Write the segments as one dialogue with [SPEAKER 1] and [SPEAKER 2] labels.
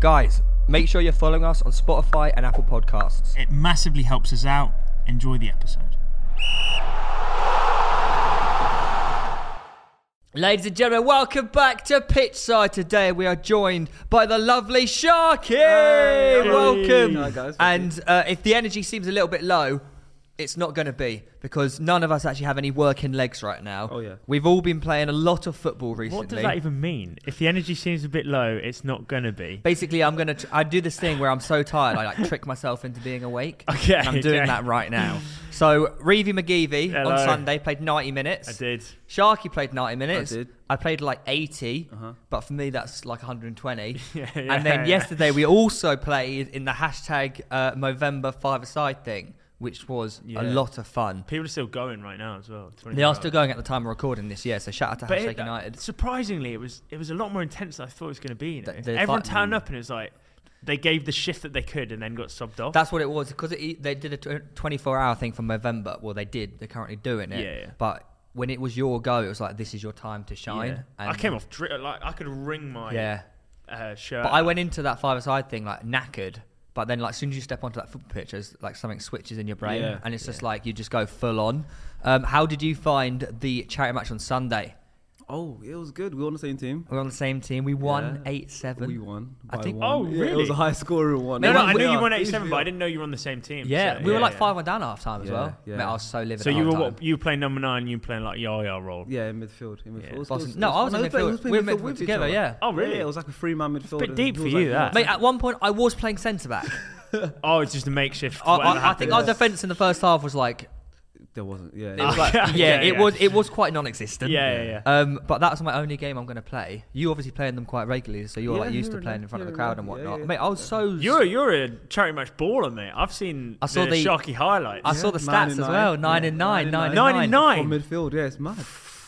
[SPEAKER 1] Guys, make sure you're following us on Spotify and Apple Podcasts.
[SPEAKER 2] It massively helps us out. Enjoy the episode.
[SPEAKER 1] Ladies and gentlemen, welcome back to Pitchside. Today we are joined by the lovely Sharky. Welcome.
[SPEAKER 3] Hi, guys.
[SPEAKER 1] And uh, if the energy seems a little bit low, it's not going to be because none of us actually have any working legs right now.
[SPEAKER 3] Oh, yeah.
[SPEAKER 1] We've all been playing a lot of football recently.
[SPEAKER 4] What does that even mean? If the energy seems a bit low, it's not going to be.
[SPEAKER 1] Basically, I'm gonna. Tr- I do this thing where I'm so tired, I like trick myself into being awake.
[SPEAKER 4] Okay,
[SPEAKER 1] and I'm doing
[SPEAKER 4] okay.
[SPEAKER 1] that right now. So Reevy McGeevy
[SPEAKER 4] Hello.
[SPEAKER 1] on Sunday played 90 minutes.
[SPEAKER 4] I did.
[SPEAKER 1] Sharky played 90 minutes.
[SPEAKER 3] did.
[SPEAKER 1] I played like 80, but for me that's like 120.
[SPEAKER 4] Uh-huh. Yeah,
[SPEAKER 1] and then
[SPEAKER 4] yeah.
[SPEAKER 1] yesterday we also played in the hashtag uh, Movember Five Aside thing, which was
[SPEAKER 4] Yeah.
[SPEAKER 1] a lot of fun.
[SPEAKER 4] People are still going right now as well. 24
[SPEAKER 1] They are
[SPEAKER 4] hours.
[SPEAKER 1] still going at the time of recording this, yeah. So shout out to
[SPEAKER 4] But
[SPEAKER 1] hashtag
[SPEAKER 4] it- uh,
[SPEAKER 1] United.
[SPEAKER 4] surprisingly, it was it was a lot more intense than I thought it was going to be. You know?
[SPEAKER 1] Th- the
[SPEAKER 4] Everyone
[SPEAKER 1] fight-
[SPEAKER 4] turned up and it was like they gave the shift that they could and then got subbed off.
[SPEAKER 1] That's what it was because it, they did a 24 hour thing for November. Well, they did. They're currently doing it.
[SPEAKER 4] Yeah, yeah.
[SPEAKER 1] But when it was your go, it was like this is your time to
[SPEAKER 4] Yeah.
[SPEAKER 1] shine.
[SPEAKER 4] I came off dri- like I could wring my
[SPEAKER 1] Yeah.
[SPEAKER 4] uh, shirt.
[SPEAKER 1] But I went into that five side thing like knackered. But then, like, as soon as you step onto that football pitch, there's like something switches in your brain,
[SPEAKER 3] Yeah.
[SPEAKER 1] and it's just like you just go full on. Um, how did you find the charity match on Sunday?
[SPEAKER 3] Oh, it was good. We were on the same team.
[SPEAKER 1] We're on the same team. We won eight seven.
[SPEAKER 3] We won.
[SPEAKER 1] I
[SPEAKER 3] by
[SPEAKER 1] think-
[SPEAKER 3] One.
[SPEAKER 4] Oh,
[SPEAKER 3] Yeah, it was
[SPEAKER 4] really?
[SPEAKER 3] a high scorer one.
[SPEAKER 4] No, no,
[SPEAKER 3] One
[SPEAKER 4] I knew
[SPEAKER 3] player.
[SPEAKER 4] you won 87, but I didn't know you were on the same team.
[SPEAKER 1] Yeah,
[SPEAKER 4] so-
[SPEAKER 1] we were like
[SPEAKER 4] yeah.
[SPEAKER 1] five one down at half time as
[SPEAKER 3] Yeah,
[SPEAKER 1] well.
[SPEAKER 3] yeah.
[SPEAKER 1] Mate, I was so livid.
[SPEAKER 4] So
[SPEAKER 1] at
[SPEAKER 4] you were
[SPEAKER 1] half-time.
[SPEAKER 4] what, you were playing number nine, you were playing like Yaya role.
[SPEAKER 3] Yeah, in midfield. In midfield. It was-
[SPEAKER 1] Boston-
[SPEAKER 3] it was-
[SPEAKER 1] no,
[SPEAKER 3] it
[SPEAKER 1] I was in
[SPEAKER 3] playing-
[SPEAKER 1] midfield. We were midfield
[SPEAKER 3] with each
[SPEAKER 1] together,
[SPEAKER 3] other.
[SPEAKER 1] yeah.
[SPEAKER 4] Oh, really?
[SPEAKER 3] Yeah, it was like a three-man midfield.
[SPEAKER 4] bit
[SPEAKER 3] and
[SPEAKER 4] deep
[SPEAKER 3] it
[SPEAKER 4] for
[SPEAKER 3] was
[SPEAKER 4] you,
[SPEAKER 3] like-
[SPEAKER 4] that.
[SPEAKER 1] Mate, at one point I was playing centre back.
[SPEAKER 4] Oh, it's just a makeshift.
[SPEAKER 1] I,
[SPEAKER 4] whatever
[SPEAKER 1] I, I think
[SPEAKER 4] happens.
[SPEAKER 1] our defense in the first half was like,
[SPEAKER 3] There wasn't. Yeah.
[SPEAKER 1] it was
[SPEAKER 3] yeah.
[SPEAKER 1] like yeah,
[SPEAKER 4] Yeah, yeah,
[SPEAKER 1] it
[SPEAKER 4] yeah.
[SPEAKER 1] was it was quite non-existent.
[SPEAKER 4] Yeah, yeah,
[SPEAKER 1] Um, but that's my only game I'm going to play. You obviously playing them quite regularly, so you're
[SPEAKER 3] Yeah,
[SPEAKER 1] like used to
[SPEAKER 3] here and
[SPEAKER 1] playing
[SPEAKER 3] there,
[SPEAKER 1] in front of the
[SPEAKER 3] here
[SPEAKER 1] crowd
[SPEAKER 3] and
[SPEAKER 1] and
[SPEAKER 3] there. Yeah,
[SPEAKER 1] whatnot.
[SPEAKER 3] yeah,
[SPEAKER 1] Mate, I was so
[SPEAKER 4] You're you're a charity match baller, mate. I've seen
[SPEAKER 1] I saw
[SPEAKER 4] the,
[SPEAKER 1] the-
[SPEAKER 4] Sharky highlights.
[SPEAKER 1] I saw the
[SPEAKER 3] nine
[SPEAKER 1] stats
[SPEAKER 3] and
[SPEAKER 1] as
[SPEAKER 3] nine.
[SPEAKER 1] well. Nine
[SPEAKER 3] Yeah,
[SPEAKER 1] and nine, nine and nine.
[SPEAKER 4] nine and nine.
[SPEAKER 3] From midfield, yeah, it's mad.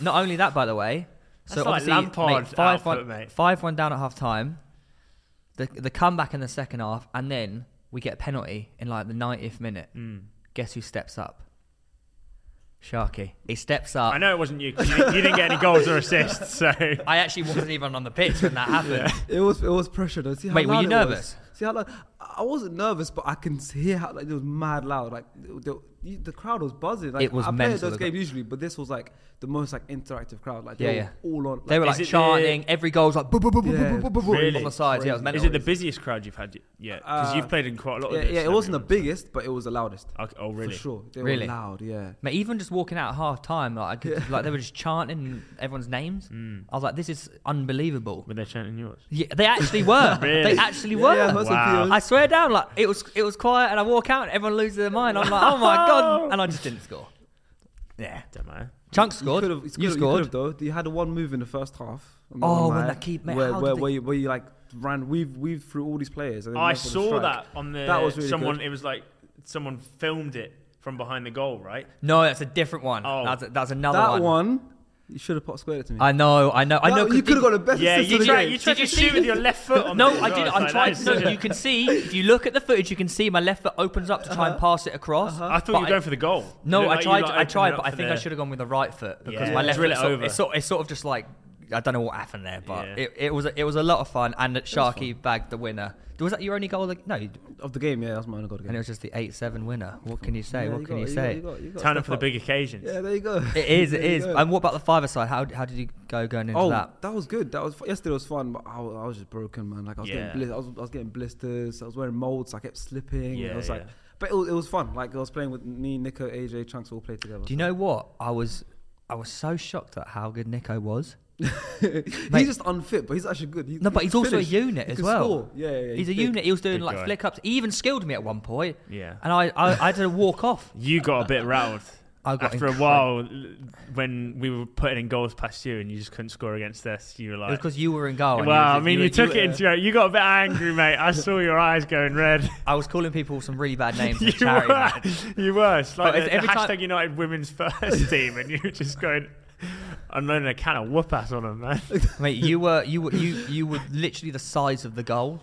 [SPEAKER 1] Not only that, by the way.
[SPEAKER 4] That's like
[SPEAKER 1] obviously,
[SPEAKER 4] Lampard
[SPEAKER 1] five
[SPEAKER 4] output,
[SPEAKER 1] one,
[SPEAKER 4] mate.
[SPEAKER 1] five one down at half time. The the comeback in the second half, and then we get a penalty in like the 90th minute.
[SPEAKER 4] Hmm.
[SPEAKER 1] Guess who steps up? Sharky. He steps up.
[SPEAKER 4] I know it wasn't you. 'cause You, you didn't get any goals or assists, so
[SPEAKER 1] I actually wasn't even on the pitch when that happened.
[SPEAKER 3] It was. It was pressure though. See how
[SPEAKER 1] Wait, were
[SPEAKER 3] loud
[SPEAKER 1] you
[SPEAKER 3] it was.
[SPEAKER 1] nervous?
[SPEAKER 3] See how loud? I wasn't nervous, but I can hear how like it was mad loud. Like the, the, the crowd was buzzing. Like,
[SPEAKER 1] It was
[SPEAKER 3] I play
[SPEAKER 1] mental, the-
[SPEAKER 3] those games usually, but this was like the most like interactive crowd. Like
[SPEAKER 1] Yeah,
[SPEAKER 3] they
[SPEAKER 1] yeah.
[SPEAKER 3] were all on. Like,
[SPEAKER 1] They were
[SPEAKER 4] Is
[SPEAKER 1] like
[SPEAKER 4] it the-
[SPEAKER 1] chanting. Every goal was like boo, boo, boo, boo,
[SPEAKER 3] Yeah.
[SPEAKER 1] boo, boo, boo, boo,
[SPEAKER 4] Really?
[SPEAKER 1] on the sides. Yeah, it was mental.
[SPEAKER 4] is it the busiest crowd you've had yet? Because
[SPEAKER 3] Uh,
[SPEAKER 4] you've played in quite a lot of
[SPEAKER 3] yeah,
[SPEAKER 4] this,
[SPEAKER 3] yeah, it
[SPEAKER 4] haven't
[SPEAKER 3] wasn't the
[SPEAKER 4] you?
[SPEAKER 3] biggest, but it was the loudest.
[SPEAKER 4] Okay, oh, really?
[SPEAKER 3] For sure. They
[SPEAKER 1] Really?
[SPEAKER 3] were loud, yeah.
[SPEAKER 1] Mate, even just walking out at half time, like, I could, like they were just chanting everyone's names.
[SPEAKER 3] Hmm.
[SPEAKER 1] I was like, this is unbelievable.
[SPEAKER 4] Were they chanting yours?
[SPEAKER 1] Yeah, they actually were.
[SPEAKER 4] Really?
[SPEAKER 1] They actually
[SPEAKER 3] Yeah,
[SPEAKER 1] were.
[SPEAKER 3] yeah, most of
[SPEAKER 4] Wow.
[SPEAKER 3] the-
[SPEAKER 1] I swear down, like it was it was quiet, and I walk out, and everyone loses their mind. I'm like, oh my god, and I just didn't score.
[SPEAKER 4] Yeah, don't matter.
[SPEAKER 1] Chunk
[SPEAKER 3] You
[SPEAKER 1] scored.
[SPEAKER 3] could've-
[SPEAKER 1] You,
[SPEAKER 3] you could've- you
[SPEAKER 1] scored.
[SPEAKER 3] could've though. You had one move in the first half. I'm not
[SPEAKER 1] Oh,
[SPEAKER 3] gonna
[SPEAKER 1] when
[SPEAKER 3] lie,
[SPEAKER 1] that keep- mate,
[SPEAKER 3] where,
[SPEAKER 1] how
[SPEAKER 3] where,
[SPEAKER 1] did
[SPEAKER 3] where, you, where you like ran weave weave through all these players. And then
[SPEAKER 4] Oh, I
[SPEAKER 3] went for the
[SPEAKER 4] saw
[SPEAKER 3] strike.
[SPEAKER 4] that on the.
[SPEAKER 3] That was really
[SPEAKER 4] someone.
[SPEAKER 3] good.
[SPEAKER 4] It was like someone filmed it from behind the goal, right?
[SPEAKER 1] no, that's a different one.
[SPEAKER 4] Oh.
[SPEAKER 1] That's, that's another
[SPEAKER 3] That
[SPEAKER 1] one.
[SPEAKER 3] one. you should have put squared it to me.
[SPEAKER 1] I know, I know, I
[SPEAKER 3] That-
[SPEAKER 1] know. 'cause
[SPEAKER 3] you could
[SPEAKER 1] the-
[SPEAKER 3] have got a better.
[SPEAKER 4] Yeah,
[SPEAKER 3] assist
[SPEAKER 4] you
[SPEAKER 3] of the
[SPEAKER 4] tried.
[SPEAKER 3] game.
[SPEAKER 4] You tried
[SPEAKER 1] Did you
[SPEAKER 4] to shoot
[SPEAKER 1] see-
[SPEAKER 4] with your left foot. on
[SPEAKER 1] No,
[SPEAKER 4] the
[SPEAKER 1] I did.
[SPEAKER 4] Like,
[SPEAKER 1] I'm
[SPEAKER 4] that
[SPEAKER 1] trying.
[SPEAKER 4] is
[SPEAKER 1] No,
[SPEAKER 4] such a-
[SPEAKER 1] you can see if you look at the footage, you can see my left foot opens up to try and pass it across.
[SPEAKER 4] I thought
[SPEAKER 1] but
[SPEAKER 4] you were going for the goal.
[SPEAKER 1] No,
[SPEAKER 4] Uh-huh. You look
[SPEAKER 1] I
[SPEAKER 4] like you,
[SPEAKER 1] tried.
[SPEAKER 4] like,
[SPEAKER 1] I tried,
[SPEAKER 4] opening
[SPEAKER 1] but
[SPEAKER 4] up
[SPEAKER 1] I
[SPEAKER 4] for
[SPEAKER 1] think I
[SPEAKER 4] the-
[SPEAKER 1] should have gone with the right foot because
[SPEAKER 4] Yeah.
[SPEAKER 1] my left
[SPEAKER 4] Drill
[SPEAKER 1] foot.
[SPEAKER 4] it
[SPEAKER 1] sort-
[SPEAKER 4] over.
[SPEAKER 1] It's sort, it's sort of just like I don't know what happened there, but
[SPEAKER 4] Yeah.
[SPEAKER 1] it, it was it was a lot of fun. And that Sharky bagged the winner. Was that your only goal? Like, no, you-
[SPEAKER 3] of the game. Yeah, that was my only goal. of the
[SPEAKER 1] and it
[SPEAKER 3] game.
[SPEAKER 1] was just the eight-seven winner. What can you say?
[SPEAKER 3] Yeah,
[SPEAKER 1] what can
[SPEAKER 3] got-
[SPEAKER 1] you,
[SPEAKER 3] got-
[SPEAKER 1] say?
[SPEAKER 3] got- you got
[SPEAKER 4] Turn up
[SPEAKER 3] step
[SPEAKER 4] for the big occasions.
[SPEAKER 3] Yeah, there you go.
[SPEAKER 1] It is. It
[SPEAKER 3] There you
[SPEAKER 1] is.
[SPEAKER 3] go.
[SPEAKER 1] And what about the five aside? How how did you go going into
[SPEAKER 3] Oh,
[SPEAKER 1] that?
[SPEAKER 3] that. was good. That was fu- yesterday was fun, but I, wa- I was just broken, man. Like I was
[SPEAKER 4] Yeah.
[SPEAKER 3] getting blisters. I was, I was getting blisters. I was wearing molds. I kept slipping. Yeah,
[SPEAKER 4] Yeah,
[SPEAKER 3] I was like,
[SPEAKER 4] yeah.
[SPEAKER 3] but it was, it was fun. Like I was playing with me, Nico, AJ, Chunks. We all played together.
[SPEAKER 1] Do you know what I was? I was so shocked at how good Nico was. Mate.
[SPEAKER 3] he's just unfit, but he's actually good. He-
[SPEAKER 1] No, but he's also a
[SPEAKER 3] finished.
[SPEAKER 1] unit
[SPEAKER 3] He
[SPEAKER 1] as
[SPEAKER 3] can
[SPEAKER 1] well.
[SPEAKER 3] score. Yeah, yeah, yeah,
[SPEAKER 1] He's a
[SPEAKER 3] big.
[SPEAKER 1] unit. He was doing
[SPEAKER 4] Big
[SPEAKER 1] like
[SPEAKER 4] guy.
[SPEAKER 1] flick ups. He even skilled me at one point.
[SPEAKER 4] Yeah.
[SPEAKER 1] And I, I, I had to walk off.
[SPEAKER 4] You got a bit rattled.
[SPEAKER 1] I got
[SPEAKER 4] After a while, when we were putting in goals past you and you just couldn't score against us, you were
[SPEAKER 1] It was
[SPEAKER 4] like,
[SPEAKER 1] because you were in goal. and
[SPEAKER 4] "Well, I
[SPEAKER 1] was-
[SPEAKER 4] mean, you,
[SPEAKER 1] were-
[SPEAKER 4] took
[SPEAKER 1] were-
[SPEAKER 4] it into your You got a bit angry, mate. I saw your eyes going red.
[SPEAKER 1] I was calling people some really bad names.
[SPEAKER 4] you
[SPEAKER 1] in charity
[SPEAKER 4] were,
[SPEAKER 1] match.
[SPEAKER 4] you were. It's like
[SPEAKER 1] But it's
[SPEAKER 4] the, the
[SPEAKER 1] every
[SPEAKER 4] hashtag
[SPEAKER 1] time-
[SPEAKER 4] United Women's First Team, and you were just going, "I'm loading a can of whoop ass on them, man."
[SPEAKER 1] Mate, you were you were you you were literally the size of the goal.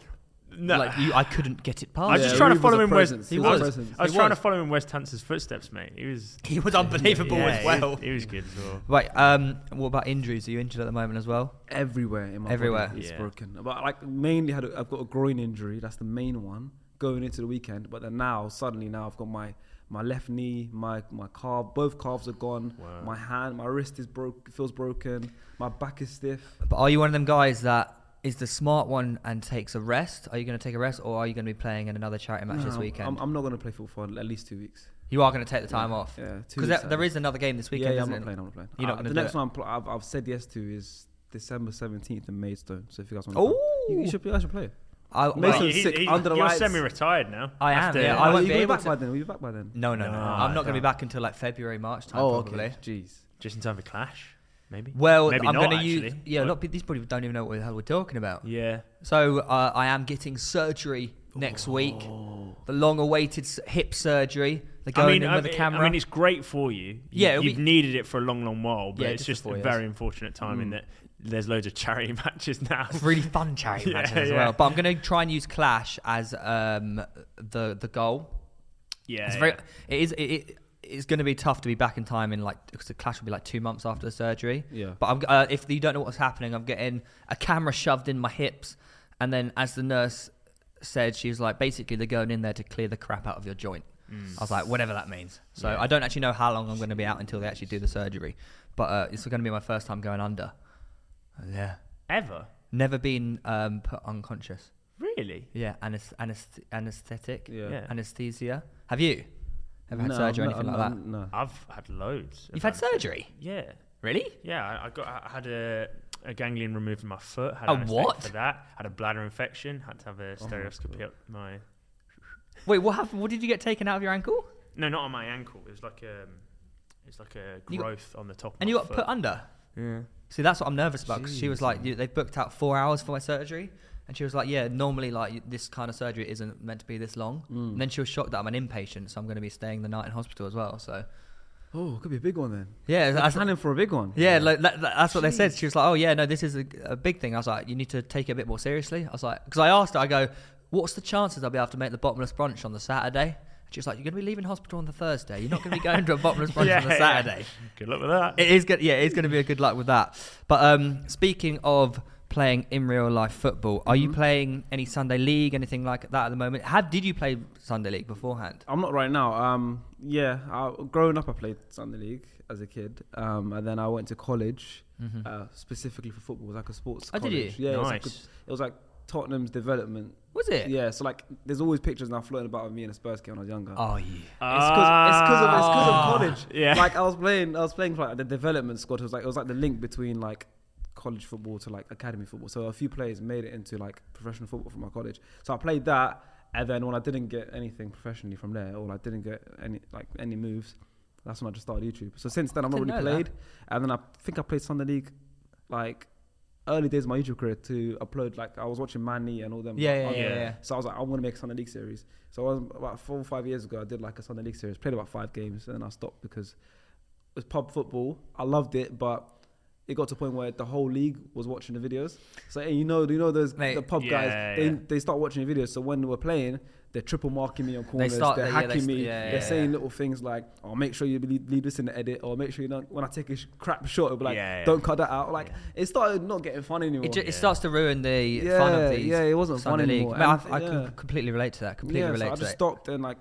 [SPEAKER 4] No.
[SPEAKER 1] Like you, I couldn't get it past.
[SPEAKER 4] I was just trying to
[SPEAKER 3] Reeve
[SPEAKER 4] follow
[SPEAKER 3] a
[SPEAKER 4] him where's-
[SPEAKER 3] presence.
[SPEAKER 1] He
[SPEAKER 3] He
[SPEAKER 1] was.
[SPEAKER 3] was.
[SPEAKER 4] I was trying to follow in West Hanser's footsteps, mate. He was
[SPEAKER 1] He was unbelievable
[SPEAKER 4] yeah,
[SPEAKER 1] as well.
[SPEAKER 4] He, he was good as well.
[SPEAKER 1] Right. Um. What about injuries? Are you injured at the moment as well?
[SPEAKER 3] everywhere in my
[SPEAKER 1] Everywhere.
[SPEAKER 3] Body. It's
[SPEAKER 4] Yeah.
[SPEAKER 3] broken. But like mainly had a, I've got a groin injury. That's the main one going into the weekend. But then now suddenly now I've got my my left knee, my my calf, both calves are gone.
[SPEAKER 4] Wow.
[SPEAKER 3] My hand, my wrist is broke, feels broken. My back is stiff.
[SPEAKER 1] But are you one of them guys that is the smart one and takes a rest? Are you going to take a rest, or are you going to be playing in another charity match this
[SPEAKER 3] No,
[SPEAKER 1] weekend?
[SPEAKER 3] Um, I'm, I'm not going to play football for at least two weeks.
[SPEAKER 1] you are going to take the time off.
[SPEAKER 3] Yeah, two
[SPEAKER 1] Because
[SPEAKER 3] weeks
[SPEAKER 1] there
[SPEAKER 3] at
[SPEAKER 1] is another game this weekend.
[SPEAKER 3] yeah, yeah,
[SPEAKER 1] isn't
[SPEAKER 3] I'm not
[SPEAKER 1] it?
[SPEAKER 3] playing. I'm not playing.
[SPEAKER 1] You're not
[SPEAKER 3] Uh,
[SPEAKER 1] gonna
[SPEAKER 3] the
[SPEAKER 1] do
[SPEAKER 3] next
[SPEAKER 1] it.
[SPEAKER 3] one I'm pl- I've, I've said yes to is December 17th in Maidstone. So if you guys want, to
[SPEAKER 1] Oh,
[SPEAKER 3] you, you should play. I should play.
[SPEAKER 1] I,
[SPEAKER 3] Mason
[SPEAKER 1] well,
[SPEAKER 3] Mason's
[SPEAKER 4] he-
[SPEAKER 3] sick,
[SPEAKER 4] he-
[SPEAKER 3] under the
[SPEAKER 4] you're
[SPEAKER 3] lights.
[SPEAKER 4] semi-retired now.
[SPEAKER 1] I am,
[SPEAKER 4] after-
[SPEAKER 1] yeah, I won't
[SPEAKER 3] you
[SPEAKER 1] be
[SPEAKER 3] gonna
[SPEAKER 1] able
[SPEAKER 3] back
[SPEAKER 1] to- Mm.
[SPEAKER 3] by then. Will you Uh, be back by then?
[SPEAKER 1] no, no, no, no.
[SPEAKER 4] No,
[SPEAKER 1] I'm not going to be
[SPEAKER 4] don't.
[SPEAKER 1] back until like February, March
[SPEAKER 4] Oh,
[SPEAKER 1] time, probably.
[SPEAKER 3] Jeez.
[SPEAKER 4] Just in time for Clash, maybe.
[SPEAKER 1] Well,
[SPEAKER 4] Maybe
[SPEAKER 1] I'm
[SPEAKER 4] not,
[SPEAKER 1] going to use.
[SPEAKER 4] actually.
[SPEAKER 1] Yeah, a lot of people, these people don't even know what the hell we're talking about.
[SPEAKER 4] Yeah.
[SPEAKER 1] So uh, I am getting surgery
[SPEAKER 4] Oh.
[SPEAKER 1] next week. The long-awaited s- hip surgery. They're going
[SPEAKER 4] I mean,
[SPEAKER 1] in
[SPEAKER 4] I
[SPEAKER 1] with
[SPEAKER 4] mean,
[SPEAKER 1] a camera.
[SPEAKER 4] I mean, it's great for you. you
[SPEAKER 1] Yeah, it'll
[SPEAKER 4] you've
[SPEAKER 1] be-
[SPEAKER 4] needed it for a long, long while, but
[SPEAKER 1] Yeah,
[SPEAKER 4] it's
[SPEAKER 1] just
[SPEAKER 4] just
[SPEAKER 1] for
[SPEAKER 4] a
[SPEAKER 1] four
[SPEAKER 4] very unfortunate timing that there's loads of charity matches now.
[SPEAKER 1] really fun charity
[SPEAKER 4] Yeah,
[SPEAKER 1] matches as
[SPEAKER 4] yeah.
[SPEAKER 1] well. But I'm going to try and use Clash as um, the the goal.
[SPEAKER 4] Yeah,
[SPEAKER 1] It's very.
[SPEAKER 4] yeah.
[SPEAKER 1] It is. It, it, it's going to be tough to be back in time in like because the Clash will be like two months after the surgery.
[SPEAKER 3] Yeah.
[SPEAKER 1] But I'm, uh, if you don't know what's happening, I'm getting a camera shoved in my hips, and then as the nurse said, she was like, basically they're going in there to clear the crap out of your joint. I was like, whatever that means. So I don't actually know how long I'm going to be out until they actually do the surgery. But uh, it's going to be my first time going under. Yeah.
[SPEAKER 4] ever
[SPEAKER 1] Never been um, put unconscious.
[SPEAKER 4] really.
[SPEAKER 1] Yeah, anes- anes- anesthetic.
[SPEAKER 3] Yeah.
[SPEAKER 4] Yeah.
[SPEAKER 1] Anesthesia. Have you ever had surgery or
[SPEAKER 3] no,
[SPEAKER 1] anything
[SPEAKER 3] no,
[SPEAKER 1] like that?
[SPEAKER 3] No.
[SPEAKER 4] I've had loads. of
[SPEAKER 1] You've had
[SPEAKER 4] anesthet-
[SPEAKER 1] surgery?
[SPEAKER 4] Yeah,
[SPEAKER 1] Really?
[SPEAKER 4] yeah. I, I got I had a, a ganglion removed from my foot. Had
[SPEAKER 1] A
[SPEAKER 4] anesthetic
[SPEAKER 1] what? Oh
[SPEAKER 4] For that, had a bladder infection. Had to have a stereoscopy up my.
[SPEAKER 1] Wait, what happened? What did you get taken out of your ankle?
[SPEAKER 4] No, not on my ankle. It was like a, it was like a
[SPEAKER 1] You got-
[SPEAKER 4] growth on the top. Of
[SPEAKER 1] And
[SPEAKER 4] my
[SPEAKER 1] you got
[SPEAKER 4] foot.
[SPEAKER 1] put under.
[SPEAKER 4] Yeah.
[SPEAKER 1] See, that's what I'm nervous about because she was like, you, they booked out four hours for my surgery. And she was like, yeah, normally like you- this kind of surgery isn't meant to be this long.
[SPEAKER 3] Hmm.
[SPEAKER 1] And then she was shocked that I'm an inpatient, so I'm going to be staying the night in hospital as well. So
[SPEAKER 3] Oh, it could be a big one then.
[SPEAKER 1] yeah,
[SPEAKER 3] I was
[SPEAKER 1] that's,
[SPEAKER 3] planning for a big one.
[SPEAKER 1] yeah, like, that, that- that's what they said. She was like, oh yeah, no, this is a, a big thing. I was like, you need to take it a bit more seriously. I was like, because I asked her, I go, what's the chances I'll be able to make the bottomless brunch on the Saturday? She was like, you're going to be leaving hospital on the Thursday. You're not going to be going to a bottomless brunch
[SPEAKER 4] Yeah,
[SPEAKER 1] on the
[SPEAKER 4] yeah.
[SPEAKER 1] Saturday.
[SPEAKER 4] Good luck with that.
[SPEAKER 1] It is good. Yeah, it's going to be a good luck with that. But um, speaking of playing in real life football, are you playing any Sunday league, anything like that at the moment? Have did you play Sunday league beforehand?
[SPEAKER 3] I'm not right now. Um, yeah, I, growing up, I played Sunday League as a kid, um, and then I went to college uh, specifically for football. It was like a sports.
[SPEAKER 1] Mm-hmm. Oh, did
[SPEAKER 3] college.
[SPEAKER 1] you?
[SPEAKER 3] Yeah, it was, like
[SPEAKER 4] Nice.
[SPEAKER 3] a- it was like Tottenham's development.
[SPEAKER 1] Was it?
[SPEAKER 3] Yeah, so like, there's always pictures now floating about of me in a Spurs game when I was younger.
[SPEAKER 1] Oh yeah.
[SPEAKER 3] It's because it's because of, it's 'cause
[SPEAKER 4] Ah.
[SPEAKER 3] of college.
[SPEAKER 4] Yeah.
[SPEAKER 3] Like I was playing, I was playing for like the development squad. It was like it was like the link between like college football to like academy football. So a few players made it into like professional football from my college. So I played that, and then when I didn't get anything professionally from there, or I didn't get any like any moves, that's when I just started YouTube. So since then, I've not
[SPEAKER 1] Didn't
[SPEAKER 3] really
[SPEAKER 1] know that.
[SPEAKER 3] played, and then I think I played Sunday League, like. Early days of my YouTube career to upload, like I was watching Manny and all them.
[SPEAKER 1] Yeah, yeah,
[SPEAKER 3] other-
[SPEAKER 1] yeah, yeah.
[SPEAKER 3] so I was like, I want to make a Sunday League series. So I was, about four or five years ago, I did like a Sunday League series, played about five games, and then I stopped because it was pub football. I loved it, but it got to a point where the whole league was watching the videos. So hey, you know, you know those
[SPEAKER 1] Mate,
[SPEAKER 3] the pub
[SPEAKER 4] yeah,
[SPEAKER 3] guys, they,
[SPEAKER 4] yeah.
[SPEAKER 3] they start watching the videos. So when we're playing, they're triple marking me on corners, they
[SPEAKER 1] start- yeah,
[SPEAKER 3] are
[SPEAKER 1] they
[SPEAKER 3] hacking
[SPEAKER 1] st-
[SPEAKER 3] me,
[SPEAKER 1] yeah,
[SPEAKER 3] they're
[SPEAKER 1] yeah,
[SPEAKER 3] saying
[SPEAKER 1] yeah.
[SPEAKER 3] little things like, "Oh, make sure you lead, lead this in the edit," or "Make sure you don't." When I take a sh- crap shot, it'll be like,
[SPEAKER 4] Yeah, yeah.
[SPEAKER 3] "Don't cut that out." Like it started not getting fun anymore.
[SPEAKER 1] It, ju- it starts to ruin the fun of
[SPEAKER 3] Yeah,
[SPEAKER 1] these.
[SPEAKER 3] yeah, it wasn't fun
[SPEAKER 1] Sunday league.
[SPEAKER 3] anymore.
[SPEAKER 1] Man, I,
[SPEAKER 3] And-
[SPEAKER 1] I can
[SPEAKER 3] yeah.
[SPEAKER 1] completely relate to that. Completely
[SPEAKER 3] yeah,
[SPEAKER 1] relate
[SPEAKER 3] so I
[SPEAKER 1] to
[SPEAKER 3] just
[SPEAKER 1] that.
[SPEAKER 3] stopped and like,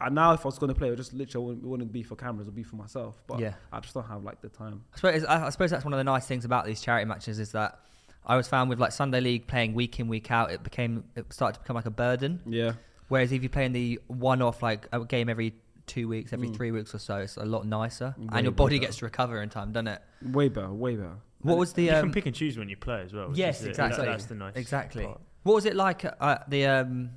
[SPEAKER 3] and now if I was going to play, I just literally wouldn't, wouldn't be for cameras, it would be for myself. But
[SPEAKER 1] Yeah.
[SPEAKER 3] I just don't have like the time.
[SPEAKER 1] I suppose, I, I suppose that's one of the nice things about these charity matches is that I always found with like Sunday league playing week in week out, it became it started to become like a burden.
[SPEAKER 3] Yeah,
[SPEAKER 1] Whereas if you're playing the one off like a game every two weeks, every three weeks or so, it's a lot nicer,
[SPEAKER 3] Hmm. Way
[SPEAKER 1] and your body
[SPEAKER 3] better.
[SPEAKER 1] gets to recover in time, doesn't it?
[SPEAKER 3] way better, way better.
[SPEAKER 1] What was the
[SPEAKER 4] you can
[SPEAKER 1] um,
[SPEAKER 4] pick and choose when you play as well. which
[SPEAKER 1] yes,
[SPEAKER 4] is the-
[SPEAKER 1] exactly.
[SPEAKER 4] that- that's the nice
[SPEAKER 1] exactly.
[SPEAKER 4] part.
[SPEAKER 1] What was it like at uh, the um,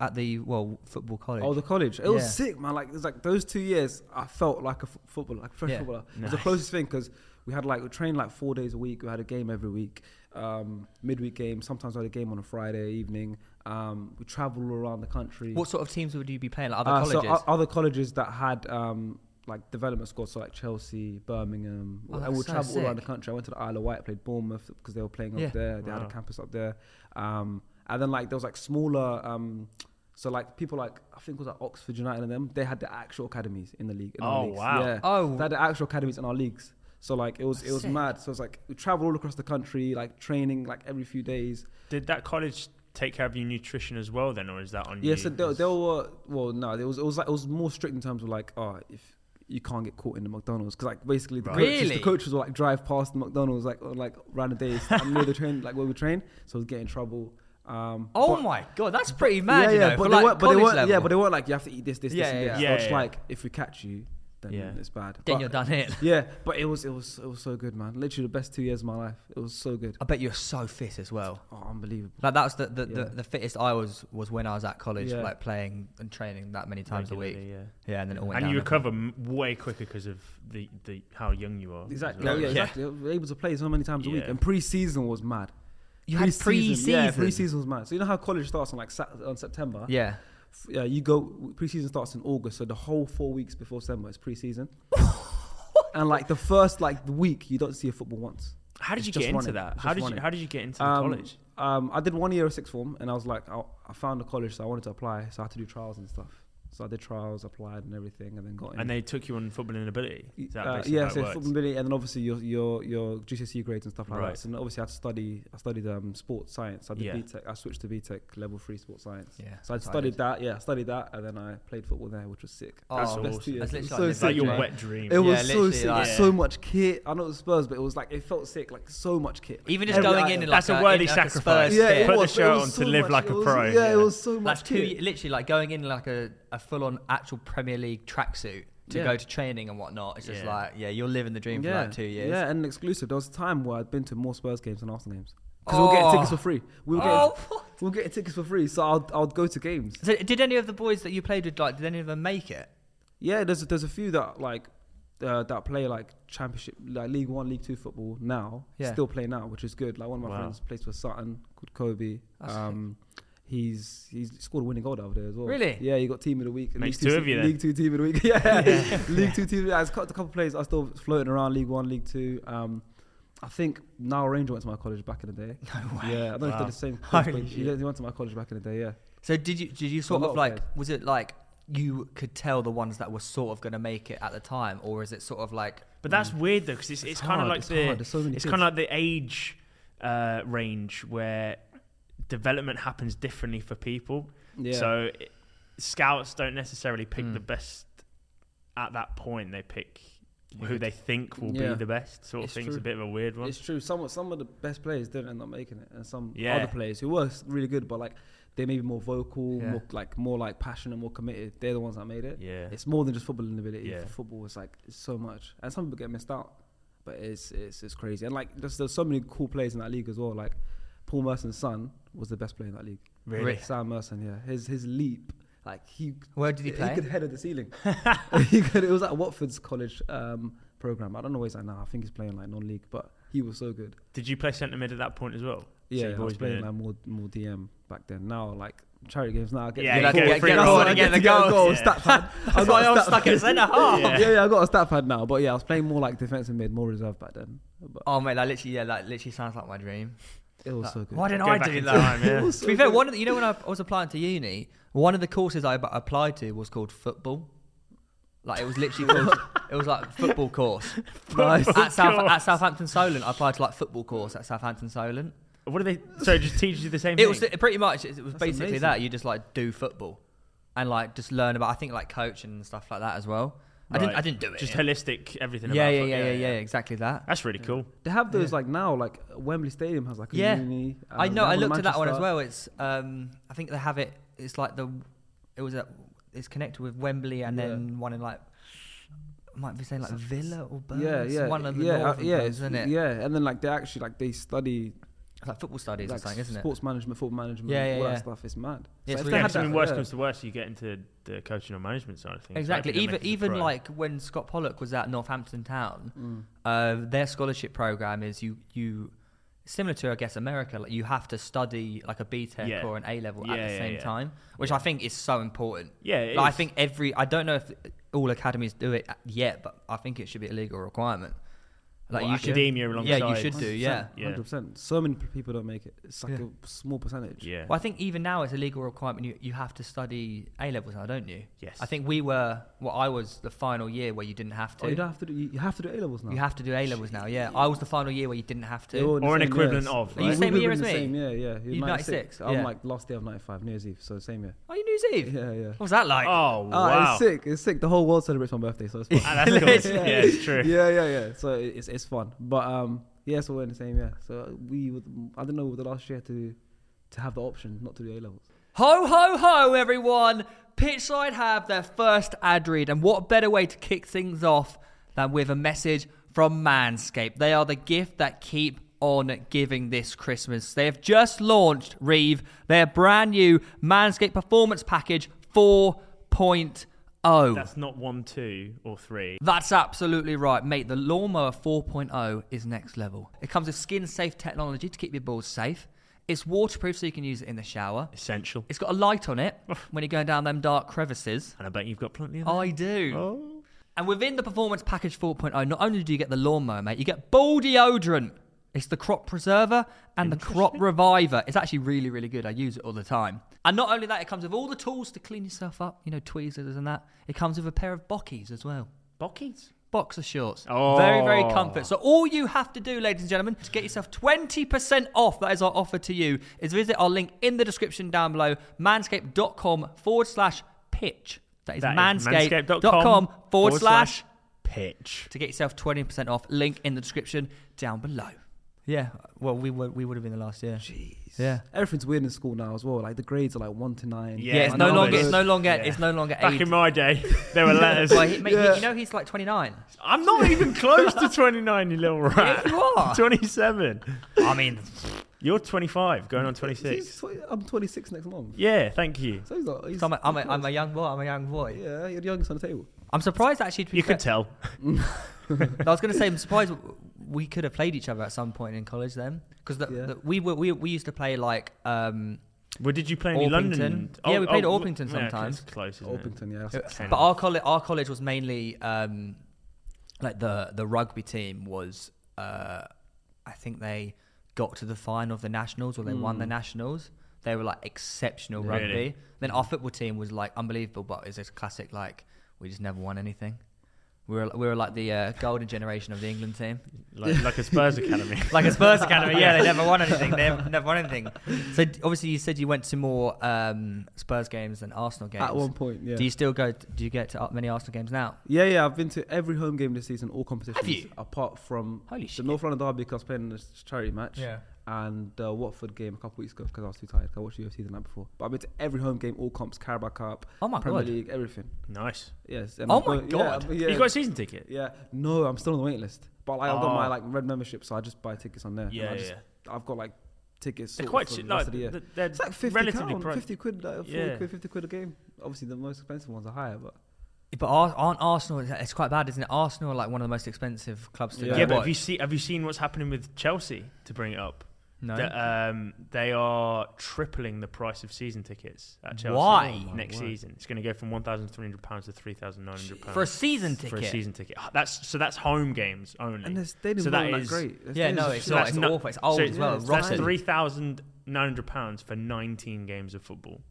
[SPEAKER 1] at the well football college?
[SPEAKER 3] Oh, the college. It was
[SPEAKER 1] Yeah.
[SPEAKER 3] sick, man. Like it was like those two years, I felt like a f- footballer, like a fresh
[SPEAKER 1] Yeah.
[SPEAKER 3] footballer. It was the closest thing because we had like we trained like four days a week. We had a game every week, um, midweek game. Sometimes we had a game on a Friday evening. Um, we traveled all around the country.
[SPEAKER 1] what sort of teams would you be playing? Like other
[SPEAKER 3] Uh,
[SPEAKER 1] colleges?
[SPEAKER 3] So o- other colleges that had um, like development squads, so like Chelsea, Birmingham,
[SPEAKER 1] Oh,
[SPEAKER 3] I
[SPEAKER 1] that's
[SPEAKER 3] would
[SPEAKER 1] so
[SPEAKER 3] travel all around the
[SPEAKER 1] sick.
[SPEAKER 3] country. I went to the Isle of Wight, played Bournemouth because they were playing up
[SPEAKER 1] Yeah.
[SPEAKER 3] there. They had
[SPEAKER 4] Wow.
[SPEAKER 3] a campus up there, um, And then like there was like smaller, um, so like people like I think it was like Oxford United and them, they had the actual academies in the league. In our
[SPEAKER 4] Oh,
[SPEAKER 3] leagues.
[SPEAKER 4] wow.
[SPEAKER 3] Yeah.
[SPEAKER 1] Oh.
[SPEAKER 3] they had the actual academies in our leagues. So like it was it was
[SPEAKER 1] Sick.
[SPEAKER 3] mad. So it's like we traveled all across the country, like training like every few days.
[SPEAKER 4] Did that college take care of your nutrition as well then, or is that on you?
[SPEAKER 3] Yeah, so there, there were well, no, it was it was like it was more strict in terms of like, oh, if you can't get caught in the McDonald's because like basically the
[SPEAKER 1] Right.
[SPEAKER 3] coaches,
[SPEAKER 1] Really?
[SPEAKER 3] the coaches would like drive past the McDonald's like on like random days I'm near the train like where we train, so I was getting in trouble. Um,
[SPEAKER 1] Oh
[SPEAKER 3] but-
[SPEAKER 1] my god, that's pretty mad. you know,
[SPEAKER 3] but
[SPEAKER 1] for
[SPEAKER 3] they
[SPEAKER 1] like
[SPEAKER 3] weren't, but they
[SPEAKER 1] college
[SPEAKER 3] weren't,
[SPEAKER 1] level.
[SPEAKER 3] yeah, but they weren't like you have to eat this, this,
[SPEAKER 1] Yeah,
[SPEAKER 3] this, and
[SPEAKER 1] yeah,
[SPEAKER 3] this.
[SPEAKER 4] yeah.
[SPEAKER 3] so it's
[SPEAKER 4] Yeah, yeah.
[SPEAKER 3] like if we catch you, then
[SPEAKER 4] Yeah.
[SPEAKER 3] it's bad.
[SPEAKER 1] then
[SPEAKER 3] But-
[SPEAKER 1] you're done it.
[SPEAKER 3] Yeah, but it was it was it was so good, man. Literally the best two years of my life. It was so good.
[SPEAKER 1] I bet you're so fit as well.
[SPEAKER 3] Oh, unbelievable.
[SPEAKER 1] Like that was the the, the,
[SPEAKER 3] Yeah.
[SPEAKER 1] the fittest I was was when I was at college,
[SPEAKER 3] Yeah.
[SPEAKER 1] like playing and training that many times a
[SPEAKER 4] Regularly,
[SPEAKER 1] week.
[SPEAKER 4] yeah.
[SPEAKER 1] Yeah, and then it all went
[SPEAKER 4] and
[SPEAKER 1] down.
[SPEAKER 4] you recover m- way quicker because of the, the how young you are. as
[SPEAKER 3] Exactly. Oh,
[SPEAKER 4] well.
[SPEAKER 3] yeah,
[SPEAKER 4] Yeah.
[SPEAKER 3] exactly. We were able to play so many times a week,
[SPEAKER 4] Yeah.
[SPEAKER 3] and pre-season was mad.
[SPEAKER 1] You had
[SPEAKER 3] Yeah,
[SPEAKER 1] pre-season?
[SPEAKER 3] pre-season was mad. So you know how college starts on like Sat- on September.
[SPEAKER 1] Yeah.
[SPEAKER 3] F- Yeah, you go pre-season starts in August, so the whole four weeks before September is pre-season. and like the first like week, you don't see a football once.
[SPEAKER 4] How did
[SPEAKER 3] It's
[SPEAKER 4] you
[SPEAKER 3] just
[SPEAKER 4] get into
[SPEAKER 3] running.
[SPEAKER 4] that?
[SPEAKER 3] It's
[SPEAKER 4] How
[SPEAKER 3] just
[SPEAKER 4] did you
[SPEAKER 3] running.
[SPEAKER 4] How did you get into the
[SPEAKER 3] Um,
[SPEAKER 4] college?
[SPEAKER 3] Um, I did one year of sixth form, and I was like, I, I found a college, so I wanted to apply, so I had to do trials and stuff. So I did trials, applied, and everything, and then got in.
[SPEAKER 4] And they took you on footballing ability. Is that
[SPEAKER 3] Uh,
[SPEAKER 4] basically
[SPEAKER 3] yeah,
[SPEAKER 4] how it
[SPEAKER 3] so
[SPEAKER 4] worked?
[SPEAKER 3] football ability, and then obviously your your your GCSE E grades and stuff like
[SPEAKER 4] Right.
[SPEAKER 3] that. So then obviously I had to study. I studied um, sports science. I did
[SPEAKER 4] Yeah.
[SPEAKER 3] BTEC. I switched to BTEC level three sports science.
[SPEAKER 1] Yeah,
[SPEAKER 3] So I
[SPEAKER 1] that's what I
[SPEAKER 3] studied
[SPEAKER 1] did.
[SPEAKER 3] that. Yeah, I studied that, and then I played football there, which was sick.
[SPEAKER 1] Oh,
[SPEAKER 4] That's
[SPEAKER 3] Best
[SPEAKER 4] awesome.
[SPEAKER 3] two years.
[SPEAKER 1] That's
[SPEAKER 3] It
[SPEAKER 1] literally like
[SPEAKER 3] was so
[SPEAKER 1] the-
[SPEAKER 4] like
[SPEAKER 3] sick,
[SPEAKER 4] your
[SPEAKER 1] yeah.
[SPEAKER 3] man.
[SPEAKER 4] wet dream.
[SPEAKER 3] It
[SPEAKER 1] Yeah,
[SPEAKER 3] was so
[SPEAKER 1] literally,
[SPEAKER 3] sick.
[SPEAKER 1] like-
[SPEAKER 3] So much kit. I know it was Spurs, but it was like it felt sick. Like so much kit.
[SPEAKER 1] Even just
[SPEAKER 3] Every
[SPEAKER 1] going
[SPEAKER 3] item.
[SPEAKER 1] in and like
[SPEAKER 4] That's a worthy
[SPEAKER 1] in, like, Spurs
[SPEAKER 4] sacrifice.
[SPEAKER 1] kit.
[SPEAKER 4] Yeah, it Put the
[SPEAKER 3] was,
[SPEAKER 4] shirt
[SPEAKER 3] was
[SPEAKER 4] on to live like
[SPEAKER 3] it
[SPEAKER 4] a
[SPEAKER 3] was-
[SPEAKER 4] pro,
[SPEAKER 3] Yeah,
[SPEAKER 4] yeah.
[SPEAKER 3] it was so much
[SPEAKER 1] like two,
[SPEAKER 3] kit.
[SPEAKER 1] literally like going in like a, a full on actual Premier League tracksuit to
[SPEAKER 3] Yeah.
[SPEAKER 1] go to training and whatnot. It's just
[SPEAKER 4] Yeah.
[SPEAKER 1] like, yeah, you're living the dream for like two years.
[SPEAKER 3] Yeah, and an exclusive. There was a time where I'd been to more Spurs games than Arsenal games because we
[SPEAKER 1] Oh.
[SPEAKER 3] were getting tickets for free. We were getting,
[SPEAKER 1] Oh, what?
[SPEAKER 3] we were getting tickets for free, so I'd, I'd go to games.
[SPEAKER 1] So did any of the boys that you played with, like, did any of them make it?
[SPEAKER 3] Yeah, there's there's a few that like uh, that play like championship, like League One, League Two football now.
[SPEAKER 1] Yeah.
[SPEAKER 3] Still play now, which is good. Like one of my
[SPEAKER 4] Wow.
[SPEAKER 3] friends plays for Sutton called Kobe.
[SPEAKER 1] That's
[SPEAKER 3] um, he's he's scored a winning goal the other day as well.
[SPEAKER 1] Really?
[SPEAKER 3] Yeah, he got team of the week.
[SPEAKER 4] Makes
[SPEAKER 3] League
[SPEAKER 4] two of you then.
[SPEAKER 3] League Two team of the week. yeah. League Two team. I've got a couple of players. I still floating around League One, League Two. Um, I think now Ranger went to my college back in the day.
[SPEAKER 1] No way.
[SPEAKER 3] Yeah, I don't know if
[SPEAKER 4] Wow.
[SPEAKER 3] they're the same.
[SPEAKER 1] Holy
[SPEAKER 3] Coach, but he,
[SPEAKER 1] shit.
[SPEAKER 3] he went to my college back in the day. Yeah.
[SPEAKER 1] So did you did you sort
[SPEAKER 3] lot
[SPEAKER 1] of
[SPEAKER 3] of
[SPEAKER 1] like
[SPEAKER 3] players.
[SPEAKER 1] was it like you could tell the ones that were sort of going to make it at the time, or is it sort of like
[SPEAKER 4] But that's weird though, because it's, it's,
[SPEAKER 3] Mm. It's
[SPEAKER 4] kind of
[SPEAKER 3] hard,
[SPEAKER 4] like
[SPEAKER 3] it's
[SPEAKER 4] the
[SPEAKER 3] hard, there's so many
[SPEAKER 4] it's
[SPEAKER 3] kids.
[SPEAKER 4] kind of like the age uh, range where development happens differently for people.
[SPEAKER 3] Yeah.
[SPEAKER 4] So it, scouts don't necessarily pick
[SPEAKER 1] Mm.
[SPEAKER 4] the best at that point. They pick who
[SPEAKER 1] Weird.
[SPEAKER 4] they think will
[SPEAKER 3] Yeah.
[SPEAKER 4] be the best. Sort
[SPEAKER 3] It's
[SPEAKER 4] of thing's a
[SPEAKER 3] true.
[SPEAKER 4] bit of a weird one.
[SPEAKER 3] It's true. Some some of the best players didn't end up making it, and some
[SPEAKER 4] Yeah.
[SPEAKER 3] other players who were s- really good, but like they may be more vocal,
[SPEAKER 1] Yeah.
[SPEAKER 3] more like more like passionate, more committed. They're the ones that made it.
[SPEAKER 4] yeah.
[SPEAKER 3] It's more than just footballing ability.
[SPEAKER 4] Yeah.
[SPEAKER 3] Football is like it's so much, and some people get missed out. But it's it's it's crazy, and like just, there's so many cool players in that league as well. Like Paul Merson's son was the best player in that league.
[SPEAKER 4] Really?
[SPEAKER 1] Really?
[SPEAKER 3] Sam Merson, yeah. His his leap, like he
[SPEAKER 1] where did he
[SPEAKER 3] he
[SPEAKER 1] play?
[SPEAKER 3] could head at the ceiling. he could, it was at Watford's college um, program. I don't know where he's at now. I think he's playing like non-league, but he was so good.
[SPEAKER 4] Did you play centre mid at that point as well? So
[SPEAKER 3] Yeah,
[SPEAKER 4] you've
[SPEAKER 3] I was
[SPEAKER 4] always been
[SPEAKER 3] playing
[SPEAKER 4] in-
[SPEAKER 3] like more more DM back then. Now like charity games. Now I get
[SPEAKER 4] Yeah,
[SPEAKER 3] to
[SPEAKER 4] you
[SPEAKER 3] goal.
[SPEAKER 4] get
[SPEAKER 3] I
[SPEAKER 4] free
[SPEAKER 3] to
[SPEAKER 4] goal
[SPEAKER 3] goal.
[SPEAKER 4] and
[SPEAKER 3] I
[SPEAKER 4] get
[SPEAKER 3] get
[SPEAKER 4] the
[SPEAKER 3] to get a
[SPEAKER 4] goals.
[SPEAKER 3] goal.
[SPEAKER 4] Yeah.
[SPEAKER 3] Stat pad. I
[SPEAKER 1] That's why I
[SPEAKER 3] got a
[SPEAKER 1] was
[SPEAKER 3] stat.
[SPEAKER 1] stuck at centre half.
[SPEAKER 4] Yeah.
[SPEAKER 3] Yeah. yeah, I got a stat pad now. But yeah, I was playing more like defensive mid, more reserve back then. But
[SPEAKER 1] Oh mate, that literally yeah, that literally sounds like my dream.
[SPEAKER 3] it was
[SPEAKER 1] Like,
[SPEAKER 3] so good.
[SPEAKER 1] Why didn't
[SPEAKER 4] Go
[SPEAKER 1] I
[SPEAKER 4] back
[SPEAKER 1] do
[SPEAKER 4] in
[SPEAKER 1] that?
[SPEAKER 4] time, yeah.
[SPEAKER 3] It was
[SPEAKER 1] to be
[SPEAKER 3] so
[SPEAKER 1] fair,
[SPEAKER 3] good.
[SPEAKER 1] one of the, you know when I was applying to uni, one of the courses I ab- applied to was called football. Like it was literally called, it was like football course.
[SPEAKER 3] Nice.
[SPEAKER 1] at, South,
[SPEAKER 4] course.
[SPEAKER 1] at Southampton Solent, I applied to like football course at Southampton Solent.
[SPEAKER 4] What do they? So just teach you the same
[SPEAKER 1] It
[SPEAKER 4] thing.
[SPEAKER 1] was pretty much it was
[SPEAKER 3] That's
[SPEAKER 1] basically
[SPEAKER 3] amazing.
[SPEAKER 1] that you just like do football and like just learn about I think like coach and stuff like that as well. I didn't
[SPEAKER 4] Right.
[SPEAKER 1] I didn't do it.
[SPEAKER 4] Just
[SPEAKER 1] yeah.
[SPEAKER 4] holistic everything.
[SPEAKER 1] Yeah,
[SPEAKER 4] about
[SPEAKER 1] yeah,
[SPEAKER 4] foot-
[SPEAKER 1] yeah, yeah, yeah, exactly that.
[SPEAKER 4] That's really cool.
[SPEAKER 3] They have those like now, like Wembley Stadium has like a
[SPEAKER 1] Yeah.
[SPEAKER 3] uni.
[SPEAKER 1] I
[SPEAKER 3] um,
[SPEAKER 1] know.
[SPEAKER 3] they
[SPEAKER 1] I
[SPEAKER 3] have
[SPEAKER 1] looked at that one as
[SPEAKER 3] Manchester.
[SPEAKER 1] well. It's um, I think they have it. It's like the, it was a, it's connected with Wembley and
[SPEAKER 3] Yeah.
[SPEAKER 1] then one in like, I might be saying like Villa or Burnley.
[SPEAKER 3] Yeah,
[SPEAKER 1] It's
[SPEAKER 3] yeah,
[SPEAKER 1] One of the
[SPEAKER 3] yeah, uh,
[SPEAKER 1] northern
[SPEAKER 3] yeah,
[SPEAKER 1] clubs,
[SPEAKER 3] it's-
[SPEAKER 1] isn't it?
[SPEAKER 3] Yeah, and then like they actually like they study
[SPEAKER 1] It's like football studies
[SPEAKER 3] like,
[SPEAKER 1] or something, isn't
[SPEAKER 3] sports management, football management,
[SPEAKER 1] Yeah, yeah,
[SPEAKER 3] all
[SPEAKER 1] yeah.
[SPEAKER 3] that stuff. It's mad.
[SPEAKER 1] Yeah, it's
[SPEAKER 3] if
[SPEAKER 1] really
[SPEAKER 3] they had
[SPEAKER 4] Yeah,
[SPEAKER 1] have
[SPEAKER 4] because I
[SPEAKER 3] that-
[SPEAKER 4] mean, worst
[SPEAKER 3] yeah.
[SPEAKER 4] comes to worst, you get into the coaching or management side of
[SPEAKER 1] it?
[SPEAKER 4] things.
[SPEAKER 1] Exactly.
[SPEAKER 4] Hopefully that
[SPEAKER 1] Even
[SPEAKER 4] makes you a
[SPEAKER 1] even
[SPEAKER 4] pro.
[SPEAKER 1] like when Scott Pollock was at Northampton Town,
[SPEAKER 3] Mm.
[SPEAKER 1] uh, their scholarship program is you you similar to I guess America. Like you have to study like a BTEC
[SPEAKER 4] Yeah.
[SPEAKER 1] or an A level
[SPEAKER 4] Yeah,
[SPEAKER 1] at the
[SPEAKER 4] yeah,
[SPEAKER 1] same
[SPEAKER 4] yeah.
[SPEAKER 1] time, which I think is so important.
[SPEAKER 4] yeah, it
[SPEAKER 1] Like, I
[SPEAKER 4] is.
[SPEAKER 1] think every I don't know if all academies do it yet, but I think it should be a legal requirement. Like
[SPEAKER 4] Or
[SPEAKER 1] you should,
[SPEAKER 4] academia alongside.
[SPEAKER 1] yeah, you should do, yeah.
[SPEAKER 4] Yeah.
[SPEAKER 3] 100%. So many p- people don't make it. It's like
[SPEAKER 1] Yeah.
[SPEAKER 3] a small percentage.
[SPEAKER 4] Yeah.
[SPEAKER 1] Well, I think even now it's a legal requirement. You, you have to study A levels now, don't you?
[SPEAKER 4] Yes.
[SPEAKER 1] I think we were. Well, I was the final year where you didn't have to.
[SPEAKER 3] Oh, you don't have to do. You you have to do A levels now.
[SPEAKER 1] You have to do A levels now. Yeah, I was the final year where you didn't have
[SPEAKER 3] They were all
[SPEAKER 1] to.
[SPEAKER 3] in the
[SPEAKER 4] Or an
[SPEAKER 3] same
[SPEAKER 4] equivalent
[SPEAKER 3] years.
[SPEAKER 4] of,
[SPEAKER 1] Are you right? same
[SPEAKER 3] We were
[SPEAKER 1] year
[SPEAKER 3] in
[SPEAKER 1] as
[SPEAKER 3] the
[SPEAKER 1] me?
[SPEAKER 3] Same year, yeah. He was
[SPEAKER 1] You're
[SPEAKER 3] 96.
[SPEAKER 1] 96,
[SPEAKER 3] I'm
[SPEAKER 1] yeah.
[SPEAKER 3] like last day of 95, New Year's Eve, so same year.
[SPEAKER 1] Oh, you New Year's Eve.
[SPEAKER 3] Yeah, yeah.
[SPEAKER 1] What was that like?
[SPEAKER 4] oh
[SPEAKER 3] Oh,
[SPEAKER 4] wow.
[SPEAKER 3] it's sick. It's sick. The whole world celebrates my birthday, so it's fun.
[SPEAKER 4] Ah, that's cool. yeah, it's true.
[SPEAKER 3] yeah, yeah, yeah. So it- it's it's fun, but um, yeah, so we're in the same year. So we, would, I don't know, the last year to to have the option not to do A levels.
[SPEAKER 1] Ho ho ho, everyone! Pitchside have their first ad read, and what better way to kick things off than with a message from Manscaped? They are the gift that keep on giving this Christmas. They have just launched Reeve, their brand new Manscaped Performance Package 4.0.
[SPEAKER 4] That's not one, two, or three.
[SPEAKER 1] That's absolutely right, mate. The Lawnmower 4.0 is next level. It comes with skin safe technology to keep your balls safe. It's waterproof so you can use it in the shower.
[SPEAKER 4] Essential.
[SPEAKER 1] It's got a light on it when you're going down them dark crevices.
[SPEAKER 4] And I bet you've got plenty of. them.
[SPEAKER 1] I do. And within the Performance Package 4.0, not only do you get the lawnmower, mate, you get ball deodorant. It's the crop preserver and the crop reviver. It's actually really, really good. I use it all the time. And not only that, it comes with all the tools to clean yourself up, you know, tweezers and that. It comes with a pair of bockies as well.
[SPEAKER 4] Bockies.
[SPEAKER 1] Boxer shorts. Very, very
[SPEAKER 4] Oh.
[SPEAKER 1] comfort. So all you have to do, ladies and gentlemen, to get yourself 20% off, that is our offer to you, is visit our link in the description down below, manscaped.com forward slash pitch. That is
[SPEAKER 4] That is
[SPEAKER 1] manscaped.com
[SPEAKER 4] manscaped.com
[SPEAKER 1] forward slash
[SPEAKER 4] pitch.
[SPEAKER 1] to get yourself 20% off. Link in the description down below. Yeah, well, we would we would have been the last year.
[SPEAKER 3] Jeez.
[SPEAKER 1] Yeah.
[SPEAKER 3] Everything's weird in school now as well. Like the grades are like one to nine.
[SPEAKER 1] Yeah,
[SPEAKER 4] Yeah,
[SPEAKER 1] it's
[SPEAKER 4] I
[SPEAKER 1] no
[SPEAKER 4] know
[SPEAKER 1] longer
[SPEAKER 4] this.
[SPEAKER 1] it's no longer
[SPEAKER 4] Yeah.
[SPEAKER 1] it's no longer
[SPEAKER 4] Back
[SPEAKER 1] eight.
[SPEAKER 4] in my day, there were letters.
[SPEAKER 1] well, he, mate, he-
[SPEAKER 3] Yeah.
[SPEAKER 1] you know he's like 29.
[SPEAKER 4] I'm not even close to 29, you little
[SPEAKER 1] Yeah,
[SPEAKER 4] rat.
[SPEAKER 1] you are.
[SPEAKER 4] 27.
[SPEAKER 1] I mean,
[SPEAKER 4] You're 25, going on
[SPEAKER 3] He's
[SPEAKER 4] 26.
[SPEAKER 3] tw- I'm 26 next month.
[SPEAKER 4] Yeah, thank you.
[SPEAKER 3] So he's not. He's,
[SPEAKER 1] I'm a, I'm, a, I'm a young boy. I'm a young boy.
[SPEAKER 3] yeah, you're the youngest on the table.
[SPEAKER 1] I'm surprised actually. To be
[SPEAKER 4] You
[SPEAKER 1] fair-
[SPEAKER 4] could tell.
[SPEAKER 1] I was going to say, I'm surprised we could have played each other at some point in college then, because the,
[SPEAKER 3] Yeah.
[SPEAKER 1] the, we were we, we used to play like um,
[SPEAKER 4] Well, did you play any London? Oh,
[SPEAKER 1] Orpington. Yeah, we played Orpington
[SPEAKER 4] yeah, okay,
[SPEAKER 1] sometimes.
[SPEAKER 4] it's close,
[SPEAKER 1] uh,
[SPEAKER 4] isn't it?
[SPEAKER 3] Orpington, yeah. that's-
[SPEAKER 4] Ten.
[SPEAKER 1] but our college our college was mainly um, like the the rugby team was uh, I think they got to the final of the nationals or they won the nationals. They were like exceptional
[SPEAKER 4] Really?
[SPEAKER 1] rugby. Then our football team was like unbelievable, but it's a classic like we just never won anything. We were we were like the uh, golden generation of the England team.
[SPEAKER 4] Like, like a Spurs academy.
[SPEAKER 1] like a Spurs academy. Yeah, they never won anything. They never, never won anything. So d- obviously, you said you went to more um, Spurs games than Arsenal games.
[SPEAKER 3] At one point, yeah.
[SPEAKER 1] Do you still go? Do you get to up many Arsenal games now?
[SPEAKER 3] Yeah, yeah, I've been to every home game this season, all competitions,
[SPEAKER 1] you?
[SPEAKER 3] apart from
[SPEAKER 1] Holy
[SPEAKER 3] the
[SPEAKER 1] shit.
[SPEAKER 3] North London derby because I was playing in this charity match,
[SPEAKER 1] Yeah.
[SPEAKER 3] and the Watford game a couple weeks ago because I was too tired. 'cause I watched UFC the night before, but I've been to every home game, all comps, Carabao Cup,
[SPEAKER 1] Oh my
[SPEAKER 3] Premier
[SPEAKER 1] God.
[SPEAKER 3] League, everything.
[SPEAKER 4] nice.
[SPEAKER 3] Yes.
[SPEAKER 1] Oh
[SPEAKER 3] I'm
[SPEAKER 1] my
[SPEAKER 3] going-
[SPEAKER 1] God.
[SPEAKER 3] Yeah, yeah,
[SPEAKER 4] You got a season ticket?
[SPEAKER 3] yeah. No, I'm still on the waiting list, but like, I've got
[SPEAKER 4] Oh.
[SPEAKER 3] my like red membership, so I just buy tickets on there. and
[SPEAKER 4] Yeah,
[SPEAKER 3] I just,
[SPEAKER 4] yeah.
[SPEAKER 3] I've got like tickets.
[SPEAKER 4] They're
[SPEAKER 3] sorted
[SPEAKER 4] quite
[SPEAKER 3] for
[SPEAKER 4] cheap.
[SPEAKER 3] the rest
[SPEAKER 4] Like,
[SPEAKER 3] of the year.
[SPEAKER 4] th- they're
[SPEAKER 3] It's like fifty
[SPEAKER 4] relatively
[SPEAKER 3] pound,
[SPEAKER 4] pri-
[SPEAKER 3] fifty quid, like, 40
[SPEAKER 4] Yeah.
[SPEAKER 3] quid, fifty quid a game. Obviously, the most expensive ones are higher, but
[SPEAKER 1] But Ar- aren't Arsenal? It's quite bad, isn't it? Arsenal are like one of the most expensive clubs to
[SPEAKER 3] Yeah.
[SPEAKER 1] go
[SPEAKER 4] Yeah, but
[SPEAKER 1] watch.
[SPEAKER 4] have you, see, have you seen what's happening with Chelsea, to bring it up?
[SPEAKER 1] no.
[SPEAKER 4] that,
[SPEAKER 3] uh,
[SPEAKER 4] um, they are tripling the price of season tickets at Chelsea
[SPEAKER 1] Why?
[SPEAKER 4] next season. It's going to go from one thousand three hundred pounds to three thousand nine hundred pounds
[SPEAKER 1] for a season ticket.
[SPEAKER 4] for a season ticket. That's so that's home games only.
[SPEAKER 3] and the stadium's
[SPEAKER 4] Mm. so
[SPEAKER 3] not
[SPEAKER 4] that
[SPEAKER 3] that
[SPEAKER 4] is-
[SPEAKER 3] great. The
[SPEAKER 1] Yeah,
[SPEAKER 3] stadium's
[SPEAKER 1] no,
[SPEAKER 3] shit.
[SPEAKER 1] it's not. It's
[SPEAKER 4] no-
[SPEAKER 1] awful. It's old
[SPEAKER 4] so
[SPEAKER 1] as well.
[SPEAKER 3] it's-
[SPEAKER 4] that's
[SPEAKER 1] rotten.
[SPEAKER 4] three thousand nine hundred pounds for nineteen games of football.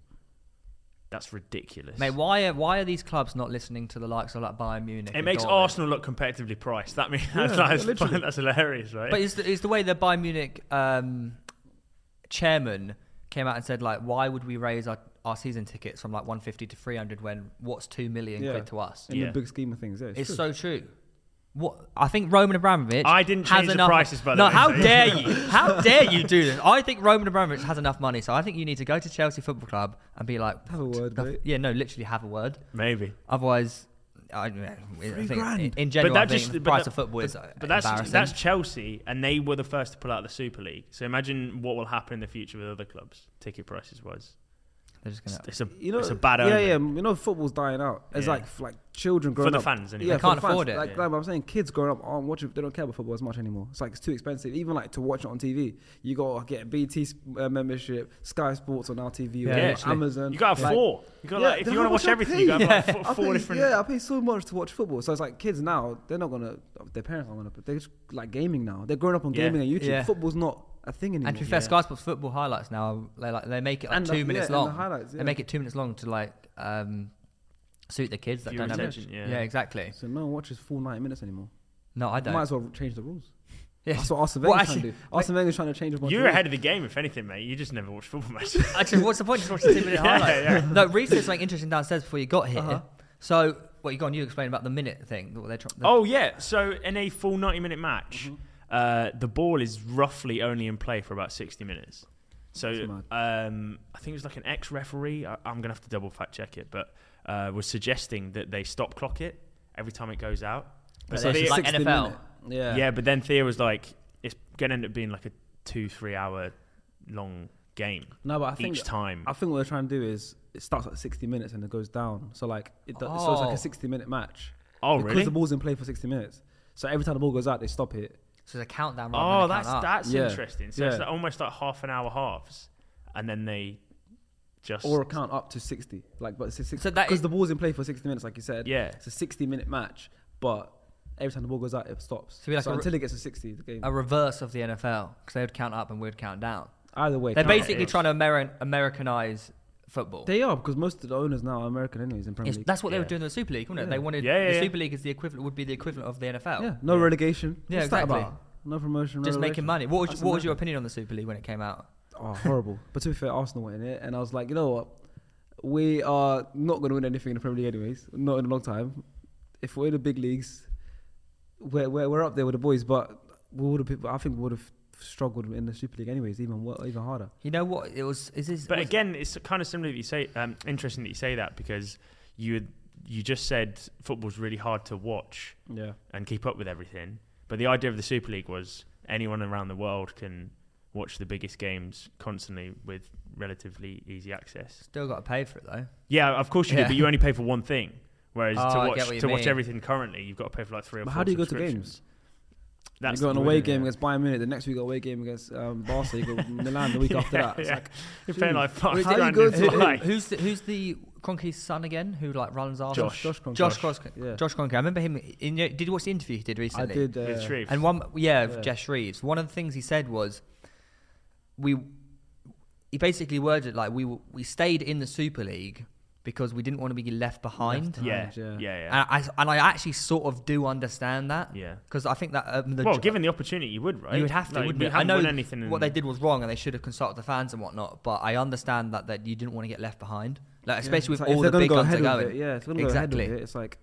[SPEAKER 4] That's ridiculous.
[SPEAKER 1] Mate, why are why are these clubs not listening to the likes of like Bayern Munich?
[SPEAKER 4] it
[SPEAKER 1] and
[SPEAKER 4] makes
[SPEAKER 1] Dortmund?
[SPEAKER 4] Arsenal look competitively priced. That means that's,
[SPEAKER 3] yeah,
[SPEAKER 4] that's,
[SPEAKER 3] literally.
[SPEAKER 4] that's hilarious, right?
[SPEAKER 1] But is the, is the way the Bayern Munich um, chairman came out and said like, why would we raise our, our season tickets from like 150 to 300 when what's two million
[SPEAKER 3] Yeah.
[SPEAKER 1] quid to us?
[SPEAKER 3] in
[SPEAKER 4] Yeah.
[SPEAKER 3] the big scheme of things. Yeah, it's,
[SPEAKER 1] It's
[SPEAKER 3] true.
[SPEAKER 1] so true. What I think Roman Abramovich.
[SPEAKER 4] I didn't
[SPEAKER 1] has
[SPEAKER 4] change the
[SPEAKER 1] enough-
[SPEAKER 4] prices, by the
[SPEAKER 1] no,
[SPEAKER 4] way,
[SPEAKER 1] how
[SPEAKER 4] so-
[SPEAKER 1] dare you? How dare you do this? I think Roman Abramovich has enough money, so I think you need to go to Chelsea Football Club and be like,
[SPEAKER 3] Have a word,
[SPEAKER 1] the-
[SPEAKER 3] mate.
[SPEAKER 1] Yeah, no, literally have a word.
[SPEAKER 4] Maybe.
[SPEAKER 1] Otherwise, I, I think
[SPEAKER 3] grand.
[SPEAKER 1] in- in general,
[SPEAKER 4] that
[SPEAKER 1] I think
[SPEAKER 4] just-
[SPEAKER 1] the
[SPEAKER 4] but
[SPEAKER 1] price
[SPEAKER 4] that-
[SPEAKER 1] of football is
[SPEAKER 4] But that's
[SPEAKER 1] embarrassing.
[SPEAKER 4] that's Chelsea, and they were the first to pull out of the Super League. So imagine what will happen in the future with other clubs, ticket prices wise.
[SPEAKER 1] They're just gonna.
[SPEAKER 4] It's, it's a
[SPEAKER 3] You know,
[SPEAKER 4] it's a bad omen
[SPEAKER 3] Yeah, yeah. You know, football's dying out. It's
[SPEAKER 4] Yeah.
[SPEAKER 3] like f- like children growing
[SPEAKER 4] for the
[SPEAKER 3] up.
[SPEAKER 4] fans anyway.
[SPEAKER 1] They
[SPEAKER 3] Yeah,
[SPEAKER 1] can't
[SPEAKER 3] for the fans,
[SPEAKER 1] afford it.
[SPEAKER 3] Like,
[SPEAKER 4] Yeah.
[SPEAKER 3] like I'm saying, kids growing up aren't watching. They don't care about football as much anymore. It's like it's too expensive. Even like to watch it on TV, you got to get a BT s- uh, membership, Sky Sports on RTV,
[SPEAKER 1] Yeah,
[SPEAKER 3] or
[SPEAKER 4] literally.
[SPEAKER 3] Amazon.
[SPEAKER 4] You got to have
[SPEAKER 3] like,
[SPEAKER 4] four. You got
[SPEAKER 3] Yeah,
[SPEAKER 4] like, if
[SPEAKER 3] then
[SPEAKER 4] you want
[SPEAKER 3] how
[SPEAKER 4] to watch
[SPEAKER 3] much I
[SPEAKER 4] everything, you got to have like
[SPEAKER 3] I
[SPEAKER 4] four, four
[SPEAKER 3] pay-
[SPEAKER 4] different.
[SPEAKER 3] Yeah, I pay so much to watch football. So it's like kids now, they're not gonna. Their parents aren't gonna. They're just like gaming now. They're growing up on
[SPEAKER 4] Yeah.
[SPEAKER 3] gaming and YouTube.
[SPEAKER 1] Yeah.
[SPEAKER 3] Football's not a thing anymore.
[SPEAKER 1] and to be fair,
[SPEAKER 4] Mm, Yeah.
[SPEAKER 1] Sky Sports football highlights now they like they make it like
[SPEAKER 3] And,
[SPEAKER 1] two
[SPEAKER 3] like, yeah,
[SPEAKER 1] minutes
[SPEAKER 3] and the
[SPEAKER 1] long.
[SPEAKER 3] highlights, yeah.
[SPEAKER 1] They make it two minutes long to like um, suit the kids that
[SPEAKER 4] Viewer
[SPEAKER 1] don't have.
[SPEAKER 4] attention,
[SPEAKER 1] it.
[SPEAKER 4] yeah.
[SPEAKER 1] exactly.
[SPEAKER 3] so no one watches full 90 minutes anymore.
[SPEAKER 1] No, I
[SPEAKER 3] Might
[SPEAKER 1] don't.
[SPEAKER 3] as well change the rules.
[SPEAKER 1] Yeah.
[SPEAKER 3] That's what Arsene
[SPEAKER 1] Well,
[SPEAKER 3] Wenger's trying to
[SPEAKER 1] actually-
[SPEAKER 3] do. Arsene Wenger's trying to change a bunch
[SPEAKER 4] You're
[SPEAKER 3] of
[SPEAKER 4] ahead of the game, if anything, mate. You just never watch football matches.
[SPEAKER 1] Actually, what's the point? Just watch the two-minute
[SPEAKER 4] Yeah,
[SPEAKER 1] highlight.
[SPEAKER 4] yeah.
[SPEAKER 1] No, Reese said something interesting downstairs before you got here.
[SPEAKER 3] Uh-huh.
[SPEAKER 1] So, well, you go on. You explain about the minute thing. What they're trying.
[SPEAKER 4] Oh yeah, so in a full ninety-minute match,
[SPEAKER 3] Mm-hmm.
[SPEAKER 4] uh, the ball is roughly only in play for about sixty minutes. So
[SPEAKER 3] That's mad.
[SPEAKER 4] um, I think it was like an ex-referee. I, I'm gonna have to double fact check it, but uh, was suggesting that they stop clock it every time it goes out.
[SPEAKER 1] But
[SPEAKER 4] So
[SPEAKER 1] it's
[SPEAKER 4] Thea-
[SPEAKER 1] like NFL.
[SPEAKER 3] 60 minute. Yeah.
[SPEAKER 4] yeah. but then Thea was like, it's gonna end up being like a two, three-hour long game
[SPEAKER 3] No, but I think
[SPEAKER 4] each time.
[SPEAKER 3] I think what they're trying to do is it starts at 60 minutes and it goes down. So like it do- so it's like
[SPEAKER 1] Oh.
[SPEAKER 3] a 60 minute match.
[SPEAKER 4] oh
[SPEAKER 3] because
[SPEAKER 4] really?
[SPEAKER 3] the ball's in play for 60 minutes. So every time the ball goes out, they stop it.
[SPEAKER 1] So there's a countdown. Rather
[SPEAKER 4] Oh,
[SPEAKER 1] than a
[SPEAKER 4] that's
[SPEAKER 1] count up.
[SPEAKER 4] that's
[SPEAKER 3] Yeah.
[SPEAKER 4] interesting. So it's
[SPEAKER 3] Yeah.
[SPEAKER 4] like almost like half an hour halves, and then they just
[SPEAKER 3] Or a count up to 60. Like, but it's a
[SPEAKER 1] So
[SPEAKER 3] 60.
[SPEAKER 1] that
[SPEAKER 3] Because
[SPEAKER 1] is-
[SPEAKER 3] the ball's in play for 60 minutes, like you said.
[SPEAKER 4] Yeah.
[SPEAKER 3] It's a 60 minute match, but every time the ball goes out, it stops.
[SPEAKER 1] So
[SPEAKER 3] So,
[SPEAKER 1] be like a re-
[SPEAKER 3] until it gets to 60, the game.
[SPEAKER 1] a reverse of the NFL because they would count up and we'd count down.
[SPEAKER 3] either way.
[SPEAKER 1] They're
[SPEAKER 3] count up.
[SPEAKER 1] basically
[SPEAKER 4] is.
[SPEAKER 1] trying to Ameri- Americanize football.
[SPEAKER 3] They are, because most of the owners now are American, anyways, in Premier
[SPEAKER 1] It's-
[SPEAKER 3] League.
[SPEAKER 1] that's what they
[SPEAKER 4] Yeah.
[SPEAKER 1] were doing in the Super League, wasn't it?
[SPEAKER 3] Yeah.
[SPEAKER 1] They wanted
[SPEAKER 4] Yeah, yeah,
[SPEAKER 1] the
[SPEAKER 4] yeah.
[SPEAKER 1] Super League is the equivalent would be the equivalent of the NFL.
[SPEAKER 3] Yeah, no relegation.
[SPEAKER 1] Oh. Yeah,
[SPEAKER 3] What's
[SPEAKER 1] exactly.
[SPEAKER 3] that about? No promotion.
[SPEAKER 1] Just
[SPEAKER 3] no
[SPEAKER 1] making
[SPEAKER 3] relegation.
[SPEAKER 1] money. What was,
[SPEAKER 3] That's
[SPEAKER 1] what was
[SPEAKER 3] amazing.
[SPEAKER 1] your opinion on the Super League when it came out?
[SPEAKER 3] Oh, horrible. But to be fair, Arsenal were in it, and I was like, you know what? We are not going to win anything in the Premier League, anyways. Not in a long time. If we're in the big leagues, we're, we're, we're up there with the boys, but we would have. I think we would have struggled in the Super League, anyways, even wor- even harder.
[SPEAKER 1] You know what? It was. Is this?
[SPEAKER 4] But
[SPEAKER 1] was-
[SPEAKER 4] again, it's kind of similar that you say. Um, interesting that you say that because you you just said football's really hard to watch
[SPEAKER 3] Yeah.
[SPEAKER 4] and keep up with everything. But the idea of the Super League was anyone around the world can watch the biggest games constantly with relatively easy access.
[SPEAKER 1] still got to pay for it though.
[SPEAKER 4] Yeah, of course you do,
[SPEAKER 1] Yeah.
[SPEAKER 4] but you only pay for one thing. Whereas
[SPEAKER 1] Oh,
[SPEAKER 4] to
[SPEAKER 1] I get
[SPEAKER 4] watch
[SPEAKER 1] what you
[SPEAKER 4] to watch
[SPEAKER 1] mean.
[SPEAKER 4] everything currently, you've got to pay for like three or
[SPEAKER 3] But
[SPEAKER 4] four.
[SPEAKER 3] how do you go to
[SPEAKER 4] subscriptions.
[SPEAKER 3] games?
[SPEAKER 4] That's
[SPEAKER 3] you got an
[SPEAKER 4] the
[SPEAKER 3] away
[SPEAKER 4] weird,
[SPEAKER 3] game
[SPEAKER 4] yeah.
[SPEAKER 3] against Bayern Munich. The next week, you got away game against um, Barca. You got Milan. The week after
[SPEAKER 4] Yeah,
[SPEAKER 3] that, it's
[SPEAKER 4] yeah.
[SPEAKER 3] like
[SPEAKER 4] You're paying like five
[SPEAKER 3] Wait, how do you
[SPEAKER 4] grand
[SPEAKER 3] go
[SPEAKER 4] in
[SPEAKER 3] to-
[SPEAKER 1] Who- who-
[SPEAKER 4] July.
[SPEAKER 1] who's the, who's the Cronky's son again? Who like runs after
[SPEAKER 4] Josh.
[SPEAKER 3] Josh. Kroenke.
[SPEAKER 1] Josh Kroenke.
[SPEAKER 3] Yeah.
[SPEAKER 1] Josh Kroenke. I remember him. In, did you watch the interview he did
[SPEAKER 3] I
[SPEAKER 1] recently?
[SPEAKER 3] did. Uh,
[SPEAKER 4] With Shreves.
[SPEAKER 1] And one, yeah, of
[SPEAKER 3] Yeah.
[SPEAKER 1] Jess Reeves. One of the things he said was, we, he basically worded it like we w- we stayed in the Super League because we didn't want to be left behind.
[SPEAKER 3] behind.
[SPEAKER 4] yeah, yeah,
[SPEAKER 3] Yeah.
[SPEAKER 4] yeah.
[SPEAKER 1] And I and I actually sort of do understand that
[SPEAKER 4] yeah.
[SPEAKER 1] because I think that um, the
[SPEAKER 4] well,
[SPEAKER 1] ju-
[SPEAKER 4] given the opportunity, you would, right?
[SPEAKER 1] you would have to.
[SPEAKER 4] Like,
[SPEAKER 1] wouldn't
[SPEAKER 4] we
[SPEAKER 1] you? I
[SPEAKER 4] haven't
[SPEAKER 1] know
[SPEAKER 4] won anything. in-
[SPEAKER 1] what they did was wrong and they should have consulted the fans and whatnot. But I understand that that you didn't want to get left behind, like especially
[SPEAKER 3] It's
[SPEAKER 1] with
[SPEAKER 3] like, if
[SPEAKER 1] all
[SPEAKER 3] they're
[SPEAKER 1] the
[SPEAKER 3] gonna
[SPEAKER 1] big
[SPEAKER 3] go
[SPEAKER 1] guns are
[SPEAKER 3] ahead with
[SPEAKER 1] going.
[SPEAKER 3] It, yeah, it's gonna exactly. go
[SPEAKER 1] Exactly.
[SPEAKER 3] ahead with it. It's like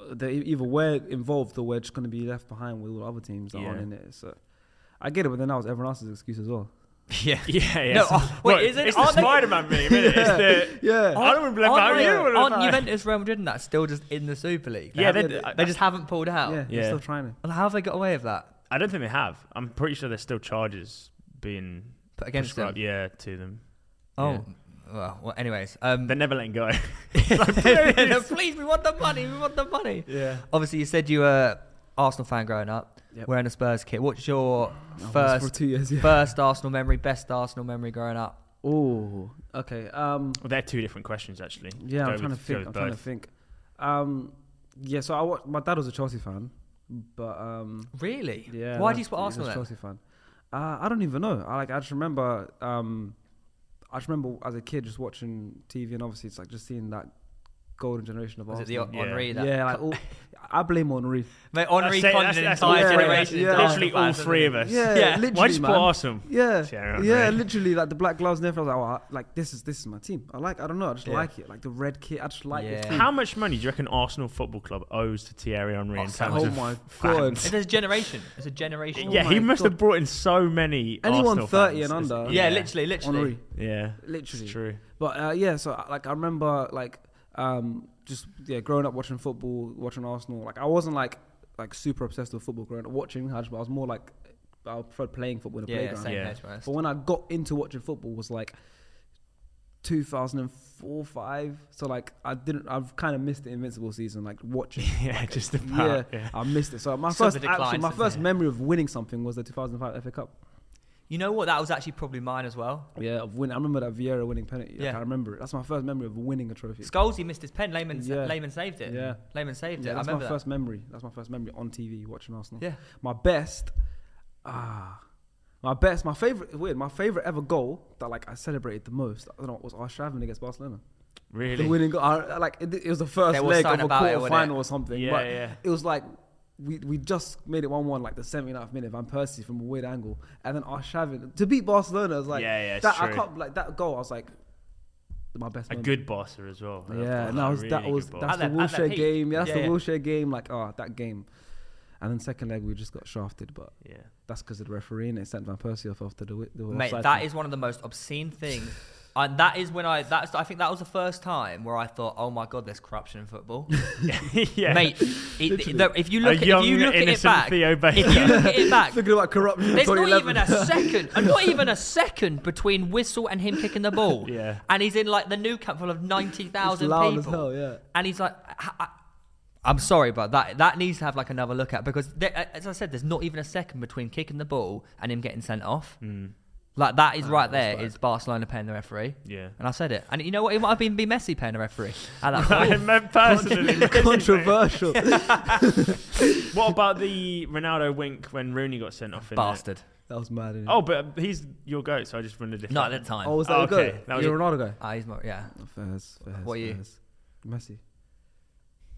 [SPEAKER 3] uh, they either we're involved or we're just gonna be left behind with all the other teams that aren't
[SPEAKER 4] Yeah.
[SPEAKER 3] in it. So I get it, but then that was everyone else's excuse as well.
[SPEAKER 1] yeah.
[SPEAKER 4] Yeah, yeah.
[SPEAKER 1] No,
[SPEAKER 4] So-
[SPEAKER 1] oh, wait,
[SPEAKER 4] Look,
[SPEAKER 1] is it-
[SPEAKER 4] It's the
[SPEAKER 1] aren't they-
[SPEAKER 4] Spider-Man meme, isn't it? It's the.
[SPEAKER 3] Yeah, Oh,
[SPEAKER 4] I don't want to blame
[SPEAKER 1] Aren't
[SPEAKER 4] out you.
[SPEAKER 1] they-
[SPEAKER 4] I don't wanna
[SPEAKER 1] Aren't
[SPEAKER 4] blame-
[SPEAKER 1] Juventus, Real Madrid, and that still just in the Super League? They
[SPEAKER 4] Yeah,
[SPEAKER 1] haven't-
[SPEAKER 4] they-
[SPEAKER 1] they just haven't pulled out.
[SPEAKER 3] yeah,
[SPEAKER 4] Yeah.
[SPEAKER 3] they're still trying it.
[SPEAKER 1] Well, How have they got away with that?
[SPEAKER 4] I don't think they have. I'm pretty sure there's still charges being
[SPEAKER 1] But against them.
[SPEAKER 4] prescribed, yeah, to them.
[SPEAKER 1] Oh,
[SPEAKER 4] yeah.
[SPEAKER 1] well, well. Anyways, um,
[SPEAKER 4] They're never letting go.
[SPEAKER 1] please. we want the money. We want the money.
[SPEAKER 4] yeah.
[SPEAKER 1] Obviously, you said you were Arsenal fan growing up,
[SPEAKER 3] Yep.
[SPEAKER 1] wearing a Spurs kit. What's your
[SPEAKER 3] I was for
[SPEAKER 1] first
[SPEAKER 3] two years. Yeah.
[SPEAKER 1] first Arsenal memory? Best Arsenal memory growing up?
[SPEAKER 3] Oh, okay. Um,
[SPEAKER 4] Well, they're two different questions, actually.
[SPEAKER 3] yeah,
[SPEAKER 4] Go
[SPEAKER 3] I'm trying to
[SPEAKER 4] with- go
[SPEAKER 3] think.
[SPEAKER 4] with
[SPEAKER 3] I'm trying to
[SPEAKER 4] both.
[SPEAKER 3] think. Um, yeah, so I wa- my dad was a Chelsea fan, but um,
[SPEAKER 1] Really?
[SPEAKER 3] Yeah.
[SPEAKER 1] Why do
[SPEAKER 3] that's-
[SPEAKER 1] you support
[SPEAKER 3] he's a
[SPEAKER 1] Arsenal then?
[SPEAKER 3] Chelsea fan. Uh, I don't even know. I like. I just remember. Um, I just remember as a kid just watching TV, and obviously it's like just seeing that golden generation of
[SPEAKER 1] Was it the
[SPEAKER 3] Arsenal.
[SPEAKER 1] O-
[SPEAKER 4] Yeah.
[SPEAKER 1] Henri? That
[SPEAKER 3] yeah, like all, I blame Henri.
[SPEAKER 1] Mate, Henri
[SPEAKER 4] That's it,
[SPEAKER 1] conjured
[SPEAKER 4] that's-
[SPEAKER 1] an
[SPEAKER 4] that's
[SPEAKER 1] entire
[SPEAKER 3] all three-
[SPEAKER 1] generation.
[SPEAKER 3] yeah.
[SPEAKER 1] into
[SPEAKER 4] Literally
[SPEAKER 1] Arsenal
[SPEAKER 4] all
[SPEAKER 1] fans,
[SPEAKER 4] three of
[SPEAKER 1] isn't it?
[SPEAKER 4] us.
[SPEAKER 3] Yeah,
[SPEAKER 1] Yeah.
[SPEAKER 3] literally,
[SPEAKER 4] Why'd you support
[SPEAKER 3] man.
[SPEAKER 4] Arsenal?
[SPEAKER 3] Yeah,
[SPEAKER 4] Thierry Henry.
[SPEAKER 3] yeah, literally like the black gloves and everything. I was like, oh, I, like this is this is my team. I like. I don't know. I just
[SPEAKER 1] Yeah.
[SPEAKER 3] like it. Like the red kit. I just like this
[SPEAKER 1] Yeah.
[SPEAKER 3] team.
[SPEAKER 4] How much money do you reckon Arsenal Football Club owes to Thierry Henry in
[SPEAKER 1] Oh,
[SPEAKER 4] terms
[SPEAKER 3] oh
[SPEAKER 4] of
[SPEAKER 3] my
[SPEAKER 4] fans?
[SPEAKER 1] It's a generation. It's a generation.
[SPEAKER 4] Yeah,
[SPEAKER 3] Oh
[SPEAKER 4] he
[SPEAKER 3] my
[SPEAKER 4] must
[SPEAKER 3] God.
[SPEAKER 4] have brought in so many.
[SPEAKER 3] Anyone
[SPEAKER 4] Arsenal
[SPEAKER 3] thirty
[SPEAKER 4] fans.
[SPEAKER 3] and
[SPEAKER 4] It's-
[SPEAKER 3] under.
[SPEAKER 1] Yeah, literally, literally.
[SPEAKER 3] Henri.
[SPEAKER 4] Yeah,
[SPEAKER 3] Literally.
[SPEAKER 4] It's true.
[SPEAKER 3] But uh, yeah, so uh, like I remember like um, just yeah, growing up watching football, watching Arsenal. Like I wasn't like like super obsessed with football growing up, watching. I just- I was more like I preferred playing football in the
[SPEAKER 1] Yeah,
[SPEAKER 3] playground.
[SPEAKER 1] same
[SPEAKER 4] Yeah.
[SPEAKER 1] yeah.
[SPEAKER 3] But when I got into watching football, was like 2004, five. So like I didn't. I've kind of missed the Invincible season. Like watching.
[SPEAKER 4] yeah, just about. Yeah.
[SPEAKER 3] I missed it. So my
[SPEAKER 1] Sort of
[SPEAKER 3] first,
[SPEAKER 1] a decline,
[SPEAKER 3] actually, my
[SPEAKER 1] isn't it?
[SPEAKER 3] first memory of winning something was the 2005 FA Cup.
[SPEAKER 1] You know what? That was actually probably mine as well.
[SPEAKER 3] Yeah, of win. I remember that Vieira winning penalty. Like,
[SPEAKER 1] Yeah.
[SPEAKER 3] I remember it. That's my first memory of winning a trophy.
[SPEAKER 1] Scholesy missed his pen. Lehman,
[SPEAKER 3] Yeah.
[SPEAKER 1] Lehman saved it.
[SPEAKER 3] Yeah.
[SPEAKER 1] Lehman saved
[SPEAKER 3] Yeah,
[SPEAKER 1] it. I
[SPEAKER 3] that's
[SPEAKER 1] remember
[SPEAKER 3] my
[SPEAKER 1] that.
[SPEAKER 3] first memory. That's my first memory on TV watching Arsenal.
[SPEAKER 1] Yeah.
[SPEAKER 3] My best, ah, my best, my favorite. Weird. My favorite ever goal that like I celebrated the most. I don't know was Arshavin against Barcelona. The
[SPEAKER 4] Really?
[SPEAKER 3] winning goal. I, like it, it was the first
[SPEAKER 1] There was
[SPEAKER 3] leg of
[SPEAKER 1] something
[SPEAKER 3] a
[SPEAKER 1] about it,
[SPEAKER 3] quarter
[SPEAKER 1] wasn't
[SPEAKER 3] final
[SPEAKER 1] it?
[SPEAKER 3] or something.
[SPEAKER 4] Yeah,
[SPEAKER 3] but
[SPEAKER 4] yeah.
[SPEAKER 3] it was like. We, we just made it 1 1, like the 79th minute, Van Persie from a weird angle. And then Arshavin, to beat Barcelona, was like,
[SPEAKER 4] Yeah, yeah, it's
[SPEAKER 3] that, I
[SPEAKER 4] true.
[SPEAKER 3] can't, like, that goal, I was like, my best
[SPEAKER 4] A
[SPEAKER 3] moment.
[SPEAKER 4] good bosser as well.
[SPEAKER 3] Yeah, and that
[SPEAKER 4] A
[SPEAKER 3] was that
[SPEAKER 4] really
[SPEAKER 3] was
[SPEAKER 4] good bosser.
[SPEAKER 3] that's
[SPEAKER 1] At
[SPEAKER 3] the
[SPEAKER 1] that- at that
[SPEAKER 3] Wilshire
[SPEAKER 1] peak.
[SPEAKER 3] game. Yeah, that's
[SPEAKER 1] Yeah,
[SPEAKER 3] the
[SPEAKER 1] yeah.
[SPEAKER 3] Wilshire game. Like, oh, that game. And then second leg, we just got shafted, but
[SPEAKER 4] Yeah.
[SPEAKER 3] that's because of the referee and it sent Van Persie off after the wi- the
[SPEAKER 1] Mate,
[SPEAKER 3] offside
[SPEAKER 1] that
[SPEAKER 3] thing.
[SPEAKER 1] is one of the most obscene things. And that is when I that's I think that was the first time where I thought, oh my god, there's corruption in football,
[SPEAKER 4] yeah.
[SPEAKER 1] mate. It, the, if you
[SPEAKER 4] A
[SPEAKER 1] look, at, if
[SPEAKER 4] young,
[SPEAKER 1] you look at it
[SPEAKER 4] innocent
[SPEAKER 1] back,
[SPEAKER 4] Theo
[SPEAKER 1] if you look at it back,
[SPEAKER 3] Thinking about corruption. in
[SPEAKER 1] there's not even
[SPEAKER 3] 2011.
[SPEAKER 1] a second, and not even a second between whistle and him kicking the ball.
[SPEAKER 4] Yeah.
[SPEAKER 1] and he's in like the new camp full of ninety
[SPEAKER 3] It's
[SPEAKER 1] thousand
[SPEAKER 3] loud
[SPEAKER 1] people,
[SPEAKER 3] as hell. Yeah.
[SPEAKER 1] and he's like, I, I, I'm sorry, but that that needs to have like another look at because there, as I said, there's not even a second between kicking the ball and him getting sent off. Like that is
[SPEAKER 3] Ah,
[SPEAKER 1] right
[SPEAKER 3] that's
[SPEAKER 1] there is
[SPEAKER 3] bad.
[SPEAKER 1] Barcelona paying the referee.
[SPEAKER 4] Yeah.
[SPEAKER 1] And I said it. And you know what? It might have been be Messi paying the referee at that
[SPEAKER 4] I
[SPEAKER 1] point.
[SPEAKER 4] meant personally,
[SPEAKER 3] Controversial. that
[SPEAKER 4] what about the Ronaldo wink when Rooney got sent off? In
[SPEAKER 1] Bastard.
[SPEAKER 3] was mad. innit?
[SPEAKER 4] There? Oh, but he's your goat, so I just wondered if.
[SPEAKER 1] Not at the time.
[SPEAKER 3] oh, was that
[SPEAKER 4] oh,
[SPEAKER 3] a go?
[SPEAKER 4] okay. That was
[SPEAKER 3] You're a
[SPEAKER 4] it.
[SPEAKER 3] Ronaldo guy. Oh,
[SPEAKER 1] Ah, he's more, yeah.
[SPEAKER 3] Fairs, fairs,
[SPEAKER 1] What are you?
[SPEAKER 3] fairs. Messi.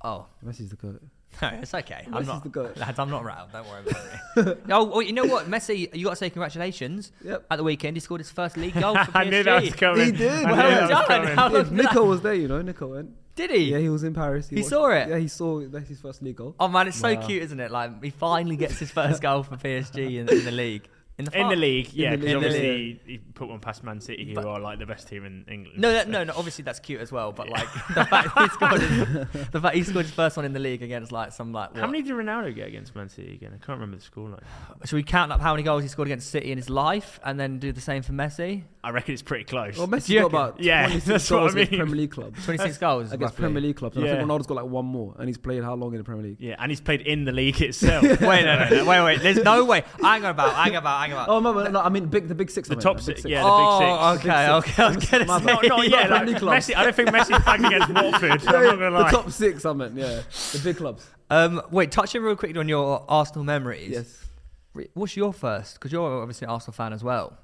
[SPEAKER 1] Oh,
[SPEAKER 3] Messi's the goat.
[SPEAKER 1] no, it's okay. I'm
[SPEAKER 3] Messi's the
[SPEAKER 1] not,
[SPEAKER 3] goat.
[SPEAKER 1] lads, I'm not rattled. Don't worry about it. oh, well, you know what? Messi, you got to say congratulations.
[SPEAKER 3] Yep.
[SPEAKER 1] At the weekend, he scored his first league goal for PSG.
[SPEAKER 4] I knew that was coming.
[SPEAKER 3] He did.
[SPEAKER 4] I knew
[SPEAKER 3] Well
[SPEAKER 4] that was
[SPEAKER 1] done.
[SPEAKER 4] coming.
[SPEAKER 1] How
[SPEAKER 3] Yeah,
[SPEAKER 1] long did
[SPEAKER 3] Nico was there, you know. Nico went.
[SPEAKER 1] Did he?
[SPEAKER 3] Yeah, he was in Paris. He,
[SPEAKER 1] He
[SPEAKER 3] watched-
[SPEAKER 1] saw it?
[SPEAKER 3] Yeah, he saw. That's his first league goal.
[SPEAKER 1] Oh, man, it's so
[SPEAKER 3] Wow.
[SPEAKER 1] cute, isn't it? Like, he finally gets his first goal for PSG in, in the league. In the,
[SPEAKER 4] In
[SPEAKER 1] fi-
[SPEAKER 4] the league, yeah,
[SPEAKER 3] the
[SPEAKER 4] because
[SPEAKER 3] league.
[SPEAKER 4] obviously he put one past Man City, who
[SPEAKER 1] But-
[SPEAKER 4] are like the best team in England.
[SPEAKER 1] No, that,
[SPEAKER 4] so-
[SPEAKER 1] no, no. Obviously, that's cute as well. But like the fact he scored, his, the fact he scored his first one in the league against like some like
[SPEAKER 4] How
[SPEAKER 1] what?
[SPEAKER 4] many did Ronaldo get against Man City again? I can't remember the scoreline.
[SPEAKER 1] Should we count up how many goals he scored against City in his life, and then do the same for Messi?
[SPEAKER 4] I reckon it's pretty close.
[SPEAKER 3] Well, Messi
[SPEAKER 1] Do you
[SPEAKER 3] got
[SPEAKER 1] reckon-
[SPEAKER 3] about
[SPEAKER 4] Yeah,
[SPEAKER 3] 26
[SPEAKER 4] that's what I
[SPEAKER 3] goals against
[SPEAKER 4] mean.
[SPEAKER 3] Premier League clubs.
[SPEAKER 1] Twenty-six goals
[SPEAKER 3] Against
[SPEAKER 1] roughly.
[SPEAKER 3] Premier League clubs, and I
[SPEAKER 4] Yeah.
[SPEAKER 3] think Ronaldo's got like one more, and he's played how long in the Premier League?
[SPEAKER 4] yeah, and he's played in the league itself.
[SPEAKER 1] Wait, no, no, no, wait, wait. There's no way. Hang about, hang about, hang about.
[SPEAKER 3] Oh, no, no, no, I mean big, the big six, I
[SPEAKER 4] the
[SPEAKER 3] meant,
[SPEAKER 4] top
[SPEAKER 3] big
[SPEAKER 4] six,
[SPEAKER 1] Oh,
[SPEAKER 4] yeah, the big six.
[SPEAKER 1] okay, okay. I was gonna
[SPEAKER 3] My
[SPEAKER 1] say,
[SPEAKER 3] bad.
[SPEAKER 4] Not, not
[SPEAKER 3] Yeah,
[SPEAKER 4] yeah, like,
[SPEAKER 3] friendly clubs.
[SPEAKER 4] Messi, I don't think Messi's bagged against Watford. I'm not gonna
[SPEAKER 3] The
[SPEAKER 4] lie.
[SPEAKER 3] top six, I meant, yeah, the big clubs.
[SPEAKER 1] um, wait, touching real quickly on your Arsenal memories.
[SPEAKER 3] Yes,
[SPEAKER 1] Re- What's your first? Because you're obviously an Arsenal fan as well.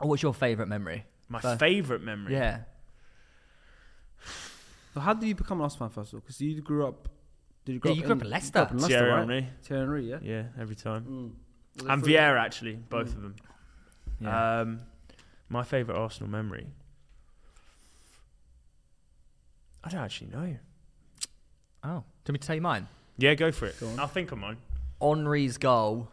[SPEAKER 1] Or what's your favourite memory?
[SPEAKER 4] My
[SPEAKER 1] Fair.
[SPEAKER 4] favourite memory.
[SPEAKER 1] Yeah.
[SPEAKER 3] so how do you become an Arsenal fan first of all? Because you grew up, did you grow
[SPEAKER 1] Yeah,
[SPEAKER 3] up?
[SPEAKER 1] you grew
[SPEAKER 3] in,
[SPEAKER 1] up in Leicester.
[SPEAKER 3] grew up in Leicester,
[SPEAKER 4] Thierry
[SPEAKER 3] right?
[SPEAKER 4] Henry.
[SPEAKER 3] Thierry Henry, yeah.
[SPEAKER 4] Yeah, every time.
[SPEAKER 3] Mm. Was it
[SPEAKER 4] And
[SPEAKER 3] free?
[SPEAKER 4] Vieira actually, both of them.
[SPEAKER 1] yeah.
[SPEAKER 4] Um, my favourite Arsenal memory. I don't actually know.
[SPEAKER 1] oh, do you want me to tell you mine?
[SPEAKER 4] Yeah, go for it.
[SPEAKER 3] Go on.
[SPEAKER 4] I'll think of mine.
[SPEAKER 1] Henri's goal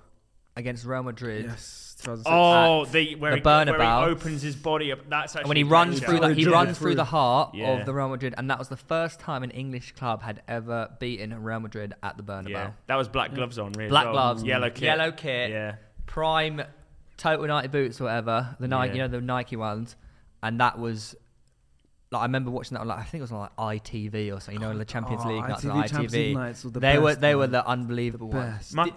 [SPEAKER 1] against Real Madrid.
[SPEAKER 3] Yes, 2006.
[SPEAKER 4] Oh, the where,
[SPEAKER 1] the
[SPEAKER 4] he, where he
[SPEAKER 1] Bernabeu.
[SPEAKER 4] opens his body up. That's actually
[SPEAKER 1] And when he runs
[SPEAKER 4] great.
[SPEAKER 1] through
[SPEAKER 3] Yeah.
[SPEAKER 1] the he
[SPEAKER 3] Yeah.
[SPEAKER 1] runs through the heart
[SPEAKER 4] Yeah.
[SPEAKER 1] of the Real Madrid, and that was the first time an English club had ever beaten Real Madrid at the Bernabeu.
[SPEAKER 4] Yeah, that was black gloves on. Really,
[SPEAKER 1] Black gloves,
[SPEAKER 4] yellow kit,
[SPEAKER 1] yellow kit,
[SPEAKER 4] Yeah,
[SPEAKER 1] prime total United boots or whatever. The Nike,
[SPEAKER 4] Yeah.
[SPEAKER 1] you know, the Nike ones, and that was. Like, I remember watching that on like I think it was on like ITV or something, you know, in the Champions
[SPEAKER 3] Oh,
[SPEAKER 1] League nights
[SPEAKER 3] ITV
[SPEAKER 1] on ITV.
[SPEAKER 3] Champions League nights were the
[SPEAKER 1] they were
[SPEAKER 3] best,
[SPEAKER 1] they were
[SPEAKER 3] man.
[SPEAKER 1] the unbelievable ones.
[SPEAKER 3] best.
[SPEAKER 4] My,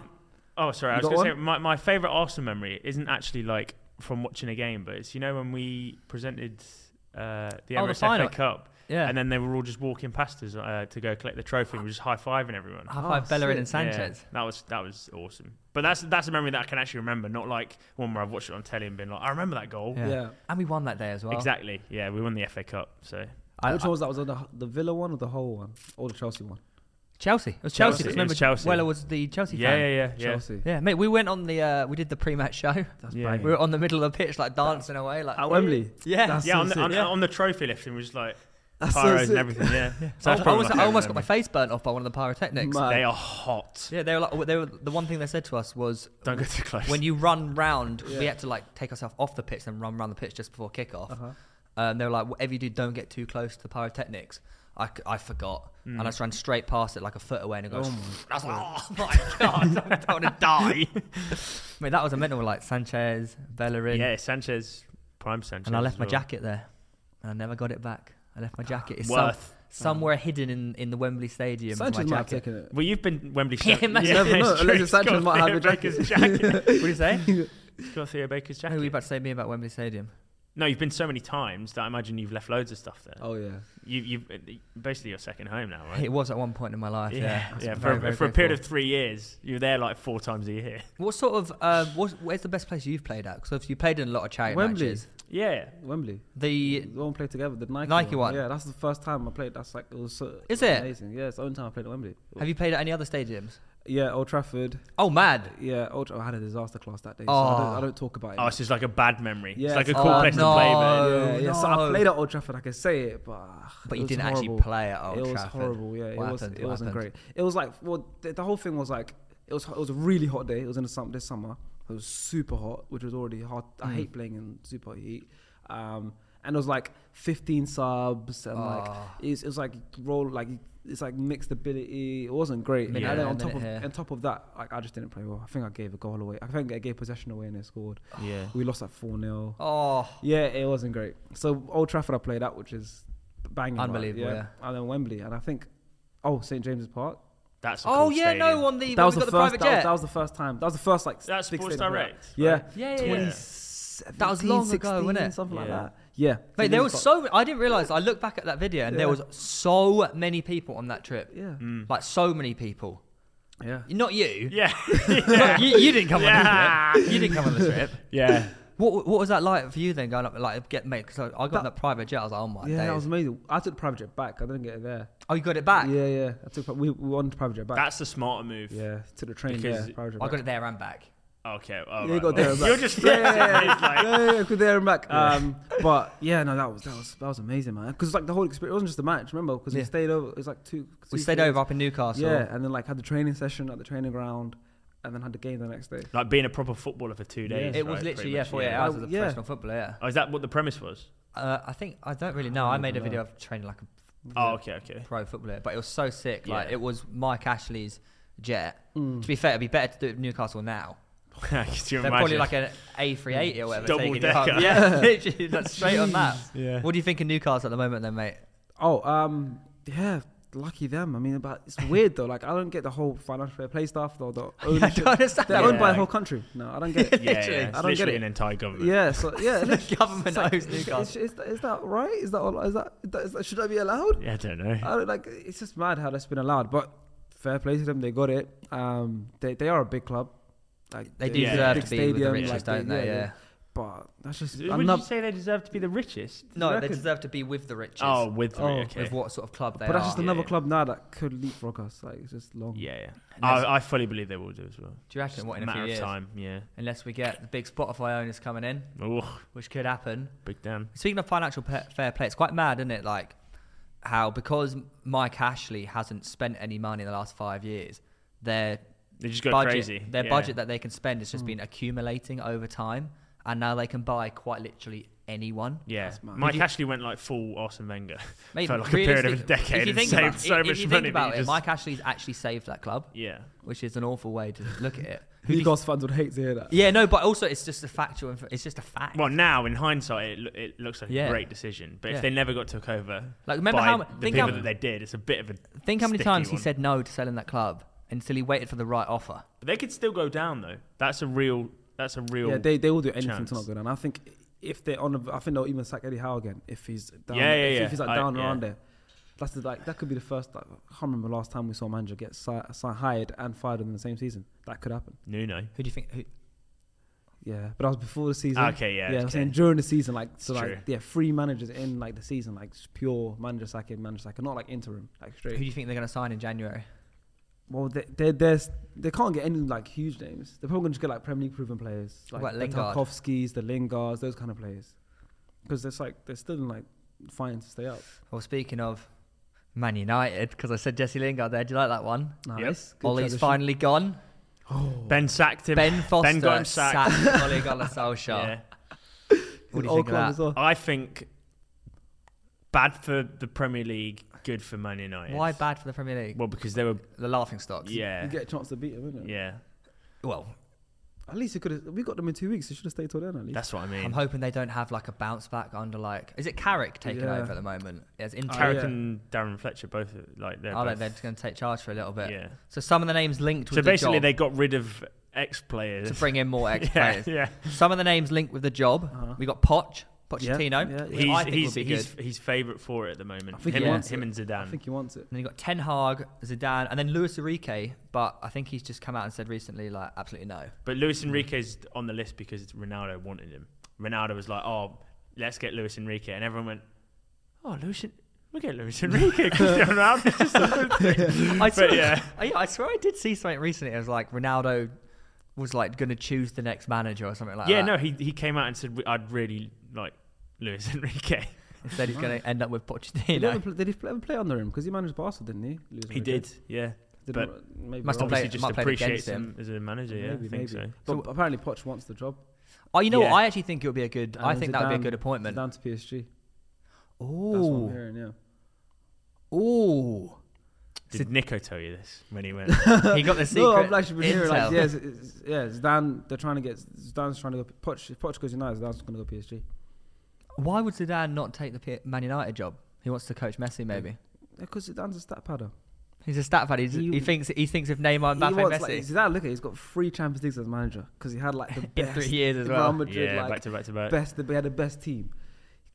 [SPEAKER 4] oh, sorry. I
[SPEAKER 3] You
[SPEAKER 4] was
[SPEAKER 3] got
[SPEAKER 4] going to say my, my favorite Arsenal memory isn't actually like from watching a game, but it's you know when we presented uh, the
[SPEAKER 1] Oh, the
[SPEAKER 4] Emirates
[SPEAKER 1] final.
[SPEAKER 4] FA Cup,
[SPEAKER 1] Yeah.
[SPEAKER 4] and then they were all just walking past us uh, to go collect the trophy. and We were just high fiving everyone.
[SPEAKER 1] High
[SPEAKER 3] Oh,
[SPEAKER 1] five Bellerin
[SPEAKER 3] sick.
[SPEAKER 1] and Ah, Sanchez.
[SPEAKER 4] Yeah, that was that was awesome. But that's that's a memory that I can actually remember, not like one where I've watched it on telly and been like, I remember that goal.
[SPEAKER 1] Yeah.
[SPEAKER 3] Yeah.
[SPEAKER 1] And we won that day as well.
[SPEAKER 4] Exactly. Yeah, we won the FA Cup. So
[SPEAKER 1] I-
[SPEAKER 3] Which
[SPEAKER 1] I-
[SPEAKER 3] one was that? Was it the, the Villa one or the whole one, or the Chelsea one?
[SPEAKER 1] Chelsea. It was
[SPEAKER 4] Chelsea.
[SPEAKER 1] Chelsea. 'cause
[SPEAKER 4] It was
[SPEAKER 1] Remember,
[SPEAKER 4] Chelsea.
[SPEAKER 1] Weller was the Chelsea
[SPEAKER 4] yeah,
[SPEAKER 1] fan.
[SPEAKER 4] yeah, yeah, yeah.
[SPEAKER 3] Chelsea.
[SPEAKER 1] Yeah, mate, we went on the uh, we did the pre-match show.
[SPEAKER 3] That's
[SPEAKER 4] Yeah.
[SPEAKER 3] banging.
[SPEAKER 1] We were on the middle of the pitch, like dancing away, like
[SPEAKER 3] At Wembley.
[SPEAKER 1] Yeah,
[SPEAKER 3] That's
[SPEAKER 4] Yeah,
[SPEAKER 3] so
[SPEAKER 4] on the,
[SPEAKER 3] sick.
[SPEAKER 4] on,
[SPEAKER 1] Yeah.
[SPEAKER 4] on the trophy lift, and we were just like
[SPEAKER 3] That's so
[SPEAKER 4] pyros
[SPEAKER 3] sick.
[SPEAKER 4] and everything. Yeah,
[SPEAKER 1] So I,
[SPEAKER 4] probably
[SPEAKER 1] almost,
[SPEAKER 4] my
[SPEAKER 1] I almost got
[SPEAKER 4] favourite
[SPEAKER 1] my face burnt off by one of the pyrotechnics.
[SPEAKER 3] Mad.
[SPEAKER 4] memory. They are hot.
[SPEAKER 1] Yeah, they were like, they were, the one thing they said to us was
[SPEAKER 4] Don't go too close.
[SPEAKER 1] when you run round, we
[SPEAKER 3] Yeah.
[SPEAKER 1] had to like take ourselves off the pitch and run round the pitch just before kickoff.
[SPEAKER 3] Uh-huh.
[SPEAKER 1] Um, they were like, whatever you do, don't get too close to the pyrotechnics. I, c- I forgot.
[SPEAKER 4] Hmm.
[SPEAKER 1] And I just ran straight past it like a foot away and it goes, I was like, oh my God, I don't want to die. I mean, that was a mental, like Sanchez, Bellerin.
[SPEAKER 4] yeah, Sanchez, prime Sanchez.
[SPEAKER 1] and I
[SPEAKER 4] as
[SPEAKER 1] left my
[SPEAKER 4] well. Ah,
[SPEAKER 1] jacket there. and I never got it back. I left my jacket. It's some,
[SPEAKER 4] Worth.
[SPEAKER 1] somewhere hidden in, in the Wembley Stadium. is
[SPEAKER 3] Sanchez
[SPEAKER 1] my
[SPEAKER 3] might have
[SPEAKER 1] jacket.
[SPEAKER 3] taken it.
[SPEAKER 4] Well, you've been Wembley.
[SPEAKER 1] Yeah,
[SPEAKER 4] Stadium.
[SPEAKER 1] imagine-
[SPEAKER 3] Never know,
[SPEAKER 4] it's true.
[SPEAKER 3] unless
[SPEAKER 4] He's
[SPEAKER 3] Sanchez
[SPEAKER 4] got
[SPEAKER 3] might have a
[SPEAKER 4] Theo Baker's
[SPEAKER 3] jacket.
[SPEAKER 4] jacket.
[SPEAKER 1] what do you say?
[SPEAKER 4] He's got Theo Baker's
[SPEAKER 1] What were you
[SPEAKER 4] jacket.
[SPEAKER 1] about to say to me about Wembley Stadium?
[SPEAKER 4] No, you've been so many times that I imagine you've left loads of stuff there.
[SPEAKER 3] Oh yeah.
[SPEAKER 4] You, you've uh, basically your second home now, right?
[SPEAKER 1] It was at one point in my life. Yeah,
[SPEAKER 4] yeah.
[SPEAKER 1] It's
[SPEAKER 4] yeah,
[SPEAKER 1] very,
[SPEAKER 4] for,
[SPEAKER 1] very
[SPEAKER 4] for a period
[SPEAKER 1] grateful.
[SPEAKER 4] of three years, you were there like four times a year.
[SPEAKER 1] What sort of uh, what, where's the best place you've played at? Because you played in a lot of charity
[SPEAKER 3] Wembley.
[SPEAKER 1] matches.
[SPEAKER 4] Yeah,
[SPEAKER 3] Wembley.
[SPEAKER 1] The
[SPEAKER 3] The one we played together, the Nike,
[SPEAKER 1] Nike one.
[SPEAKER 3] Yeah, that's the first time I played. That's like it was so
[SPEAKER 1] Is it?
[SPEAKER 3] amazing. Yeah, it's the only time I played at Wembley.
[SPEAKER 1] have you played at any other stadiums?
[SPEAKER 3] Yeah, Old Trafford.
[SPEAKER 1] Oh, mad!
[SPEAKER 3] Yeah, Old Tra- I had a disaster class that day. So I, don't,
[SPEAKER 1] Oh.
[SPEAKER 3] I don't talk about it.
[SPEAKER 4] Oh, it's just like a bad memory.
[SPEAKER 3] Yeah,
[SPEAKER 4] it's like a
[SPEAKER 3] it's-
[SPEAKER 4] cool
[SPEAKER 1] oh,
[SPEAKER 4] place
[SPEAKER 1] no.
[SPEAKER 4] to play, but
[SPEAKER 1] Oh,
[SPEAKER 3] yeah, yeah. So I
[SPEAKER 1] no.
[SPEAKER 3] played at Old Trafford. I can say it, but ah,
[SPEAKER 1] But
[SPEAKER 3] it
[SPEAKER 1] you
[SPEAKER 3] was
[SPEAKER 1] didn't
[SPEAKER 3] horrible.
[SPEAKER 1] actually play at Old
[SPEAKER 3] it was
[SPEAKER 1] Trafford.
[SPEAKER 3] horrible. Yeah, it
[SPEAKER 1] What
[SPEAKER 3] was.
[SPEAKER 1] happened?
[SPEAKER 3] It
[SPEAKER 1] What
[SPEAKER 3] wasn't
[SPEAKER 1] happened?
[SPEAKER 3] great. It was like well, the, the whole thing was like it was. It was a really hot day. It was in the summer. This summer, it was super hot, which was already hot.
[SPEAKER 1] Mm.
[SPEAKER 3] I hate playing in super hot heat. Um, and it was like 15 subs and like
[SPEAKER 1] Ah.
[SPEAKER 3] it's, it was like roll like it's like mixed ability. It wasn't great.
[SPEAKER 1] Minute
[SPEAKER 3] And then
[SPEAKER 1] here,
[SPEAKER 3] on top
[SPEAKER 1] minute
[SPEAKER 3] of
[SPEAKER 1] here.
[SPEAKER 3] on top of that, like I just didn't play well. I think I gave a goal away. I think I gave possession away and they scored.
[SPEAKER 4] yeah.
[SPEAKER 3] We lost at four 0
[SPEAKER 1] Oh,
[SPEAKER 3] yeah, it wasn't great. So Old Trafford, I played at, which is banging, right?
[SPEAKER 1] Unbelievable,
[SPEAKER 3] And then Wembley, and I think, oh, St James's Park.
[SPEAKER 4] That's a
[SPEAKER 1] oh
[SPEAKER 4] cool
[SPEAKER 1] yeah,
[SPEAKER 4] stadium.
[SPEAKER 1] no, on the
[SPEAKER 3] that was
[SPEAKER 1] when
[SPEAKER 3] the,
[SPEAKER 1] we got the
[SPEAKER 3] first.
[SPEAKER 1] private
[SPEAKER 3] that, was,
[SPEAKER 1] jet.
[SPEAKER 3] that was the first time. That was the first like.
[SPEAKER 4] That's
[SPEAKER 3] big
[SPEAKER 4] Sports
[SPEAKER 3] stadium we were at.
[SPEAKER 4] Direct,
[SPEAKER 3] Yeah.
[SPEAKER 4] right?
[SPEAKER 1] yeah, yeah, yeah.
[SPEAKER 3] 2017,
[SPEAKER 1] That was long ago,
[SPEAKER 3] 16,
[SPEAKER 1] wasn't it?
[SPEAKER 3] Something like
[SPEAKER 4] Yeah.
[SPEAKER 3] that. Yeah.
[SPEAKER 1] Mate,
[SPEAKER 3] St.
[SPEAKER 1] there
[SPEAKER 3] James's
[SPEAKER 1] was
[SPEAKER 3] Park.
[SPEAKER 1] so I didn't realize. I looked back at that video and there
[SPEAKER 3] Yeah. Mm.
[SPEAKER 1] was so many people on that trip.
[SPEAKER 3] Yeah.
[SPEAKER 4] Mm.
[SPEAKER 1] Like so many people.
[SPEAKER 3] Yeah.
[SPEAKER 1] Not you.
[SPEAKER 4] Yeah.
[SPEAKER 1] you, you didn't come
[SPEAKER 4] Yeah.
[SPEAKER 1] on the trip. You didn't come on the trip.
[SPEAKER 4] yeah.
[SPEAKER 1] What what was that like for you then going up like get mate? Because I, I got in that private jet. I was like, oh my
[SPEAKER 3] Yeah, that
[SPEAKER 1] days.
[SPEAKER 3] was amazing. I took the private jet back. I didn't get it there.
[SPEAKER 1] oh, you got it back.
[SPEAKER 3] Yeah, yeah. I took. We, we were on the private jet back.
[SPEAKER 4] That's the smarter move.
[SPEAKER 3] yeah, took the train.
[SPEAKER 4] Because-
[SPEAKER 3] Yeah, private jet
[SPEAKER 1] I
[SPEAKER 3] back.
[SPEAKER 1] got it there and back.
[SPEAKER 4] Okay.
[SPEAKER 3] Yeah,
[SPEAKER 4] all Oh, right,
[SPEAKER 3] you got
[SPEAKER 4] well,
[SPEAKER 3] there and back.
[SPEAKER 4] You're just
[SPEAKER 3] yeah, yeah,
[SPEAKER 4] flexing.
[SPEAKER 3] yeah,
[SPEAKER 4] It's like,
[SPEAKER 3] yeah, yeah, good there and back. Um, but yeah, no, that was that was that was amazing, man. Because like the whole experience it wasn't just the match, remember? Because
[SPEAKER 1] Yeah.
[SPEAKER 3] we stayed over. It was like two.
[SPEAKER 1] We
[SPEAKER 3] two
[SPEAKER 1] stayed
[SPEAKER 3] days.
[SPEAKER 1] over up in Newcastle.
[SPEAKER 3] Yeah, and then like had the training session at the training ground, and then had the game the next day.
[SPEAKER 4] like being a proper footballer for two days.
[SPEAKER 1] It was
[SPEAKER 4] right,
[SPEAKER 1] literally
[SPEAKER 4] pretty
[SPEAKER 1] yeah,
[SPEAKER 4] much,
[SPEAKER 1] 48
[SPEAKER 3] yeah.
[SPEAKER 1] hours as a
[SPEAKER 3] Oh, yeah.
[SPEAKER 1] professional footballer. Yeah.
[SPEAKER 4] Oh, is that what the premise was?
[SPEAKER 1] Uh, I think I don't really know. I made a video of training like a
[SPEAKER 4] Oh, okay, okay.
[SPEAKER 1] pro footballer, but it was so sick. Like
[SPEAKER 4] Yeah.
[SPEAKER 1] it was Mike Ashley's jet.
[SPEAKER 3] Mm.
[SPEAKER 1] To be fair, it'd be better to do it with Newcastle now.
[SPEAKER 4] Could you
[SPEAKER 1] They're
[SPEAKER 4] imagine?
[SPEAKER 1] probably like an A380 or whatever.
[SPEAKER 4] Double
[SPEAKER 1] taking it up.
[SPEAKER 4] decker.
[SPEAKER 1] Yeah, literally, that's straight on that.
[SPEAKER 4] Yeah.
[SPEAKER 1] What do you think of Newcastle at the moment, then, mate?
[SPEAKER 3] Oh, um, yeah, lucky them. I mean, but it's weird though. Like I don't get the whole financial fair play stuff or the
[SPEAKER 1] I don't
[SPEAKER 3] ownership.
[SPEAKER 1] understand.
[SPEAKER 3] They're owned by the
[SPEAKER 4] Yeah.
[SPEAKER 3] whole country. No, I don't get it.
[SPEAKER 4] yeah, yeah,
[SPEAKER 1] literally.
[SPEAKER 4] it's
[SPEAKER 1] I
[SPEAKER 3] don't get
[SPEAKER 4] literally
[SPEAKER 3] it.
[SPEAKER 4] an entire government.
[SPEAKER 3] Yeah, so yeah,
[SPEAKER 1] The government owns Newcastle.
[SPEAKER 3] Is, is, is that right? Is that all- is that, is that should that be allowed?
[SPEAKER 4] Yeah, I don't know.
[SPEAKER 1] Uh,
[SPEAKER 3] I don't, like it's just mad how that's been allowed. But fair play to them, they got it. Um, they they are a big club. Like
[SPEAKER 1] They do
[SPEAKER 3] it's a
[SPEAKER 1] deserve
[SPEAKER 3] big
[SPEAKER 1] to be with the
[SPEAKER 3] stadium,
[SPEAKER 1] richest, don't they? Yeah.
[SPEAKER 3] But that's just
[SPEAKER 4] Would you
[SPEAKER 3] another.
[SPEAKER 4] say they deserve to be the richest?
[SPEAKER 1] No, they
[SPEAKER 3] reckon-
[SPEAKER 1] deserve to be with the riches.
[SPEAKER 4] Oh, with three,
[SPEAKER 3] Oh,
[SPEAKER 4] okay.
[SPEAKER 1] With what sort of club they
[SPEAKER 3] But
[SPEAKER 1] are.
[SPEAKER 3] that's just
[SPEAKER 4] Yeah.
[SPEAKER 3] another club now that could leapfrog us. Like it's just long.
[SPEAKER 4] Yeah, yeah.
[SPEAKER 1] that's-
[SPEAKER 4] I, I fully believe they will do as well.
[SPEAKER 1] do you reckon
[SPEAKER 4] Just
[SPEAKER 1] what
[SPEAKER 4] a
[SPEAKER 1] in a few
[SPEAKER 4] matter of
[SPEAKER 1] years?
[SPEAKER 4] time, yeah.
[SPEAKER 1] Unless we get the big Spotify owners coming in,
[SPEAKER 4] Oh,
[SPEAKER 1] which could happen.
[SPEAKER 4] big damn.
[SPEAKER 1] Speaking of financial pa- fair play, it's quite mad, isn't it? Like how because Mike Ashley hasn't spent any money in the last five years, their
[SPEAKER 4] They just go
[SPEAKER 1] budget,
[SPEAKER 4] crazy.
[SPEAKER 1] their
[SPEAKER 4] yeah.
[SPEAKER 1] budget that they can spend has just
[SPEAKER 4] Hmm.
[SPEAKER 1] been accumulating over time, and now they can buy quite literally anyone.
[SPEAKER 4] Yeah,
[SPEAKER 3] mad.
[SPEAKER 4] Mike
[SPEAKER 1] Did you-
[SPEAKER 4] Ashley went like full Arsene Wenger
[SPEAKER 1] Mate,
[SPEAKER 4] for like a period of a
[SPEAKER 1] realistically,
[SPEAKER 4] decade
[SPEAKER 1] If you
[SPEAKER 4] and
[SPEAKER 1] think
[SPEAKER 4] saved
[SPEAKER 1] about,
[SPEAKER 4] so
[SPEAKER 1] if
[SPEAKER 4] much
[SPEAKER 1] you think
[SPEAKER 4] money. that he
[SPEAKER 1] about it,
[SPEAKER 4] just-
[SPEAKER 1] Mike Ashley's actually saved that club,
[SPEAKER 4] yeah,
[SPEAKER 1] which is an awful way to look at it. Who do you-
[SPEAKER 3] Newcastle fans would hate to hear that.
[SPEAKER 1] yeah, no, but also it's just a factual. Inf- it's just a fact.
[SPEAKER 4] well, now in hindsight, it, lo- it looks like
[SPEAKER 1] Yeah.
[SPEAKER 4] a great decision. But
[SPEAKER 1] Yeah.
[SPEAKER 4] if they never got took over,
[SPEAKER 1] Like, remember
[SPEAKER 4] by
[SPEAKER 1] how-
[SPEAKER 4] the
[SPEAKER 1] think
[SPEAKER 4] people
[SPEAKER 1] how-
[SPEAKER 4] that they did, it's a bit of a.
[SPEAKER 1] Think how many
[SPEAKER 4] sticky
[SPEAKER 1] times he
[SPEAKER 4] one.
[SPEAKER 1] said no to selling that club until he waited for the right offer.
[SPEAKER 4] But they could still go down though. That's a real. That's a real.
[SPEAKER 3] Yeah, they they will do anything
[SPEAKER 4] chance.
[SPEAKER 3] to not go down. I think if they're on, a, I think they'll even sack Eddie Howe again if he's down.
[SPEAKER 4] Yeah, yeah,
[SPEAKER 3] if,
[SPEAKER 4] yeah.
[SPEAKER 3] if he's like
[SPEAKER 4] I-
[SPEAKER 3] down
[SPEAKER 4] yeah.
[SPEAKER 3] around there. That's the, like that could be the first. Like, I can't remember last time we saw a manager get si- si- hired and fired in the same season. That could happen.
[SPEAKER 4] Nuno.
[SPEAKER 1] Who do you think? Who,
[SPEAKER 3] Yeah, but I was before the season.
[SPEAKER 4] Okay, yeah,
[SPEAKER 3] yeah. I'm
[SPEAKER 4] okay.
[SPEAKER 3] saying during the season, like so,
[SPEAKER 4] It's
[SPEAKER 3] like
[SPEAKER 4] true.
[SPEAKER 3] yeah, three managers in like the season, like just pure manager sacking, manager sacking, not like interim, like
[SPEAKER 1] who do
[SPEAKER 3] straight.
[SPEAKER 1] you think they're going to sign in January?
[SPEAKER 3] Well, they they there's they can't get any like huge names. They're probably gonna just get like Premier League proven players, like
[SPEAKER 1] What,
[SPEAKER 3] the
[SPEAKER 1] Lingard?
[SPEAKER 3] Tarkovskis, the Lingards, those kind of players, because it's like they're still in like fighting to stay up.
[SPEAKER 1] Well, speaking of Man United, because I said Jesse Lingard there. Do you like that one?
[SPEAKER 3] Nice. good
[SPEAKER 1] Ollie's
[SPEAKER 3] transition.
[SPEAKER 1] finally gone.
[SPEAKER 4] Ben sacked him.
[SPEAKER 1] Ben Foster
[SPEAKER 4] Ben got him sacked.
[SPEAKER 1] sacked Ole Gunnar Solskjaer.
[SPEAKER 4] Yeah.
[SPEAKER 1] What do you
[SPEAKER 3] Old
[SPEAKER 1] think of
[SPEAKER 3] club
[SPEAKER 1] that?
[SPEAKER 3] as well.
[SPEAKER 4] I think bad for the Premier League, good for Man United.
[SPEAKER 1] Why bad for the Premier League?
[SPEAKER 4] Well, because they were.
[SPEAKER 1] the laughing stocks.
[SPEAKER 4] Yeah.
[SPEAKER 3] You get a chance to beat him, isn't it?
[SPEAKER 4] Yeah.
[SPEAKER 1] Well,
[SPEAKER 3] At least he could have. We got them in two weeks. He should have stayed till then at least.
[SPEAKER 4] That's what I
[SPEAKER 1] I'm
[SPEAKER 4] mean.
[SPEAKER 1] hoping they don't have like a bounce back under like. Is it Carrick taking
[SPEAKER 3] Yeah.
[SPEAKER 1] over at the moment? As in
[SPEAKER 3] Oh,
[SPEAKER 4] Carrick
[SPEAKER 3] yeah.
[SPEAKER 4] and Darren Fletcher both are, like they're
[SPEAKER 1] Oh, they-
[SPEAKER 4] both,
[SPEAKER 1] they're going to take charge for a little bit.
[SPEAKER 4] yeah.
[SPEAKER 1] So some of the names linked with
[SPEAKER 4] So
[SPEAKER 1] the
[SPEAKER 4] basically,
[SPEAKER 1] job
[SPEAKER 4] they got rid of ex players
[SPEAKER 1] to bring in more ex
[SPEAKER 4] yeah,
[SPEAKER 1] players.
[SPEAKER 4] yeah.
[SPEAKER 1] Some of the names linked with the job.
[SPEAKER 3] Uh-huh.
[SPEAKER 1] We got Poch,
[SPEAKER 3] Yeah,
[SPEAKER 1] Pochettino.
[SPEAKER 3] yeah, yeah.
[SPEAKER 1] who I
[SPEAKER 4] He's
[SPEAKER 1] think
[SPEAKER 4] he's
[SPEAKER 1] will be
[SPEAKER 4] he's,
[SPEAKER 1] good.
[SPEAKER 4] he's favourite for it at the moment.
[SPEAKER 3] I think
[SPEAKER 4] him,
[SPEAKER 1] he
[SPEAKER 4] and-
[SPEAKER 3] wants
[SPEAKER 4] him and
[SPEAKER 3] I
[SPEAKER 4] Zidane.
[SPEAKER 3] think he wants it.
[SPEAKER 1] And then you got Ten Hag, Zidane, and then Luis Enrique. But I think he's just come out and said recently, like, absolutely no.
[SPEAKER 4] But Luis Enrique's on the list because Ronaldo wanted him. Ronaldo was like, "Oh, let's get Luis Enrique," and everyone went, "Oh, Luis, En- we get Luis Enrique." Cristiano Ronaldo just the whole thing.
[SPEAKER 1] I
[SPEAKER 4] but
[SPEAKER 1] swear,
[SPEAKER 4] yeah,
[SPEAKER 1] I, I swear I did see something recently. It was like Ronaldo was like going to choose the next manager or something like
[SPEAKER 4] yeah,
[SPEAKER 1] that.
[SPEAKER 4] no, he he came out and said, "I'd really like Luis Enrique."
[SPEAKER 1] Instead, he's going to end up with
[SPEAKER 3] Did, he ever
[SPEAKER 1] Pochettino.
[SPEAKER 3] play, did he play, ever play under him? Because he managed Barca, didn't he? Luis
[SPEAKER 4] He
[SPEAKER 3] Enrique?
[SPEAKER 4] did, yeah.
[SPEAKER 3] Did
[SPEAKER 4] but
[SPEAKER 3] he- maybe
[SPEAKER 1] must
[SPEAKER 3] right.
[SPEAKER 1] have played-
[SPEAKER 4] Obviously, just
[SPEAKER 1] might have played against
[SPEAKER 4] appreciates
[SPEAKER 1] him.
[SPEAKER 4] him as a manager. Yeah, I think so.
[SPEAKER 3] But
[SPEAKER 1] So-
[SPEAKER 3] apparently, Poch wants the job.
[SPEAKER 1] Oh, you know what?
[SPEAKER 4] Yeah.
[SPEAKER 1] I actually think it would be a good. I
[SPEAKER 3] And
[SPEAKER 1] think that would be a
[SPEAKER 3] Zidane-
[SPEAKER 1] good appointment.
[SPEAKER 3] Down to PSG. That's what I'm
[SPEAKER 1] Ooh,
[SPEAKER 3] hearing. Yeah.
[SPEAKER 1] ooh.
[SPEAKER 4] Did Nico tell you this when he went?
[SPEAKER 1] He got the secret.
[SPEAKER 3] No, I've actually been hearing
[SPEAKER 1] intel.
[SPEAKER 3] like, yeah, it's, it's- yeah, Zidane. They're trying to get Zidane's trying to go. Poch, if Poch goes United, Zidane's going to go PSG.
[SPEAKER 1] Why would Zidane not take the P- Man United job? He wants to coach Messi, maybe.
[SPEAKER 3] Because Zidane's a stat padder.
[SPEAKER 1] He's a stat fan. He's, he,
[SPEAKER 3] He-
[SPEAKER 1] thinks he thinks if Neymar, Mbappe,
[SPEAKER 3] he wants, like,
[SPEAKER 1] Messi
[SPEAKER 3] Zidane, look at it, he's got three Champions Leagues as manager because he had like the
[SPEAKER 1] in three
[SPEAKER 3] best
[SPEAKER 1] years as
[SPEAKER 3] Real
[SPEAKER 1] well.
[SPEAKER 3] Madrid,
[SPEAKER 4] yeah, uh,
[SPEAKER 3] like
[SPEAKER 4] back to back to back.
[SPEAKER 3] best. They had the best team.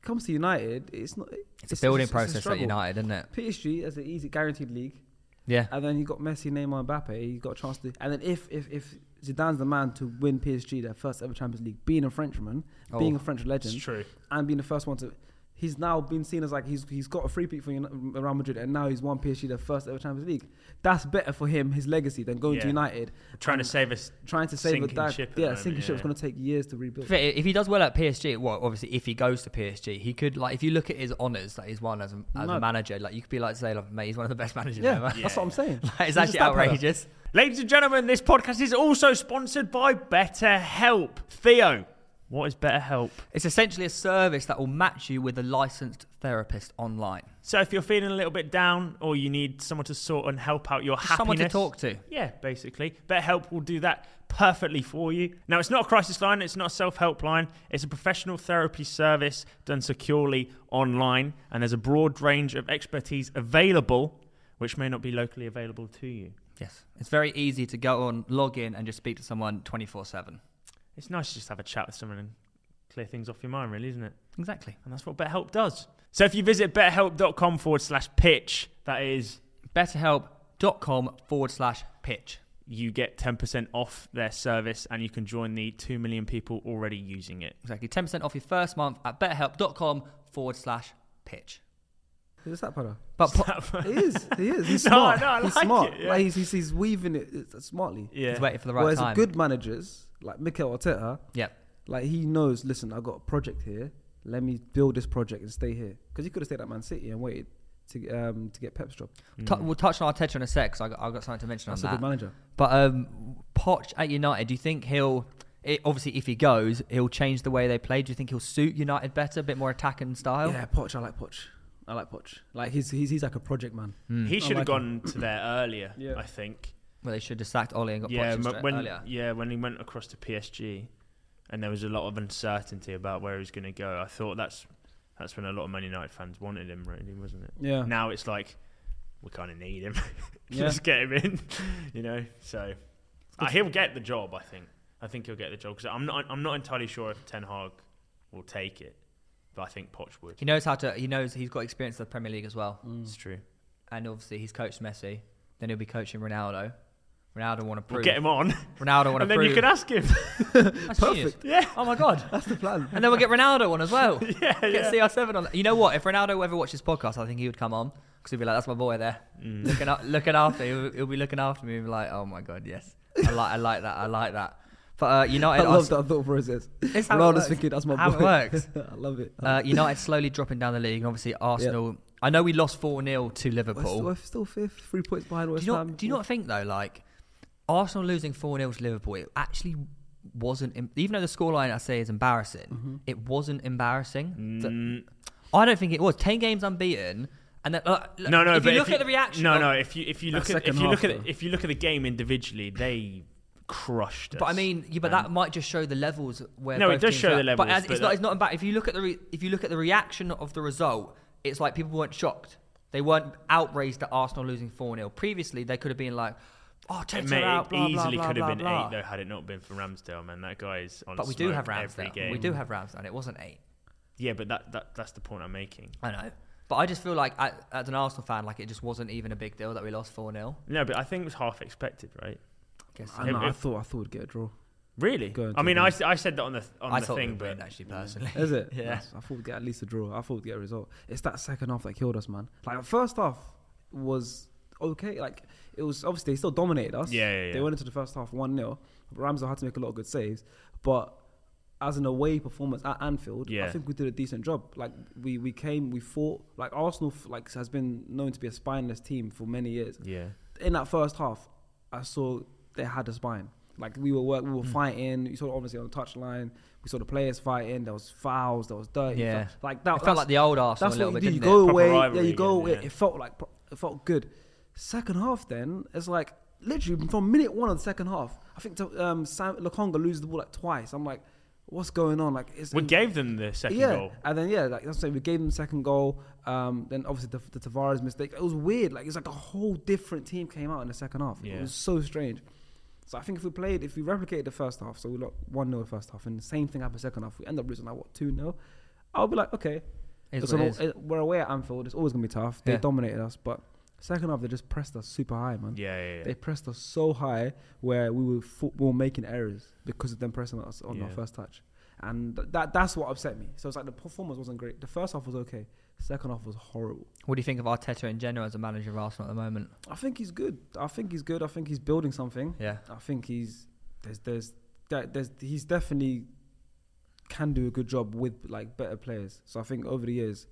[SPEAKER 3] He comes to United, it's not.
[SPEAKER 1] It's a building
[SPEAKER 3] it's a
[SPEAKER 1] process at
[SPEAKER 3] struggle.
[SPEAKER 1] United, isn't it?
[SPEAKER 3] PSG as an easy guaranteed league,
[SPEAKER 1] Yeah.
[SPEAKER 3] and then you got Messi, Neymar, Mbappe. You got a chance to, and then if if if Zidane's the man to win PSG their first ever Champions League, being a Frenchman,
[SPEAKER 1] Oh,
[SPEAKER 3] being a French
[SPEAKER 4] It's
[SPEAKER 3] legend,
[SPEAKER 4] true.
[SPEAKER 3] and being the first one to. He's now been seen as like he's he's got a free peak for Uni- Real Madrid, and now he's won PSG their first ever Champions League. That's better for him, his legacy, than going to
[SPEAKER 4] Yeah.
[SPEAKER 3] United
[SPEAKER 4] Trying to save us.
[SPEAKER 3] trying to save a
[SPEAKER 4] Sinking
[SPEAKER 3] dive.
[SPEAKER 4] ship at the
[SPEAKER 3] yeah,
[SPEAKER 4] moment,
[SPEAKER 3] sinking ship is
[SPEAKER 4] yeah.
[SPEAKER 3] going to take years to rebuild.
[SPEAKER 1] If- If he does well at PSG, well, obviously, if he goes to PSG, he could like if you look at his honors that he's won as a, as a
[SPEAKER 3] No.
[SPEAKER 1] manager, like you could be like say, like, mate, he's one of the best managers
[SPEAKER 3] Yeah,
[SPEAKER 1] ever.
[SPEAKER 3] that's what I'm saying.
[SPEAKER 1] it's
[SPEAKER 3] He's a
[SPEAKER 1] actually
[SPEAKER 3] stat player.
[SPEAKER 1] outrageous.
[SPEAKER 4] Ladies and gentlemen, this podcast is also sponsored by BetterHelp. Theo, what is BetterHelp?
[SPEAKER 1] It's essentially a service that will match you with a licensed therapist online,
[SPEAKER 4] So if you're feeling a little bit down or you need someone to sort and help out your happiness,
[SPEAKER 1] someone to talk to.
[SPEAKER 4] Yeah, basically. BetterHelp will do that perfectly for you. Now, it's not a crisis line, it's not a self help line. It's a professional therapy service done securely online, and there's a broad range of expertise available, which may not be locally available to you.
[SPEAKER 1] Yes, it's very easy to go on, log in, and just speak to someone twenty four seven.
[SPEAKER 4] It's nice to just have a chat with someone and clear things off your mind, really, isn't it?
[SPEAKER 1] Exactly.
[SPEAKER 4] And that's what BetterHelp does. So if you visit betterhelp.com forward slash pitch, that is,
[SPEAKER 1] BetterHelp.com forward slash pitch.
[SPEAKER 4] you get 10% off their service and you can join the 2 million people already using it.
[SPEAKER 1] Exactly. Ten percent off your first month at BetterHelp.com forward slash pitch.
[SPEAKER 3] He's a stat player.
[SPEAKER 1] But po-
[SPEAKER 3] He is. He is. He's
[SPEAKER 4] No,
[SPEAKER 3] smart.
[SPEAKER 4] no, I
[SPEAKER 3] he's
[SPEAKER 4] like
[SPEAKER 3] smart.
[SPEAKER 4] it, yeah.
[SPEAKER 3] Like, he's, he's, he's weaving it uh, smartly.
[SPEAKER 4] Yeah.
[SPEAKER 1] he's waiting for the right
[SPEAKER 3] Whereas
[SPEAKER 1] time.
[SPEAKER 3] good managers like Mikel Arteta,
[SPEAKER 1] Yep.
[SPEAKER 3] like he knows. Listen, I got a project here. Let me build this project and stay here. Because he could have stayed at Man City and waited to um, to get Pep's job.
[SPEAKER 1] Tou- we'll touch on Arteta in a sec. 'cause I got, I got something to mention
[SPEAKER 3] That's a
[SPEAKER 1] on
[SPEAKER 3] good
[SPEAKER 1] that.
[SPEAKER 3] manager.
[SPEAKER 1] But um, Poch at United, do you think he'll? It, obviously, if he goes, he'll change the way they play. Do you think he'll suit United better, a bit more attacking style?
[SPEAKER 3] Yeah, Poch. I like Poch. I like Poch. Like he's he's he's like a project man.
[SPEAKER 1] Hmm.
[SPEAKER 4] He should have
[SPEAKER 3] like
[SPEAKER 4] gone to there earlier,
[SPEAKER 3] Yeah.
[SPEAKER 4] I think.
[SPEAKER 1] Well, they should have sacked Ollie and got
[SPEAKER 4] yeah,
[SPEAKER 1] Poch in
[SPEAKER 4] m-
[SPEAKER 1] straight
[SPEAKER 4] when
[SPEAKER 1] earlier.
[SPEAKER 4] yeah, when he went across to PSG, and there was a lot of uncertainty about where he was going to go. I thought that's that's when a lot of Man United fans wanted him, really, wasn't it?
[SPEAKER 3] Yeah.
[SPEAKER 4] Now it's like we kind of need him.
[SPEAKER 3] Yeah.
[SPEAKER 4] Let's get him in, you know. So uh, he'll get the job, I think. I think he'll get the job because I'm not I'm not entirely sure if Ten Hag will take it, but I think Poch would.
[SPEAKER 1] He knows how to. He knows he's got experience in the Premier League as well,
[SPEAKER 3] Mm.
[SPEAKER 4] It's true.
[SPEAKER 1] and obviously he's coached Messi. Then he'll be coaching Ronaldo. Ronaldo want to
[SPEAKER 4] We'll
[SPEAKER 1] prove.
[SPEAKER 4] get him on,
[SPEAKER 1] Ronaldo want to
[SPEAKER 4] and then
[SPEAKER 1] prove.
[SPEAKER 4] you can ask him.
[SPEAKER 1] That's genius.
[SPEAKER 4] yeah,
[SPEAKER 1] Oh my god.
[SPEAKER 3] That's the plan.
[SPEAKER 1] And then we'll get Ronaldo on as well.
[SPEAKER 4] yeah, yeah.
[SPEAKER 1] Get CR7 on. You know what? If Ronaldo ever watched this podcast, I think he would come on because he'd be like, "That's my boy there,
[SPEAKER 4] Mm.
[SPEAKER 1] looking up, looking after. He'll, he'll be looking after me. He'll be like, "Oh my god, yes, I like, I like that, I like that." But uh,
[SPEAKER 3] I,
[SPEAKER 1] United,
[SPEAKER 3] love that thought process.
[SPEAKER 1] It's how it
[SPEAKER 3] Ronaldo's
[SPEAKER 1] works.
[SPEAKER 3] thinking that's my
[SPEAKER 1] How it
[SPEAKER 3] boy.
[SPEAKER 1] works.
[SPEAKER 3] I love it.
[SPEAKER 1] Uh, United slowly dropping down the league, and obviously Arsenal. I know we lost four 0 to
[SPEAKER 3] We're
[SPEAKER 1] Liverpool.
[SPEAKER 3] still, we're still fifth, three points behind
[SPEAKER 1] do
[SPEAKER 3] West
[SPEAKER 1] you not?
[SPEAKER 3] Ham.
[SPEAKER 1] Do you not think though, like Arsenal losing four 0 to Liverpool, it actually wasn't. em- Even though the scoreline I say is embarrassing,
[SPEAKER 3] Mm-hmm.
[SPEAKER 1] it wasn't embarrassing. The-
[SPEAKER 4] Mm.
[SPEAKER 1] I don't think it was. Ten games unbeaten, and then, uh, look,
[SPEAKER 4] No, no.
[SPEAKER 1] If
[SPEAKER 4] but
[SPEAKER 1] you look at the reaction,
[SPEAKER 4] no,
[SPEAKER 1] of-
[SPEAKER 4] no. If you if you
[SPEAKER 3] That
[SPEAKER 4] look at
[SPEAKER 3] second
[SPEAKER 4] if you
[SPEAKER 3] half,
[SPEAKER 4] look at
[SPEAKER 3] though.
[SPEAKER 4] if you look at the game individually, they crushed us.
[SPEAKER 1] But I mean, yeah, but that might just show the levels where.
[SPEAKER 4] Um, No, it
[SPEAKER 1] both
[SPEAKER 4] does
[SPEAKER 1] teams
[SPEAKER 4] show
[SPEAKER 1] are.
[SPEAKER 4] the
[SPEAKER 1] But
[SPEAKER 4] levels,
[SPEAKER 1] as,
[SPEAKER 4] but
[SPEAKER 1] it's not.
[SPEAKER 4] that-
[SPEAKER 1] It's not bad. If you look at the re- if you look at the reaction of the result, it's like people weren't shocked. They weren't outraged at Arsenal losing four 0 Previously, they could have been like, "Oh,
[SPEAKER 4] It
[SPEAKER 1] take
[SPEAKER 4] may-
[SPEAKER 1] it out." Blah,
[SPEAKER 4] it easily
[SPEAKER 1] blah, blah,
[SPEAKER 4] could
[SPEAKER 1] blah,
[SPEAKER 4] have been
[SPEAKER 1] blah.
[SPEAKER 4] eight though had it not been for Ramsdale. Man, that guy is on.
[SPEAKER 1] But we do
[SPEAKER 4] smoke
[SPEAKER 1] have
[SPEAKER 4] every
[SPEAKER 1] Ramsdale.
[SPEAKER 4] game.
[SPEAKER 1] We do have Ramsdale. It wasn't eight.
[SPEAKER 4] Yeah, but that, that that's the point I'm making.
[SPEAKER 1] I know. But I just feel like, I, as an Arsenal fan, like it just wasn't even a big deal that we lost four 0
[SPEAKER 4] No, but I think it was half expected, right?
[SPEAKER 3] I, don't know, I thought I thought we'd get a draw.
[SPEAKER 4] Really?
[SPEAKER 3] Go on,
[SPEAKER 4] I mean,
[SPEAKER 3] Jordan.
[SPEAKER 4] I, s- I said that on the on
[SPEAKER 1] I
[SPEAKER 4] the
[SPEAKER 1] thought
[SPEAKER 4] thing,
[SPEAKER 1] we'd win,
[SPEAKER 4] but
[SPEAKER 1] actually, personally,
[SPEAKER 3] Is it?
[SPEAKER 1] yeah.
[SPEAKER 3] That's- I thought we'd get at least a draw. I thought we'd get a result. It's that second half that killed us, man. Like the first half was okay. Like it was obviously they still dominated us.
[SPEAKER 4] Yeah, yeah, yeah.
[SPEAKER 3] They went into the first half one 0 Ramsdale had to make a lot of good saves, but as an away performance at Anfield, I
[SPEAKER 4] Yeah.
[SPEAKER 3] think we did a decent job. Like we we came, we fought. Like Arsenal f- like has been known to be a spineless team for many years
[SPEAKER 4] yeah,
[SPEAKER 3] in that first half, I saw they had a spine. Like we were work, we
[SPEAKER 1] Hmm.
[SPEAKER 3] were fighting. You saw obviously on the touchline. We saw the players fighting. There was fouls. There was dirt.
[SPEAKER 1] Yeah.
[SPEAKER 3] like that.
[SPEAKER 1] It felt like the old Arsenal
[SPEAKER 3] That's
[SPEAKER 1] a little
[SPEAKER 3] what
[SPEAKER 1] bit,
[SPEAKER 3] you do. You
[SPEAKER 1] didn't
[SPEAKER 3] go
[SPEAKER 1] it?
[SPEAKER 4] Proper
[SPEAKER 3] away. Yeah,
[SPEAKER 4] rivalry
[SPEAKER 3] you go
[SPEAKER 4] again,
[SPEAKER 3] away.
[SPEAKER 4] yeah.
[SPEAKER 3] It felt like pro- it felt good. Second half, then it's like literally from minute one of the second half. I think to, um, Sam Lukonga loses the ball like twice. I'm like, what's going on? Like it's
[SPEAKER 4] we gave them the second
[SPEAKER 3] yeah,
[SPEAKER 4] goal.
[SPEAKER 3] and then yeah, like that's what I'm saying, we gave them second goal. Um, then obviously the, the Tavares mistake. It was weird. Like it's like a whole different team came out in the second half.
[SPEAKER 4] Yeah.
[SPEAKER 3] It was so strange. So I think if we played, if we replicated the first half, so we lost one 0 first half, and the same thing happened second half, we end up losing like what two 0 I'll be like, okay,
[SPEAKER 1] Is
[SPEAKER 3] it's
[SPEAKER 1] what
[SPEAKER 3] an-
[SPEAKER 1] it is.
[SPEAKER 3] it- we're away at Anfield. It's always gonna be tough. They
[SPEAKER 1] Yeah.
[SPEAKER 3] dominated us, but second half they just pressed us super high, man.
[SPEAKER 4] Yeah, yeah, yeah.
[SPEAKER 3] They pressed us so high where we were, fo- we were making errors because of them pressing us on our
[SPEAKER 4] Yeah.
[SPEAKER 3] first touch. And th- that that's what upset me. So it's like the performance wasn't great. The first half was okay. Second half was horrible.
[SPEAKER 1] What do you think of Arteta in general as a manager of Arsenal at the moment?
[SPEAKER 3] I think he's good. I think he's good. I think he's building something.
[SPEAKER 1] Yeah.
[SPEAKER 3] I think he's there's there's there- there's he's definitely can do a good job with like better players. So I think over the years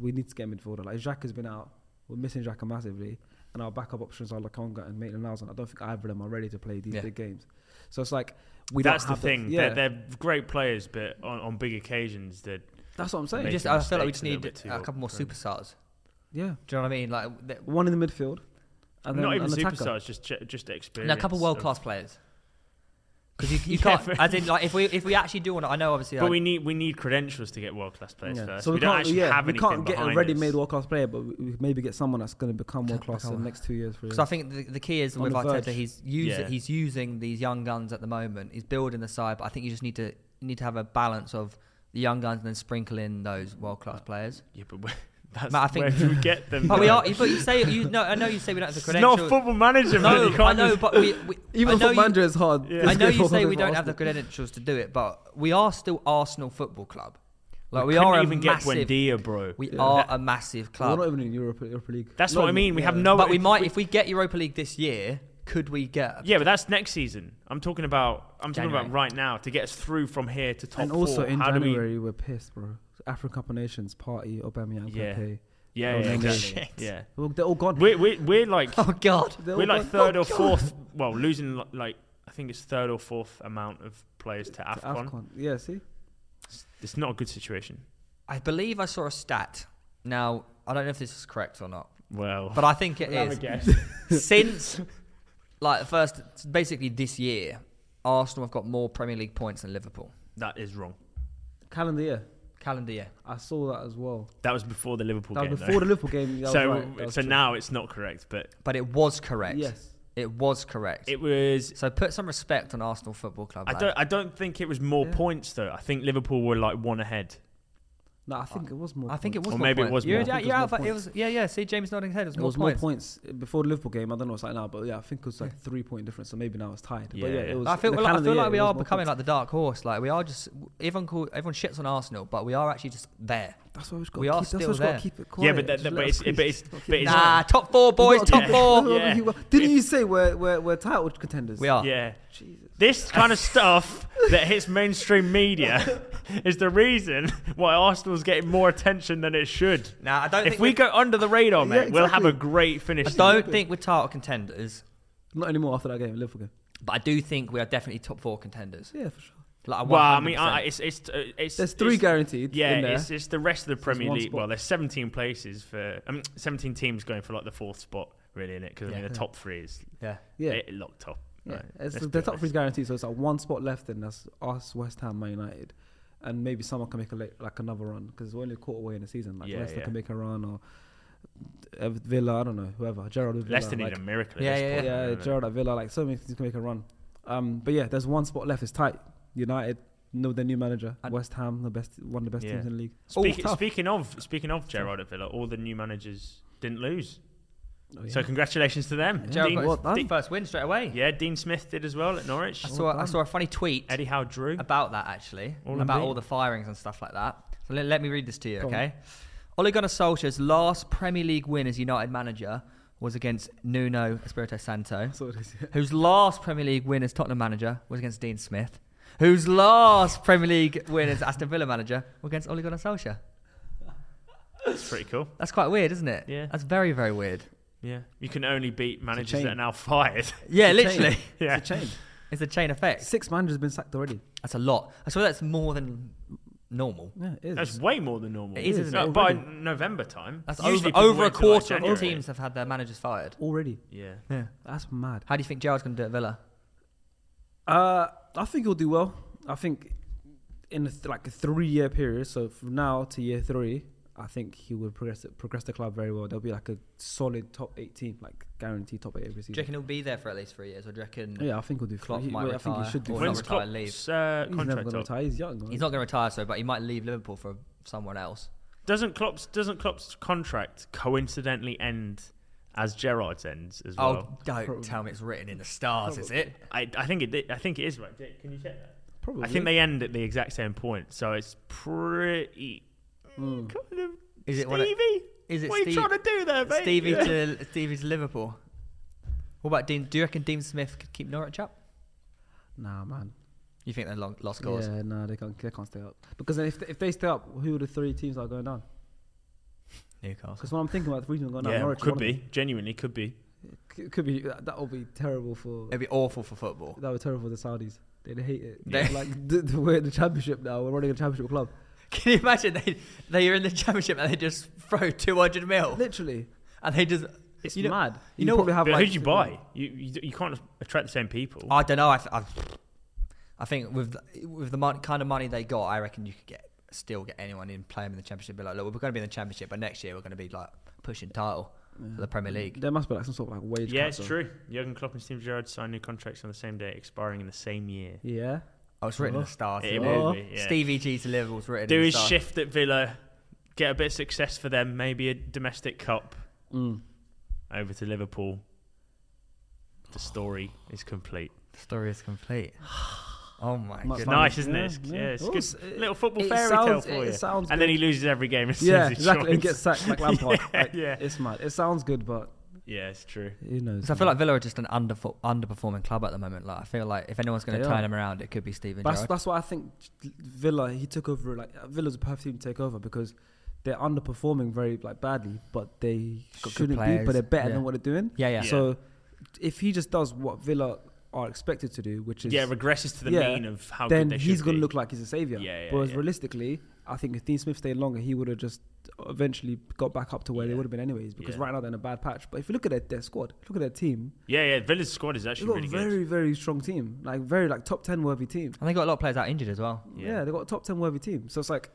[SPEAKER 3] we need to get a midfielder. Like Jacques has been out, we're missing Jacques massively, and our backup options are Lakonga and Maitland Niles, and I don't think either of them are ready to play these
[SPEAKER 1] Yeah.
[SPEAKER 3] big games. So it's like we
[SPEAKER 4] That's
[SPEAKER 3] don't
[SPEAKER 4] the
[SPEAKER 3] have
[SPEAKER 4] thing.
[SPEAKER 3] yeah,
[SPEAKER 4] They're, they're great players, but on, on big occasions, they're
[SPEAKER 3] that's what I'm saying.
[SPEAKER 1] We
[SPEAKER 4] Making
[SPEAKER 1] just, I feel like we
[SPEAKER 4] mistakes
[SPEAKER 1] just
[SPEAKER 4] a
[SPEAKER 1] need
[SPEAKER 4] little bit too
[SPEAKER 1] a couple more
[SPEAKER 4] often.
[SPEAKER 1] superstars.
[SPEAKER 3] yeah,
[SPEAKER 1] Do you know what I mean? Like th-
[SPEAKER 3] one in the midfield, and then
[SPEAKER 4] not even
[SPEAKER 3] an attacker.
[SPEAKER 4] superstars, just ju- just experience.
[SPEAKER 1] and a couple
[SPEAKER 4] of-
[SPEAKER 1] world class players. Because you, you
[SPEAKER 4] Yeah,
[SPEAKER 1] can't.
[SPEAKER 4] but-
[SPEAKER 1] As in, like if we if we actually do want to, I know obviously.
[SPEAKER 4] But
[SPEAKER 1] like,
[SPEAKER 4] we need we need credentials to get world class players
[SPEAKER 3] Yeah.
[SPEAKER 4] first.
[SPEAKER 3] So we,
[SPEAKER 4] don't
[SPEAKER 3] can't,
[SPEAKER 4] actually
[SPEAKER 3] yeah,
[SPEAKER 4] have
[SPEAKER 3] we
[SPEAKER 4] anything
[SPEAKER 3] can't get a
[SPEAKER 4] behind
[SPEAKER 3] ready-made
[SPEAKER 4] us.
[SPEAKER 3] world-class player, but we, we maybe get someone that's going to become
[SPEAKER 1] Become-
[SPEAKER 3] world-class in the
[SPEAKER 1] become-
[SPEAKER 3] next two years. For
[SPEAKER 1] Because I think the, the key is
[SPEAKER 3] On
[SPEAKER 1] with
[SPEAKER 3] the
[SPEAKER 1] Arteta,
[SPEAKER 3] verge.
[SPEAKER 1] he's using
[SPEAKER 4] Yeah.
[SPEAKER 1] he's using these young guns at the moment. He's building the side, but I think you just need to you need to have a balance of the young guns and then sprinkle in those world class players.
[SPEAKER 4] Yeah, but where, that's
[SPEAKER 1] Matt, I think-
[SPEAKER 4] where do we get them.
[SPEAKER 1] But we
[SPEAKER 4] though?
[SPEAKER 1] are. But you say you no. I know you say we don't have the
[SPEAKER 4] It's not
[SPEAKER 1] credentials.
[SPEAKER 4] football manager, man. You
[SPEAKER 1] no,
[SPEAKER 4] can't
[SPEAKER 1] I know,
[SPEAKER 4] just-
[SPEAKER 1] but we, we I
[SPEAKER 3] even
[SPEAKER 1] know
[SPEAKER 3] for
[SPEAKER 1] you-
[SPEAKER 3] Mandra, it's hard.
[SPEAKER 4] Yeah.
[SPEAKER 1] I know you say we don't have the credentials to do it, but we are still Arsenal Football Club. Like we,
[SPEAKER 4] couldn't
[SPEAKER 1] are a
[SPEAKER 4] even
[SPEAKER 1] massive.
[SPEAKER 4] get Buendia, bro.
[SPEAKER 1] we
[SPEAKER 3] Yeah.
[SPEAKER 1] are a massive
[SPEAKER 3] We're
[SPEAKER 1] club.
[SPEAKER 3] not even in Europa, Europa League.
[SPEAKER 4] That's
[SPEAKER 3] Not
[SPEAKER 4] what I
[SPEAKER 3] even-
[SPEAKER 4] mean. We have
[SPEAKER 3] yeah.
[SPEAKER 4] no.
[SPEAKER 1] but we might, if we get Europa League this year, could we get? a-
[SPEAKER 4] Yeah, but that's next season. I'm talking about. I'm talking about
[SPEAKER 1] January.
[SPEAKER 4] right now to get us through from here to top
[SPEAKER 3] And also
[SPEAKER 4] four.
[SPEAKER 3] in
[SPEAKER 4] How do we?
[SPEAKER 3] January, we... are pissed, bro. African Cup of Nations party, Aubameyang,
[SPEAKER 4] Yeah.
[SPEAKER 3] Pepe.
[SPEAKER 4] Yeah,
[SPEAKER 3] Oh,
[SPEAKER 4] yeah,
[SPEAKER 3] no, no.
[SPEAKER 4] exactly. Yeah,
[SPEAKER 3] Well, they're all gone.
[SPEAKER 4] we're we're, we're like
[SPEAKER 1] Oh God.
[SPEAKER 3] They're
[SPEAKER 4] we're
[SPEAKER 3] all
[SPEAKER 4] like
[SPEAKER 3] gone.
[SPEAKER 4] third
[SPEAKER 3] Oh,
[SPEAKER 4] or
[SPEAKER 3] God.
[SPEAKER 4] fourth. Well, losing li- like I think it's third or fourth amount of players to
[SPEAKER 3] To
[SPEAKER 4] Afcon.
[SPEAKER 3] AFCON. Yeah, see,
[SPEAKER 4] It's- It's not a good situation.
[SPEAKER 1] I believe I saw a stat. Now I don't know if this is correct or not,
[SPEAKER 4] Well,
[SPEAKER 1] but I think it
[SPEAKER 4] we'll have
[SPEAKER 1] is.
[SPEAKER 4] a guess.
[SPEAKER 1] Since like the first, basically this year, Arsenal have got more Premier League points than Liverpool.
[SPEAKER 4] that is wrong.
[SPEAKER 3] calendar year.
[SPEAKER 1] Calendar year.
[SPEAKER 3] I saw that as well.
[SPEAKER 4] That was before the Liverpool
[SPEAKER 3] That
[SPEAKER 4] game.
[SPEAKER 3] was before
[SPEAKER 4] though.
[SPEAKER 3] the Liverpool game. that
[SPEAKER 4] so
[SPEAKER 3] was right, that was
[SPEAKER 4] so
[SPEAKER 3] true.
[SPEAKER 4] now it's not correct, but
[SPEAKER 1] But it was correct.
[SPEAKER 3] yes,
[SPEAKER 1] It was correct.
[SPEAKER 4] it was.
[SPEAKER 1] so put some respect on Arsenal Football Club.
[SPEAKER 4] I
[SPEAKER 1] lad.
[SPEAKER 4] don't. I don't think it was more
[SPEAKER 3] Yeah.
[SPEAKER 4] points though. I think Liverpool were like one ahead.
[SPEAKER 3] no, I think it was more.
[SPEAKER 1] I think it
[SPEAKER 3] points.
[SPEAKER 1] was.
[SPEAKER 4] Or
[SPEAKER 1] more
[SPEAKER 4] maybe it
[SPEAKER 1] points.
[SPEAKER 4] was
[SPEAKER 1] You're-
[SPEAKER 4] more.
[SPEAKER 1] Yeah,
[SPEAKER 3] I think it
[SPEAKER 1] yeah,
[SPEAKER 3] was more
[SPEAKER 1] but it was. Yeah, yeah. See, James nodding his head. It was
[SPEAKER 3] It
[SPEAKER 1] more
[SPEAKER 3] was more
[SPEAKER 1] points.
[SPEAKER 3] points before the Liverpool game. I don't know what's like now, but yeah, I think it was like three point difference. So maybe now it's tied.
[SPEAKER 4] Yeah,
[SPEAKER 3] but yeah,
[SPEAKER 4] yeah.
[SPEAKER 3] it was.
[SPEAKER 1] I feel,
[SPEAKER 3] the
[SPEAKER 1] well, I
[SPEAKER 3] calendar
[SPEAKER 1] feel
[SPEAKER 3] year,
[SPEAKER 1] like we
[SPEAKER 3] it was
[SPEAKER 1] are
[SPEAKER 3] more
[SPEAKER 1] becoming
[SPEAKER 3] points.
[SPEAKER 1] like the dark horse. Like we are just everyone call, everyone shits on Arsenal, but we are actually just there.
[SPEAKER 3] That's why we've got.
[SPEAKER 1] we
[SPEAKER 3] to
[SPEAKER 1] are
[SPEAKER 3] keep,
[SPEAKER 1] still
[SPEAKER 3] that's why we've got
[SPEAKER 1] there.
[SPEAKER 3] to keep it quiet.
[SPEAKER 4] Yeah, but that-
[SPEAKER 3] Just
[SPEAKER 4] that-
[SPEAKER 3] let
[SPEAKER 4] but
[SPEAKER 3] us
[SPEAKER 4] it's-
[SPEAKER 3] creep.
[SPEAKER 4] but it's-
[SPEAKER 3] Just
[SPEAKER 4] but
[SPEAKER 3] keep it
[SPEAKER 4] it's
[SPEAKER 3] quiet.
[SPEAKER 4] not-
[SPEAKER 1] Nah, top four boys,
[SPEAKER 3] We've got
[SPEAKER 1] top
[SPEAKER 3] to keep-
[SPEAKER 1] four.
[SPEAKER 4] Yeah.
[SPEAKER 3] We've got to keep- Didn't you say we're we're we're title contenders?
[SPEAKER 1] We are.
[SPEAKER 4] Yeah.
[SPEAKER 3] Jesus.
[SPEAKER 4] This kind of stuff that hits mainstream media is the reason why Arsenal's getting more attention than it should.
[SPEAKER 1] Nah, I don't
[SPEAKER 4] If
[SPEAKER 1] think
[SPEAKER 4] we
[SPEAKER 1] we-
[SPEAKER 4] go under the radar, mate,
[SPEAKER 3] Yeah,
[SPEAKER 4] we'll have a
[SPEAKER 3] exactly.
[SPEAKER 4] great finish.
[SPEAKER 1] I don't think we're title contenders,
[SPEAKER 3] Not anymore after that game, Liverpool game.
[SPEAKER 1] but I do think we are definitely top four contenders.
[SPEAKER 3] Yeah, for sure.
[SPEAKER 1] Like,
[SPEAKER 4] Well, I mean, I, it's it's uh, it's
[SPEAKER 3] There's three
[SPEAKER 4] it's,
[SPEAKER 3] guaranteed.
[SPEAKER 4] Yeah,
[SPEAKER 3] in there.
[SPEAKER 4] it's it's the rest of the Premier
[SPEAKER 3] one
[SPEAKER 4] League.
[SPEAKER 3] spot.
[SPEAKER 4] Well, there's 17 places for um, I mean, 17 teams going for like the fourth spot, really, in it because I
[SPEAKER 1] Yeah.
[SPEAKER 4] mean the top three is
[SPEAKER 1] yeah.
[SPEAKER 3] yeah.
[SPEAKER 4] it locked up.
[SPEAKER 3] Yeah,
[SPEAKER 4] Like,
[SPEAKER 3] it's
[SPEAKER 4] let's
[SPEAKER 3] the
[SPEAKER 4] be
[SPEAKER 3] top
[SPEAKER 4] honest.
[SPEAKER 3] three's guaranteed. So it's like one spot left, and that's us, West Ham, Man United, and maybe someone can make a late, like another run because we're only a quarter way in the season. Like
[SPEAKER 4] Yeah,
[SPEAKER 3] Leicester
[SPEAKER 4] yeah.
[SPEAKER 3] can make a run or uh, Villa, I don't know, whoever. Gerald Villa.
[SPEAKER 4] Leicester need
[SPEAKER 3] like,
[SPEAKER 4] a miracle. At
[SPEAKER 1] Yeah,
[SPEAKER 4] this
[SPEAKER 1] yeah,
[SPEAKER 4] point,
[SPEAKER 3] yeah,
[SPEAKER 4] really.
[SPEAKER 3] Gerald at Villa, like so many things can make a run. Um, but yeah, there's one spot left. It's tight. United, no, their new manager.
[SPEAKER 1] And-
[SPEAKER 3] West Ham, the best, one of the best
[SPEAKER 4] Yeah.
[SPEAKER 3] teams in the league.
[SPEAKER 4] Speak,
[SPEAKER 3] oh, tough.
[SPEAKER 4] speaking of speaking of Gerard at Villa, all the new managers didn't lose.
[SPEAKER 3] Oh, yeah.
[SPEAKER 4] So congratulations to them.
[SPEAKER 3] Yeah.
[SPEAKER 1] Gerald
[SPEAKER 4] Dean,
[SPEAKER 1] got
[SPEAKER 3] well
[SPEAKER 1] his
[SPEAKER 3] done.
[SPEAKER 1] first win straight away.
[SPEAKER 4] yeah, Dean Smith did as well at Norwich.
[SPEAKER 1] I saw I
[SPEAKER 3] done.
[SPEAKER 1] saw a funny tweet
[SPEAKER 4] Eddie Howe drew.
[SPEAKER 1] about that actually,
[SPEAKER 4] All
[SPEAKER 1] about
[SPEAKER 4] indeed.
[SPEAKER 1] all the firings and stuff like that. So let, let me read this to you,
[SPEAKER 3] Go on.
[SPEAKER 1] okay? Ole Gunnar Solskjaer's last Premier League win as United manager was against Nuno Espirito Santo,
[SPEAKER 3] I saw this, yeah.
[SPEAKER 1] whose last Premier League win as Tottenham manager was against Dean Smith, whose last Premier League win as Aston Villa manager was against Ole Gunnar Solskjaer.
[SPEAKER 4] That's pretty cool.
[SPEAKER 1] That's quite weird, isn't it?
[SPEAKER 4] Yeah.
[SPEAKER 1] That's very, very weird.
[SPEAKER 4] Yeah, you can only beat managers
[SPEAKER 3] chain.
[SPEAKER 4] that are now fired.
[SPEAKER 1] Yeah,
[SPEAKER 3] It's a
[SPEAKER 1] literally.
[SPEAKER 3] chain.
[SPEAKER 4] yeah,
[SPEAKER 3] It's a chain.
[SPEAKER 1] It's a chain effect.
[SPEAKER 3] Six managers have been sacked already.
[SPEAKER 1] That's a lot. I suppose that's more than normal.
[SPEAKER 3] Yeah, it is.
[SPEAKER 4] that's way more than normal.
[SPEAKER 1] It is,
[SPEAKER 4] Uh,
[SPEAKER 1] isn't it?
[SPEAKER 4] by
[SPEAKER 3] Already.
[SPEAKER 4] November time.
[SPEAKER 1] That's over,
[SPEAKER 4] Usually people
[SPEAKER 1] over a
[SPEAKER 4] wait till, like,
[SPEAKER 1] quarter of all
[SPEAKER 4] January.
[SPEAKER 1] teams have had their managers fired.
[SPEAKER 3] already.
[SPEAKER 4] Yeah,
[SPEAKER 1] Yeah.
[SPEAKER 3] That's mad.
[SPEAKER 1] How do you think Gerald's going to do at Villa?
[SPEAKER 3] Uh, I think he'll do well. I think in a th- like a three-year period, so from now to year three, I think he will progress progress the club very well. They'll be like a solid top eight team, like guaranteed top eight every
[SPEAKER 1] Do you
[SPEAKER 3] season.
[SPEAKER 1] reckon he'll be there for at least three years, or do you reckon
[SPEAKER 3] Yeah, I think he'll do.
[SPEAKER 1] Klopp
[SPEAKER 3] fine. He-
[SPEAKER 1] might
[SPEAKER 3] well, I think he
[SPEAKER 1] retire
[SPEAKER 3] should do.
[SPEAKER 1] or
[SPEAKER 3] fine.
[SPEAKER 1] not
[SPEAKER 4] When's
[SPEAKER 1] He's gonna retire,
[SPEAKER 4] Klopp's uh,
[SPEAKER 3] He's never
[SPEAKER 4] contract
[SPEAKER 3] going to
[SPEAKER 4] up?
[SPEAKER 3] retire. He's young. right?
[SPEAKER 1] he's not going to retire? So, but he might leave Liverpool for someone else.
[SPEAKER 4] Doesn't Klopp's doesn't Klopp's contract coincidentally end as Gerrard's ends as well?
[SPEAKER 1] oh, don't
[SPEAKER 3] Probably.
[SPEAKER 1] tell me it's written in the stars, is it?
[SPEAKER 4] I, I think it did- I think it is right. Dick, can you check that?
[SPEAKER 3] Probably.
[SPEAKER 4] I think they end at the exact same point, so it's pretty
[SPEAKER 3] Mm.
[SPEAKER 4] kind of
[SPEAKER 1] Is it one?
[SPEAKER 4] Stevie.
[SPEAKER 1] Of, is it
[SPEAKER 4] what are you
[SPEAKER 1] Steve-
[SPEAKER 4] trying to do there, mate?
[SPEAKER 1] Stevie
[SPEAKER 4] Yeah.
[SPEAKER 1] to Stevie to Liverpool? What about Dean? Do you reckon Dean Smith could keep Norwich up?
[SPEAKER 3] Nah, man.
[SPEAKER 1] You think they're long, lost cause?
[SPEAKER 3] Yeah, nah, they can't. They can't stay up because then if they, if they stay up, who are the three teams that are going down?
[SPEAKER 1] Newcastle.
[SPEAKER 3] Because what I'm thinking about the reason going down,
[SPEAKER 4] yeah,
[SPEAKER 3] Norwich
[SPEAKER 4] could
[SPEAKER 3] one of
[SPEAKER 4] be. Genuinely, could be.
[SPEAKER 3] them. C- could be. That will be terrible for.
[SPEAKER 1] It'd be awful for football.
[SPEAKER 3] That was terrible for the Saudis. They'd hate it.
[SPEAKER 1] They-
[SPEAKER 3] like the, the, we're in the championship now. We're running a championship club.
[SPEAKER 1] Can you imagine they they're in the championship and they just throw two hundred
[SPEAKER 4] Oh.
[SPEAKER 1] mil
[SPEAKER 3] Literally,
[SPEAKER 1] and they just
[SPEAKER 3] it's
[SPEAKER 1] You know-
[SPEAKER 3] mad.
[SPEAKER 1] you know
[SPEAKER 3] probably have
[SPEAKER 4] But
[SPEAKER 3] like,
[SPEAKER 4] who'd you buy? You, you you can't attract the same people.
[SPEAKER 1] I don't know. I, th- I, I think with the, with the mon- kind of money they got, I reckon you could get still get anyone in play 'em in the championship. Be like, look, we're going to be in the championship, but next year we're going to be like pushing title for the Premier League.
[SPEAKER 3] There must be like some sort of like wage.
[SPEAKER 4] yeah,
[SPEAKER 3] cap,
[SPEAKER 4] it's
[SPEAKER 3] though.
[SPEAKER 4] true. Jurgen Klopp and Steve Gerrard signed new contracts on the same day, expiring in the same year.
[SPEAKER 3] Yeah,
[SPEAKER 1] Oh, it's written in the stars.
[SPEAKER 4] It
[SPEAKER 1] isn't
[SPEAKER 3] is.
[SPEAKER 1] it?
[SPEAKER 4] will
[SPEAKER 3] Oh.
[SPEAKER 4] be, yeah.
[SPEAKER 1] Stevie G to Liverpool's written.
[SPEAKER 4] do
[SPEAKER 1] in the
[SPEAKER 4] his
[SPEAKER 1] stars.
[SPEAKER 4] shift at Villa, get a bit of success for them, maybe a domestic cup
[SPEAKER 3] mm.
[SPEAKER 4] over to Liverpool. The story is complete.
[SPEAKER 1] The story is complete. Oh my
[SPEAKER 3] Much
[SPEAKER 1] goodness.
[SPEAKER 3] fun.
[SPEAKER 4] nice, isn't
[SPEAKER 3] yeah,
[SPEAKER 4] it? It's,
[SPEAKER 3] yeah.
[SPEAKER 4] yeah, it's
[SPEAKER 3] Oh,
[SPEAKER 4] good.
[SPEAKER 3] it's- it-
[SPEAKER 4] little football
[SPEAKER 3] it
[SPEAKER 4] fairy tale
[SPEAKER 3] sounds-
[SPEAKER 4] for
[SPEAKER 3] it
[SPEAKER 4] you.
[SPEAKER 3] sounds
[SPEAKER 4] and then
[SPEAKER 3] good.
[SPEAKER 4] he loses every game as soon
[SPEAKER 3] yeah,
[SPEAKER 4] as he
[SPEAKER 3] exactly. And
[SPEAKER 4] joins.
[SPEAKER 3] get sacked like Lampard.
[SPEAKER 4] Yeah,
[SPEAKER 3] Like,
[SPEAKER 4] yeah.
[SPEAKER 3] it's mad. It sounds good, but
[SPEAKER 4] Yeah, it's true.
[SPEAKER 3] who knows?
[SPEAKER 1] So I feel
[SPEAKER 3] man.
[SPEAKER 1] like Villa are just an under underperforming club at the moment. Like I feel like if anyone's going to
[SPEAKER 3] They
[SPEAKER 1] turn
[SPEAKER 3] are.
[SPEAKER 1] them around, it could be Steven
[SPEAKER 3] But that's,
[SPEAKER 1] Gerrard.
[SPEAKER 3] that's why I think Villa he took over like Villa's a perfect team to take over because they're underperforming very like badly, but they
[SPEAKER 1] Got good
[SPEAKER 3] shouldn't be.
[SPEAKER 1] players,
[SPEAKER 3] But they're better
[SPEAKER 1] yeah.
[SPEAKER 3] than what they're doing.
[SPEAKER 1] Yeah, yeah.
[SPEAKER 4] Yeah.
[SPEAKER 3] So if he just does what Villa are expected to do, which is
[SPEAKER 4] Yeah, regresses to the
[SPEAKER 3] Yeah,
[SPEAKER 4] mean of how
[SPEAKER 3] then
[SPEAKER 4] good they
[SPEAKER 3] he's
[SPEAKER 4] should
[SPEAKER 3] going to
[SPEAKER 4] be.
[SPEAKER 3] look like he's a savior.
[SPEAKER 4] Yeah, yeah,
[SPEAKER 3] Whereas
[SPEAKER 4] yeah.
[SPEAKER 3] realistically, I think if Dean Smith stayed longer, he would have just eventually got back up to where they
[SPEAKER 4] Yeah.
[SPEAKER 3] would have been anyways. Because
[SPEAKER 4] Yeah.
[SPEAKER 3] right now they're in a bad patch. But if you look at their, their squad, look at their team,
[SPEAKER 4] Yeah, yeah. Villa's squad is
[SPEAKER 3] they've
[SPEAKER 4] actually
[SPEAKER 3] got
[SPEAKER 4] really
[SPEAKER 3] a
[SPEAKER 4] good.
[SPEAKER 3] very very strong team, like very like top ten worthy team.
[SPEAKER 1] And they got a lot of players out injured as well.
[SPEAKER 4] Yeah.
[SPEAKER 3] Yeah, they've got a top ten worthy team. So it's like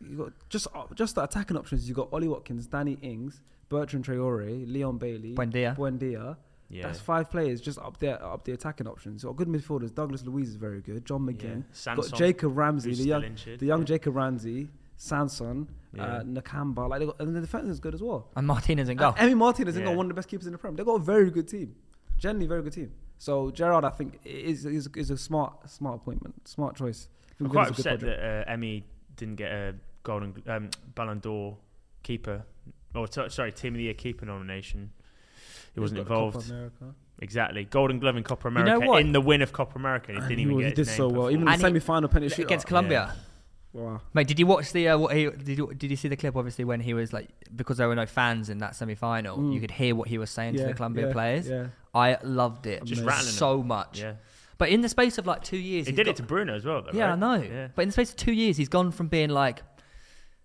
[SPEAKER 3] you got just uh, just the attacking options. You got Ollie Watkins, Danny Ings, Bertrand Traore, Leon Bailey,
[SPEAKER 1] Buendia.
[SPEAKER 3] Buendia.
[SPEAKER 4] Yeah.
[SPEAKER 3] That's five players just up there, up the attacking options. You've got good midfielders. Douglas Luiz is very good. John McGinn.
[SPEAKER 4] Yeah.
[SPEAKER 3] Got
[SPEAKER 4] Sanson,
[SPEAKER 3] Jacob Ramsey,
[SPEAKER 4] who's
[SPEAKER 3] the
[SPEAKER 4] still
[SPEAKER 3] young,
[SPEAKER 4] injured.
[SPEAKER 3] the young Jacob Ramsey, Sanson,
[SPEAKER 4] Yeah.
[SPEAKER 3] uh, Nakamba. Like they got, and the defense is good as well.
[SPEAKER 1] And Martinez and goal.
[SPEAKER 3] And Emmy Martinez has
[SPEAKER 4] Yeah.
[SPEAKER 3] got one of the best keepers in the Prem. They got a very good team, generally very good team. So Gerard, I think, is is, is a smart smart appointment, smart choice. I think Villa's
[SPEAKER 4] I'm quite
[SPEAKER 3] a good
[SPEAKER 4] upset
[SPEAKER 3] project.
[SPEAKER 4] that uh, Emmy didn't get a golden um, Ballon d'Or keeper, or t- sorry, team of the year keeper nomination. He
[SPEAKER 3] He's
[SPEAKER 4] wasn't
[SPEAKER 3] got the Copa
[SPEAKER 4] involved.
[SPEAKER 3] America.
[SPEAKER 4] Exactly, Golden Glove in Copa
[SPEAKER 1] know
[SPEAKER 4] America
[SPEAKER 1] what?
[SPEAKER 4] in the win of Copa America. He
[SPEAKER 3] And
[SPEAKER 4] didn't
[SPEAKER 3] he
[SPEAKER 4] even
[SPEAKER 3] was-
[SPEAKER 4] get
[SPEAKER 3] he
[SPEAKER 4] his
[SPEAKER 3] did
[SPEAKER 4] name
[SPEAKER 3] so well.
[SPEAKER 4] before.
[SPEAKER 3] Even the
[SPEAKER 1] And he-
[SPEAKER 3] semi-final penalty shootout.
[SPEAKER 1] against Colombia.
[SPEAKER 3] Wow.
[SPEAKER 1] Mate, did you watch the uh, what he did? You, did you see the clip? Obviously, when he was like, because there were no fans in that semi-final,
[SPEAKER 3] Mm.
[SPEAKER 1] you could hear what he was saying to
[SPEAKER 3] Yeah,
[SPEAKER 1] the Colombia
[SPEAKER 3] yeah,
[SPEAKER 1] players.
[SPEAKER 3] Yeah.
[SPEAKER 1] I loved it,
[SPEAKER 4] Just
[SPEAKER 3] Amazing.
[SPEAKER 4] rattling
[SPEAKER 1] so much.
[SPEAKER 4] yeah,
[SPEAKER 1] But in the space of like two years,
[SPEAKER 4] he
[SPEAKER 1] he's
[SPEAKER 4] did
[SPEAKER 1] got-
[SPEAKER 4] it to Bruno as well. Though,
[SPEAKER 1] yeah,
[SPEAKER 4] right?
[SPEAKER 1] I know.
[SPEAKER 4] Yeah.
[SPEAKER 1] But in the space of two years, he's gone from being like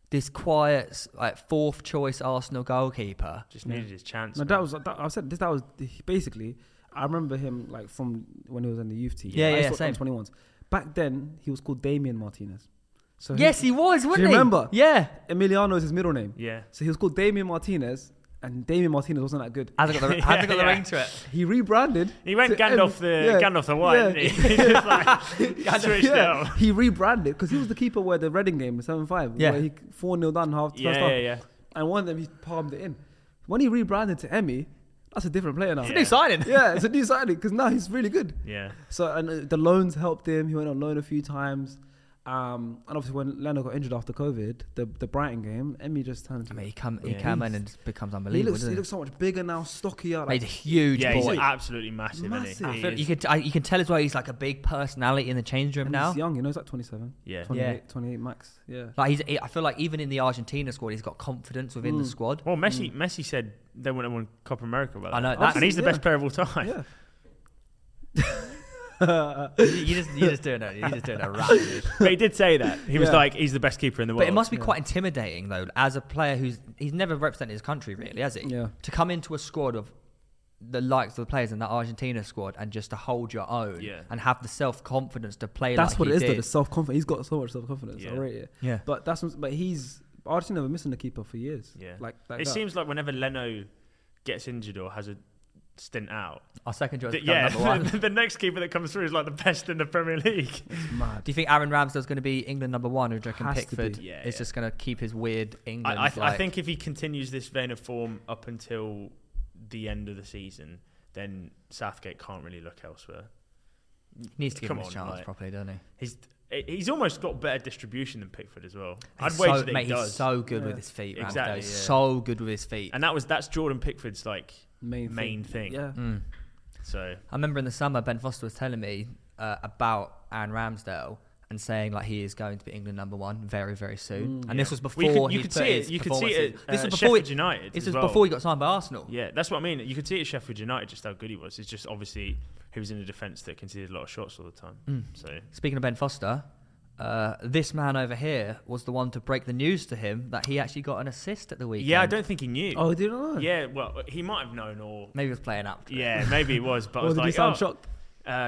[SPEAKER 1] this quiet, like fourth choice Arsenal goalkeeper.
[SPEAKER 4] Just needed his chance.
[SPEAKER 3] No,
[SPEAKER 4] man.
[SPEAKER 3] that was that, I said this. That was the- basically I remember him like from when he was in the youth team.
[SPEAKER 1] Yeah, yeah,
[SPEAKER 3] I
[SPEAKER 1] yeah,
[SPEAKER 3] used to
[SPEAKER 1] same.
[SPEAKER 3] Twenty ones. Back then, he was called Damian Martinez. So
[SPEAKER 1] yes, he was, wasn't
[SPEAKER 3] you
[SPEAKER 1] he?
[SPEAKER 3] remember?
[SPEAKER 1] Yeah.
[SPEAKER 3] Emiliano is his middle name.
[SPEAKER 4] Yeah.
[SPEAKER 3] So he was called Damian Martinez, and Damian Martinez wasn't that good.
[SPEAKER 1] Hasn't got the, hasn't got the
[SPEAKER 4] Yeah.
[SPEAKER 1] ring to it.
[SPEAKER 3] He rebranded.
[SPEAKER 4] He went
[SPEAKER 3] to
[SPEAKER 4] Gandalf
[SPEAKER 3] Em-
[SPEAKER 4] the
[SPEAKER 3] yeah,
[SPEAKER 4] Gandalf the White.
[SPEAKER 3] yeah.
[SPEAKER 4] didn't he? He just like switched it
[SPEAKER 3] yeah,
[SPEAKER 4] up.
[SPEAKER 3] he rebranded because he was the keeper where the Reading game was seven five.
[SPEAKER 1] Yeah.
[SPEAKER 3] where he four 0 down half. first
[SPEAKER 4] Yeah,
[SPEAKER 3] half.
[SPEAKER 4] yeah, yeah.
[SPEAKER 3] And one of them he palmed it in. When he rebranded to Emmy, that's a different player now.
[SPEAKER 1] It's a new signing.
[SPEAKER 3] yeah, it's a new signing because now he's really good.
[SPEAKER 4] Yeah.
[SPEAKER 3] So and uh, the loans helped him. He went on loan a few times. Um, and obviously when Leno got injured after COVID, the the Brighton game, Emmy just turned.
[SPEAKER 1] I mean, he come he
[SPEAKER 4] Yeah.
[SPEAKER 1] come in and just becomes
[SPEAKER 3] he
[SPEAKER 1] unbelievable.
[SPEAKER 3] looks
[SPEAKER 1] doesn't
[SPEAKER 3] he
[SPEAKER 1] he
[SPEAKER 3] looks so much bigger now, stockier.
[SPEAKER 1] Made
[SPEAKER 3] Like,
[SPEAKER 1] a huge
[SPEAKER 4] Yeah, he's
[SPEAKER 1] boy.
[SPEAKER 4] absolutely massive,
[SPEAKER 3] Massive.
[SPEAKER 4] isn't
[SPEAKER 3] I
[SPEAKER 4] he?
[SPEAKER 1] I
[SPEAKER 4] He
[SPEAKER 1] feel-
[SPEAKER 4] is-
[SPEAKER 1] you could I, you can tell as well he's like a big personality in the change room
[SPEAKER 3] and
[SPEAKER 1] now.
[SPEAKER 3] he's young, you know, he's like 27,
[SPEAKER 4] yeah.
[SPEAKER 3] 28,
[SPEAKER 1] Yeah.
[SPEAKER 3] 28 max. Yeah.
[SPEAKER 1] Like he's he- I feel like even in the Argentina squad he's got confidence within the
[SPEAKER 3] Mm.
[SPEAKER 1] squad.
[SPEAKER 4] Well, Messi, Messi said they wouldn't have won Copa America. Well,
[SPEAKER 1] Hmm. I know,
[SPEAKER 4] that, and he's the
[SPEAKER 3] yeah.
[SPEAKER 4] best player of all time.
[SPEAKER 3] Yeah.
[SPEAKER 1] you you just you just doing a you just doing a rap. dude.
[SPEAKER 4] but he did say that he was
[SPEAKER 3] Yeah.
[SPEAKER 4] like, he's the best keeper in the world.
[SPEAKER 1] But it must be quite intimidating though, as a player who's he's never represented his country really, has he?
[SPEAKER 3] Yeah.
[SPEAKER 1] To come into a squad of the likes of the players in that Argentina squad and just to hold your own
[SPEAKER 4] Yeah.
[SPEAKER 1] and have the self confidence to play.
[SPEAKER 3] That's
[SPEAKER 1] like
[SPEAKER 3] what
[SPEAKER 1] he
[SPEAKER 3] it is
[SPEAKER 1] did.
[SPEAKER 3] though. The self confidence. He's got so much self confidence.
[SPEAKER 4] Yeah.
[SPEAKER 3] I rate it.
[SPEAKER 1] Yeah.
[SPEAKER 3] But that's but he's Argentina were missing the keeper for years.
[SPEAKER 4] Yeah.
[SPEAKER 3] Like, like
[SPEAKER 4] it
[SPEAKER 3] that.
[SPEAKER 4] seems like whenever Leno gets injured or has a stint out,
[SPEAKER 1] Our second choice.
[SPEAKER 4] th-
[SPEAKER 1] is
[SPEAKER 4] yeah,
[SPEAKER 1] number one.
[SPEAKER 4] the, the next keeper that comes through is like the best in the Premier League.
[SPEAKER 3] It's mad.
[SPEAKER 1] Do you think Aaron Ramsdale's going to be England number one, or do you reckon
[SPEAKER 3] Has to
[SPEAKER 1] Pickford
[SPEAKER 4] be. Yeah,
[SPEAKER 1] is
[SPEAKER 4] yeah.
[SPEAKER 1] just going to keep his weird England?
[SPEAKER 4] I, I, I
[SPEAKER 1] like-
[SPEAKER 4] think if he continues this vein of form up until the end of the season, then Southgate can't really look elsewhere.
[SPEAKER 1] he needs to give
[SPEAKER 4] come
[SPEAKER 1] him his
[SPEAKER 4] on,
[SPEAKER 1] chance
[SPEAKER 4] like-
[SPEAKER 1] properly, doesn't he?
[SPEAKER 4] He's he's almost got better distribution than Pickford as well. I'd
[SPEAKER 1] He's
[SPEAKER 4] wager
[SPEAKER 1] so,
[SPEAKER 4] that
[SPEAKER 1] mate,
[SPEAKER 4] he does.
[SPEAKER 1] He's so good with
[SPEAKER 3] Yeah.
[SPEAKER 1] his feet. Ramsdale.
[SPEAKER 4] Exactly,
[SPEAKER 1] He's
[SPEAKER 4] yeah.
[SPEAKER 1] so good with his feet.
[SPEAKER 4] and that was that's Jordan Pickford's like
[SPEAKER 3] Main
[SPEAKER 4] main thing.
[SPEAKER 3] Yeah.
[SPEAKER 1] Mm.
[SPEAKER 4] so
[SPEAKER 1] I remember in the summer Ben Foster was telling me uh, about Aaron Ramsdale and saying like he is going to be England number one very very soon. and
[SPEAKER 4] Mm, yeah.
[SPEAKER 1] this was
[SPEAKER 4] Well, you
[SPEAKER 1] before
[SPEAKER 4] could- you
[SPEAKER 1] he'd
[SPEAKER 4] could
[SPEAKER 1] put
[SPEAKER 4] see it-
[SPEAKER 1] his
[SPEAKER 4] you could see it
[SPEAKER 1] performances-
[SPEAKER 4] at,
[SPEAKER 1] This
[SPEAKER 4] uh,
[SPEAKER 1] was before he-
[SPEAKER 4] Sheffield United
[SPEAKER 1] This
[SPEAKER 4] as
[SPEAKER 1] was
[SPEAKER 4] well.
[SPEAKER 1] before he got signed by Arsenal.
[SPEAKER 4] yeah, that's what I mean. You could see it at Sheffield United just how good he was. It's just obviously he was in a defence that conceded a lot of shots all the time.
[SPEAKER 1] Mm.
[SPEAKER 4] So
[SPEAKER 1] Speaking of Ben Foster, uh, this man over here was the one to break the news to him that he actually got an assist at the weekend.
[SPEAKER 4] yeah, I don't think he knew.
[SPEAKER 3] Oh, he didn't know.
[SPEAKER 4] yeah, well, he might have known or
[SPEAKER 1] Maybe he was playing up. to it.
[SPEAKER 4] yeah, maybe he was, but I
[SPEAKER 3] Or
[SPEAKER 4] was
[SPEAKER 3] did he
[SPEAKER 4] like,
[SPEAKER 3] sound
[SPEAKER 4] oh,
[SPEAKER 3] shocked?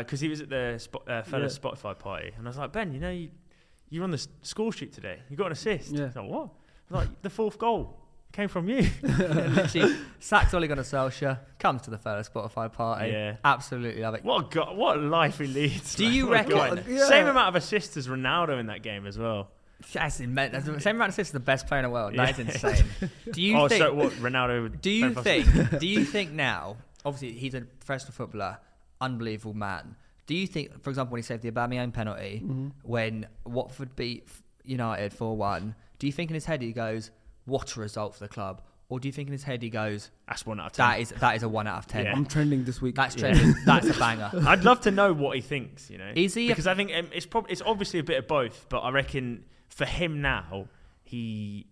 [SPEAKER 4] because he was at the spot, uh, fella's
[SPEAKER 3] Yeah.
[SPEAKER 4] Spotify party, and I was like, Ben, you know, you, you're on the s- score sheet today. You got an assist.
[SPEAKER 3] Yeah.
[SPEAKER 4] He's like, what? I was like, the fourth goal came from you.
[SPEAKER 1] Literally, sacks Ole Gunnar Solskjaer, comes to the fellow Spotify party.
[SPEAKER 4] Yeah.
[SPEAKER 1] Absolutely love it.
[SPEAKER 4] what a go- what a life he leads.
[SPEAKER 1] Do
[SPEAKER 4] man.
[SPEAKER 1] you
[SPEAKER 4] What a guy.
[SPEAKER 1] reckon-
[SPEAKER 3] Yeah.
[SPEAKER 4] Same amount of assists as Ronaldo in that game as well.
[SPEAKER 1] That's immense. That's the same amount of assists as the best player in the world. That is
[SPEAKER 4] Yeah.
[SPEAKER 1] insane. Do you
[SPEAKER 4] oh,
[SPEAKER 1] think?
[SPEAKER 4] so what? Ronaldo. would-
[SPEAKER 1] do you
[SPEAKER 4] Ben Foster-
[SPEAKER 1] think? do you think now? Obviously, he's a professional footballer, unbelievable man. Do you think, for example, when he saved the Aubameyang penalty
[SPEAKER 3] Mm-hmm.
[SPEAKER 1] when Watford beat United four one? Do you think in his head he goes, "What a result for the club," or do you think in his head he goes,
[SPEAKER 4] That's one out of ten.
[SPEAKER 1] "That is that is a one out of ten.
[SPEAKER 4] Yeah.
[SPEAKER 3] I'm trending this week.
[SPEAKER 1] That's trending. That's a banger."
[SPEAKER 4] I'd love to know what he thinks. You know,
[SPEAKER 1] Is he a-
[SPEAKER 4] Because I think um, it's probably it's obviously a bit of both, but I reckon for him now, he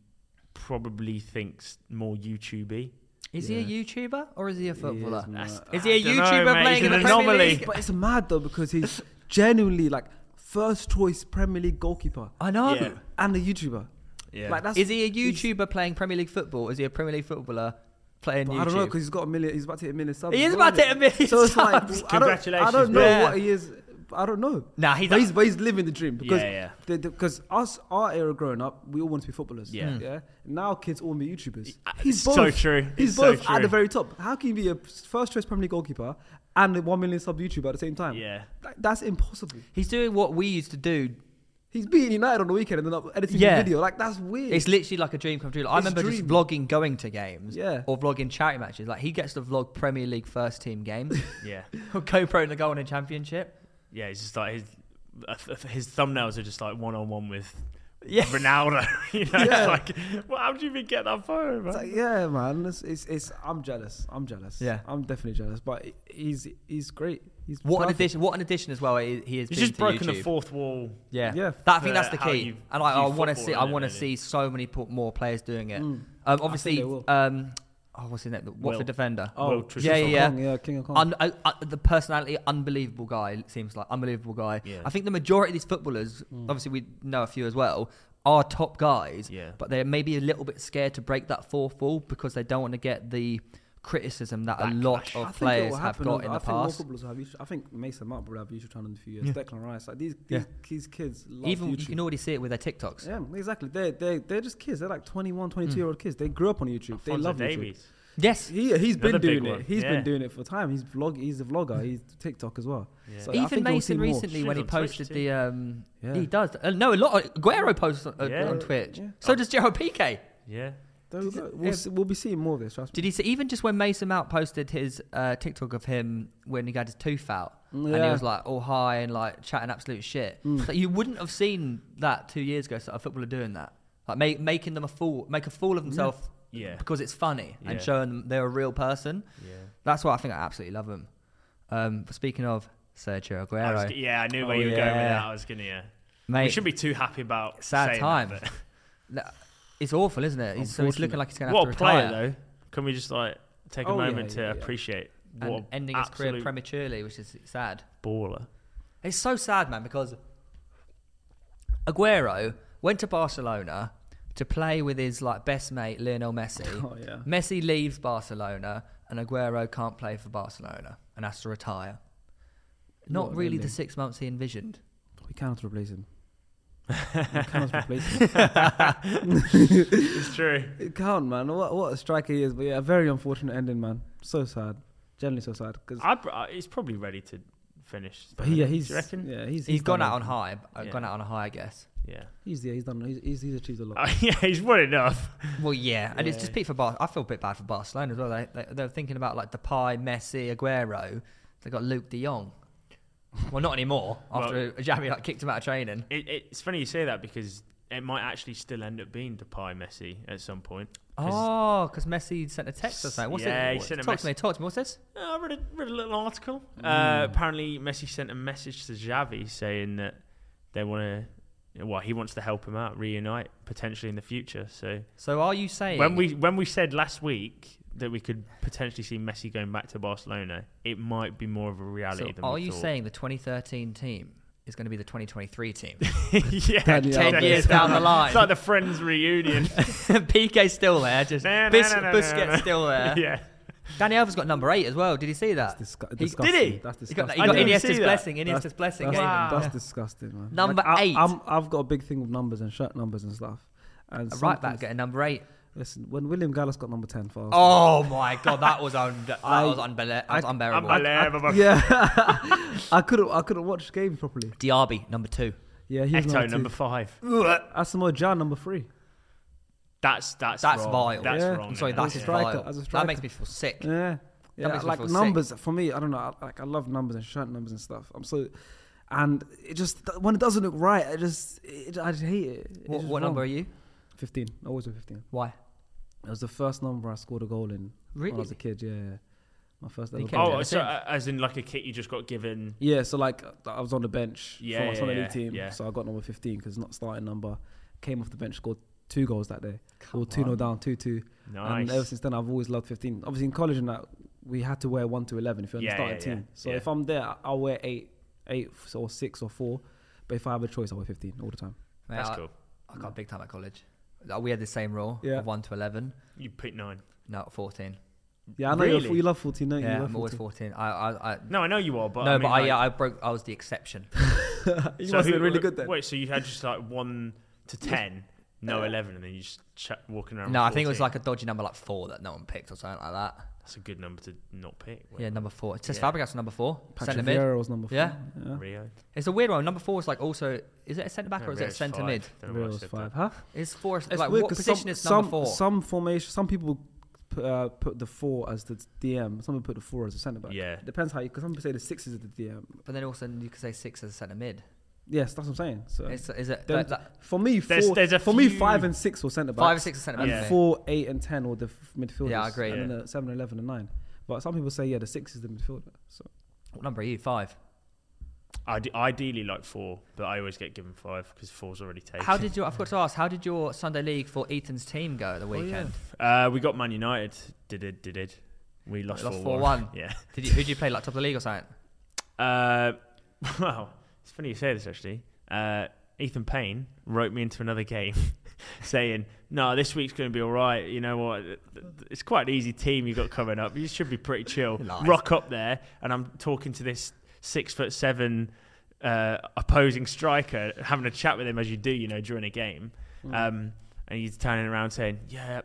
[SPEAKER 4] probably thinks more YouTubey.
[SPEAKER 1] Is he a YouTuber or is he a footballer?
[SPEAKER 3] mad.
[SPEAKER 1] That's- is he a
[SPEAKER 4] I dunno,
[SPEAKER 1] YouTuber
[SPEAKER 4] mate.
[SPEAKER 1] playing
[SPEAKER 4] He's
[SPEAKER 1] in the
[SPEAKER 4] an
[SPEAKER 1] Premier
[SPEAKER 4] anomaly.
[SPEAKER 1] League?
[SPEAKER 3] But it's mad though because he's genuinely like first choice Premier League goalkeeper
[SPEAKER 1] I know.
[SPEAKER 4] Yeah.
[SPEAKER 3] and a YouTuber.
[SPEAKER 4] Yeah.
[SPEAKER 3] Like that's
[SPEAKER 1] Is he a
[SPEAKER 3] he's-
[SPEAKER 1] YouTuber playing Premier League football? Is he a Premier League footballer playing
[SPEAKER 3] But
[SPEAKER 1] YouTube?
[SPEAKER 3] I don't know because he's got a million. He's about to hit a million subs.
[SPEAKER 1] He is
[SPEAKER 3] as
[SPEAKER 1] about to
[SPEAKER 3] isn't
[SPEAKER 1] hit a million
[SPEAKER 3] So it's like
[SPEAKER 1] subs.
[SPEAKER 3] I don't, I
[SPEAKER 4] Congratulations,
[SPEAKER 3] don't know
[SPEAKER 1] bro.
[SPEAKER 3] what he is. I don't know.
[SPEAKER 1] Nah, he's
[SPEAKER 3] but
[SPEAKER 1] a-
[SPEAKER 3] he's, but he's living the dream because
[SPEAKER 4] Yeah, yeah.
[SPEAKER 3] the- the- because us our era growing up, we all want to be footballers.
[SPEAKER 4] Yeah. Mm.
[SPEAKER 3] yeah. Now kids all want to be YouTubers.
[SPEAKER 4] Uh,
[SPEAKER 3] He's
[SPEAKER 4] it's
[SPEAKER 3] both.
[SPEAKER 4] so true.
[SPEAKER 3] He's
[SPEAKER 4] It's so
[SPEAKER 3] both at
[SPEAKER 4] true.
[SPEAKER 3] the very top. How can you be a first choice Premier League goalkeeper and a one million sub YouTuber at the same time?
[SPEAKER 4] Yeah.
[SPEAKER 3] Like, that's impossible.
[SPEAKER 1] He's doing what we used to do.
[SPEAKER 3] He's beating United on the weekend and then up editing
[SPEAKER 1] Yeah.
[SPEAKER 3] the video. Like that's weird.
[SPEAKER 1] It's literally like a dream come true. Like, I
[SPEAKER 3] It's a
[SPEAKER 1] remember just
[SPEAKER 3] dream.
[SPEAKER 1] vlogging going to games
[SPEAKER 3] Yeah.
[SPEAKER 1] or vlogging charity matches. Like he gets to vlog Premier League first team games,
[SPEAKER 4] Yeah,
[SPEAKER 1] GoPro in the Golden Championship.
[SPEAKER 4] yeah. It's just like his uh, th- his thumbnails are just like one on one with
[SPEAKER 1] Yeah.
[SPEAKER 4] Ronaldo. you know,
[SPEAKER 3] Yeah.
[SPEAKER 4] it's like, well, how do you even get that photo, man?
[SPEAKER 3] It's like, yeah, man. It's, it's it's I'm jealous. I'm jealous.
[SPEAKER 1] Yeah.
[SPEAKER 3] I'm definitely jealous. But he's he's great. He's
[SPEAKER 1] What an
[SPEAKER 3] perfect.
[SPEAKER 1] addition! What an addition as well. He, he has
[SPEAKER 4] He's
[SPEAKER 1] been
[SPEAKER 4] just
[SPEAKER 1] to
[SPEAKER 4] broken
[SPEAKER 1] YouTube.
[SPEAKER 4] the fourth wall.
[SPEAKER 1] Yeah,
[SPEAKER 3] Yeah.
[SPEAKER 1] That, I think
[SPEAKER 4] For
[SPEAKER 1] that's the
[SPEAKER 4] how
[SPEAKER 1] key,
[SPEAKER 4] you
[SPEAKER 1] and I, I
[SPEAKER 4] view
[SPEAKER 1] want to
[SPEAKER 4] football,
[SPEAKER 1] see. I
[SPEAKER 4] isn't it,
[SPEAKER 1] want to
[SPEAKER 4] really?
[SPEAKER 1] see so many po- more players doing it. Um, obviously,
[SPEAKER 3] Hmm. they will.
[SPEAKER 1] um, oh, what's his name? The Watford
[SPEAKER 4] Will.
[SPEAKER 1] defender.
[SPEAKER 3] Oh,
[SPEAKER 4] Well,
[SPEAKER 1] yeah,
[SPEAKER 3] King of
[SPEAKER 1] yeah,
[SPEAKER 3] Kong,
[SPEAKER 1] yeah.
[SPEAKER 3] yeah, King of Kong.
[SPEAKER 1] Un- uh, uh, the personality, unbelievable guy. Seems like unbelievable guy.
[SPEAKER 4] Yeah.
[SPEAKER 1] I think the majority of these footballers,
[SPEAKER 3] Mm.
[SPEAKER 1] obviously we know a few as well, are top guys.
[SPEAKER 4] Yeah.
[SPEAKER 1] But they're maybe a little bit scared to break that fourth wall because they don't want to get the criticism that, a
[SPEAKER 4] Backlash.
[SPEAKER 1] lot
[SPEAKER 3] I
[SPEAKER 1] of
[SPEAKER 3] think it will
[SPEAKER 1] players have
[SPEAKER 3] happen,
[SPEAKER 1] got in
[SPEAKER 3] I
[SPEAKER 1] the
[SPEAKER 3] think more
[SPEAKER 1] past.
[SPEAKER 3] footballers will have YouTube- I think Mason Mount will have YouTube channel in a few years.
[SPEAKER 1] Yeah.
[SPEAKER 3] Declan Rice, like these
[SPEAKER 1] Yeah.
[SPEAKER 3] these, these kids love
[SPEAKER 1] Even
[SPEAKER 3] YouTube.
[SPEAKER 1] you can already see it with their TikToks.
[SPEAKER 3] yeah, exactly. They they they're just kids. They're like 21, 22 year old kids. They grew up on YouTube. they
[SPEAKER 4] Alphonso
[SPEAKER 3] love YouTube.
[SPEAKER 4] Mm. Davies.
[SPEAKER 1] Yes,
[SPEAKER 3] He he's
[SPEAKER 4] Another
[SPEAKER 3] been
[SPEAKER 4] big
[SPEAKER 3] doing
[SPEAKER 4] one.
[SPEAKER 3] it. He's
[SPEAKER 4] Yeah.
[SPEAKER 3] been doing it for time. He's vlog. He's a vlogger. He's TikTok as well.
[SPEAKER 4] Yeah.
[SPEAKER 3] So I
[SPEAKER 1] even
[SPEAKER 3] think you'll see
[SPEAKER 1] Mason
[SPEAKER 3] more.
[SPEAKER 1] recently
[SPEAKER 4] Shit
[SPEAKER 1] when he
[SPEAKER 4] on Twitch
[SPEAKER 1] posted
[SPEAKER 4] too.
[SPEAKER 1] the um,
[SPEAKER 3] Yeah.
[SPEAKER 1] he does uh, no a lot. Of, Guerrero posts on, uh,
[SPEAKER 4] Yeah.
[SPEAKER 1] on Twitch.
[SPEAKER 3] Yeah.
[SPEAKER 1] So does Gerald Piqué.
[SPEAKER 4] Yeah.
[SPEAKER 3] There we
[SPEAKER 1] Did
[SPEAKER 3] go.
[SPEAKER 1] it-
[SPEAKER 3] We'll,
[SPEAKER 1] yeah.
[SPEAKER 3] see, we'll be seeing more of this. Trust me.
[SPEAKER 1] Did he see even just when Mason Mount posted his uh, TikTok of him when he got his tooth out and he
[SPEAKER 3] Yeah.
[SPEAKER 1] was like all high and like chatting absolute shit?
[SPEAKER 3] Mm.
[SPEAKER 1] It's Like you wouldn't have seen that two years ago. So a footballer doing that, like make, making them a fool, make a fool of themselves
[SPEAKER 4] Yeah.
[SPEAKER 1] because it's funny
[SPEAKER 4] Yeah.
[SPEAKER 1] and showing them they're a real person.
[SPEAKER 4] Yeah.
[SPEAKER 1] That's why I think I absolutely love him. Um, but speaking of Sergio
[SPEAKER 4] I was
[SPEAKER 1] Aguero,
[SPEAKER 4] g- yeah, I knew where
[SPEAKER 1] Oh,
[SPEAKER 4] you were going with
[SPEAKER 1] yeah.
[SPEAKER 4] that. I was gonna. Yeah.
[SPEAKER 1] mate,
[SPEAKER 4] we shouldn't be too happy about
[SPEAKER 1] sad
[SPEAKER 4] saying
[SPEAKER 1] time.
[SPEAKER 4] That, but-
[SPEAKER 1] That- it's awful, isn't it? He's, so he's looking
[SPEAKER 3] Unfortunate.
[SPEAKER 1] like he's going to have to
[SPEAKER 4] what a player
[SPEAKER 1] retire
[SPEAKER 4] though. Can we just like take a
[SPEAKER 3] Oh, yeah,
[SPEAKER 4] moment
[SPEAKER 3] yeah,
[SPEAKER 4] to
[SPEAKER 3] yeah.
[SPEAKER 4] appreciate what
[SPEAKER 1] and
[SPEAKER 4] a
[SPEAKER 1] ending his career
[SPEAKER 4] absolute
[SPEAKER 1] prematurely, which is sad.
[SPEAKER 4] baller?
[SPEAKER 1] It's so sad, man, because Aguero went to Barcelona to play with his like best mate Lionel Messi.
[SPEAKER 3] Oh yeah.
[SPEAKER 1] Messi leaves Barcelona, and Aguero can't play for Barcelona and has to retire. Not
[SPEAKER 3] What an
[SPEAKER 1] really the
[SPEAKER 3] ending.
[SPEAKER 1] six months he envisioned.
[SPEAKER 3] We cannot replace him. we cannot replace him.
[SPEAKER 4] It's true.
[SPEAKER 3] It can't, man. What what a striker he is, but yeah, a very unfortunate ending, man. So sad. Generally so sad because
[SPEAKER 4] I, I, he's probably ready to finish.
[SPEAKER 3] but he, yeah, he's
[SPEAKER 4] Do you reckon?
[SPEAKER 3] yeah he's
[SPEAKER 1] he's gone
[SPEAKER 3] done
[SPEAKER 1] out on
[SPEAKER 3] it.
[SPEAKER 1] high. uh,
[SPEAKER 4] Yeah.
[SPEAKER 1] Gone out on a high, I guess.
[SPEAKER 4] Yeah.
[SPEAKER 3] He's yeah, he's done. He's he's, he's achieved a lot.
[SPEAKER 1] Oh,
[SPEAKER 4] Uh, yeah, he's won enough.
[SPEAKER 1] Well, yeah, and it's
[SPEAKER 4] Yeah.
[SPEAKER 1] just pete for Bar. I feel a bit bad for Barcelona as well. They, they they're thinking about like Depay, Messi, Aguero. They got Luke De Jong. Well, not anymore.
[SPEAKER 4] Well-
[SPEAKER 1] After Jamie like kicked him out of training.
[SPEAKER 4] It, it's funny you say that because it might actually still end up being Depay Messi at some point. 'Cause-
[SPEAKER 1] Oh, because Messi sent a text or something. What's
[SPEAKER 4] Yeah,
[SPEAKER 1] it?
[SPEAKER 4] he
[SPEAKER 1] What-
[SPEAKER 4] sent a
[SPEAKER 1] talk to
[SPEAKER 4] mess-
[SPEAKER 1] me. Talk to me. What's this?
[SPEAKER 4] Uh, I read a, read a little article. Uh,
[SPEAKER 1] Hmm.
[SPEAKER 4] apparently, Messi sent a message to Xavi saying that they want to, well, he wants to help him out, reunite potentially in the future. So
[SPEAKER 1] So are you saying
[SPEAKER 4] when we when we said last week that we could potentially see Messi going back to Barcelona, it might be more of a
[SPEAKER 1] So
[SPEAKER 4] reality than
[SPEAKER 1] are
[SPEAKER 4] we
[SPEAKER 1] you
[SPEAKER 4] thought.
[SPEAKER 1] saying the 2013 team is going to be the 2023 team?
[SPEAKER 4] yeah,
[SPEAKER 3] Ten
[SPEAKER 1] Ten
[SPEAKER 3] Yeah,
[SPEAKER 1] years
[SPEAKER 3] but-
[SPEAKER 1] down the line,
[SPEAKER 4] It's like the Friends reunion.
[SPEAKER 1] PK's still there. Just
[SPEAKER 4] No, no,
[SPEAKER 1] Bis-
[SPEAKER 4] no, no, no,
[SPEAKER 1] Busquets
[SPEAKER 4] no.
[SPEAKER 1] still there.
[SPEAKER 4] yeah.
[SPEAKER 1] Danny Alves got number eight as well. Did you see that?
[SPEAKER 3] Disgu-
[SPEAKER 1] he-
[SPEAKER 3] disgusting.
[SPEAKER 4] did he?
[SPEAKER 3] That's
[SPEAKER 1] He got,
[SPEAKER 3] disgusting.
[SPEAKER 1] he got
[SPEAKER 4] I didn't
[SPEAKER 1] Iniesta's
[SPEAKER 4] see that.
[SPEAKER 1] blessing. Iniestasta's blessing.
[SPEAKER 3] That's,
[SPEAKER 1] gave him-
[SPEAKER 4] Wow.
[SPEAKER 1] yeah.
[SPEAKER 3] that's disgusting, man.
[SPEAKER 1] Ah. Number
[SPEAKER 3] I,
[SPEAKER 1] eight.
[SPEAKER 3] I'm, I've got a big thing with numbers and shirt numbers and stuff. And
[SPEAKER 1] A right back
[SPEAKER 3] sometimes-
[SPEAKER 1] getting number eight.
[SPEAKER 3] Listen, when William Gallas got number ten for us.
[SPEAKER 1] Oh my god, that was un- that
[SPEAKER 3] I-
[SPEAKER 1] was, unbel- that was
[SPEAKER 3] I-
[SPEAKER 1] unbearable.
[SPEAKER 4] Unbelievable.
[SPEAKER 1] Oh,
[SPEAKER 3] Yeah, I couldn't. I couldn't watch games properly.
[SPEAKER 1] Diaby number two.
[SPEAKER 3] Yeah, he's
[SPEAKER 4] Eto
[SPEAKER 3] number,
[SPEAKER 4] number
[SPEAKER 3] two.
[SPEAKER 4] five.
[SPEAKER 3] Asamoah Gyan number three.
[SPEAKER 4] That's that's
[SPEAKER 1] That's
[SPEAKER 4] wrong.
[SPEAKER 1] vile.
[SPEAKER 4] That's
[SPEAKER 3] Yeah.
[SPEAKER 4] wrong.
[SPEAKER 1] I'm sorry,
[SPEAKER 4] isn't
[SPEAKER 1] that's
[SPEAKER 3] As a
[SPEAKER 4] it?
[SPEAKER 3] striker-
[SPEAKER 1] vile.
[SPEAKER 3] as a
[SPEAKER 1] That
[SPEAKER 3] striker.
[SPEAKER 1] makes me feel sick.
[SPEAKER 3] Yeah, yeah.
[SPEAKER 1] makes me
[SPEAKER 3] Like
[SPEAKER 1] feel sick.
[SPEAKER 3] numbers for me, I don't know. I, like I love numbers and shirt numbers and stuff. I'm so, and it just when it doesn't look right, I just it, I just hate it. It's
[SPEAKER 1] What,
[SPEAKER 3] just
[SPEAKER 1] what
[SPEAKER 3] wrong.
[SPEAKER 1] number are you?
[SPEAKER 3] Fifteen. I Always with fifteen.
[SPEAKER 1] Why?
[SPEAKER 3] It was the first number I scored a goal in when I
[SPEAKER 1] Really?
[SPEAKER 3] was a kid. Yeah, yeah. my first
[SPEAKER 1] They
[SPEAKER 3] ever.
[SPEAKER 1] kept
[SPEAKER 3] goal.
[SPEAKER 1] it.
[SPEAKER 4] Oh, so uh, as in like a kit you just got given.
[SPEAKER 3] Yeah, so like I was on the bench
[SPEAKER 4] Yeah,
[SPEAKER 3] for my
[SPEAKER 4] yeah,
[SPEAKER 3] Sunday
[SPEAKER 4] yeah,
[SPEAKER 3] league team,
[SPEAKER 4] yeah.
[SPEAKER 3] so I got number 15 because not starting number. Came off the bench, scored two goals that day. Or 2 0 down, 2 2.
[SPEAKER 4] Nice.
[SPEAKER 3] And ever since then, I've always loved 15. Obviously, in college and that, we had to wear 1 to 11 if you're in
[SPEAKER 4] Yeah,
[SPEAKER 3] the starting
[SPEAKER 4] yeah,
[SPEAKER 3] team.
[SPEAKER 4] yeah,
[SPEAKER 3] So
[SPEAKER 4] yeah.
[SPEAKER 3] if I'm there, I'll wear 8, 8 or 6 or 4. But if I have a choice, I'll wear 15 all the time.
[SPEAKER 1] Mate,
[SPEAKER 4] That's
[SPEAKER 1] I,
[SPEAKER 4] cool.
[SPEAKER 1] I got big time at college. Like, We had the same rule
[SPEAKER 3] Yeah.
[SPEAKER 1] of one to eleven.
[SPEAKER 4] You pick nine.
[SPEAKER 1] No, fourteen.
[SPEAKER 3] Yeah, I know you're
[SPEAKER 4] Really?
[SPEAKER 3] f- you love 14, don't you?
[SPEAKER 1] yeah,
[SPEAKER 3] you? love
[SPEAKER 1] I'm always
[SPEAKER 3] 14.
[SPEAKER 1] fourteen. I, I, I
[SPEAKER 4] No, I know you are, but
[SPEAKER 1] no,
[SPEAKER 4] I
[SPEAKER 1] but
[SPEAKER 4] mean,
[SPEAKER 1] I, uh,
[SPEAKER 4] like,
[SPEAKER 1] yeah, I broke. I was the exception.
[SPEAKER 3] You must
[SPEAKER 4] so who-
[SPEAKER 3] have been really good then.
[SPEAKER 4] Wait, so you had just like one to ten, no eleven, and then you just ch- walking around.
[SPEAKER 1] no, I
[SPEAKER 4] with
[SPEAKER 1] think it was
[SPEAKER 4] 14.
[SPEAKER 1] like a dodgy number, like four, that no one picked or something like that.
[SPEAKER 4] that's a good number to not pick.
[SPEAKER 1] Yeah, number four. It's just
[SPEAKER 4] Yeah.
[SPEAKER 1] Fabregas was number four. Centre
[SPEAKER 3] Patrick
[SPEAKER 1] mid.
[SPEAKER 3] Vieira was number 4.
[SPEAKER 1] Yeah.
[SPEAKER 3] yeah.
[SPEAKER 4] Rio.
[SPEAKER 1] It's a weird one. Number four is like also is it a centre back or is it a
[SPEAKER 4] Rio's
[SPEAKER 1] centre
[SPEAKER 4] five.
[SPEAKER 1] mid?
[SPEAKER 4] Don't know why I
[SPEAKER 3] Vieira was
[SPEAKER 4] said
[SPEAKER 3] 5.
[SPEAKER 4] that.
[SPEAKER 3] Huh?
[SPEAKER 1] It's four.
[SPEAKER 3] It's
[SPEAKER 1] like
[SPEAKER 3] weird
[SPEAKER 1] what
[SPEAKER 3] 'cause
[SPEAKER 1] position
[SPEAKER 3] some,
[SPEAKER 1] is number
[SPEAKER 3] some,
[SPEAKER 1] four?
[SPEAKER 3] Some formation. Some people p- uh, put the four as the DM. Some people put the four as the centre back.
[SPEAKER 4] Yeah.
[SPEAKER 3] depends how you. Because some people say the six is the DM.
[SPEAKER 1] but then also you could say six as a centre mid.
[SPEAKER 3] Yes, that's what I'm saying. So
[SPEAKER 1] It's, is it
[SPEAKER 3] Them-
[SPEAKER 1] like, like
[SPEAKER 3] for me,
[SPEAKER 4] There's-
[SPEAKER 3] four.
[SPEAKER 4] there's a
[SPEAKER 3] for me,
[SPEAKER 4] few-
[SPEAKER 3] five and six were centre backs.
[SPEAKER 1] five or six as centre mid?
[SPEAKER 3] And
[SPEAKER 4] Yeah.
[SPEAKER 3] four, eight, and ten were the f- midfielders.
[SPEAKER 1] Yeah, I agree.
[SPEAKER 3] And
[SPEAKER 4] Yeah.
[SPEAKER 3] then the seven, eleven, and nine. But some people say yeah, the six is the midfielder. So
[SPEAKER 1] What number are you? Five.
[SPEAKER 4] Ide- ideally, like four, but I always get given five because four's already taken.
[SPEAKER 1] How did your? I forgot to ask. How did your Sunday league for Ethan's team go at the
[SPEAKER 3] yeah.
[SPEAKER 1] weekend?
[SPEAKER 4] Uh, we got Man United. Did it? Did it? We lost,
[SPEAKER 1] lost
[SPEAKER 4] 4-1.
[SPEAKER 1] 4-1.
[SPEAKER 4] Yeah.
[SPEAKER 1] Did you, who did you play? Like top of the league or something?
[SPEAKER 4] Uh, wow, it's funny you say this actually. Uh, Ethan Payne wrote me into another game saying, "No, this week's going to be all right." You know what? It's quite an easy team you have got coming up. You should be pretty chill.
[SPEAKER 1] Lies.
[SPEAKER 4] Rock up there, and I'm talking to this six foot seven uh, opposing striker, having a chat with him as you do, you know, during a game, um, and he's turning around saying, "Yeah."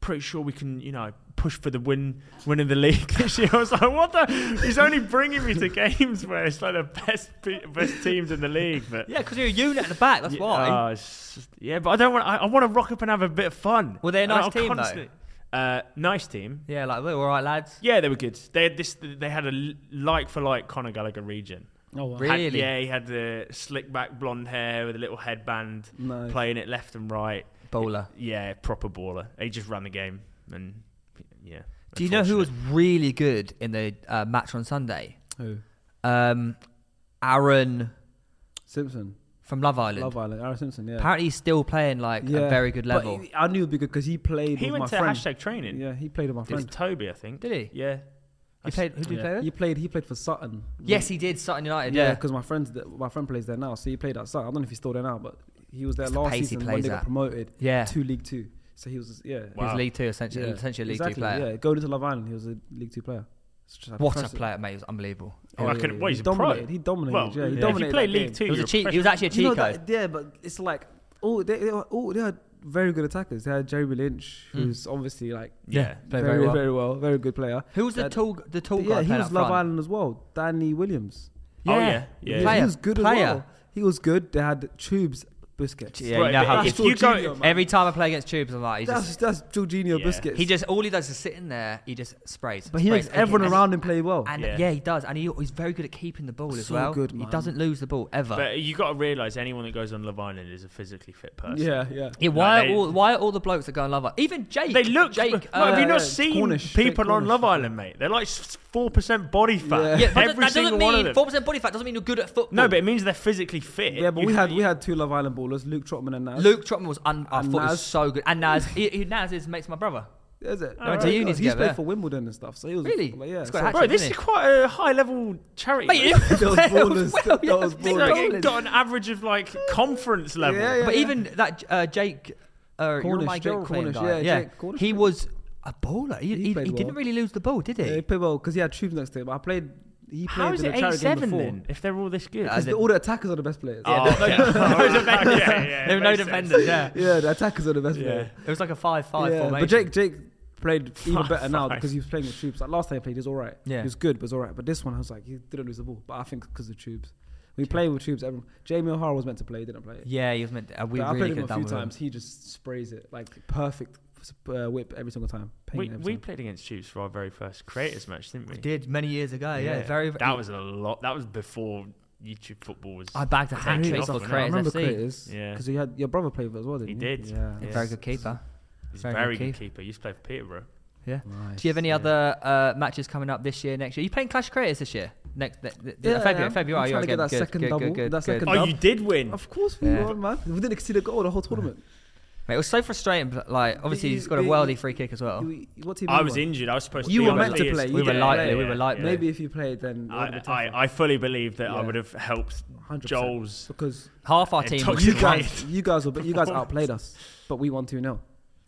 [SPEAKER 4] Pretty sure we can, you know, push for the win, win of the league this year. I was like, what the? He's only bringing me to games where it's like the best, pe- best teams in the league. But
[SPEAKER 1] Yeah, because you're a unit at the back. That's
[SPEAKER 4] yeah,
[SPEAKER 1] why.
[SPEAKER 4] oh, it's just- yeah, but I don't want. I, I want to rock up and have a bit of fun.
[SPEAKER 1] Were they a
[SPEAKER 4] And
[SPEAKER 1] nice
[SPEAKER 4] I'll
[SPEAKER 1] team, though?
[SPEAKER 4] Uh, nice team.
[SPEAKER 1] yeah, like we're all right, lads.
[SPEAKER 4] Yeah, they were good. They had this. They had a like for like Conor Gallagher region.
[SPEAKER 3] Oh, wow.
[SPEAKER 4] Had-
[SPEAKER 1] Really?
[SPEAKER 4] yeah, he had the slick back blonde hair with a little headband,
[SPEAKER 3] Nice.
[SPEAKER 4] playing it left and right.
[SPEAKER 1] Bowler.
[SPEAKER 4] Yeah, proper baller. He just ran the game, and yeah.
[SPEAKER 1] Do you know who was
[SPEAKER 4] unfortunate.
[SPEAKER 1] really good in the uh, match on Sunday?
[SPEAKER 3] Who?
[SPEAKER 1] Um, Aaron
[SPEAKER 3] Simpson.
[SPEAKER 1] from Love Island.
[SPEAKER 3] Love Island. Aaron Simpson, yeah.
[SPEAKER 1] Apparently, he's still playing like
[SPEAKER 3] yeah.
[SPEAKER 1] a very good
[SPEAKER 3] But
[SPEAKER 1] level.
[SPEAKER 3] he- I knew because because he played
[SPEAKER 4] He
[SPEAKER 3] with
[SPEAKER 4] went
[SPEAKER 3] my
[SPEAKER 4] to
[SPEAKER 3] friend.
[SPEAKER 4] hashtag training.
[SPEAKER 3] Yeah, he played with my
[SPEAKER 4] It was
[SPEAKER 3] friend.
[SPEAKER 4] Toby, I think.
[SPEAKER 1] Did he?
[SPEAKER 4] Yeah.
[SPEAKER 1] He played. Who did he
[SPEAKER 4] Yeah.
[SPEAKER 1] play with?
[SPEAKER 3] He played. He played for Sutton.
[SPEAKER 1] Yes, he did. Sutton United.
[SPEAKER 3] Yeah,
[SPEAKER 1] Yeah.
[SPEAKER 3] because my friend's th- my friend plays there now, so he played at Sutton. I don't know if he's still there now, but he was there
[SPEAKER 1] It's the
[SPEAKER 3] last
[SPEAKER 1] pace he
[SPEAKER 3] season when
[SPEAKER 1] plays
[SPEAKER 3] they got
[SPEAKER 1] at.
[SPEAKER 3] promoted
[SPEAKER 1] Yeah.
[SPEAKER 3] to League Two. So he was yeah.
[SPEAKER 1] He was
[SPEAKER 4] Wow.
[SPEAKER 1] League Two, essentially,
[SPEAKER 3] Yeah,
[SPEAKER 1] essentially a League
[SPEAKER 3] exactly,
[SPEAKER 1] Two player.
[SPEAKER 3] Yeah, going into Love Island, he was a League Two player. It's just
[SPEAKER 1] What a
[SPEAKER 3] impressive.
[SPEAKER 1] player, mate! It was unbelievable.
[SPEAKER 4] Oh, I couldn't- well, he's
[SPEAKER 3] he
[SPEAKER 4] a pro.
[SPEAKER 3] dominated. He dominated.
[SPEAKER 4] Well,
[SPEAKER 3] yeah, he
[SPEAKER 4] yeah, if
[SPEAKER 3] dominated.
[SPEAKER 4] you play
[SPEAKER 3] that
[SPEAKER 4] League
[SPEAKER 3] game.
[SPEAKER 4] Two,
[SPEAKER 1] It was
[SPEAKER 4] you're
[SPEAKER 1] a cheat. It
[SPEAKER 4] professional.
[SPEAKER 1] was actually a
[SPEAKER 3] Do you
[SPEAKER 1] cheat
[SPEAKER 3] know
[SPEAKER 1] code.
[SPEAKER 3] that- yeah, but it's like oh they, they were- oh they had very good attackers. They had Jeremy Lynch, who's obviously like
[SPEAKER 4] Yeah.
[SPEAKER 1] Played
[SPEAKER 3] very
[SPEAKER 1] Hmm. very well.
[SPEAKER 3] very well, very good player.
[SPEAKER 1] Who was the
[SPEAKER 3] That-
[SPEAKER 1] tall, the tall guy?
[SPEAKER 3] yeah, he
[SPEAKER 1] playing
[SPEAKER 3] was
[SPEAKER 1] up
[SPEAKER 3] Love
[SPEAKER 1] front?
[SPEAKER 3] Island as well. Danny Williams.
[SPEAKER 4] Oh,
[SPEAKER 1] Yeah.
[SPEAKER 4] yeah. Yeah.
[SPEAKER 1] Player,
[SPEAKER 3] he was good
[SPEAKER 1] player.
[SPEAKER 3] as well. He was good. They had Tubes Biscuits.
[SPEAKER 1] Yeah,
[SPEAKER 4] Right,
[SPEAKER 1] you know
[SPEAKER 4] but
[SPEAKER 1] how
[SPEAKER 4] if
[SPEAKER 1] good.
[SPEAKER 4] you go-
[SPEAKER 3] Jorginho, man.
[SPEAKER 1] Every time I play against Tubes, I'm like, he
[SPEAKER 3] that's
[SPEAKER 1] just,
[SPEAKER 3] that's Jorginho
[SPEAKER 4] Yeah.
[SPEAKER 3] Biscuits.
[SPEAKER 1] he just, all he does is sit in there. He just sprays.
[SPEAKER 3] but he
[SPEAKER 1] sprays.
[SPEAKER 3] makes everyone
[SPEAKER 1] And-
[SPEAKER 3] around him play well.
[SPEAKER 1] And
[SPEAKER 4] Yeah.
[SPEAKER 1] yeah. he does, and he, he's very good at keeping the ball as
[SPEAKER 3] So
[SPEAKER 1] well.
[SPEAKER 3] good,
[SPEAKER 1] he
[SPEAKER 3] man.
[SPEAKER 1] doesn't lose the ball ever.
[SPEAKER 4] But you got to realise anyone that goes on Love Island is a physically fit person.
[SPEAKER 3] Yeah, yeah.
[SPEAKER 1] yeah, why
[SPEAKER 4] Like,
[SPEAKER 1] are
[SPEAKER 4] they-
[SPEAKER 1] all why are all the blokes that go on Love Island? Even Jake,
[SPEAKER 4] They look.
[SPEAKER 1] Jake.
[SPEAKER 4] Jake,
[SPEAKER 1] uh,
[SPEAKER 4] have you
[SPEAKER 3] yeah,
[SPEAKER 4] not
[SPEAKER 3] it's
[SPEAKER 4] seen
[SPEAKER 3] Cornish, straight
[SPEAKER 4] people on
[SPEAKER 3] Cornish
[SPEAKER 4] Love
[SPEAKER 3] stuff.
[SPEAKER 4] Island, mate? They're like four percent body fat.
[SPEAKER 3] Yeah.
[SPEAKER 1] yeah, but
[SPEAKER 4] every
[SPEAKER 1] that doesn't
[SPEAKER 4] single one of
[SPEAKER 1] mean
[SPEAKER 4] them.
[SPEAKER 1] four percent body fat doesn't mean you're good at football.
[SPEAKER 4] No, but it means they're physically fit.
[SPEAKER 3] Yeah, but
[SPEAKER 4] You
[SPEAKER 3] we
[SPEAKER 4] can-
[SPEAKER 3] had we had two Love Island ballers, Luke Trotman and Naz.
[SPEAKER 1] Luke Trotman was un- I
[SPEAKER 3] And
[SPEAKER 1] thought he
[SPEAKER 3] Naz.
[SPEAKER 1] was so good, and Naz, he, he- Naz is mates my brother.
[SPEAKER 3] Is it?
[SPEAKER 1] went to uni
[SPEAKER 3] He's
[SPEAKER 1] together,
[SPEAKER 3] played
[SPEAKER 1] yeah.
[SPEAKER 3] for Wimbledon and stuff. So he was
[SPEAKER 1] Really?
[SPEAKER 3] Like, yeah.
[SPEAKER 1] It's quite
[SPEAKER 3] so-
[SPEAKER 1] hack-
[SPEAKER 4] Bro, this
[SPEAKER 1] Actually,
[SPEAKER 4] is
[SPEAKER 1] didn't
[SPEAKER 4] quite a high level charity.
[SPEAKER 1] Mate,
[SPEAKER 4] mate.
[SPEAKER 1] it was
[SPEAKER 3] Those
[SPEAKER 1] well,
[SPEAKER 3] ballers,
[SPEAKER 1] well, yeah,
[SPEAKER 3] those
[SPEAKER 1] big
[SPEAKER 3] ballers.
[SPEAKER 4] Like,
[SPEAKER 1] ballers.
[SPEAKER 4] it got an average of like conference level.
[SPEAKER 3] Yeah, yeah.
[SPEAKER 1] But even that uh, Jake, uh, you're
[SPEAKER 3] Cornish,
[SPEAKER 1] my
[SPEAKER 3] Jake
[SPEAKER 1] girlfriend
[SPEAKER 3] Cornish,
[SPEAKER 1] guy.
[SPEAKER 3] yeah,
[SPEAKER 1] Yeah,
[SPEAKER 3] Jake Cornish
[SPEAKER 1] he
[SPEAKER 3] played-
[SPEAKER 1] was a bowler. He,
[SPEAKER 3] He
[SPEAKER 1] he, he
[SPEAKER 3] played well.
[SPEAKER 1] didn't really lose the ball, did he?
[SPEAKER 3] Yeah, he played well because he had Tubes next to him. I played. He played
[SPEAKER 4] How is
[SPEAKER 3] in
[SPEAKER 4] it
[SPEAKER 3] a charity game
[SPEAKER 4] 87
[SPEAKER 3] before.
[SPEAKER 4] then? If they're all this good.
[SPEAKER 1] Uh,
[SPEAKER 3] Because the, all the attackers are the best players.
[SPEAKER 4] Oh, okay. no defenders. Yeah, yeah,
[SPEAKER 1] there
[SPEAKER 4] it
[SPEAKER 1] were no
[SPEAKER 4] makes sense.
[SPEAKER 1] defenders. Yeah,
[SPEAKER 3] Yeah, the attackers are the best
[SPEAKER 4] Yeah.
[SPEAKER 3] players.
[SPEAKER 1] it was like a five-five
[SPEAKER 3] yeah.
[SPEAKER 1] formation.
[SPEAKER 3] But Jake, Jake played even
[SPEAKER 4] Five,
[SPEAKER 3] better now
[SPEAKER 4] five.
[SPEAKER 3] because he was playing with Tubes. Like last time he played, he was all right.
[SPEAKER 1] Yeah.
[SPEAKER 3] he was good, but was all right. But this one, I was like, he didn't lose the ball. But I think because of Tubes, we play with Tubes. Everyone, Jamie O'Hara was meant to play, he didn't play.
[SPEAKER 1] yeah, he was meant. To, uh, we
[SPEAKER 3] But I
[SPEAKER 1] really
[SPEAKER 3] played
[SPEAKER 1] could have
[SPEAKER 3] him a
[SPEAKER 1] done
[SPEAKER 3] few
[SPEAKER 1] with him.
[SPEAKER 3] times. He just sprays it like perfect uh, whip every single time. Pain
[SPEAKER 4] We,
[SPEAKER 3] every
[SPEAKER 4] we
[SPEAKER 3] time.
[SPEAKER 4] played against Chiefs for our very first creators match, didn't we?
[SPEAKER 1] Did many years ago. Yeah, very.
[SPEAKER 4] That was a lot. That was before YouTube football was.
[SPEAKER 1] I bagged a
[SPEAKER 4] was
[SPEAKER 1] hat
[SPEAKER 4] actually
[SPEAKER 1] trick
[SPEAKER 4] off
[SPEAKER 1] for
[SPEAKER 4] and on.
[SPEAKER 3] I
[SPEAKER 1] Creators
[SPEAKER 3] remember
[SPEAKER 1] FC.
[SPEAKER 3] Critters.
[SPEAKER 4] Yeah.
[SPEAKER 3] Because you had your brother played with as well, didn't
[SPEAKER 4] He
[SPEAKER 3] you?
[SPEAKER 4] did.
[SPEAKER 3] Yeah.
[SPEAKER 4] Yeah.
[SPEAKER 1] Very good keeper.
[SPEAKER 4] He's a
[SPEAKER 1] Very
[SPEAKER 4] very
[SPEAKER 1] good
[SPEAKER 4] good
[SPEAKER 1] keeper.
[SPEAKER 4] keeper. He used to play for Peterborough.
[SPEAKER 1] Yeah. Do you have any
[SPEAKER 4] Yeah.
[SPEAKER 1] other uh, matches coming up this year, next year? Are you playing Clash of Creators this year? Next, th- th-
[SPEAKER 3] Yeah,
[SPEAKER 1] February,
[SPEAKER 3] yeah. I'm
[SPEAKER 1] February. You're
[SPEAKER 3] trying to get
[SPEAKER 1] again.
[SPEAKER 3] that
[SPEAKER 1] good,
[SPEAKER 3] second
[SPEAKER 1] good,
[SPEAKER 3] double,
[SPEAKER 1] good, good,
[SPEAKER 3] that
[SPEAKER 1] good.
[SPEAKER 3] second
[SPEAKER 4] Oh,
[SPEAKER 3] Dub.
[SPEAKER 4] you did win.
[SPEAKER 3] Of course we
[SPEAKER 1] Yeah.
[SPEAKER 3] won, man. We didn't exceed a goal the whole tournament.
[SPEAKER 1] Mate, it was so frustrating. but, Like, obviously,
[SPEAKER 3] you-
[SPEAKER 1] he's got a
[SPEAKER 3] but
[SPEAKER 1] worldie
[SPEAKER 3] you-
[SPEAKER 1] free kick as well.
[SPEAKER 3] You- what team
[SPEAKER 4] I
[SPEAKER 3] you
[SPEAKER 4] was
[SPEAKER 3] were?
[SPEAKER 4] injured. I was supposed to.
[SPEAKER 3] You
[SPEAKER 4] be
[SPEAKER 3] were
[SPEAKER 4] on
[SPEAKER 3] meant
[SPEAKER 4] the
[SPEAKER 3] to
[SPEAKER 4] list.
[SPEAKER 3] play. You
[SPEAKER 1] Oh. We were
[SPEAKER 4] didn't
[SPEAKER 1] lightly.
[SPEAKER 4] play,
[SPEAKER 1] we
[SPEAKER 4] yeah,
[SPEAKER 1] were lightly.
[SPEAKER 4] yeah.
[SPEAKER 3] Maybe if you played, then it would've
[SPEAKER 4] I,
[SPEAKER 3] been tougher.
[SPEAKER 4] I, I fully believe that I
[SPEAKER 3] Yeah.
[SPEAKER 4] would have helped
[SPEAKER 3] 100%.
[SPEAKER 4] Joel's.
[SPEAKER 3] because
[SPEAKER 1] Half our
[SPEAKER 4] It
[SPEAKER 1] team
[SPEAKER 4] took
[SPEAKER 1] was
[SPEAKER 3] you
[SPEAKER 4] Right.
[SPEAKER 3] guys, you guys, were, but you guys outplayed us, but we won two 0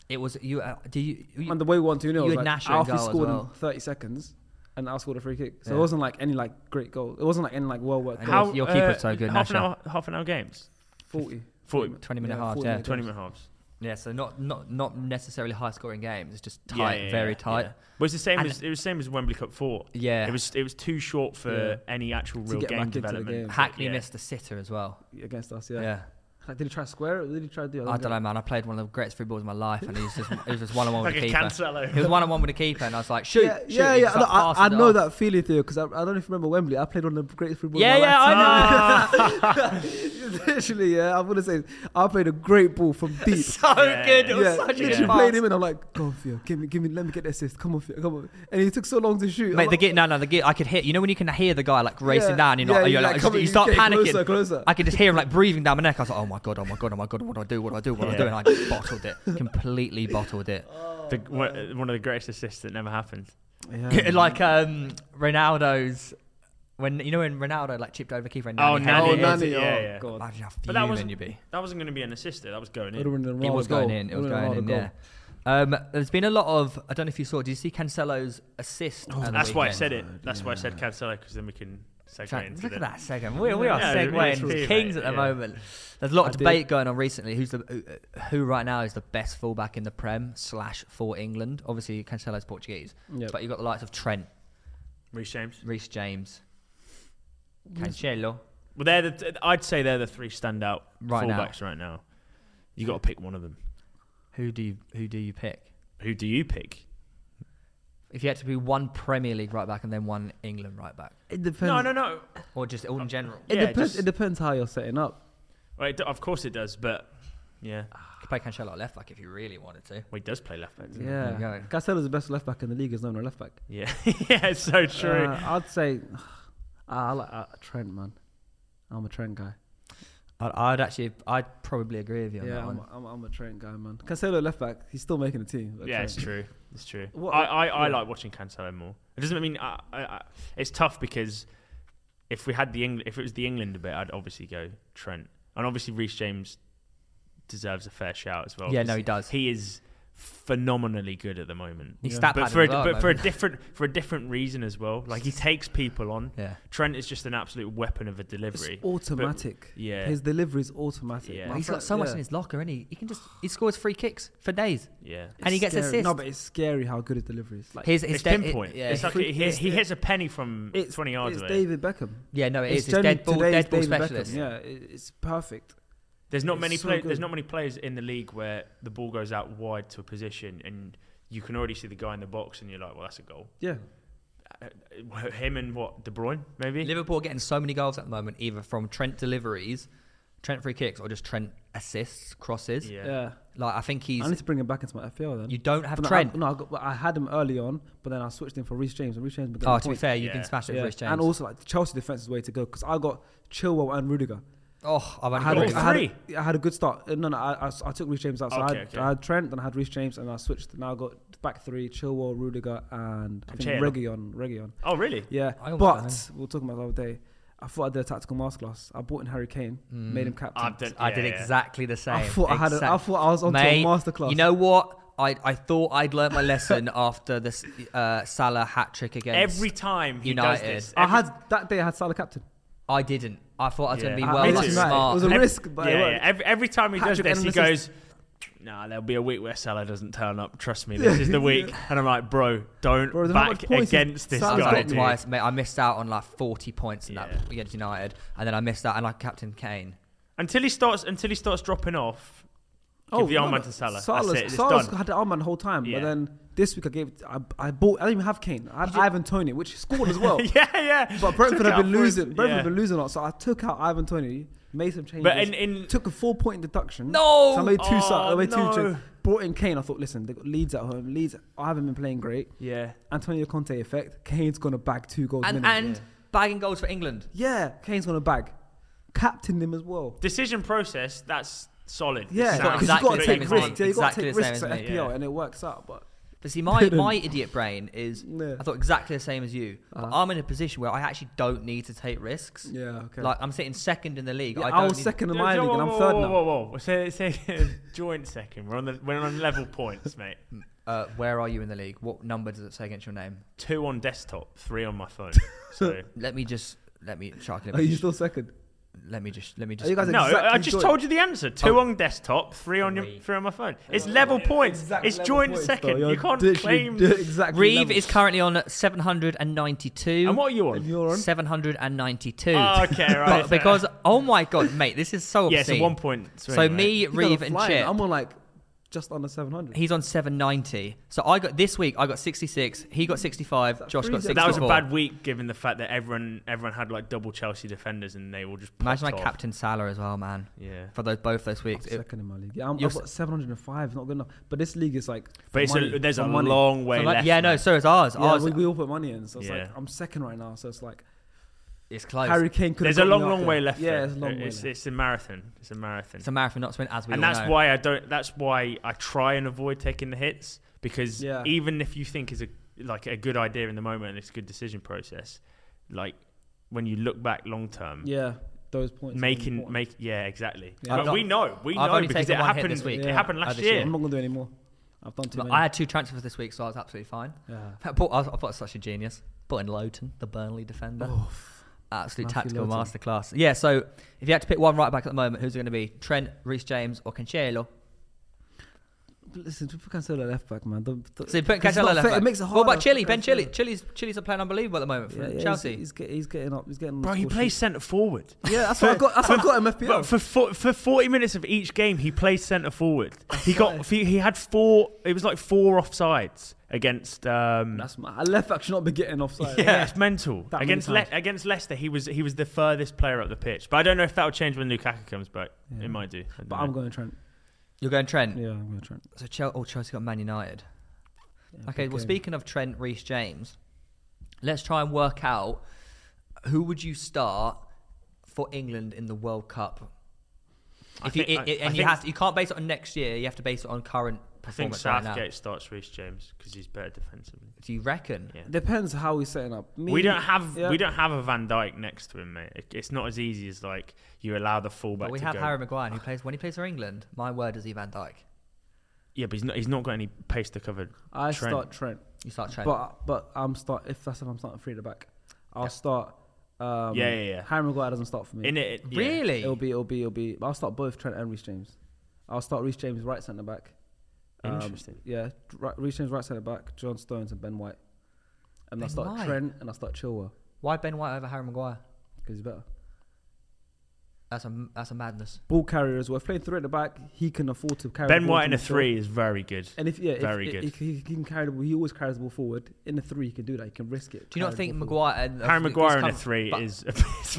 [SPEAKER 1] It was you. Uh, do you? you-
[SPEAKER 3] And the way we won two
[SPEAKER 1] You
[SPEAKER 3] 0 was
[SPEAKER 1] had
[SPEAKER 3] like
[SPEAKER 1] Nasher in
[SPEAKER 3] Alfie
[SPEAKER 1] goal as
[SPEAKER 3] scored
[SPEAKER 1] well.
[SPEAKER 3] in thirty seconds, and I scored a free kick. So it
[SPEAKER 1] Yeah.
[SPEAKER 3] wasn't like any like great goal. It wasn't like any like well worked
[SPEAKER 1] And
[SPEAKER 3] goal.
[SPEAKER 1] How- your keeper's so good,
[SPEAKER 4] uh, Half an
[SPEAKER 1] Nasha.
[SPEAKER 4] hour, half an hour games.
[SPEAKER 3] Forty.
[SPEAKER 4] 40,
[SPEAKER 1] 20 minute halves,
[SPEAKER 3] 40
[SPEAKER 1] yeah.
[SPEAKER 3] minute
[SPEAKER 4] 20
[SPEAKER 3] games.
[SPEAKER 4] minute halves.
[SPEAKER 1] yeah, so not not not necessarily high scoring games. It's just
[SPEAKER 4] Yeah,
[SPEAKER 1] tight,
[SPEAKER 4] yeah,
[SPEAKER 1] very
[SPEAKER 4] yeah,
[SPEAKER 1] tight.
[SPEAKER 4] yeah. Well, it's the same
[SPEAKER 1] And-
[SPEAKER 4] as it was same as Wembley Cup four.
[SPEAKER 1] Yeah.
[SPEAKER 4] It was it was too short for
[SPEAKER 3] Yeah.
[SPEAKER 4] any actual
[SPEAKER 3] To
[SPEAKER 4] real
[SPEAKER 3] get back
[SPEAKER 4] game
[SPEAKER 3] into the
[SPEAKER 4] development.
[SPEAKER 3] game.
[SPEAKER 1] Hackney
[SPEAKER 4] Yeah.
[SPEAKER 1] missed a sitter as well.
[SPEAKER 3] against us. Yeah.
[SPEAKER 1] Yeah.
[SPEAKER 3] Like, did he try to square it? Or did he try to do? it?
[SPEAKER 1] I don't know, man. I played one of the greatest free balls of my life, and it was just it was just one on one with
[SPEAKER 4] Like
[SPEAKER 1] the
[SPEAKER 4] a
[SPEAKER 1] keeper. It
[SPEAKER 4] Cancelo.
[SPEAKER 1] was one on one with the keeper, and I was like, shoot,
[SPEAKER 3] yeah,
[SPEAKER 1] shoot.
[SPEAKER 3] yeah,
[SPEAKER 1] he
[SPEAKER 3] yeah.
[SPEAKER 1] just,
[SPEAKER 3] I,
[SPEAKER 1] like,
[SPEAKER 3] know- I, I
[SPEAKER 1] passes it
[SPEAKER 3] know
[SPEAKER 1] off.
[SPEAKER 3] that feeling, Theo, because I, I don't know if you remember Wembley. I played one of the greatest football.
[SPEAKER 1] Yeah,
[SPEAKER 3] of my
[SPEAKER 1] yeah,
[SPEAKER 3] life.
[SPEAKER 1] I know.
[SPEAKER 3] Literally, yeah. I'm gonna say I played a great ball from deep.
[SPEAKER 1] so
[SPEAKER 4] Yeah.
[SPEAKER 1] good. It was
[SPEAKER 3] yeah,
[SPEAKER 1] such a
[SPEAKER 3] literally
[SPEAKER 1] good
[SPEAKER 3] played
[SPEAKER 1] pass.
[SPEAKER 3] him, and I'm like, "Go on, Theo, give me, give me, let me get the assist. Come on, Theo, come on." And he took so long to shoot. I'm
[SPEAKER 1] Mate, the
[SPEAKER 3] like,
[SPEAKER 1] get no, no, the get. I could hear. You know when you can hear the guy like racing
[SPEAKER 3] Yeah,
[SPEAKER 1] down, you're
[SPEAKER 3] yeah,
[SPEAKER 1] not,
[SPEAKER 3] he's
[SPEAKER 1] you're
[SPEAKER 3] like,
[SPEAKER 1] like,
[SPEAKER 3] come on,
[SPEAKER 1] you
[SPEAKER 3] he's
[SPEAKER 1] start
[SPEAKER 3] getting
[SPEAKER 1] panicking.
[SPEAKER 3] closer, closer.
[SPEAKER 1] I could just hear him like breathing down my neck. I was like, oh my god, oh my god, oh my god, what do I do? What do I do? What do I do?
[SPEAKER 4] Yeah.
[SPEAKER 1] And I just bottled it, completely bottled it.
[SPEAKER 4] The- Um, one one of the greatest assists that never happened.
[SPEAKER 3] Yeah.
[SPEAKER 1] like um, Ronaldo's When you know when Ronaldo like chipped over Keeper and
[SPEAKER 4] Oh,
[SPEAKER 1] Nani
[SPEAKER 4] Nanny,
[SPEAKER 1] had
[SPEAKER 4] Oh,
[SPEAKER 1] it.
[SPEAKER 4] yeah,
[SPEAKER 5] Nanny,
[SPEAKER 4] yeah,
[SPEAKER 5] oh,
[SPEAKER 4] yeah.
[SPEAKER 3] God.
[SPEAKER 1] Imagine how
[SPEAKER 4] But that
[SPEAKER 1] fuming
[SPEAKER 4] wasn't
[SPEAKER 1] you'd be.
[SPEAKER 4] that wasn't going to be an assist. That was going
[SPEAKER 3] It
[SPEAKER 4] in.
[SPEAKER 1] It was going in. It was going in. Yeah. Um, there's been a lot of. I don't know if you saw. Did you see Cancelo's assist? at the
[SPEAKER 4] Oh, That's why I
[SPEAKER 1] weekend?
[SPEAKER 4] said it. That's why I said Cancelo because then we can segue
[SPEAKER 1] Tra-
[SPEAKER 4] into
[SPEAKER 1] Look
[SPEAKER 4] the-
[SPEAKER 1] at that second. We, we are
[SPEAKER 4] Yeah, it really
[SPEAKER 1] segueing
[SPEAKER 4] is true,
[SPEAKER 1] kings at
[SPEAKER 4] mate,
[SPEAKER 1] the
[SPEAKER 4] yeah.
[SPEAKER 1] moment. There's a lot
[SPEAKER 3] I
[SPEAKER 1] of
[SPEAKER 3] did-
[SPEAKER 1] debate going on recently. Who's the who- who right now is the best fullback in the Prem slash for England? Obviously Cancelo's Portuguese,
[SPEAKER 3] Yep.
[SPEAKER 1] but you've got the likes of Trent,
[SPEAKER 4] Reece James.
[SPEAKER 1] Reece James, Cancelo.
[SPEAKER 4] Well, they're the. I'd say they're the three standout
[SPEAKER 1] Right now.
[SPEAKER 4] fullbacks right now. You got to pick one of them.
[SPEAKER 1] Who do you who do you pick?
[SPEAKER 4] Who do you pick?
[SPEAKER 1] If you had to be one Premier League right back and then one England right back,
[SPEAKER 3] It depends.
[SPEAKER 4] No, no, no.
[SPEAKER 1] or just all in general,
[SPEAKER 3] It
[SPEAKER 4] Yeah,
[SPEAKER 3] depends.
[SPEAKER 4] just-
[SPEAKER 3] It depends how you're setting up.
[SPEAKER 4] Well, it, do- of course it does, but yeah,
[SPEAKER 1] you could play Cancelo at left back if you really wanted to.
[SPEAKER 4] well, he does play left back. doesn't he?
[SPEAKER 1] There you
[SPEAKER 3] Yeah,
[SPEAKER 1] go.
[SPEAKER 3] Castella's the best left back in the league. Is known as left back.
[SPEAKER 4] Yeah, yeah, it's so true.
[SPEAKER 3] Uh, I'd say I like uh, Trent, man. I'm a Trent guy.
[SPEAKER 1] I'd, I'd actually I'd probably agree with you on that
[SPEAKER 3] Yeah,
[SPEAKER 1] one.
[SPEAKER 3] I'm, I'm, I'm a Trent guy, man. Cancelo left back. He's still making the team. but
[SPEAKER 4] yeah,
[SPEAKER 3] Trent.
[SPEAKER 4] it's true. It's true.
[SPEAKER 3] What-
[SPEAKER 4] I, I, I
[SPEAKER 3] yeah.
[SPEAKER 4] like watching Cancelo more. It doesn't mean I, I, I, it's tough because if we had the England, if it was the England debate, I'd obviously go Trent, and obviously Reece James deserves a fair shout as well.
[SPEAKER 1] Yeah,
[SPEAKER 4] 'cause
[SPEAKER 1] no, he does.
[SPEAKER 4] He is phenomenally good at the moment.
[SPEAKER 1] He's stat
[SPEAKER 4] but
[SPEAKER 1] padded
[SPEAKER 4] for a,
[SPEAKER 1] as well at the
[SPEAKER 4] but for a
[SPEAKER 1] moment.
[SPEAKER 4] different for a different reason as well. Like he takes people on.
[SPEAKER 1] Yeah.
[SPEAKER 4] Trent is just an absolute weapon of a
[SPEAKER 3] It's
[SPEAKER 4] delivery.
[SPEAKER 3] automatic.
[SPEAKER 4] yeah.
[SPEAKER 3] his delivery is automatic.
[SPEAKER 4] Yeah.
[SPEAKER 3] My
[SPEAKER 1] Well, he's
[SPEAKER 3] fr-
[SPEAKER 1] got so much
[SPEAKER 3] yeah.
[SPEAKER 1] in his locker, and he he can just he scores free kicks for days.
[SPEAKER 4] yeah.
[SPEAKER 1] and he
[SPEAKER 3] It's
[SPEAKER 1] gets
[SPEAKER 3] scary.
[SPEAKER 1] assists.
[SPEAKER 3] No, but it's scary how good his delivery is. Like,
[SPEAKER 1] His, his
[SPEAKER 4] It's
[SPEAKER 1] dead-
[SPEAKER 4] pinpoint.
[SPEAKER 1] it- yeah,
[SPEAKER 4] it's
[SPEAKER 1] his-
[SPEAKER 4] like he, he,
[SPEAKER 3] Uh, it's-
[SPEAKER 4] he hits a penny from
[SPEAKER 3] it's,
[SPEAKER 4] 20 yards
[SPEAKER 3] it's
[SPEAKER 4] away.
[SPEAKER 3] David Beckham.
[SPEAKER 1] yeah, no, it is. It's
[SPEAKER 3] generally
[SPEAKER 1] dead ball,
[SPEAKER 3] today's
[SPEAKER 1] dead ball
[SPEAKER 3] David Beckham.
[SPEAKER 1] specialist.
[SPEAKER 3] Yeah, it, it's perfect.
[SPEAKER 4] There's not
[SPEAKER 3] It's
[SPEAKER 4] many
[SPEAKER 3] so
[SPEAKER 4] play-
[SPEAKER 3] good.
[SPEAKER 4] there's not many players in the league where the ball goes out wide to a position and you can already see the guy in the box and you're like, well, that's a goal.
[SPEAKER 3] Yeah,
[SPEAKER 4] Uh, uh, Him and what De Bruyne maybe.
[SPEAKER 1] Liverpool are getting so many goals at the moment, either from Trent deliveries, Trent free kicks, or just Trent assists, crosses.
[SPEAKER 4] Yeah.
[SPEAKER 3] yeah.
[SPEAKER 1] Like I think he's.
[SPEAKER 3] I need to bring him back into my FPL then.
[SPEAKER 1] you don't have
[SPEAKER 3] no,
[SPEAKER 1] Trent.
[SPEAKER 3] I, no, I, got, I had him early on, but then I switched him for Reece James, and Reece James. But
[SPEAKER 1] oh, to be fair, you
[SPEAKER 4] Yeah.
[SPEAKER 1] can smash it with Rich James.
[SPEAKER 3] and also like the Chelsea defense is the way to go because I got Chilwell and Rudiger.
[SPEAKER 1] oh, I've
[SPEAKER 3] I
[SPEAKER 1] only got
[SPEAKER 3] had, a,
[SPEAKER 4] all
[SPEAKER 1] Rudiger.
[SPEAKER 3] I, had a-
[SPEAKER 4] three?
[SPEAKER 3] I had a good start. Uh, No, no, I, I s- I took Reece James out. So I,
[SPEAKER 4] Okay,
[SPEAKER 3] had,
[SPEAKER 4] okay.
[SPEAKER 3] I had Trent, then I had Reece James, and I switched. Now I got back three: Chilwell, Rudiger, and I think
[SPEAKER 4] Cancelo.
[SPEAKER 3] Reguilon. Reguilon.
[SPEAKER 4] Oh really?
[SPEAKER 3] Yeah,
[SPEAKER 1] I almost got
[SPEAKER 3] but we were talking about it the other day. I thought I did a tactical masterclass. I bought in Harry Kane, made him captain.
[SPEAKER 4] I've done-
[SPEAKER 1] I did
[SPEAKER 4] yeah, yeah.
[SPEAKER 1] exactly the same.
[SPEAKER 3] I thought I had. A, I
[SPEAKER 1] Exact-
[SPEAKER 3] thought I was onto
[SPEAKER 1] Mate,
[SPEAKER 3] a masterclass.
[SPEAKER 1] You know what? I, I thought I'd learnt my lesson after this uh, Salah hat trick against
[SPEAKER 4] Every time he
[SPEAKER 1] United.
[SPEAKER 4] does this,
[SPEAKER 3] I
[SPEAKER 4] every-
[SPEAKER 3] had that day. I had Salah captain.
[SPEAKER 1] I didn't. I thought I was going to
[SPEAKER 4] Yeah.
[SPEAKER 1] be
[SPEAKER 4] I-
[SPEAKER 1] well
[SPEAKER 4] me
[SPEAKER 1] like,
[SPEAKER 4] too.
[SPEAKER 1] smart.
[SPEAKER 3] It was a
[SPEAKER 4] Every-
[SPEAKER 3] risk, but
[SPEAKER 4] yeah,
[SPEAKER 3] it
[SPEAKER 4] yeah.
[SPEAKER 3] worked.
[SPEAKER 4] Every, every time he does
[SPEAKER 3] Patrick
[SPEAKER 4] this, he
[SPEAKER 3] Anderson-
[SPEAKER 4] goes, "Nah, there'll be a week where Salah doesn't turn up. Trust me, this is the week." And I'm like, "Bro, don't
[SPEAKER 3] Bro, how much
[SPEAKER 4] back
[SPEAKER 3] points has
[SPEAKER 4] against this
[SPEAKER 1] I
[SPEAKER 3] Salah's
[SPEAKER 1] got
[SPEAKER 4] guy."
[SPEAKER 1] it
[SPEAKER 4] dude.
[SPEAKER 1] twice, mate. I missed out on like 40 points in
[SPEAKER 4] Yeah.
[SPEAKER 1] that against United, and then I missed out, and I captain Kane.
[SPEAKER 4] Until he starts, until he starts dropping off, give the
[SPEAKER 3] no,
[SPEAKER 4] armband
[SPEAKER 3] no.
[SPEAKER 4] to Salah.
[SPEAKER 3] Salah's,
[SPEAKER 4] That's it. It's
[SPEAKER 3] Salah's
[SPEAKER 4] done.
[SPEAKER 3] had the armband the whole time,
[SPEAKER 4] Yeah.
[SPEAKER 3] but then this week I gave. I, I bought. I didn't even have Kane. I had Ivan Tony, which scored as well.
[SPEAKER 4] yeah, yeah.
[SPEAKER 3] But Brentford
[SPEAKER 4] Took
[SPEAKER 3] have
[SPEAKER 4] out
[SPEAKER 3] been
[SPEAKER 4] for his-
[SPEAKER 3] losing. Brentford
[SPEAKER 4] yeah.
[SPEAKER 3] have been losing a lot, so I took out Ivan Tony, made some changes.
[SPEAKER 4] But in, in
[SPEAKER 3] took a four point deduction.
[SPEAKER 1] No!
[SPEAKER 3] so I made two.
[SPEAKER 4] Oh,
[SPEAKER 3] sides. I made
[SPEAKER 4] no.
[SPEAKER 3] two. changes. Brought in Kane. I thought, listen, they got Leeds at home. Leeds, I haven't been playing great.
[SPEAKER 4] yeah,
[SPEAKER 3] Antonio Conte effect. Kane's gonna bag two goals.
[SPEAKER 1] And,
[SPEAKER 3] minimum.
[SPEAKER 1] and bagging goals for England.
[SPEAKER 3] yeah, Kane's gonna bag. Captain them as well.
[SPEAKER 4] decision process that's solid.
[SPEAKER 3] Yeah,
[SPEAKER 4] It's
[SPEAKER 1] got
[SPEAKER 4] sound.
[SPEAKER 3] because
[SPEAKER 1] exactly
[SPEAKER 3] you
[SPEAKER 1] the
[SPEAKER 3] got to
[SPEAKER 1] same as
[SPEAKER 3] take risks.
[SPEAKER 1] me.
[SPEAKER 3] Yeah, you got
[SPEAKER 1] Exactly
[SPEAKER 3] to take
[SPEAKER 1] the same
[SPEAKER 3] risks
[SPEAKER 1] as
[SPEAKER 3] at
[SPEAKER 1] me.
[SPEAKER 3] FPL,
[SPEAKER 4] Yeah.
[SPEAKER 3] and it works out. But
[SPEAKER 1] But see, my,
[SPEAKER 3] Didn't.
[SPEAKER 1] my idiot brain is
[SPEAKER 3] Yeah.
[SPEAKER 1] I thought exactly the same as you. But I'm in a position where I actually don't need to take risks.
[SPEAKER 3] Uh-huh. yeah, okay.
[SPEAKER 1] Like I'm sitting second in the league.
[SPEAKER 3] Yeah,
[SPEAKER 1] I
[SPEAKER 3] I,
[SPEAKER 1] don't.
[SPEAKER 3] was
[SPEAKER 1] need-
[SPEAKER 3] second in
[SPEAKER 4] Yeah,
[SPEAKER 3] my
[SPEAKER 4] whoa,
[SPEAKER 3] league, and I'm
[SPEAKER 4] whoa,
[SPEAKER 3] third
[SPEAKER 4] whoa,
[SPEAKER 3] now.
[SPEAKER 4] Whoa, whoa, whoa! Say, say joint second. We're on the we're on level points, mate.
[SPEAKER 1] uh, where are you in the league? What number does it say against your name?
[SPEAKER 4] Two on desktop, three on my phone. So
[SPEAKER 1] Let me just let me
[SPEAKER 4] Oh,
[SPEAKER 1] Shark, let
[SPEAKER 3] Are
[SPEAKER 1] me,
[SPEAKER 3] you
[SPEAKER 1] just,
[SPEAKER 3] still second?
[SPEAKER 1] let me just let me just
[SPEAKER 3] you guys
[SPEAKER 4] no, I- I
[SPEAKER 3] Exactly
[SPEAKER 4] just
[SPEAKER 3] joint.
[SPEAKER 4] told you the answer. Two
[SPEAKER 1] Oh.
[SPEAKER 4] on desktop, three on your
[SPEAKER 1] Three.
[SPEAKER 4] three on my phone. It's level points.
[SPEAKER 3] Exact
[SPEAKER 4] it's
[SPEAKER 3] level
[SPEAKER 4] joint
[SPEAKER 3] points, though.
[SPEAKER 4] second.
[SPEAKER 3] You're
[SPEAKER 4] You can't
[SPEAKER 3] literally
[SPEAKER 4] claim.
[SPEAKER 3] do- exactly.
[SPEAKER 1] Reeve
[SPEAKER 3] level.
[SPEAKER 1] is currently on 792.
[SPEAKER 4] and what are you
[SPEAKER 3] And
[SPEAKER 4] on?
[SPEAKER 3] you're on.
[SPEAKER 1] 792.
[SPEAKER 4] Oh, okay, right.
[SPEAKER 1] But because oh my god, mate, this is so
[SPEAKER 4] yeah,
[SPEAKER 1] obscene.
[SPEAKER 4] so one point.
[SPEAKER 1] So
[SPEAKER 4] swing, mate.
[SPEAKER 1] me,
[SPEAKER 3] You guys
[SPEAKER 1] Reeve,
[SPEAKER 3] are
[SPEAKER 1] and
[SPEAKER 3] flying.
[SPEAKER 1] Chip.
[SPEAKER 3] I'm on like just under 700.
[SPEAKER 1] He's on 790. So I got this week. I got 66. He got 65.
[SPEAKER 3] that
[SPEAKER 1] Josh got 64.
[SPEAKER 3] freezing?
[SPEAKER 4] But that was a bad week, given the fact that everyone everyone had like double Chelsea defenders, and they all just
[SPEAKER 1] Imagine
[SPEAKER 4] popped
[SPEAKER 1] like
[SPEAKER 4] off.
[SPEAKER 1] Captain Salah as well, man.
[SPEAKER 4] Yeah,
[SPEAKER 1] For those both those
[SPEAKER 3] I'm
[SPEAKER 1] weeks, It-
[SPEAKER 3] second in my league. Yeah, I'm,
[SPEAKER 1] You're
[SPEAKER 3] I've got 705. Not good enough. But this league is like. for
[SPEAKER 4] but it's
[SPEAKER 3] money,
[SPEAKER 4] a, there's
[SPEAKER 3] for
[SPEAKER 4] a
[SPEAKER 3] money.
[SPEAKER 4] long way
[SPEAKER 1] So, like-
[SPEAKER 4] left.
[SPEAKER 1] yeah, no.
[SPEAKER 4] mate.
[SPEAKER 1] So is ours.
[SPEAKER 3] Yeah,
[SPEAKER 1] ours
[SPEAKER 3] we, we all put money in, so it's
[SPEAKER 4] Yeah.
[SPEAKER 3] like I'm second right now. So it's like
[SPEAKER 1] it's close.
[SPEAKER 3] Harry Kane could.
[SPEAKER 4] There's a long, long way left.
[SPEAKER 3] Yeah,
[SPEAKER 4] though.
[SPEAKER 3] it's a long way.
[SPEAKER 4] It's,
[SPEAKER 3] left.
[SPEAKER 4] it's a marathon. It's a marathon.
[SPEAKER 1] it's a marathon, not sprint, as we
[SPEAKER 4] and
[SPEAKER 1] all
[SPEAKER 4] that's
[SPEAKER 1] know.
[SPEAKER 4] why I don't. That's why I try and avoid taking the hits because
[SPEAKER 3] Yeah.
[SPEAKER 4] even if you think is a like a good idea in the moment, and it's a good decision process. Like when you look back long term.
[SPEAKER 3] Yeah, those points. are
[SPEAKER 4] Making,
[SPEAKER 3] important.
[SPEAKER 4] make, yeah, exactly.
[SPEAKER 3] Yeah.
[SPEAKER 4] But
[SPEAKER 1] I've
[SPEAKER 4] we
[SPEAKER 1] got-
[SPEAKER 4] know, we
[SPEAKER 1] I've
[SPEAKER 4] know
[SPEAKER 1] only
[SPEAKER 4] because it
[SPEAKER 1] taken one hit
[SPEAKER 4] happened.
[SPEAKER 1] this week.
[SPEAKER 4] It happened
[SPEAKER 1] Yeah.
[SPEAKER 4] last
[SPEAKER 1] Oh, this
[SPEAKER 4] year.
[SPEAKER 1] year.
[SPEAKER 3] I'm not gonna do any more. I've done too
[SPEAKER 1] But
[SPEAKER 3] many.
[SPEAKER 1] I had two transfers this week, so I was absolutely fine.
[SPEAKER 3] yeah.
[SPEAKER 1] I bought, I thought it was such a genius. Bought in Lowton, the Burnley defender. Absolute
[SPEAKER 3] Oh, Matthew
[SPEAKER 1] tactical
[SPEAKER 3] Lowton.
[SPEAKER 1] masterclass. Yeah, so if you had to pick one right back at the moment, who's it going to be? Trent, Reece James, or Cancelo?
[SPEAKER 3] But Listen, people can sell a left back, man. Don't- don't-
[SPEAKER 1] So you put
[SPEAKER 3] it's
[SPEAKER 1] Cancelo
[SPEAKER 3] not
[SPEAKER 1] left
[SPEAKER 3] fair.
[SPEAKER 1] back.
[SPEAKER 3] It makes it
[SPEAKER 1] What about
[SPEAKER 3] harder for
[SPEAKER 1] Chile? Ben Chile.
[SPEAKER 3] Cancelo.
[SPEAKER 1] Chile's, Chile's are playing unbelievable at the moment for
[SPEAKER 3] Yeah, yeah,
[SPEAKER 1] Chelsea.
[SPEAKER 3] He's, he's, get, he's getting up. He's getting. on the
[SPEAKER 4] Bro, he
[SPEAKER 3] score
[SPEAKER 4] plays
[SPEAKER 3] sheet.
[SPEAKER 4] centre forward.
[SPEAKER 3] Yeah, that's what I got. That's what I got him FPL.
[SPEAKER 4] Bro, for, for for forty minutes of each game, he played centre forward. He got he, he had four. It was like four offsides against. Um,
[SPEAKER 3] That's my a left back should not be getting offside.
[SPEAKER 4] yeah, it's mental.
[SPEAKER 3] That many
[SPEAKER 4] against Le-
[SPEAKER 3] times.
[SPEAKER 4] against Leicester, he was he was the furthest player up the pitch. But I don't know if that'll change when Lukaku comes back.
[SPEAKER 3] Yeah.
[SPEAKER 4] It might do. I don't
[SPEAKER 3] But
[SPEAKER 4] know.
[SPEAKER 3] I'm going Trent.
[SPEAKER 1] You're going Trent.
[SPEAKER 3] Yeah, I'm going Trent.
[SPEAKER 1] So Chelsea, oh, Chelsea got Man United.
[SPEAKER 3] Yeah,
[SPEAKER 1] okay,
[SPEAKER 3] big
[SPEAKER 1] well,
[SPEAKER 3] game.
[SPEAKER 1] speaking of Trent, Reece James, let's try and work out who would you start for England in the World Cup.
[SPEAKER 4] I
[SPEAKER 1] If you,
[SPEAKER 4] think-
[SPEAKER 1] i-
[SPEAKER 4] I-
[SPEAKER 1] i-
[SPEAKER 4] I
[SPEAKER 1] and you
[SPEAKER 4] think-
[SPEAKER 1] have to, you can't base it on next year. You have to base it on current
[SPEAKER 4] I think
[SPEAKER 1] performance right now.
[SPEAKER 4] Southgate starts Reece James because he's better defensively.
[SPEAKER 1] Do you reckon?
[SPEAKER 4] Yeah.
[SPEAKER 3] Depends how he's setting up. Me-
[SPEAKER 4] we don't have
[SPEAKER 3] yeah.
[SPEAKER 4] we don't have a Van Dyke next to him, mate. It- It's not as easy as like you allow the fullback.
[SPEAKER 1] But we
[SPEAKER 4] to
[SPEAKER 1] have
[SPEAKER 4] go.
[SPEAKER 1] Harry Maguire who plays when he plays for England. My word, is he Van Dijk?
[SPEAKER 4] Yeah, but he's not he's not got any pace to cover.
[SPEAKER 3] I
[SPEAKER 4] Trent.
[SPEAKER 3] start Trent,
[SPEAKER 1] You start Trent.
[SPEAKER 3] but but I'm start if that's if I'm starting three at the back, I'll start. Um,
[SPEAKER 4] Yeah, yeah, yeah.
[SPEAKER 3] Harry Maguire doesn't start for me.
[SPEAKER 4] In it, yeah.
[SPEAKER 1] really?
[SPEAKER 3] It'll be, it'll be, it'll be. I'll start both Trent and Reece James. I'll start Reece James right centre back. Um,
[SPEAKER 4] Interesting.
[SPEAKER 3] yeah, right, Reece James right centre back. John Stones and Ben White. And I
[SPEAKER 1] Ben
[SPEAKER 3] start
[SPEAKER 1] White?
[SPEAKER 3] Trent and I start Chilwell
[SPEAKER 1] Why Ben White over Harry Maguire?
[SPEAKER 3] because he's better.
[SPEAKER 1] That's a that's a madness.
[SPEAKER 3] Ball carrier as well. If playing three at the back, he can afford to carry.
[SPEAKER 4] Ben
[SPEAKER 3] the ball
[SPEAKER 4] White
[SPEAKER 3] to
[SPEAKER 4] in a
[SPEAKER 3] the field.
[SPEAKER 4] three is very good.
[SPEAKER 3] And if yeah, if-
[SPEAKER 4] Very
[SPEAKER 3] if,
[SPEAKER 4] good.
[SPEAKER 3] If, he can carry the ball, he always carries the ball forward. In a three, he can do that. He can risk it.
[SPEAKER 1] Do you not
[SPEAKER 3] carry
[SPEAKER 1] think
[SPEAKER 3] the ball
[SPEAKER 1] Maguire? And,
[SPEAKER 4] Harry
[SPEAKER 1] this
[SPEAKER 4] Maguire in a
[SPEAKER 1] comes-
[SPEAKER 4] three
[SPEAKER 1] but-
[SPEAKER 4] is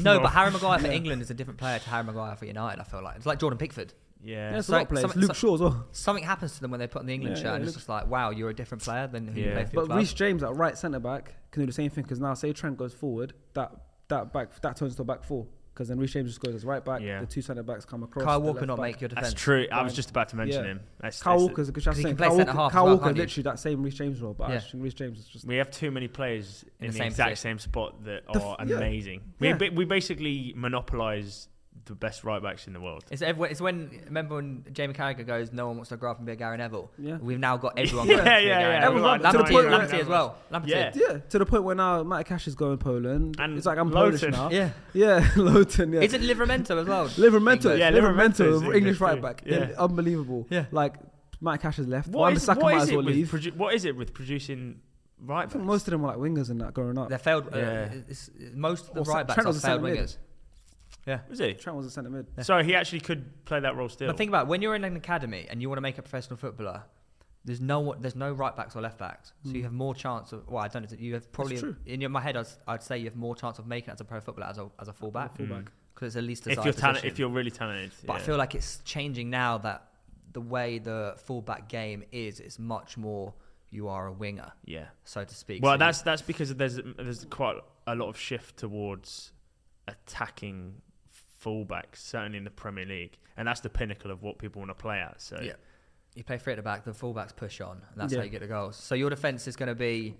[SPEAKER 1] No, but Harry Maguire for England is a different player to Harry Maguire for United. I feel like it's like Jordan Pickford.
[SPEAKER 3] forward. Yeah,
[SPEAKER 4] yeah,
[SPEAKER 3] there's a lot of
[SPEAKER 1] So-
[SPEAKER 3] players.
[SPEAKER 1] some-
[SPEAKER 3] Luke Shaw as well.
[SPEAKER 1] Something happens to them when they put on the England
[SPEAKER 3] Yeah,
[SPEAKER 1] shirt,
[SPEAKER 3] yeah,
[SPEAKER 1] and
[SPEAKER 3] it
[SPEAKER 1] it's just like, wow, you're a different player than who you
[SPEAKER 4] Yeah.
[SPEAKER 1] play for your
[SPEAKER 3] But
[SPEAKER 1] club.
[SPEAKER 3] Reece James at right centre back can do the same thing because now say Trent goes forward, that that back that turns to a back four because then Reece James just goes as right back.
[SPEAKER 4] Yeah.
[SPEAKER 3] The two centre backs come across.
[SPEAKER 1] Kyle
[SPEAKER 3] the
[SPEAKER 1] Walker
[SPEAKER 3] left
[SPEAKER 1] not
[SPEAKER 3] back.
[SPEAKER 1] make your
[SPEAKER 4] that's
[SPEAKER 1] defense.
[SPEAKER 4] true. I was
[SPEAKER 3] Um,
[SPEAKER 4] just about to mention
[SPEAKER 3] yeah.
[SPEAKER 4] him. That's,
[SPEAKER 3] Kyle
[SPEAKER 4] that's-
[SPEAKER 3] Walker's a
[SPEAKER 1] Because
[SPEAKER 3] good shot.
[SPEAKER 1] he can
[SPEAKER 3] saying
[SPEAKER 1] play
[SPEAKER 3] Kyle
[SPEAKER 1] centre
[SPEAKER 3] Walker,
[SPEAKER 1] half as
[SPEAKER 3] Kyle
[SPEAKER 1] well,
[SPEAKER 3] Walker
[SPEAKER 1] can't he?
[SPEAKER 3] literally that same Reece James role, but
[SPEAKER 1] Yeah.
[SPEAKER 3] I think Reece James is just
[SPEAKER 4] We have too many players in,
[SPEAKER 1] the
[SPEAKER 4] the,
[SPEAKER 1] same
[SPEAKER 4] exact
[SPEAKER 1] position.
[SPEAKER 4] same spot that
[SPEAKER 3] The f-
[SPEAKER 4] are
[SPEAKER 3] yeah.
[SPEAKER 4] amazing.
[SPEAKER 3] Yeah.
[SPEAKER 4] We, ba- we basically monopolize the best right backs in the world.
[SPEAKER 1] It's, everywhere, it's when remember when Jamie Carragher goes, no one wants to grow up and be a Gary Neville.
[SPEAKER 3] Yeah.
[SPEAKER 1] We've now got everyone.
[SPEAKER 4] Yeah,
[SPEAKER 1] going to be a
[SPEAKER 4] yeah,
[SPEAKER 1] Gary
[SPEAKER 4] yeah.
[SPEAKER 1] Neville.
[SPEAKER 3] Everyone- to the
[SPEAKER 1] Lamptey,
[SPEAKER 3] point where-
[SPEAKER 1] Lamptey as well. Lamptey.
[SPEAKER 4] Yeah.
[SPEAKER 3] yeah to the point where now Matt Cash is going Poland
[SPEAKER 4] And
[SPEAKER 3] it's like I'm
[SPEAKER 4] Lowton.
[SPEAKER 3] Polish now.
[SPEAKER 1] yeah.
[SPEAKER 3] yeah, Lowton. Yeah,
[SPEAKER 1] Is it Livermento as well?
[SPEAKER 3] Livermento?
[SPEAKER 1] England.
[SPEAKER 4] Yeah, Livermento
[SPEAKER 3] Livermento,
[SPEAKER 4] is
[SPEAKER 3] English,
[SPEAKER 4] English
[SPEAKER 3] right
[SPEAKER 4] too.
[SPEAKER 3] back.
[SPEAKER 4] Yeah.
[SPEAKER 3] unbelievable.
[SPEAKER 1] Yeah.
[SPEAKER 3] like Matt Cash has left.
[SPEAKER 4] What
[SPEAKER 3] Wan
[SPEAKER 4] is,
[SPEAKER 3] Bissaka
[SPEAKER 4] what,
[SPEAKER 3] might
[SPEAKER 4] is
[SPEAKER 3] as
[SPEAKER 4] it
[SPEAKER 3] well
[SPEAKER 4] with
[SPEAKER 3] leave.
[SPEAKER 4] produ- what is it with producing
[SPEAKER 3] I
[SPEAKER 4] right
[SPEAKER 3] think
[SPEAKER 4] backs?
[SPEAKER 3] most of them were like wingers and that growing up.
[SPEAKER 1] They failed. Uh,
[SPEAKER 4] Yeah.
[SPEAKER 1] it's, most of the
[SPEAKER 3] Or
[SPEAKER 1] right backs
[SPEAKER 3] Trent
[SPEAKER 1] are
[SPEAKER 3] was a
[SPEAKER 1] failed
[SPEAKER 3] centre mid.
[SPEAKER 1] wingers. Yeah.
[SPEAKER 4] Is he?
[SPEAKER 3] Trent was a centre mid.
[SPEAKER 4] So he actually could play that role still.
[SPEAKER 1] But think about it, when you're in an academy and you want to make a professional footballer. There's no one- there's no right backs or left backs, so
[SPEAKER 4] Hmm.
[SPEAKER 1] you have more chance of. Well, I don't know. You have probably
[SPEAKER 3] true.
[SPEAKER 1] in your, my head, I'd, s- I'd say you have more chance of making it as a pro footballer as a as a fullback
[SPEAKER 3] fullback.
[SPEAKER 1] because it's at least
[SPEAKER 4] if
[SPEAKER 1] desired
[SPEAKER 4] you're talent,
[SPEAKER 1] position.
[SPEAKER 4] if you're really talented.
[SPEAKER 1] But I
[SPEAKER 4] yeah.
[SPEAKER 1] feel like it's changing now that the way the fullback game is, it's much more you are a winger,
[SPEAKER 4] yeah.
[SPEAKER 1] so to speak. So
[SPEAKER 4] Well,
[SPEAKER 1] you-
[SPEAKER 4] that's that's because there's there's quite a lot of shift towards attacking fullbacks, certainly in the Premier League, and that's the pinnacle of what people want to play at. So
[SPEAKER 1] Yeah. you play three at the back, the fullbacks push on, and that's how
[SPEAKER 3] Yeah.
[SPEAKER 1] you get the goals. So your defense is going to be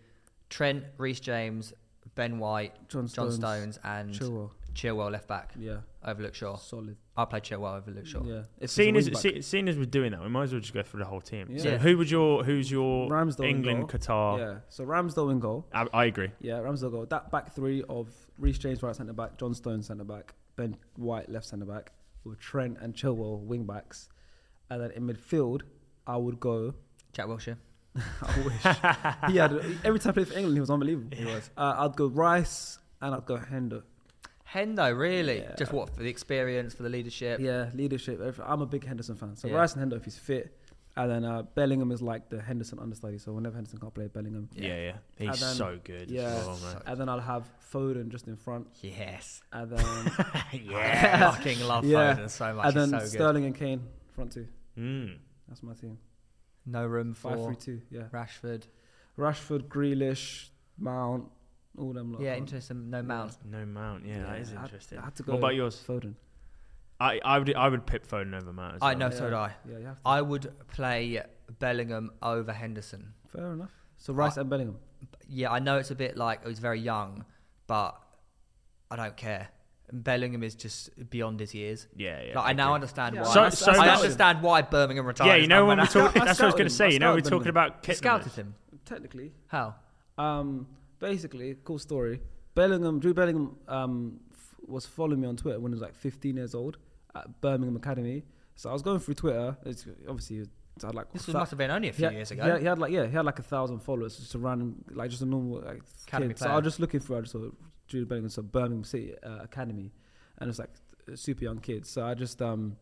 [SPEAKER 1] Trent, Reece James, Ben White,
[SPEAKER 3] John
[SPEAKER 1] John
[SPEAKER 3] Stones,
[SPEAKER 1] Stones, Oh. and
[SPEAKER 3] Chilwell.
[SPEAKER 1] Chilwell left back.
[SPEAKER 3] Yeah,
[SPEAKER 1] Over Luke Shaw.
[SPEAKER 3] solid.
[SPEAKER 1] I'll play Chilwell over Luke Shaw.
[SPEAKER 3] Yeah, If
[SPEAKER 4] Seeing
[SPEAKER 3] it's a
[SPEAKER 4] as,
[SPEAKER 3] wing back.
[SPEAKER 4] see, seeing as we're doing that, we might as well just go through the whole team.
[SPEAKER 3] Yeah.
[SPEAKER 4] So
[SPEAKER 1] Yeah.
[SPEAKER 4] who would your who's your
[SPEAKER 3] Ramsdale in
[SPEAKER 4] England,
[SPEAKER 3] goal.
[SPEAKER 4] Qatar?
[SPEAKER 3] yeah, so Ramsdale in goal.
[SPEAKER 4] I, I agree.
[SPEAKER 3] Yeah, Ramsdale goal. That back three of Reece James right centre back, John Stones centre back, Ben White left centre back, with Trent and Chilwell wing backs, and then in midfield I would go.
[SPEAKER 1] Jack Wilshere.
[SPEAKER 3] I wish he had every time he played for England he was unbelievable.
[SPEAKER 1] He was.
[SPEAKER 3] Uh, I'd go Rice and I'd go Hendo.
[SPEAKER 1] Hendo, really?
[SPEAKER 3] Yeah.
[SPEAKER 1] Just what for the experience, for the leadership.
[SPEAKER 3] Yeah, leadership. everything. I'm a big Henderson fan, so
[SPEAKER 1] Yeah.
[SPEAKER 3] Rice and Hendo if he's fit, and then uh, Bellingham is like the Henderson understudy. So whenever Henderson can't play, Bellingham.
[SPEAKER 4] Yeah, yeah.
[SPEAKER 3] And
[SPEAKER 4] He's
[SPEAKER 3] then-
[SPEAKER 4] so good.
[SPEAKER 3] yeah.
[SPEAKER 4] as well, man.
[SPEAKER 3] And then I'll have Foden just in front,
[SPEAKER 1] Yes.
[SPEAKER 3] and then
[SPEAKER 1] Yeah. fucking love
[SPEAKER 3] Yeah.
[SPEAKER 1] Foden so much.
[SPEAKER 3] and
[SPEAKER 1] He's
[SPEAKER 3] then
[SPEAKER 1] so good.
[SPEAKER 3] Sterling and Kane front two.
[SPEAKER 4] Mm.
[SPEAKER 3] That's my team.
[SPEAKER 1] No room for
[SPEAKER 3] Five three two. Yeah.
[SPEAKER 1] Rashford.
[SPEAKER 3] Rashford, Grealish, Mount, all them. Lot
[SPEAKER 1] yeah,
[SPEAKER 3] Um,
[SPEAKER 1] interesting. No Mount.
[SPEAKER 4] No Mount. Yeah, that is
[SPEAKER 3] I-
[SPEAKER 4] interesting.
[SPEAKER 3] I, had to go
[SPEAKER 4] what about yours?
[SPEAKER 3] Foden.
[SPEAKER 4] I, I would I would pick Foden over Mount. As well.
[SPEAKER 1] I know,
[SPEAKER 3] Yeah.
[SPEAKER 1] so would I.
[SPEAKER 3] Yeah, you have to.
[SPEAKER 1] I would play Bellingham over Henderson.
[SPEAKER 3] Fair enough. So Rice and Bellingham.
[SPEAKER 1] Yeah, I know it's a bit like he's very young, but I don't care. Bellingham is just beyond his years.
[SPEAKER 4] Yeah, yeah.
[SPEAKER 1] Like, I now understand
[SPEAKER 3] Yeah,
[SPEAKER 1] why.
[SPEAKER 4] So- so
[SPEAKER 1] I
[SPEAKER 4] that's-
[SPEAKER 1] understand why Birmingham retired.
[SPEAKER 4] yeah, you know when we
[SPEAKER 1] I
[SPEAKER 4] talk,
[SPEAKER 3] I
[SPEAKER 4] that's what I was
[SPEAKER 3] scouted
[SPEAKER 4] going
[SPEAKER 3] him.
[SPEAKER 4] to say.
[SPEAKER 3] I
[SPEAKER 4] You know, we're
[SPEAKER 3] scouted
[SPEAKER 4] talking
[SPEAKER 3] him.
[SPEAKER 4] about Kitman.
[SPEAKER 1] scouted him.
[SPEAKER 3] Technically,
[SPEAKER 1] How?
[SPEAKER 3] um, basically, cool story. Bellingham, Drew Bellingham, um, f- was following me on Twitter when he was like 15 years old at Birmingham Academy. So I was going through Twitter. It's obviously I had like
[SPEAKER 1] This
[SPEAKER 3] fa-
[SPEAKER 1] was, must have been only a few
[SPEAKER 3] Yeah,
[SPEAKER 1] years
[SPEAKER 3] He
[SPEAKER 1] ago.
[SPEAKER 3] had, he had like yeah, he had like a thousand followers, just a random like just a normal like
[SPEAKER 1] Academy
[SPEAKER 3] kid. So I
[SPEAKER 1] player.
[SPEAKER 3] was just looking for I just saw Drew Bellingham, so Birmingham City uh, Academy, and it's like a super young kid. So I just um,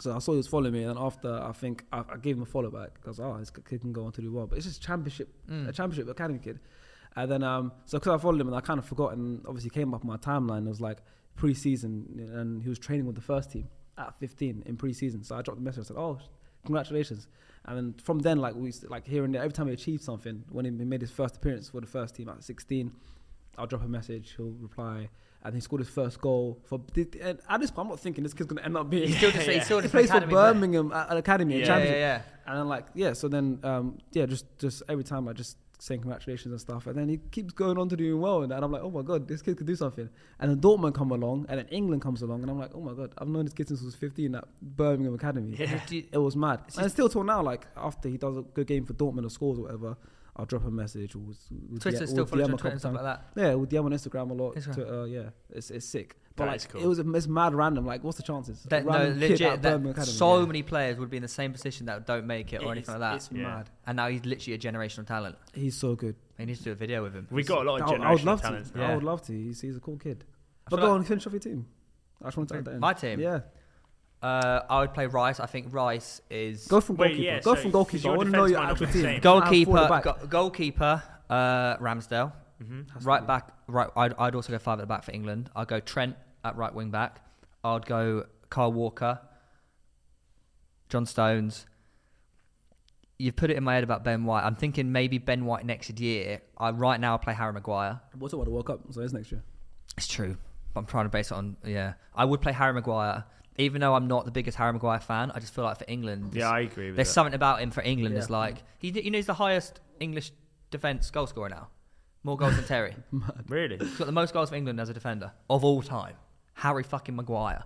[SPEAKER 3] so I saw he was following me, and after I think I, I gave him a follow back because oh, this kid can go on to do well, but it's just championship, a championship academy kid. And then um, so because I followed him and I kind of forgot, and obviously came up on my timeline. It was like pre-season, and he was training with the first team at 15 in pre-season. So I dropped the message. I said, "Oh, congratulations!" And then from then, like we used to- like here and there, every time he achieved something, when he made his first appearance for the first team at 16, I'll drop a message. He'll reply, and he scored his first goal for. And at this point, I'm not thinking this kid's gonna end up being.
[SPEAKER 1] He's still just he's still
[SPEAKER 3] He
[SPEAKER 1] just an
[SPEAKER 3] plays for
[SPEAKER 1] academy player.
[SPEAKER 3] Birmingham at an academy,
[SPEAKER 4] Yeah,
[SPEAKER 3] a
[SPEAKER 1] Yeah, yeah,
[SPEAKER 3] championship.
[SPEAKER 1] yeah.
[SPEAKER 3] And then like yeah, so then um, yeah, just just every time I just saying congratulations and stuff, and then he keeps going on to doing well, and I'm like, oh my god, this kid could do something. And then Dortmund come along, and then England comes along, and I'm like, oh my god, I've known this kid since I was 15 at Birmingham Academy.
[SPEAKER 1] Do you-
[SPEAKER 3] It was mad, and still till now, like after he does a good game for Dortmund or scores or whatever, I'll drop a message or we'll- we'll
[SPEAKER 1] Twitter
[SPEAKER 3] DM-
[SPEAKER 1] still
[SPEAKER 3] we'll
[SPEAKER 1] follows
[SPEAKER 3] DM
[SPEAKER 1] you
[SPEAKER 3] a
[SPEAKER 1] on Twitter
[SPEAKER 3] couple
[SPEAKER 1] and stuff
[SPEAKER 3] times.
[SPEAKER 1] like that.
[SPEAKER 3] Yeah, with DM on Instagram a lot.
[SPEAKER 1] Instagram.
[SPEAKER 3] Twitter, yeah, it's it's sick. But
[SPEAKER 4] That
[SPEAKER 3] like
[SPEAKER 4] is cool.
[SPEAKER 3] it was it's mad random. Like, what's the chances? A
[SPEAKER 1] That, no,
[SPEAKER 3] random kid
[SPEAKER 1] legit.
[SPEAKER 3] at
[SPEAKER 1] That
[SPEAKER 3] Birmingham Academy,
[SPEAKER 1] so
[SPEAKER 3] yeah.
[SPEAKER 1] many players would be in the same position that don't make it or anything like that.
[SPEAKER 3] It's
[SPEAKER 4] Yeah.
[SPEAKER 3] mad.
[SPEAKER 1] and now he's literally a generational talent.
[SPEAKER 3] He's so good.
[SPEAKER 1] He needs to do a video with him.
[SPEAKER 4] We got a lot of
[SPEAKER 3] I would-
[SPEAKER 4] generational
[SPEAKER 3] I would love
[SPEAKER 4] talents.
[SPEAKER 3] to.
[SPEAKER 1] Yeah.
[SPEAKER 3] I would love to. He's, he's a cool kid.
[SPEAKER 1] I
[SPEAKER 3] But
[SPEAKER 1] feel
[SPEAKER 3] go
[SPEAKER 1] like-
[SPEAKER 3] on, finish off your team. I just want to add that in.
[SPEAKER 1] My team?
[SPEAKER 3] Yeah.
[SPEAKER 1] Uh, I would play Rice. I think Rice is
[SPEAKER 3] Go from
[SPEAKER 4] Wait,
[SPEAKER 3] goalkeeper.
[SPEAKER 4] yeah,
[SPEAKER 3] go
[SPEAKER 4] so-
[SPEAKER 3] from
[SPEAKER 4] 'cause
[SPEAKER 3] goalkeeper.
[SPEAKER 4] your
[SPEAKER 3] I want to know
[SPEAKER 4] defense
[SPEAKER 3] your
[SPEAKER 4] might not
[SPEAKER 3] actual
[SPEAKER 4] be the
[SPEAKER 3] team.
[SPEAKER 4] same.
[SPEAKER 1] goalkeeper.
[SPEAKER 3] How far the back?
[SPEAKER 1] Go- goalkeeper. Uh, Ramsdale.
[SPEAKER 3] Mm-hmm. Has to
[SPEAKER 1] Right
[SPEAKER 3] be.
[SPEAKER 1] back. Right. I'd, I'd also go five at the back for England. I'd go Trent at right wing back. I'd go Carl Walker. John Stones. You put it in my head about Ben White. I'm thinking maybe Ben White next year. I right now I play Harry Maguire.
[SPEAKER 3] We'll talk about the World Cup, so it's next year.
[SPEAKER 1] It's true. But I'm trying to base it on yeah. I would play Harry Maguire, even though I'm not the biggest Harry Maguire fan. I just feel like for England,
[SPEAKER 4] Yeah, I agree with
[SPEAKER 1] there's
[SPEAKER 4] that.
[SPEAKER 1] something about him for England. that's
[SPEAKER 3] Yeah.
[SPEAKER 1] like he, you know, he's the highest English defence goal scorer now. More goals than Terry.
[SPEAKER 4] Really?
[SPEAKER 1] He's got the most goals for England as a defender of all time. Harry fucking Maguire.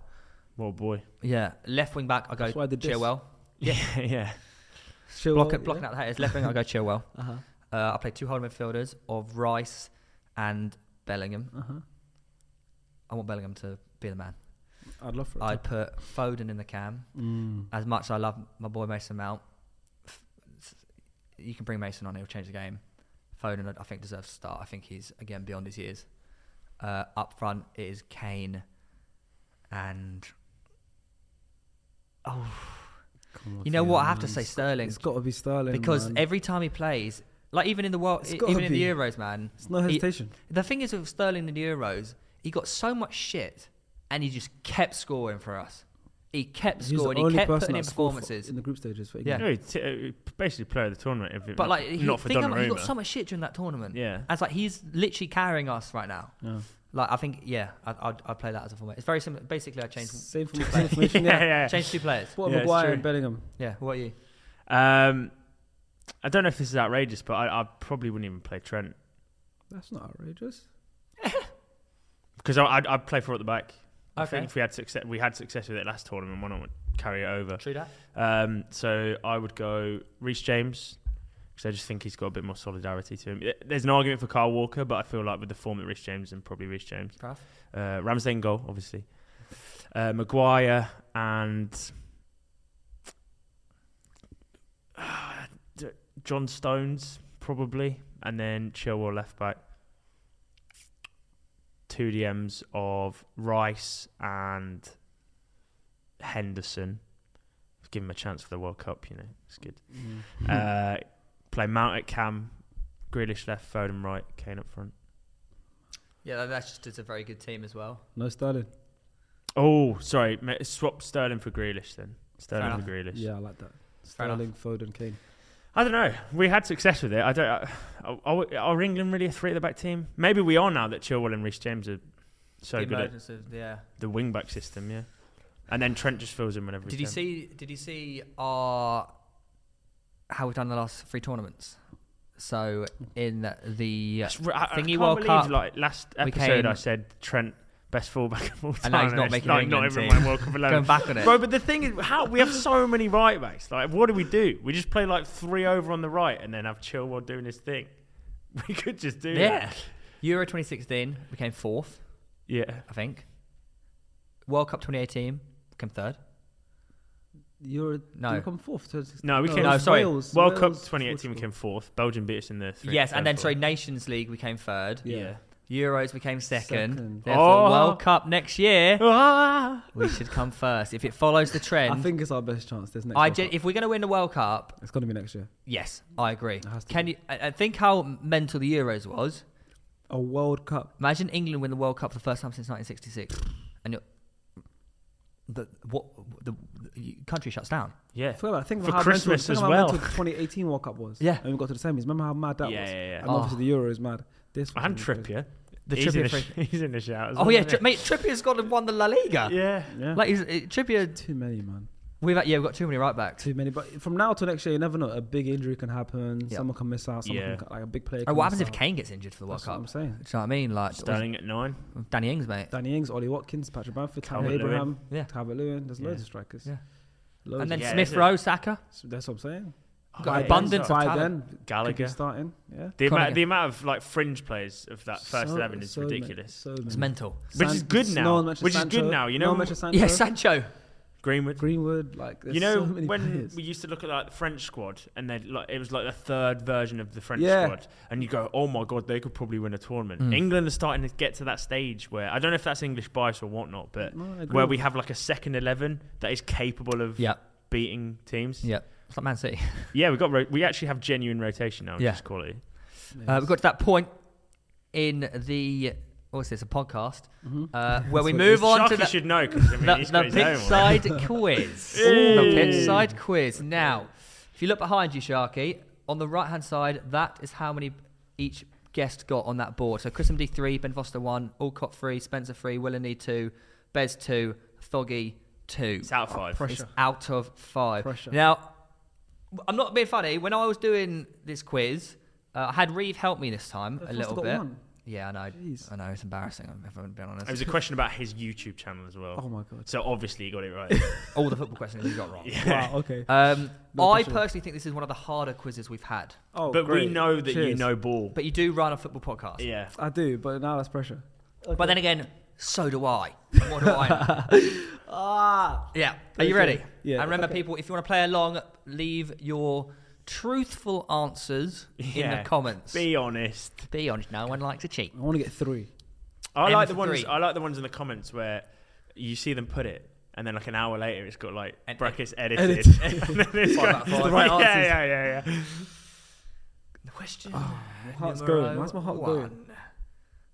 [SPEAKER 4] Well, boy.
[SPEAKER 1] Yeah, left wing back. I go
[SPEAKER 3] That's why I did this.
[SPEAKER 1] Chilwell.
[SPEAKER 4] Yeah, yeah.
[SPEAKER 3] Chilwell,
[SPEAKER 1] Block it,
[SPEAKER 3] yeah.
[SPEAKER 1] blocking out the haters. Left wing. I go Chilwell.
[SPEAKER 3] Uh-huh.
[SPEAKER 1] Uh, I play two holding midfielders of Rice and Bellingham.
[SPEAKER 3] Uh-huh.
[SPEAKER 1] I want Bellingham to be the man.
[SPEAKER 3] I'd love for it.
[SPEAKER 1] I'd put Foden in the cam.
[SPEAKER 3] Mm.
[SPEAKER 1] As much as I love my boy Mason Mount, f- you can bring Mason on; he'll change the game. Foden, I- I think, deserves to start. I think he's again beyond his years. Uh, up front it is Kane, and
[SPEAKER 3] Come on,
[SPEAKER 1] you know what? I have to
[SPEAKER 3] Fernandes.
[SPEAKER 1] say Sterling
[SPEAKER 3] It's got to be Sterling.
[SPEAKER 1] because
[SPEAKER 3] man.
[SPEAKER 1] every time he plays, like even in the world,
[SPEAKER 3] It's
[SPEAKER 1] e-
[SPEAKER 3] gotta
[SPEAKER 1] even in the
[SPEAKER 3] be.
[SPEAKER 1] Euros, man,
[SPEAKER 3] it's no
[SPEAKER 1] he-
[SPEAKER 3] hesitation.
[SPEAKER 1] the thing is with Sterling in the Euros, he got so much shit, and he just kept scoring for us. He kept
[SPEAKER 3] He's the
[SPEAKER 1] scoring. He
[SPEAKER 3] only
[SPEAKER 1] kept
[SPEAKER 3] person
[SPEAKER 1] putting in
[SPEAKER 3] that scored for-
[SPEAKER 1] performances.
[SPEAKER 3] in the group stages for
[SPEAKER 1] Yeah.
[SPEAKER 3] England.
[SPEAKER 4] No, he t- uh, basically player of the tournament. If it,
[SPEAKER 1] But like, he,
[SPEAKER 4] not for
[SPEAKER 1] think about, he
[SPEAKER 4] Donnarumma.
[SPEAKER 1] got so much shit during that tournament.
[SPEAKER 4] Yeah.
[SPEAKER 1] as like he's literally carrying us right now.
[SPEAKER 3] Yeah.
[SPEAKER 1] Like I think, yeah, I, I'd, I'd play that as a format. It's very similar. Basically, I changed
[SPEAKER 3] Same for same information.
[SPEAKER 4] yeah,
[SPEAKER 3] Yeah.
[SPEAKER 4] yeah.
[SPEAKER 1] changed two players.
[SPEAKER 3] What
[SPEAKER 4] Yeah, it's
[SPEAKER 3] Maguire
[SPEAKER 4] true.
[SPEAKER 3] and Bellingham?
[SPEAKER 1] Yeah, what are you?
[SPEAKER 4] Um, I don't know if this is outrageous, but I, I probably wouldn't even play Trent
[SPEAKER 3] That's not outrageous.
[SPEAKER 4] because I'd, I'd play four at the back. I
[SPEAKER 1] Okay.
[SPEAKER 4] think if we had success, we had success with it last tournament. Why not carry it over?
[SPEAKER 1] True that.
[SPEAKER 4] Um, so I would go Reece James because I just think he's got a bit more solidarity to him. Eh, There's an argument for Carl Walker, but I feel like with the form at Reece James and probably Reece James,
[SPEAKER 1] Prof.
[SPEAKER 4] uh, Ramsdale in goal, obviously, uh, Maguire and Ah, d- John Stones probably, and then Chilwell left back. Two DMs of Rice and Henderson. Give him a chance for the World Cup, you know, it's good. Uh, play Mount at Cam, Grealish left, Foden right, Kane up front.
[SPEAKER 1] Yeah, that, that's just it's a very good team as well.
[SPEAKER 3] No Sterling.
[SPEAKER 4] Oh, sorry, ma- swap Sterling for Grealish then. Sterling
[SPEAKER 1] Fair
[SPEAKER 4] for Grealish.
[SPEAKER 3] Yeah, I like that.
[SPEAKER 1] Fair enough.
[SPEAKER 3] Sterling, Foden, Kane.
[SPEAKER 4] I don't know. We had success with it. I don't. I, are, are England really a three at the back team? Maybe we are now that Chilwell and Reece James are so
[SPEAKER 1] the
[SPEAKER 4] good at
[SPEAKER 1] emergence of yeah.
[SPEAKER 4] the wing back system. Yeah, and then Trent just fills in whenever.
[SPEAKER 1] Did
[SPEAKER 4] he
[SPEAKER 1] you
[SPEAKER 4] can.
[SPEAKER 1] see? Did you see our how we've done the last three tournaments? So in the
[SPEAKER 4] That's r- I, I
[SPEAKER 1] Thingy
[SPEAKER 4] can't
[SPEAKER 1] World
[SPEAKER 4] believe,
[SPEAKER 1] Cup,
[SPEAKER 4] Like last
[SPEAKER 1] we
[SPEAKER 4] episode, I
[SPEAKER 1] came-
[SPEAKER 4] said Trent best fullback of all time.
[SPEAKER 1] And now he's not
[SPEAKER 4] it's
[SPEAKER 1] making
[SPEAKER 4] not,
[SPEAKER 1] England
[SPEAKER 4] not even
[SPEAKER 1] team.
[SPEAKER 4] my World Cup
[SPEAKER 1] going
[SPEAKER 4] eleven.
[SPEAKER 1] back on it,
[SPEAKER 4] Bro, but the thing is, how we have so many right backs. Like, what do we do? We just play like three over on the right, and then have Chilwell doing his thing. We could just do
[SPEAKER 1] yeah,
[SPEAKER 4] that.
[SPEAKER 1] Euro 2016 we came fourth,
[SPEAKER 4] Yeah,
[SPEAKER 1] I think. World Cup 2018 we came third.
[SPEAKER 3] You're
[SPEAKER 1] No.
[SPEAKER 3] You come fourth. to-
[SPEAKER 4] No, we
[SPEAKER 3] it
[SPEAKER 4] came-
[SPEAKER 1] No,
[SPEAKER 3] was
[SPEAKER 1] sorry.
[SPEAKER 3] Oh, Wales,
[SPEAKER 4] World Cup
[SPEAKER 3] Wales,
[SPEAKER 4] 2018 we
[SPEAKER 3] Portugal.
[SPEAKER 4] came fourth. Belgium beat us in the three,
[SPEAKER 1] yes, and then
[SPEAKER 4] third,
[SPEAKER 1] sorry,
[SPEAKER 4] fourth.
[SPEAKER 1] Nations League we came third.
[SPEAKER 4] yeah.
[SPEAKER 1] Euros we came second.
[SPEAKER 3] Second.
[SPEAKER 1] Therefore,
[SPEAKER 4] Oh.
[SPEAKER 1] World Cup next year
[SPEAKER 4] Ah!
[SPEAKER 1] we should come first. If it follows the
[SPEAKER 3] I
[SPEAKER 1] trend,
[SPEAKER 3] think it's our best chance. There's next.
[SPEAKER 1] I
[SPEAKER 3] World
[SPEAKER 1] gen-
[SPEAKER 3] Cup.
[SPEAKER 1] if we're going to win the World Cup,
[SPEAKER 3] it's gonna be next year.
[SPEAKER 1] yes, I agree.
[SPEAKER 3] has to
[SPEAKER 1] Can
[SPEAKER 3] be.
[SPEAKER 1] you? I, I think how mental the Euros was.
[SPEAKER 3] A World Cup.
[SPEAKER 1] Imagine England win the World Cup for the first time since 1966, and you're, the what the, the country shuts down.
[SPEAKER 4] Yeah.
[SPEAKER 3] I feel like think
[SPEAKER 4] For
[SPEAKER 3] about how
[SPEAKER 4] Christmas
[SPEAKER 3] mental, think
[SPEAKER 4] as
[SPEAKER 3] about
[SPEAKER 4] well.
[SPEAKER 3] how mental 2018 World Cup was.
[SPEAKER 1] Yeah.
[SPEAKER 3] and we got to the semis. Remember how mad that
[SPEAKER 4] Yeah,
[SPEAKER 3] was?
[SPEAKER 4] yeah, yeah.
[SPEAKER 3] And obviously the
[SPEAKER 1] Oh.
[SPEAKER 3] Euro is mad. This was gonna
[SPEAKER 4] And
[SPEAKER 3] be crazy.
[SPEAKER 4] Trippier.
[SPEAKER 1] The
[SPEAKER 4] he's, in
[SPEAKER 1] Trippier
[SPEAKER 4] the,
[SPEAKER 1] free-
[SPEAKER 4] he's in the shout. as
[SPEAKER 1] Oh
[SPEAKER 4] well,
[SPEAKER 1] yeah,
[SPEAKER 4] isn't
[SPEAKER 1] Tri- mate, Trippier's got to have won the La Liga.
[SPEAKER 4] he? yeah.
[SPEAKER 3] Yeah.
[SPEAKER 1] Like he's, it, Trippier,
[SPEAKER 3] too many, man.
[SPEAKER 1] we've had- yeah, we've got too many right backs.
[SPEAKER 3] Too many. But from now till next year, you never know. A big injury can happen.
[SPEAKER 1] Yeah.
[SPEAKER 3] Someone can miss out. Someone
[SPEAKER 4] Yeah.
[SPEAKER 3] can, like a big player.
[SPEAKER 1] Oh,
[SPEAKER 3] can
[SPEAKER 1] what happens
[SPEAKER 3] miss
[SPEAKER 1] if
[SPEAKER 3] out.
[SPEAKER 1] Kane gets injured for the World
[SPEAKER 3] That's what
[SPEAKER 1] Cup?
[SPEAKER 3] I'm
[SPEAKER 1] Do
[SPEAKER 3] saying.
[SPEAKER 1] you know what I mean? Like
[SPEAKER 4] Sterling at nine.
[SPEAKER 1] Danny Ings, mate.
[SPEAKER 3] Danny Ings, Ollie Watkins, Patrick Bamford, Tyler
[SPEAKER 4] Calvert-Lewin.
[SPEAKER 3] Abraham,
[SPEAKER 1] Yeah.
[SPEAKER 3] Calvert Lewin. There's loads
[SPEAKER 4] Yeah.
[SPEAKER 3] of strikers.
[SPEAKER 1] Yeah.
[SPEAKER 3] Loads
[SPEAKER 1] and then
[SPEAKER 3] of
[SPEAKER 4] Yeah,
[SPEAKER 1] Smith
[SPEAKER 4] isn't it?
[SPEAKER 1] Rowe, Saka.
[SPEAKER 3] So that's what I'm saying.
[SPEAKER 1] Got
[SPEAKER 4] Oh, yeah,
[SPEAKER 1] abundance
[SPEAKER 4] yeah.
[SPEAKER 1] of
[SPEAKER 3] By
[SPEAKER 1] talent.
[SPEAKER 3] then, could be
[SPEAKER 4] Gallagher.
[SPEAKER 3] starting. Yeah.
[SPEAKER 4] The amount,
[SPEAKER 1] Cunningham.
[SPEAKER 4] the amount of like fringe players of that first
[SPEAKER 3] So-
[SPEAKER 4] eleven is
[SPEAKER 3] so many-
[SPEAKER 4] ridiculous.
[SPEAKER 3] so
[SPEAKER 1] It's
[SPEAKER 3] many.
[SPEAKER 1] mental.
[SPEAKER 4] Which is good
[SPEAKER 3] San-
[SPEAKER 4] now.
[SPEAKER 3] no one mentioned
[SPEAKER 4] Which is
[SPEAKER 3] Sancho.
[SPEAKER 4] good now, you
[SPEAKER 3] No
[SPEAKER 4] know?
[SPEAKER 3] one mentioned Sancho.
[SPEAKER 1] Yeah, Sancho.
[SPEAKER 4] Greenwood.
[SPEAKER 3] Greenwood. Like there's
[SPEAKER 4] you know
[SPEAKER 3] so many
[SPEAKER 4] when
[SPEAKER 3] players.
[SPEAKER 4] we used to look at like the French squad and they like it was like the third version of the French
[SPEAKER 3] Yeah. Hmm.
[SPEAKER 4] squad and you go oh my god they could probably win a tournament.
[SPEAKER 1] Mm.
[SPEAKER 4] England are starting to get to that stage where I don't know if that's English bias or whatnot, but
[SPEAKER 3] No, Mm, I agree.
[SPEAKER 4] where we have like a second eleven that is capable of
[SPEAKER 1] Yeah,
[SPEAKER 4] beating teams.
[SPEAKER 1] yeah. It's like Man City.
[SPEAKER 4] Yeah, we got ro- we actually have genuine rotation now.
[SPEAKER 1] Yeah.
[SPEAKER 4] Yeah. Just quality.
[SPEAKER 1] Uh, we got to that point in the what's this? A podcast
[SPEAKER 3] Mhm.
[SPEAKER 1] uh, where we move
[SPEAKER 3] That's what
[SPEAKER 4] Sharky
[SPEAKER 1] on to the,
[SPEAKER 4] should know because I mean,
[SPEAKER 1] the,
[SPEAKER 4] he's
[SPEAKER 1] the
[SPEAKER 4] got his own
[SPEAKER 1] pitch
[SPEAKER 4] one.
[SPEAKER 1] side quiz. The pitch side quiz. Now, if you look behind you, Sharky, on the right hand side, that is how many each guest got on that board. So Chris D three, Ben Foster one, Alcott three, Spencer three, Willany two, Bez two, Thoggy two.
[SPEAKER 4] It's out of five.
[SPEAKER 3] Pressure.
[SPEAKER 1] It's out of five.
[SPEAKER 3] Pressure.
[SPEAKER 1] Now, I'm not being funny. When I was doing this quiz, uh, I had Reeve help me this time
[SPEAKER 3] I've
[SPEAKER 1] a
[SPEAKER 3] still
[SPEAKER 1] little
[SPEAKER 3] got
[SPEAKER 1] bit.
[SPEAKER 3] one.
[SPEAKER 1] Yeah, I know.
[SPEAKER 3] Jeez.
[SPEAKER 1] I know it's embarrassing. If I'm being honest,
[SPEAKER 4] It was a question about his YouTube channel as
[SPEAKER 3] Oh
[SPEAKER 4] well.
[SPEAKER 3] my god.
[SPEAKER 4] So obviously he got it right.
[SPEAKER 1] all the football questions you got wrong.
[SPEAKER 3] Wow. Okay.
[SPEAKER 1] Um,
[SPEAKER 3] No
[SPEAKER 1] I
[SPEAKER 3] pressure.
[SPEAKER 1] personally think this is one of the harder quizzes we've had.
[SPEAKER 3] Oh,
[SPEAKER 4] but
[SPEAKER 3] great.
[SPEAKER 4] we know that you
[SPEAKER 3] Cheers.
[SPEAKER 4] know ball.
[SPEAKER 1] But you do run a football podcast.
[SPEAKER 4] yeah.
[SPEAKER 3] I do, but now that's pressure.
[SPEAKER 1] But then again, so do I. And What do I? know?
[SPEAKER 3] Ah.
[SPEAKER 1] yeah. Are you
[SPEAKER 3] Okay.
[SPEAKER 1] ready?
[SPEAKER 3] Yeah,
[SPEAKER 1] And remember,
[SPEAKER 3] okay.
[SPEAKER 1] people, if you want to play along, leave your truthful answers in
[SPEAKER 4] Yeah.
[SPEAKER 1] the comments.
[SPEAKER 4] Be honest.
[SPEAKER 1] Be honest. No one likes a cheat.
[SPEAKER 3] I want to get three.
[SPEAKER 4] I
[SPEAKER 1] M
[SPEAKER 4] like the
[SPEAKER 1] for
[SPEAKER 4] ones.
[SPEAKER 1] three.
[SPEAKER 4] I like the ones in the comments where you see them put it, and then like an hour later, it's got like
[SPEAKER 1] And-
[SPEAKER 4] brackets edited.
[SPEAKER 3] edited.
[SPEAKER 4] and then it's
[SPEAKER 1] Five out of
[SPEAKER 4] got,
[SPEAKER 1] five.
[SPEAKER 4] the right yeah, yeah, yeah, yeah.
[SPEAKER 1] The question.
[SPEAKER 3] Ah, my heart's
[SPEAKER 1] numero
[SPEAKER 3] going. Why's my heart going?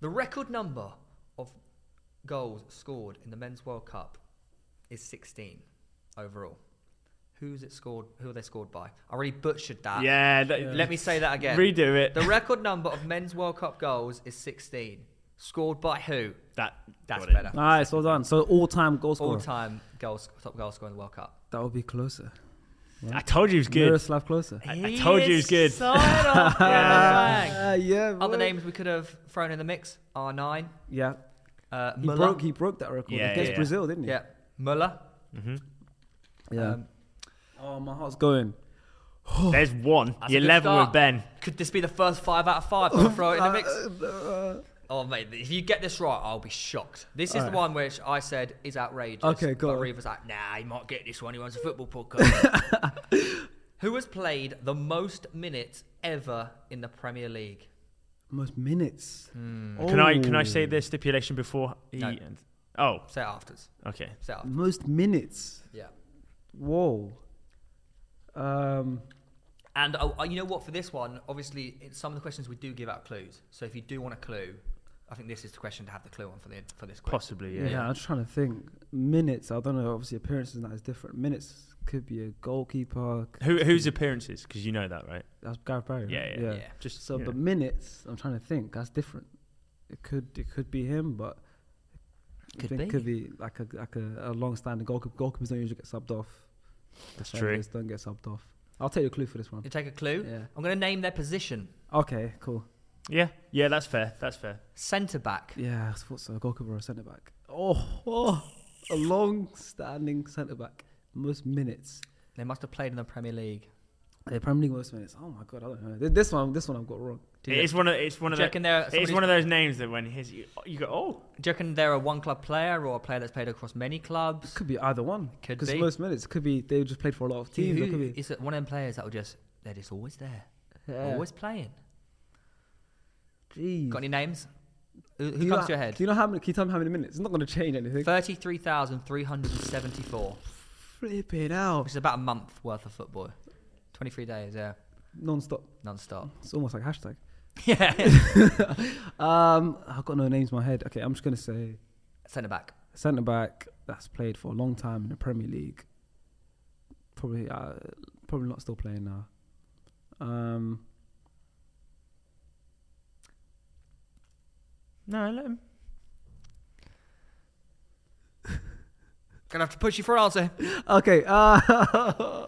[SPEAKER 1] The record number of goals scored in the Men's World Cup is 16 overall. Who's it scored? Who are they scored by? I already butchered that.
[SPEAKER 4] yeah, that-
[SPEAKER 3] Yeah.
[SPEAKER 1] Uh, Let me say that again.
[SPEAKER 4] redo it.
[SPEAKER 1] The record number of men's World Cup goals is 16. Scored by who?
[SPEAKER 4] that
[SPEAKER 1] That's
[SPEAKER 4] got it.
[SPEAKER 1] better.
[SPEAKER 3] Nice, well done. So all time goal scorer.
[SPEAKER 1] All-time goals, top goal scorer in the World Cup.
[SPEAKER 3] That would be closer.
[SPEAKER 4] I told you it was good.
[SPEAKER 3] Miroslav closer.
[SPEAKER 4] I- I told you he was good.
[SPEAKER 1] Side off the
[SPEAKER 4] Yeah.
[SPEAKER 1] bag.
[SPEAKER 3] Ah, yeah.
[SPEAKER 1] Other
[SPEAKER 3] boy.
[SPEAKER 1] names we could have thrown in the mix: R9,
[SPEAKER 3] Yeah.
[SPEAKER 1] uh,
[SPEAKER 3] He
[SPEAKER 1] Muller.
[SPEAKER 3] broke. He broke that record
[SPEAKER 4] Yeah,
[SPEAKER 3] against
[SPEAKER 4] yeah, yeah.
[SPEAKER 3] Brazil, didn't he?
[SPEAKER 1] yeah, Muller.
[SPEAKER 4] hmm
[SPEAKER 3] Yeah.
[SPEAKER 1] Um,
[SPEAKER 3] oh, my heart's going.
[SPEAKER 4] There's one.
[SPEAKER 1] That's a
[SPEAKER 4] You're
[SPEAKER 1] good
[SPEAKER 4] level
[SPEAKER 1] start.
[SPEAKER 4] with Ben.
[SPEAKER 1] Could this be the first five out of five? I'll throw it in the mix.
[SPEAKER 3] Uh, uh,
[SPEAKER 1] Oh mate, if you get this right, I'll be shocked. This is the
[SPEAKER 3] Alright.
[SPEAKER 1] one which I said is outrageous.
[SPEAKER 3] Okay, go
[SPEAKER 1] But
[SPEAKER 3] on.
[SPEAKER 1] Reeve was like, "Nah, he might get this one. He wants a football podcast." Who has played the most minutes ever in the Premier League?
[SPEAKER 3] most minutes.
[SPEAKER 4] Hmm. Can I can
[SPEAKER 3] Oh.
[SPEAKER 4] I say the stipulation before? He,
[SPEAKER 1] No.
[SPEAKER 4] Oh,
[SPEAKER 1] Say it afterwards.
[SPEAKER 4] okay.
[SPEAKER 1] Say it afterwards.
[SPEAKER 3] Most minutes.
[SPEAKER 1] Yeah.
[SPEAKER 3] Whoa. Um.
[SPEAKER 1] And oh, oh, you know what? For this one, obviously, in some of the questions we do give out clues. So if you do want a clue, I think this is the question to have the clue on for the for this quiz.
[SPEAKER 4] Possibly.
[SPEAKER 3] Yeah.
[SPEAKER 4] Yeah.
[SPEAKER 3] I'm just trying to think. Minutes. I don't know. Obviously, appearances and that is different. Minutes could be a goalkeeper. could
[SPEAKER 4] Who
[SPEAKER 3] just
[SPEAKER 4] whose
[SPEAKER 3] be-
[SPEAKER 4] appearances? Because you know that, right?
[SPEAKER 3] That's Gareth Barry. right?
[SPEAKER 4] Yeah, yeah,
[SPEAKER 1] Yeah.
[SPEAKER 4] Just
[SPEAKER 3] So,
[SPEAKER 4] you
[SPEAKER 3] but
[SPEAKER 4] know.
[SPEAKER 3] minutes. I'm trying to think. That's different. It could it could be him, but I
[SPEAKER 1] Could
[SPEAKER 3] think
[SPEAKER 1] be.
[SPEAKER 3] it could be like a like a, a long-standing goalkeeper. Goalkeepers don't usually get subbed off.
[SPEAKER 4] That's
[SPEAKER 3] Defenders Don't get subbed off. I'll take the clue for this one.
[SPEAKER 1] You take a clue.
[SPEAKER 3] Yeah.
[SPEAKER 1] I'm going to name their position.
[SPEAKER 3] Okay, cool.
[SPEAKER 4] Yeah, yeah, that's fair. That's fair.
[SPEAKER 1] Centre back.
[SPEAKER 3] Yeah, I thought so. Goalkeeper or centre back. Oh, oh, a long-standing centre back. Most minutes.
[SPEAKER 1] They must have played in the Premier League.
[SPEAKER 3] The Premier League most minutes. Oh my god, I don't know. Th- This one, this one, I've got wrong.
[SPEAKER 1] Do
[SPEAKER 4] It
[SPEAKER 1] you-
[SPEAKER 4] is one of it's one
[SPEAKER 1] do
[SPEAKER 4] of
[SPEAKER 1] you
[SPEAKER 4] the,
[SPEAKER 1] reckon they're
[SPEAKER 4] it's
[SPEAKER 1] somebody's-
[SPEAKER 4] one of those names that when his you, you go oh
[SPEAKER 1] Do you reckon they're a one club player or a player that's played across many clubs?
[SPEAKER 3] Could be either one.
[SPEAKER 1] Could
[SPEAKER 3] Because
[SPEAKER 1] be.
[SPEAKER 3] most minutes could be they just played for a lot of teams.
[SPEAKER 1] Who-
[SPEAKER 3] or could be.
[SPEAKER 1] is it one of them players that will just they're just always there,
[SPEAKER 3] Yeah.
[SPEAKER 1] always playing?
[SPEAKER 3] Jeez.
[SPEAKER 1] Oh, Got any names? Who,
[SPEAKER 3] Do
[SPEAKER 1] who
[SPEAKER 3] you
[SPEAKER 1] comes
[SPEAKER 3] know-
[SPEAKER 1] to your head?
[SPEAKER 3] Do you know how many? Can you tell me how many minutes? It's not going to change anything.
[SPEAKER 1] Thirty-three thousand three hundred and seventy-four,
[SPEAKER 3] Flipping out.
[SPEAKER 1] which is about a month worth of football. Twenty-three days, yeah,
[SPEAKER 3] Non-stop.
[SPEAKER 1] non-stop.
[SPEAKER 3] It's almost like hashtag.
[SPEAKER 1] Yeah,
[SPEAKER 3] Um, I've got no names in my head. Okay, I'm just going to say
[SPEAKER 1] centre back.
[SPEAKER 3] centre back that's played for a long time in the Premier League. Probably, uh, probably not still playing now. Um,
[SPEAKER 4] no let him
[SPEAKER 1] Gonna have to push you for an answer.
[SPEAKER 3] okay, uh,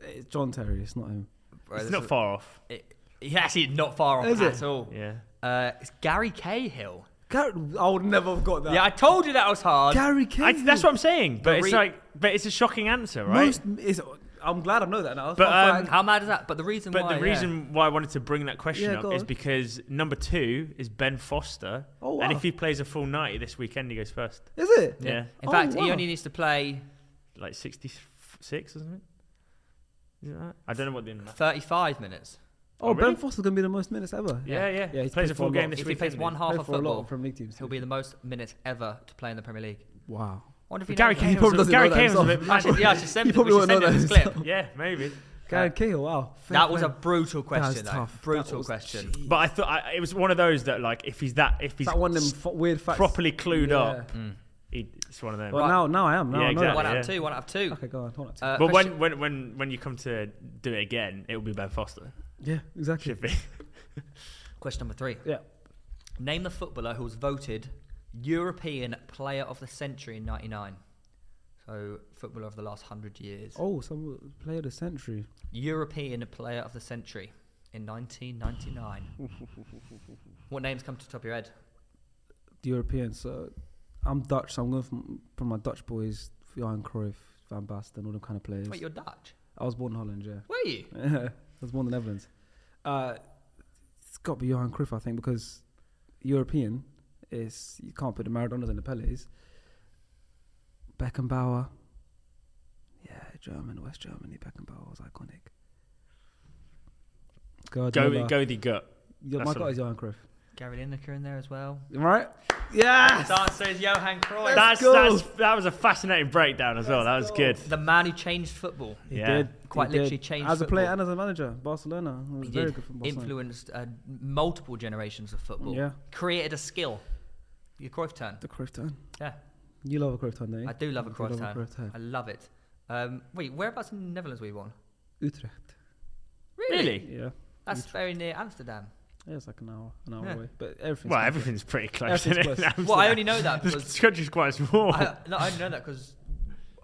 [SPEAKER 3] it's John Terry. It's not him.
[SPEAKER 1] Bro,
[SPEAKER 4] it's
[SPEAKER 1] this
[SPEAKER 4] not
[SPEAKER 1] is-
[SPEAKER 4] far off
[SPEAKER 1] It, it's actually not far off
[SPEAKER 3] Is
[SPEAKER 1] at
[SPEAKER 3] it?
[SPEAKER 1] all.
[SPEAKER 4] yeah
[SPEAKER 1] Uh, it's Gary Cahill.
[SPEAKER 3] Gar- I would never have got that.
[SPEAKER 1] Yeah, I told you that was hard.
[SPEAKER 3] Gary Cahill.
[SPEAKER 4] I, that's what I'm saying but
[SPEAKER 1] The
[SPEAKER 4] it's
[SPEAKER 1] re-
[SPEAKER 4] like but it's a shocking answer right
[SPEAKER 3] Most is. I'm glad I know that now.
[SPEAKER 4] But,
[SPEAKER 3] Fuck,
[SPEAKER 4] um,
[SPEAKER 3] like-
[SPEAKER 1] How mad is that? But the reason
[SPEAKER 4] but
[SPEAKER 1] why,
[SPEAKER 4] the
[SPEAKER 1] yeah.
[SPEAKER 4] reason why I wanted to bring that question
[SPEAKER 3] Yeah,
[SPEAKER 4] up
[SPEAKER 3] go
[SPEAKER 4] is
[SPEAKER 3] on.
[SPEAKER 4] because number two is Ben Foster
[SPEAKER 3] Oh, wow.
[SPEAKER 4] and if he plays a full 90 this weekend he goes first
[SPEAKER 3] is it?
[SPEAKER 4] yeah,
[SPEAKER 1] In
[SPEAKER 3] Oh,
[SPEAKER 1] fact, he
[SPEAKER 3] wow.
[SPEAKER 1] only needs to play
[SPEAKER 4] like 66 isn't it is it that I don't know what the end of that
[SPEAKER 1] 35 minutes.
[SPEAKER 3] Oh,
[SPEAKER 4] Oh, really?
[SPEAKER 3] Ben Foster's gonna be the most minutes ever.
[SPEAKER 4] yeah yeah,
[SPEAKER 3] Yeah,
[SPEAKER 4] he
[SPEAKER 3] he's
[SPEAKER 4] plays
[SPEAKER 3] played
[SPEAKER 4] a
[SPEAKER 3] for a
[SPEAKER 4] full
[SPEAKER 3] lot.
[SPEAKER 4] game this
[SPEAKER 1] if he
[SPEAKER 4] weekend
[SPEAKER 1] plays
[SPEAKER 4] didn't
[SPEAKER 1] one half
[SPEAKER 3] Played
[SPEAKER 1] of
[SPEAKER 3] for a lot
[SPEAKER 1] football,
[SPEAKER 3] of Premier League teams.
[SPEAKER 1] he'll be the most minutes ever to play in the Premier League.
[SPEAKER 3] Wow.
[SPEAKER 1] Wonder if
[SPEAKER 4] But
[SPEAKER 1] he
[SPEAKER 4] Gary
[SPEAKER 1] knows that.
[SPEAKER 3] He probably
[SPEAKER 4] Cahill's
[SPEAKER 3] doesn't
[SPEAKER 4] Gary
[SPEAKER 3] know that
[SPEAKER 4] Cahill's a bit
[SPEAKER 1] I
[SPEAKER 4] mad.
[SPEAKER 1] should- yeah, I should send
[SPEAKER 3] He
[SPEAKER 1] him, we
[SPEAKER 3] probably
[SPEAKER 1] should
[SPEAKER 3] won't
[SPEAKER 1] send
[SPEAKER 3] know
[SPEAKER 1] him
[SPEAKER 3] that
[SPEAKER 1] this clip.
[SPEAKER 4] yeah maybe
[SPEAKER 3] Gary Cahill. Wow. Fair
[SPEAKER 1] That was
[SPEAKER 3] play.
[SPEAKER 1] a brutal
[SPEAKER 3] That was
[SPEAKER 1] question, though.
[SPEAKER 3] tough. That
[SPEAKER 1] Brutal
[SPEAKER 3] was-
[SPEAKER 1] question.
[SPEAKER 4] but I thought I, it was one of those that like if he's that if he's
[SPEAKER 3] that one of them f- weird facts.
[SPEAKER 4] properly clued
[SPEAKER 3] Yeah.
[SPEAKER 4] up
[SPEAKER 1] Mm.
[SPEAKER 4] he, it's one of them
[SPEAKER 3] Well, now, now I am. Now
[SPEAKER 4] Yeah,
[SPEAKER 3] I know
[SPEAKER 4] exactly.
[SPEAKER 1] One
[SPEAKER 3] that.
[SPEAKER 1] out
[SPEAKER 4] yeah.
[SPEAKER 1] of two, one out of two.
[SPEAKER 3] Okay, go on. hold on.
[SPEAKER 1] Uh,
[SPEAKER 4] But
[SPEAKER 1] question-
[SPEAKER 4] when, when, when, when you come to do it again, it will be Ben Foster.
[SPEAKER 3] yeah, exactly.
[SPEAKER 4] Should be.
[SPEAKER 1] question number three.
[SPEAKER 3] Yeah.
[SPEAKER 1] Name the footballer who was voted European Player of the Century in 99. So, footballer of the last 100 years.
[SPEAKER 3] Oh, some player of the century.
[SPEAKER 1] European Player of the Century in 1999. what names come to the top of your head?
[SPEAKER 3] The European. So I'm Dutch, so I'm going from, from my Dutch boys, Johan Cruyff, Van Basten, all them kind of players.
[SPEAKER 1] Wait, you're Dutch?
[SPEAKER 3] I was born in Holland, yeah.
[SPEAKER 1] Were you?
[SPEAKER 3] I was born in the Netherlands. Uh, it's got to be Johan Cruyff, I think, because European is you can't put the Maradonas and the Pelés. Beckenbauer, yeah, German, West Germany. Beckenbauer was iconic. God,
[SPEAKER 4] go,
[SPEAKER 3] Müller.
[SPEAKER 4] with- go with your gut.
[SPEAKER 3] Yo, my
[SPEAKER 4] that's
[SPEAKER 3] God,
[SPEAKER 4] a-
[SPEAKER 3] is Johan Cruyff.
[SPEAKER 1] Gary Lineker in there as well.
[SPEAKER 3] Am I right? Yeah.
[SPEAKER 1] His answer is Johan Cruyff.
[SPEAKER 4] That's,
[SPEAKER 3] go.
[SPEAKER 4] that's, that was a fascinating breakdown as well. That was good.
[SPEAKER 1] the man who changed football.
[SPEAKER 3] He
[SPEAKER 4] Yeah.
[SPEAKER 3] did.
[SPEAKER 1] Quite
[SPEAKER 3] he did.
[SPEAKER 1] literally changed
[SPEAKER 3] as a player
[SPEAKER 1] football.
[SPEAKER 3] and as a manager. Barcelona He was
[SPEAKER 1] He
[SPEAKER 3] very
[SPEAKER 1] did.
[SPEAKER 3] good for Barcelona.
[SPEAKER 1] Influenced uh, multiple generations of football.
[SPEAKER 3] Yeah.
[SPEAKER 1] Created a skill. Your Cruyff turn.
[SPEAKER 3] The Cruyff turn.
[SPEAKER 1] Yeah.
[SPEAKER 3] You love a Cruyff turn, don't you?
[SPEAKER 1] I do love a
[SPEAKER 3] You
[SPEAKER 1] Cruyff
[SPEAKER 3] love a
[SPEAKER 1] turn.
[SPEAKER 3] Cruyff turn.
[SPEAKER 1] I love it. Um, wait, whereabouts in the Netherlands were you born?
[SPEAKER 3] Utrecht.
[SPEAKER 4] Really?
[SPEAKER 3] Yeah.
[SPEAKER 1] That's very near Amsterdam.
[SPEAKER 3] Yeah, it's like an hour, an hour
[SPEAKER 1] Yeah.
[SPEAKER 3] away. But everything's
[SPEAKER 4] Well,
[SPEAKER 3] good.
[SPEAKER 4] everything's pretty close.
[SPEAKER 3] Everything's
[SPEAKER 4] isn't it?
[SPEAKER 3] close.
[SPEAKER 1] Well, I only know that
[SPEAKER 4] This
[SPEAKER 1] because
[SPEAKER 4] country's quite small.
[SPEAKER 1] I, no, I only know that because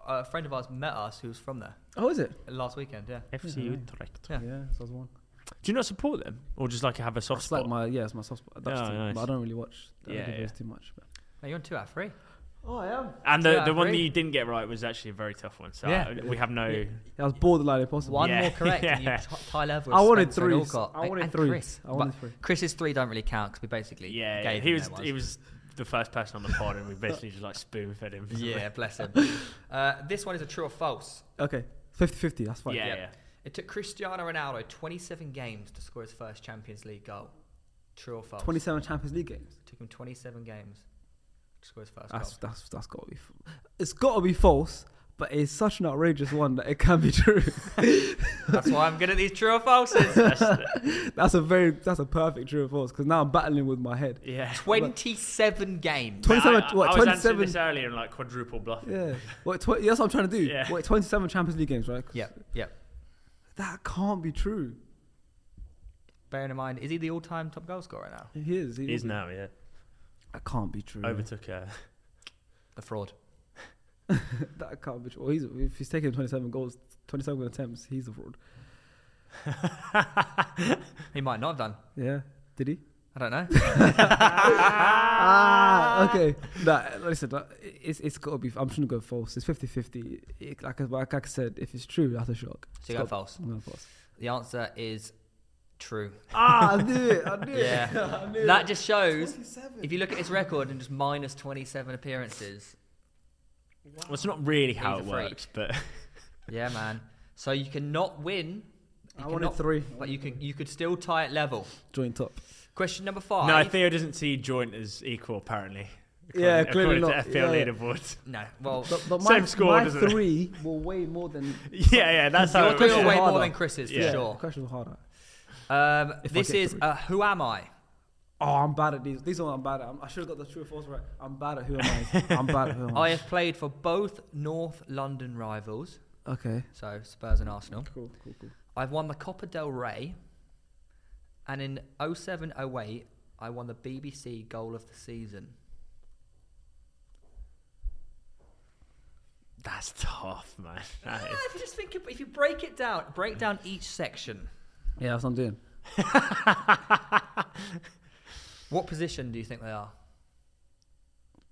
[SPEAKER 1] a friend of ours met us who was from there
[SPEAKER 3] Oh, is it?
[SPEAKER 1] last weekend. Yeah.
[SPEAKER 4] FC
[SPEAKER 3] Yeah.
[SPEAKER 4] Utrecht.
[SPEAKER 1] Yeah.
[SPEAKER 3] Yeah, so I was one.
[SPEAKER 4] Do you not support them? Or just like have a soft
[SPEAKER 3] It's
[SPEAKER 4] spot?
[SPEAKER 3] like my yeah, it's my soft spot. That's
[SPEAKER 4] Oh,
[SPEAKER 3] team,
[SPEAKER 4] nice.
[SPEAKER 3] But I don't really watch the
[SPEAKER 4] Yeah,
[SPEAKER 3] yeah,
[SPEAKER 4] yeah.
[SPEAKER 3] too much. But.
[SPEAKER 1] No, you're on two out of three.
[SPEAKER 3] Oh, I am.
[SPEAKER 4] and the,
[SPEAKER 1] Yeah, I
[SPEAKER 4] the one that
[SPEAKER 1] agree.
[SPEAKER 4] you didn't get right was actually a very tough one. So
[SPEAKER 1] Yeah.
[SPEAKER 4] I- we have no.
[SPEAKER 3] That was borderline impossible.
[SPEAKER 1] One
[SPEAKER 4] Yeah.
[SPEAKER 1] more correct. and
[SPEAKER 4] Yeah.
[SPEAKER 1] you t- tie level.
[SPEAKER 3] I
[SPEAKER 1] with
[SPEAKER 3] wanted
[SPEAKER 1] Spencer and
[SPEAKER 3] threes.
[SPEAKER 1] Alcott.
[SPEAKER 3] I wanted
[SPEAKER 1] and
[SPEAKER 3] threes.
[SPEAKER 1] Chris.
[SPEAKER 3] I wanted
[SPEAKER 1] But
[SPEAKER 3] three.
[SPEAKER 1] Chris's three don't really count because we basically
[SPEAKER 4] Yeah, yeah.
[SPEAKER 1] gave
[SPEAKER 4] he
[SPEAKER 1] him
[SPEAKER 4] was
[SPEAKER 1] their ones.
[SPEAKER 4] he was the first person on the pod, and we basically just like spoon fed him.
[SPEAKER 1] Yeah, bless him. Uh, this one is a true or false.
[SPEAKER 3] Okay, 50-50, That's
[SPEAKER 4] yeah,
[SPEAKER 3] fine.
[SPEAKER 4] yeah.
[SPEAKER 1] yeah. It took Cristiano Ronaldo 27 games to score his first Champions League goal. True or false?
[SPEAKER 3] Twenty-seven Champions League games.
[SPEAKER 1] Took him 27 games to score his first
[SPEAKER 3] That's
[SPEAKER 1] goal.
[SPEAKER 3] that's that's got to be. F- it's got to be false, but it's such an outrageous one that it can be true.
[SPEAKER 1] That's why I'm good at these true or falses.
[SPEAKER 3] that's a very that's a perfect true or false because now I'm battling with my head.
[SPEAKER 4] yeah.
[SPEAKER 1] 27 games.
[SPEAKER 4] But I-
[SPEAKER 3] 27,
[SPEAKER 4] I,
[SPEAKER 3] what,
[SPEAKER 4] I was answering
[SPEAKER 3] 27
[SPEAKER 4] this earlier in like quadruple bluffing.
[SPEAKER 3] Yeah, what, tw- that's what I'm trying to do.
[SPEAKER 4] Yeah.
[SPEAKER 3] What, twenty-seven Champions League games, right? 'Cause
[SPEAKER 1] Yep, yep.
[SPEAKER 3] That can't be true.
[SPEAKER 1] Bearing in mind, is he the all-time top goal scorer now?
[SPEAKER 3] It is.
[SPEAKER 4] He is now, yeah.
[SPEAKER 3] That can't be true.
[SPEAKER 4] Overtook uh,
[SPEAKER 1] The fraud.
[SPEAKER 3] That can't be true. Well, he's, if he's taking 27 goals, 27 attempts, he's a fraud.
[SPEAKER 1] He might not have done.
[SPEAKER 3] Yeah. Did he?
[SPEAKER 1] I don't know.
[SPEAKER 3] ah, okay. Nah, listen, uh, it's it's got to be. I'm just gonna go false. It's 50-50. It- like, I- like I said, if it's true, that's a shock.
[SPEAKER 1] So you go false.
[SPEAKER 3] I'm going false.
[SPEAKER 1] The answer is true.
[SPEAKER 3] Ah, I knew it. I knew
[SPEAKER 1] Yeah.
[SPEAKER 3] it. I knew
[SPEAKER 1] That
[SPEAKER 3] it.
[SPEAKER 1] just shows
[SPEAKER 3] 27.
[SPEAKER 1] if you look at his record and just minus 27 appearances.
[SPEAKER 4] Well, it's not really how
[SPEAKER 1] He's
[SPEAKER 4] it
[SPEAKER 1] a freak.
[SPEAKER 4] works, but
[SPEAKER 1] Yeah, man. So you cannot win. You
[SPEAKER 3] I wanted
[SPEAKER 1] cannot-
[SPEAKER 3] three.
[SPEAKER 1] But you can you could still tie it level.
[SPEAKER 3] Joint top.
[SPEAKER 1] Question number five.
[SPEAKER 4] no, Theo doesn't see joint as equal apparently.
[SPEAKER 3] Yeah,
[SPEAKER 4] According-
[SPEAKER 3] clearly
[SPEAKER 4] according
[SPEAKER 3] not.
[SPEAKER 4] to
[SPEAKER 3] Yeah, yeah.
[SPEAKER 4] FPL leaderboard.
[SPEAKER 1] No, well,
[SPEAKER 3] But, but my,
[SPEAKER 4] Same score,
[SPEAKER 3] my
[SPEAKER 4] doesn't it?
[SPEAKER 3] three were way more than.
[SPEAKER 4] Yeah, yeah, that's how.
[SPEAKER 1] your
[SPEAKER 4] It
[SPEAKER 1] three
[SPEAKER 4] works.
[SPEAKER 1] are way more
[SPEAKER 3] Harder.
[SPEAKER 1] than Chris's for
[SPEAKER 4] Yeah.
[SPEAKER 3] The
[SPEAKER 1] sure.
[SPEAKER 3] question was harder.
[SPEAKER 1] Um,
[SPEAKER 3] If I
[SPEAKER 1] this
[SPEAKER 3] get
[SPEAKER 1] is
[SPEAKER 3] three.
[SPEAKER 1] uh, who am I?
[SPEAKER 3] Oh, I'm bad at these. These are I'm bad at. I'm, I should have got the true or false right. I'm bad at who am I? I'm bad at who am
[SPEAKER 1] I
[SPEAKER 3] I?
[SPEAKER 1] have played for both North London rivals,
[SPEAKER 3] Okay.
[SPEAKER 1] so Spurs and Arsenal.
[SPEAKER 3] Cool, cool, cool.
[SPEAKER 1] I've won the Copa del Rey, and in 07 08, I won the BBC Goal of the Season.
[SPEAKER 4] That's tough, man. That
[SPEAKER 1] Ah,
[SPEAKER 4] is-
[SPEAKER 1] if you just think, if you break it down, break down each section.
[SPEAKER 3] Yeah, that's what I'm doing.
[SPEAKER 1] What position do you think they are?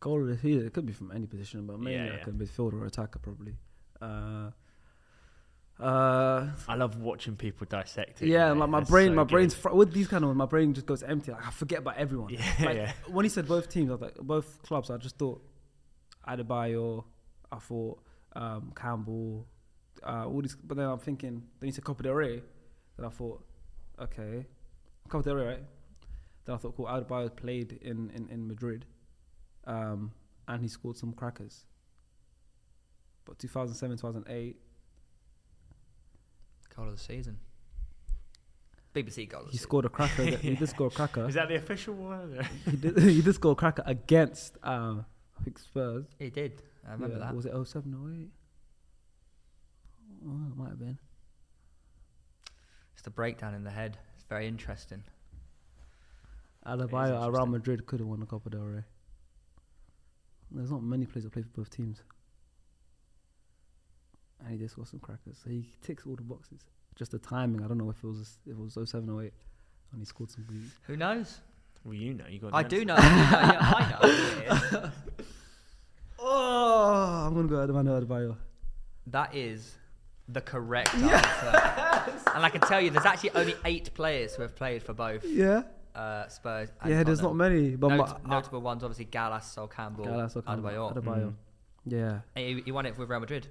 [SPEAKER 3] Goal of the season. It could be from any position, but mainly
[SPEAKER 4] Yeah,
[SPEAKER 3] like a
[SPEAKER 4] yeah.
[SPEAKER 3] midfielder or attacker probably. Uh, uh,
[SPEAKER 4] I love watching people dissect it.
[SPEAKER 3] yeah,
[SPEAKER 4] you know,
[SPEAKER 3] like my
[SPEAKER 4] it's
[SPEAKER 3] brain,
[SPEAKER 4] so
[SPEAKER 3] my
[SPEAKER 4] good.
[SPEAKER 3] brain's fr- with these kind of ones, my brain just goes empty. Like I forget about everyone.
[SPEAKER 4] Yeah,
[SPEAKER 3] Like,
[SPEAKER 4] yeah.
[SPEAKER 3] When he said both teams, I was like both clubs. I just thought Adebayo. I thought um, Campbell. Uh, all these, but then I'm thinking. Then he said Copa del Rey. Then I thought, okay, Copa del Rey, right? Then I thought, cool. Adebayo played in in in Madrid, um, and he scored some crackers. But 2007, 2008,
[SPEAKER 1] Goal of the Season. BBC Goal of the
[SPEAKER 3] he
[SPEAKER 1] Season.
[SPEAKER 3] scored a cracker. He did score a cracker.
[SPEAKER 4] Is that the official one?
[SPEAKER 3] he did he did score a cracker against um I think Spurs.
[SPEAKER 1] He did. I remember
[SPEAKER 3] Yeah,
[SPEAKER 1] that.
[SPEAKER 3] Was it 07 or 08? Oh, it might have been.
[SPEAKER 1] It's the breakdown in the head. It's very interesting.
[SPEAKER 3] Adebayo at Real
[SPEAKER 1] interesting.
[SPEAKER 3] Madrid could have won the Copa del Rey. There's not many players that play for both teams. And he did score some crackers. So he ticks all the boxes. Just the timing. I don't know if it was if it was 07 or 08 and he scored some goals.
[SPEAKER 1] Who knows?
[SPEAKER 4] Well, you know, you got.
[SPEAKER 1] I
[SPEAKER 4] the
[SPEAKER 1] do
[SPEAKER 4] answer.
[SPEAKER 1] know. yeah, yeah, I know. who it is.
[SPEAKER 3] Oh, I'm going to go Adebayo Adebayo.
[SPEAKER 1] That is the correct answer. And I can tell you, there's actually only eight players who have played for both
[SPEAKER 3] Yeah.
[SPEAKER 1] uh, Spurs. And
[SPEAKER 3] Yeah, there's not
[SPEAKER 1] Tottenham.
[SPEAKER 3] many, but
[SPEAKER 1] Not-
[SPEAKER 3] my,
[SPEAKER 1] notable ones, obviously, Gallas, Sol Campbell,
[SPEAKER 3] Gallas or Campbell,
[SPEAKER 1] Adebayor.
[SPEAKER 3] Adebayo. Yeah.
[SPEAKER 1] And He, he won it with Real Madrid.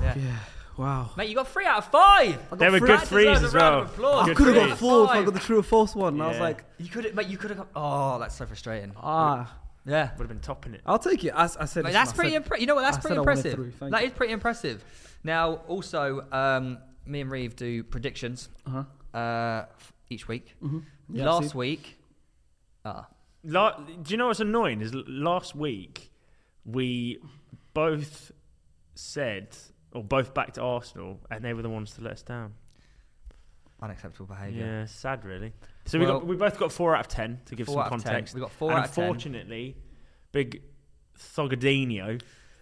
[SPEAKER 1] Yeah.
[SPEAKER 3] Yeah. Wow.
[SPEAKER 1] Mate, you got three out of five.
[SPEAKER 4] They were good
[SPEAKER 1] That deserves
[SPEAKER 4] threes
[SPEAKER 1] a
[SPEAKER 4] as
[SPEAKER 1] round
[SPEAKER 4] well.
[SPEAKER 1] of applause.
[SPEAKER 4] Good
[SPEAKER 3] I could have got
[SPEAKER 4] threes.
[SPEAKER 3] four if I
[SPEAKER 1] Five.
[SPEAKER 3] got the true or false one. I was
[SPEAKER 4] Yeah.
[SPEAKER 3] like,
[SPEAKER 1] You could have, mate. You could have. Oh, that's so frustrating.
[SPEAKER 3] ah,
[SPEAKER 1] Yeah.
[SPEAKER 4] Would have been topping it.
[SPEAKER 3] I'll take it. I, s- I said
[SPEAKER 1] Mate,
[SPEAKER 3] this
[SPEAKER 1] that's
[SPEAKER 3] and I
[SPEAKER 1] pretty
[SPEAKER 3] said-
[SPEAKER 1] impressive. You know what? That's
[SPEAKER 3] I
[SPEAKER 1] pretty
[SPEAKER 3] said I wanted
[SPEAKER 1] impressive. That
[SPEAKER 3] three,
[SPEAKER 1] is
[SPEAKER 3] thank you.
[SPEAKER 1] pretty impressive. Now, also, um, me and Reeve do predictions
[SPEAKER 3] Uh-huh. mm-hmm.
[SPEAKER 1] uh, f- each week.
[SPEAKER 3] Yeah,
[SPEAKER 1] Last
[SPEAKER 3] see?
[SPEAKER 1] week, ah,
[SPEAKER 4] La- do you know what's annoying? Is l- last week we both said, or both backed Arsenal, and they were the ones to let us down.
[SPEAKER 1] unacceptable behaviour.
[SPEAKER 4] Yeah, sad, really. So we got
[SPEAKER 1] Well-
[SPEAKER 4] we both got four out of ten to give
[SPEAKER 1] Four
[SPEAKER 4] some
[SPEAKER 1] out of ten.
[SPEAKER 4] context.
[SPEAKER 1] We got four
[SPEAKER 4] and
[SPEAKER 1] out of ten.
[SPEAKER 4] unfortunately, big Thogadinho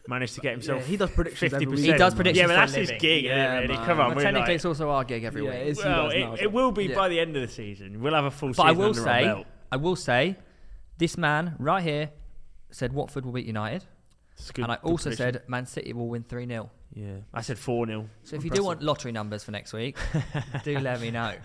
[SPEAKER 4] managed to get himself.
[SPEAKER 3] Yeah, he does predictions every
[SPEAKER 4] 50%.
[SPEAKER 3] week.
[SPEAKER 1] He does
[SPEAKER 3] Yeah,
[SPEAKER 1] predictions.
[SPEAKER 4] Yeah, but
[SPEAKER 1] for a
[SPEAKER 4] that's his
[SPEAKER 1] living.
[SPEAKER 4] gig,
[SPEAKER 3] Yeah,
[SPEAKER 4] really.
[SPEAKER 3] man.
[SPEAKER 4] Come on,
[SPEAKER 1] But
[SPEAKER 4] we're
[SPEAKER 1] technically,
[SPEAKER 4] like-
[SPEAKER 1] it's also our gig every
[SPEAKER 3] Yeah,
[SPEAKER 1] week.
[SPEAKER 3] it's you
[SPEAKER 4] Well,
[SPEAKER 3] guys
[SPEAKER 4] it,
[SPEAKER 3] now,
[SPEAKER 4] it will be
[SPEAKER 1] Yeah.
[SPEAKER 4] by the end of the season. We'll have a full
[SPEAKER 1] But
[SPEAKER 4] season.
[SPEAKER 1] I will
[SPEAKER 4] under our
[SPEAKER 1] say,
[SPEAKER 4] belt.
[SPEAKER 1] I will say, this man right here said Watford will beat United,
[SPEAKER 4] It's good-
[SPEAKER 1] and I
[SPEAKER 4] good
[SPEAKER 1] also
[SPEAKER 4] prediction.
[SPEAKER 1] said Man City will win three 0
[SPEAKER 4] yeah, I said four 0
[SPEAKER 1] So if you do want lottery numbers for next week, do let me know.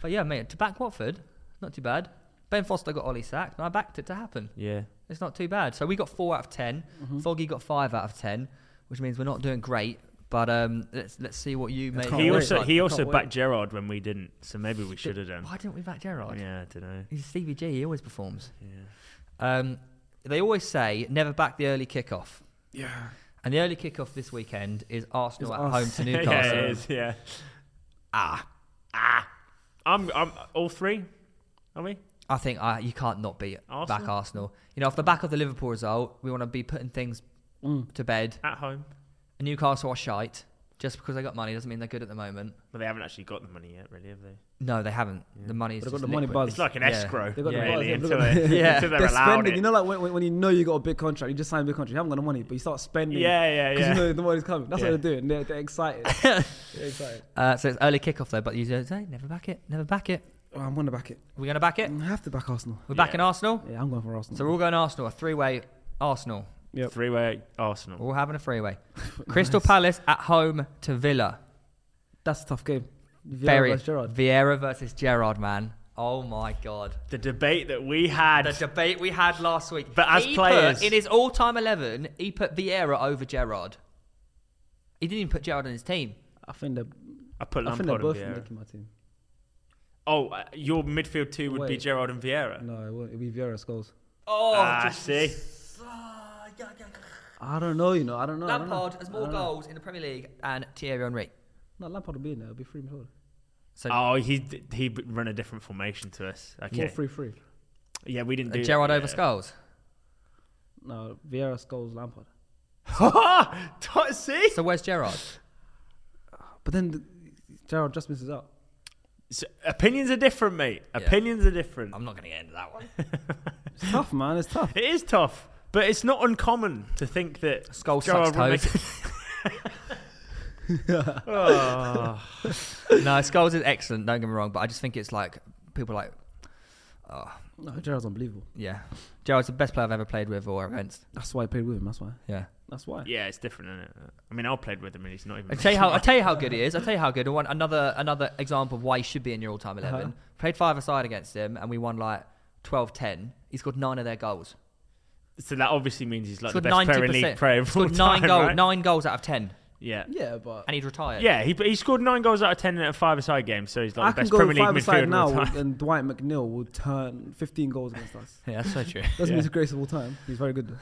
[SPEAKER 1] But yeah, mate, to back Watford, not too bad. Ben Foster got Ollie sacked, and I backed it to happen.
[SPEAKER 4] Yeah,
[SPEAKER 1] It's not too bad. So we got four out of 10
[SPEAKER 4] Mm-hmm.
[SPEAKER 1] Foggy got five out of ten, which means we're not doing great. But um, let's let's see what you make.
[SPEAKER 3] Can't
[SPEAKER 4] he
[SPEAKER 3] wait.
[SPEAKER 4] also
[SPEAKER 3] I
[SPEAKER 4] he
[SPEAKER 3] can't
[SPEAKER 4] also
[SPEAKER 3] wait.
[SPEAKER 4] backed Gerard when we didn't, so maybe we should have done.
[SPEAKER 1] Why didn't we back Gerard?
[SPEAKER 4] Yeah, I don't know.
[SPEAKER 1] He's Stevie G. He always performs.
[SPEAKER 4] Yeah.
[SPEAKER 1] Um, they always say never back the early kickoff.
[SPEAKER 3] Yeah.
[SPEAKER 1] And the early kickoff this weekend is Arsenal
[SPEAKER 3] Is
[SPEAKER 1] at
[SPEAKER 3] us.
[SPEAKER 1] home to Newcastle.
[SPEAKER 4] yeah, it is. Yeah. Ah, ah. I'm I'm all three. Are we?
[SPEAKER 1] I think I, you can't not beat
[SPEAKER 4] Arsenal?
[SPEAKER 1] back Arsenal. You know, off the back of the Liverpool result, we want to be putting things to bed.
[SPEAKER 4] At home,
[SPEAKER 1] Newcastle are shite. Just because they got money doesn't mean they're good at the moment.
[SPEAKER 4] but they haven't actually got the money yet, really, have they?
[SPEAKER 1] No, they haven't. The money is
[SPEAKER 3] But
[SPEAKER 1] just
[SPEAKER 3] they've got the money
[SPEAKER 1] liquid.
[SPEAKER 3] buzz.
[SPEAKER 4] It's like an
[SPEAKER 1] Yeah.
[SPEAKER 4] escrow,
[SPEAKER 3] They've got the
[SPEAKER 4] really,
[SPEAKER 3] buzz,
[SPEAKER 4] until,
[SPEAKER 3] they've got
[SPEAKER 4] they,
[SPEAKER 3] the-
[SPEAKER 4] until they're,
[SPEAKER 3] They're
[SPEAKER 4] allowed
[SPEAKER 3] spending.
[SPEAKER 4] it.
[SPEAKER 3] You know, like when, when when you know you got a big contract, you just sign a big contract. You haven't got the money, but you start spending.
[SPEAKER 4] yeah, yeah,
[SPEAKER 3] Because
[SPEAKER 4] yeah.
[SPEAKER 3] you know the money's coming. That's
[SPEAKER 4] Yeah.
[SPEAKER 3] what they're doing. They're, they're excited. they're excited.
[SPEAKER 1] Uh, so it's early kickoff though, but you say never back it, never back it.
[SPEAKER 3] Oh, I'm going to back it.
[SPEAKER 1] We're going to back
[SPEAKER 3] I
[SPEAKER 1] it.
[SPEAKER 3] have to back Arsenal.
[SPEAKER 1] We're back
[SPEAKER 4] Yeah.
[SPEAKER 1] in Arsenal.
[SPEAKER 3] Yeah, I'm going for Arsenal.
[SPEAKER 1] So we're all going Arsenal, a three way Arsenal.
[SPEAKER 3] Yep.
[SPEAKER 4] Three way
[SPEAKER 1] We're
[SPEAKER 3] Oh.
[SPEAKER 4] Arsenal.
[SPEAKER 1] all having a three way. Crystal Palace at home to Villa.
[SPEAKER 3] That's a tough game. Vieira
[SPEAKER 1] Very
[SPEAKER 3] versus Gerrard.
[SPEAKER 1] Vieira versus Gerard, man. Oh my god.
[SPEAKER 4] The debate that we had.
[SPEAKER 1] The debate we had last week.
[SPEAKER 4] But as
[SPEAKER 1] he
[SPEAKER 4] players-
[SPEAKER 1] put, in his all-time eleven, he put Vieira over Gerard. He didn't even put Gerard on his team.
[SPEAKER 3] I think they're,
[SPEAKER 4] I put
[SPEAKER 3] I think
[SPEAKER 4] Lampard
[SPEAKER 3] they're
[SPEAKER 4] and
[SPEAKER 3] both from
[SPEAKER 4] Vieira.
[SPEAKER 3] making my team.
[SPEAKER 4] Oh, uh, your midfield two would be
[SPEAKER 3] Wait.
[SPEAKER 4] Gerard and Vieira.
[SPEAKER 3] No, it won't. It'll be Vieira scores.
[SPEAKER 1] Oh,
[SPEAKER 4] ah,
[SPEAKER 1] just-
[SPEAKER 4] see.
[SPEAKER 1] Ah, yeah, yeah.
[SPEAKER 3] I don't know, you know. I don't know. I don't know.
[SPEAKER 1] Lampard has
[SPEAKER 3] I
[SPEAKER 1] more
[SPEAKER 4] Ah.
[SPEAKER 3] don't know.
[SPEAKER 1] goals in the Premier League than Thierry Henry.
[SPEAKER 3] No, Lampard will be in there. It'll be free midfield.
[SPEAKER 1] So
[SPEAKER 4] Oh, he he run a different formation to us.
[SPEAKER 3] Four,
[SPEAKER 4] Okay.
[SPEAKER 3] three, three.
[SPEAKER 4] Yeah, we
[SPEAKER 3] Uh,
[SPEAKER 4] didn't do
[SPEAKER 1] Gerard
[SPEAKER 4] yeah.
[SPEAKER 1] over Skulls.
[SPEAKER 3] No, Vieira scores Lampard.
[SPEAKER 4] Don't- see.
[SPEAKER 1] So where's Gerard?
[SPEAKER 3] But then the, Gerrard just misses out.
[SPEAKER 4] So, opinions are different, mate.
[SPEAKER 1] Yeah.
[SPEAKER 4] Opinions are different.
[SPEAKER 3] Um,
[SPEAKER 1] I'm not going to get into that one.
[SPEAKER 3] It's tough, man. It's tough.
[SPEAKER 4] It is tough, but it's not uncommon to think that
[SPEAKER 1] Skull
[SPEAKER 4] Gerrard
[SPEAKER 1] sucks
[SPEAKER 4] would make
[SPEAKER 1] toes.
[SPEAKER 4] it- Oh.
[SPEAKER 1] no, Skulls is excellent. Don't get me wrong, but I just think it's like people are like, oh
[SPEAKER 3] No, Gerrard's unbelievable.
[SPEAKER 1] yeah, Gerard's the best player I've ever played with or against.
[SPEAKER 3] That's why I played with him. That's why.
[SPEAKER 1] Yeah,
[SPEAKER 3] That's why.
[SPEAKER 4] Yeah, it's different, isn't it? I mean, I played with him and he's not even.
[SPEAKER 1] I tell you how I tell you how good he is. I tell you how good. I want another another example of why he should be in your all-time 11
[SPEAKER 3] Uh-huh.
[SPEAKER 1] Played five aside against him, and we won like 12-10. He scored nine of their goals.
[SPEAKER 4] so that obviously means he's like the
[SPEAKER 1] scored
[SPEAKER 4] best
[SPEAKER 1] ninety
[SPEAKER 4] Premier League
[SPEAKER 1] percent.
[SPEAKER 4] player of all
[SPEAKER 1] Scored
[SPEAKER 4] time,
[SPEAKER 1] nine goals,
[SPEAKER 4] right?
[SPEAKER 1] nine goals out of ten,
[SPEAKER 4] Yeah.
[SPEAKER 3] Yeah, but
[SPEAKER 1] and he'd retired.
[SPEAKER 4] Yeah, he, he scored nine goals out of ten in a five-a-side game, so he's like
[SPEAKER 3] I
[SPEAKER 4] the
[SPEAKER 3] can
[SPEAKER 4] best
[SPEAKER 3] go
[SPEAKER 4] Premier League
[SPEAKER 3] five
[SPEAKER 4] midfielder
[SPEAKER 3] aside
[SPEAKER 4] of all
[SPEAKER 3] now,
[SPEAKER 4] time.
[SPEAKER 3] and Dwight McNeil will turn 15 goals against us.
[SPEAKER 1] yeah, that's so true.
[SPEAKER 3] Doesn't
[SPEAKER 4] Yeah.
[SPEAKER 3] mean he's the greatest of all time. He's very good.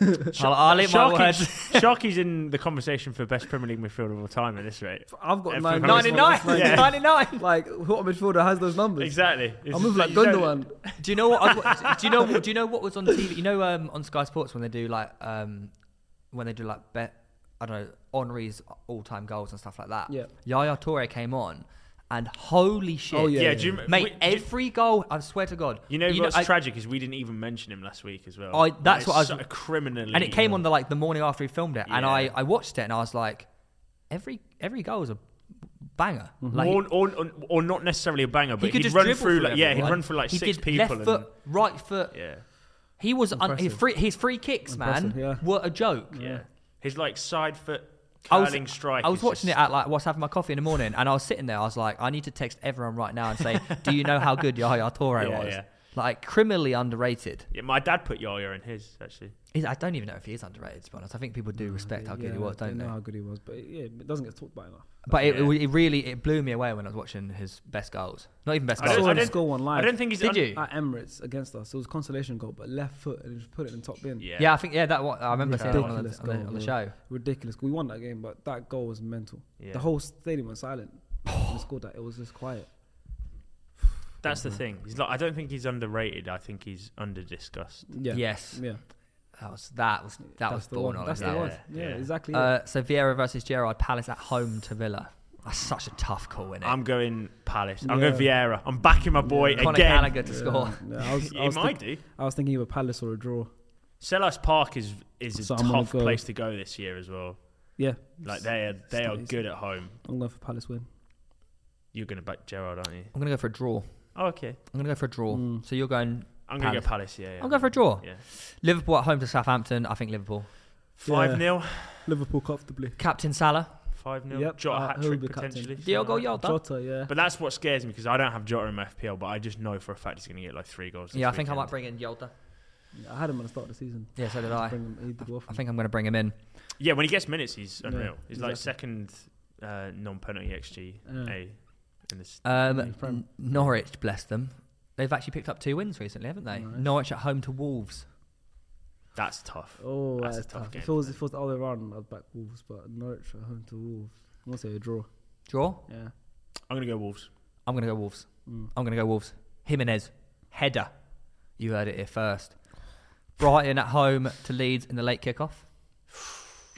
[SPEAKER 1] I'll, I'll leave my
[SPEAKER 4] Sharkey's-
[SPEAKER 1] words.
[SPEAKER 4] Sharkey's in the conversation for best Premier League midfielder of all time at this rate.
[SPEAKER 3] I've got
[SPEAKER 4] Yeah,
[SPEAKER 3] nine.
[SPEAKER 4] for-
[SPEAKER 3] goals
[SPEAKER 1] 99,
[SPEAKER 3] from last night.
[SPEAKER 4] Yeah.
[SPEAKER 1] 99.
[SPEAKER 3] Like, what midfielder has those numbers?
[SPEAKER 4] Exactly.
[SPEAKER 3] I'll move like
[SPEAKER 4] You don't-
[SPEAKER 3] Gundogan.
[SPEAKER 1] Do you know what? I, do you know? Do you know what was on TV? You know, um, on Sky Sports when they do like um, when they do like bet, I don't know, Henri's all-time goals and stuff like that.
[SPEAKER 3] Yeah.
[SPEAKER 1] Yaya Toure came on, and holy shit!
[SPEAKER 3] Oh, yeah,
[SPEAKER 4] Yeah,
[SPEAKER 3] yeah,
[SPEAKER 4] do you,
[SPEAKER 1] mate,
[SPEAKER 4] we- do you-
[SPEAKER 1] every goal. I swear to God.
[SPEAKER 4] You know what's
[SPEAKER 1] I-
[SPEAKER 4] tragic is we didn't even mention him last week as well.
[SPEAKER 1] I- that's
[SPEAKER 4] It's
[SPEAKER 1] what I was-
[SPEAKER 4] so criminally.
[SPEAKER 1] and it came on the like the morning after he filmed it, and
[SPEAKER 4] Yeah.
[SPEAKER 1] I I watched it and I was like, every every goal is a banger.
[SPEAKER 3] Mm-hmm.
[SPEAKER 1] Like
[SPEAKER 4] or, or, or, or not necessarily a banger, but
[SPEAKER 1] he
[SPEAKER 4] he
[SPEAKER 1] could
[SPEAKER 4] would
[SPEAKER 1] just
[SPEAKER 4] run
[SPEAKER 1] dribble
[SPEAKER 4] through.
[SPEAKER 1] through
[SPEAKER 4] Like, yeah, he'd
[SPEAKER 1] everyone.
[SPEAKER 4] run through like
[SPEAKER 1] he
[SPEAKER 4] six
[SPEAKER 1] did
[SPEAKER 4] people.
[SPEAKER 1] Left
[SPEAKER 4] and,
[SPEAKER 1] foot, right foot.
[SPEAKER 4] Yeah,
[SPEAKER 1] He was un- his
[SPEAKER 3] Impressive.
[SPEAKER 1] free his free kicks, man,
[SPEAKER 3] Impressive, yeah.
[SPEAKER 1] were a joke.
[SPEAKER 4] yeah. His like side foot
[SPEAKER 1] Mm. I was-
[SPEAKER 4] curling strike.
[SPEAKER 1] I was
[SPEAKER 4] is
[SPEAKER 1] watching
[SPEAKER 4] just-
[SPEAKER 1] it at like whilst having my coffee in the morning, and I was sitting there. I was like, I need to text everyone right now and say, "Do you know how good Yaya Toure
[SPEAKER 4] Yeah,
[SPEAKER 1] was?
[SPEAKER 4] yeah.
[SPEAKER 1] Like criminally underrated.
[SPEAKER 4] Yeah, my dad put Yaya in his actually.
[SPEAKER 1] He's- I don't even know if he is underrated. To be honest, I think people do respect how good he was, don't
[SPEAKER 3] know
[SPEAKER 1] they?
[SPEAKER 3] how good he was, but yeah, it doesn't get talked about enough.
[SPEAKER 1] But it,
[SPEAKER 4] Yeah.
[SPEAKER 1] it really it blew me away when I was watching his best goals. Not even best
[SPEAKER 3] I
[SPEAKER 4] don't-
[SPEAKER 3] saw
[SPEAKER 1] goals.
[SPEAKER 4] I
[SPEAKER 3] him
[SPEAKER 4] don't-
[SPEAKER 3] score one
[SPEAKER 4] I
[SPEAKER 3] live
[SPEAKER 4] don't think he's.
[SPEAKER 1] Did
[SPEAKER 4] un-
[SPEAKER 1] you?
[SPEAKER 3] at Emirates against us. It was a consolation goal, but left foot and he just put it in top bin.
[SPEAKER 4] Yeah.
[SPEAKER 1] yeah. I think yeah that one, I remember seeing that one on the,
[SPEAKER 3] Ridiculous
[SPEAKER 1] on the,
[SPEAKER 3] goal,
[SPEAKER 1] on the
[SPEAKER 3] yeah.
[SPEAKER 1] show.
[SPEAKER 3] Ridiculous. We won that game, but that goal was mental.
[SPEAKER 4] Yeah.
[SPEAKER 3] The whole stadium was silent. when he scored that. It was just quiet.
[SPEAKER 4] That's the thing. He's like, I don't think he's underrated. I think he's underdiscussed.
[SPEAKER 3] Yeah.
[SPEAKER 1] Yes,
[SPEAKER 3] Yeah.
[SPEAKER 1] that was that was that
[SPEAKER 3] That's
[SPEAKER 1] was
[SPEAKER 3] the
[SPEAKER 1] born
[SPEAKER 3] one.
[SPEAKER 1] on
[SPEAKER 3] That's
[SPEAKER 1] that
[SPEAKER 3] the
[SPEAKER 1] one.
[SPEAKER 3] one.
[SPEAKER 4] Yeah.
[SPEAKER 3] Yeah,
[SPEAKER 4] Yeah.
[SPEAKER 3] exactly. it.
[SPEAKER 1] Uh, so Vieira versus Gerard Palace at home to Villa. That's such a tough call, innit?
[SPEAKER 4] I'm going Palace. I'm
[SPEAKER 3] Yeah.
[SPEAKER 4] going Vieira. I'm backing my boy
[SPEAKER 1] Conor
[SPEAKER 4] again.
[SPEAKER 1] Gallagher to
[SPEAKER 3] Yeah,
[SPEAKER 1] score.
[SPEAKER 3] yeah, I was, I
[SPEAKER 4] He
[SPEAKER 3] was
[SPEAKER 4] might
[SPEAKER 3] think-
[SPEAKER 4] do.
[SPEAKER 3] I was thinking of a Palace or a draw.
[SPEAKER 4] Selhurst Park is is a
[SPEAKER 3] So I'm gonna
[SPEAKER 4] tough
[SPEAKER 3] go-
[SPEAKER 4] place to go this year as well.
[SPEAKER 3] Yeah.
[SPEAKER 4] Like they are they
[SPEAKER 3] not
[SPEAKER 4] are
[SPEAKER 3] easy.
[SPEAKER 4] good at home.
[SPEAKER 3] I'm going for Palace win.
[SPEAKER 4] You're going to back Gerard, aren't you?
[SPEAKER 1] I'm gonna go for a draw.
[SPEAKER 4] Oh, okay.
[SPEAKER 1] I'm gonna go for a draw.
[SPEAKER 3] Mm.
[SPEAKER 1] So you're going
[SPEAKER 4] I'm going to
[SPEAKER 1] Palace.
[SPEAKER 4] go Palace. Yeah, yeah.
[SPEAKER 1] I'll go for a draw.
[SPEAKER 4] Yeah.
[SPEAKER 1] Liverpool at home to Southampton. I think Liverpool.
[SPEAKER 4] Five 0
[SPEAKER 3] Liverpool comfortably.
[SPEAKER 1] Captain Salah.
[SPEAKER 4] Five 0
[SPEAKER 3] Yep,
[SPEAKER 4] Jota
[SPEAKER 3] uh,
[SPEAKER 4] hat
[SPEAKER 3] who will
[SPEAKER 4] trick
[SPEAKER 3] be captain?
[SPEAKER 4] potentially.
[SPEAKER 1] Diogo
[SPEAKER 4] something like
[SPEAKER 1] Jota.
[SPEAKER 3] Jota, yeah.
[SPEAKER 4] that. But that's what scares me because I don't have Jota in my FPL, but I just know for a fact he's going to get like three goals. this
[SPEAKER 1] Yeah, I think I
[SPEAKER 4] weekend.
[SPEAKER 1] might bring in Yolda.
[SPEAKER 3] I had him at the start of the season.
[SPEAKER 1] Yeah, so did
[SPEAKER 3] Just
[SPEAKER 1] I.
[SPEAKER 3] bring him- he did well for
[SPEAKER 1] I
[SPEAKER 3] me.
[SPEAKER 1] think I'm going to bring him in.
[SPEAKER 4] Yeah, when he gets minutes, he's
[SPEAKER 3] Yeah,
[SPEAKER 4] unreal. he's like
[SPEAKER 3] exactly.
[SPEAKER 4] second uh, non-penalty XG
[SPEAKER 3] Yeah.
[SPEAKER 4] A in this.
[SPEAKER 1] Um,
[SPEAKER 3] Yeah, he's prime.
[SPEAKER 1] N- Norwich, bless them. They've actually picked up two wins recently, haven't they?
[SPEAKER 3] Nice.
[SPEAKER 1] Norwich at home to Wolves.
[SPEAKER 4] That's tough.
[SPEAKER 3] Oh,
[SPEAKER 4] That's
[SPEAKER 3] that's,
[SPEAKER 4] a tough
[SPEAKER 3] tough.
[SPEAKER 4] game,
[SPEAKER 3] if, it was, if
[SPEAKER 4] isn't
[SPEAKER 3] it was the other way around, I'd back Wolves, but Norwich at home to Wolves. I'm going to say a draw.
[SPEAKER 1] Draw.
[SPEAKER 3] Yeah.
[SPEAKER 4] I'm going to go Wolves.
[SPEAKER 1] I'm going to go Wolves.
[SPEAKER 3] Mm.
[SPEAKER 1] I'm going to go Wolves. Jimenez header. You heard it here first. Brighton at home to Leeds in the late kickoff.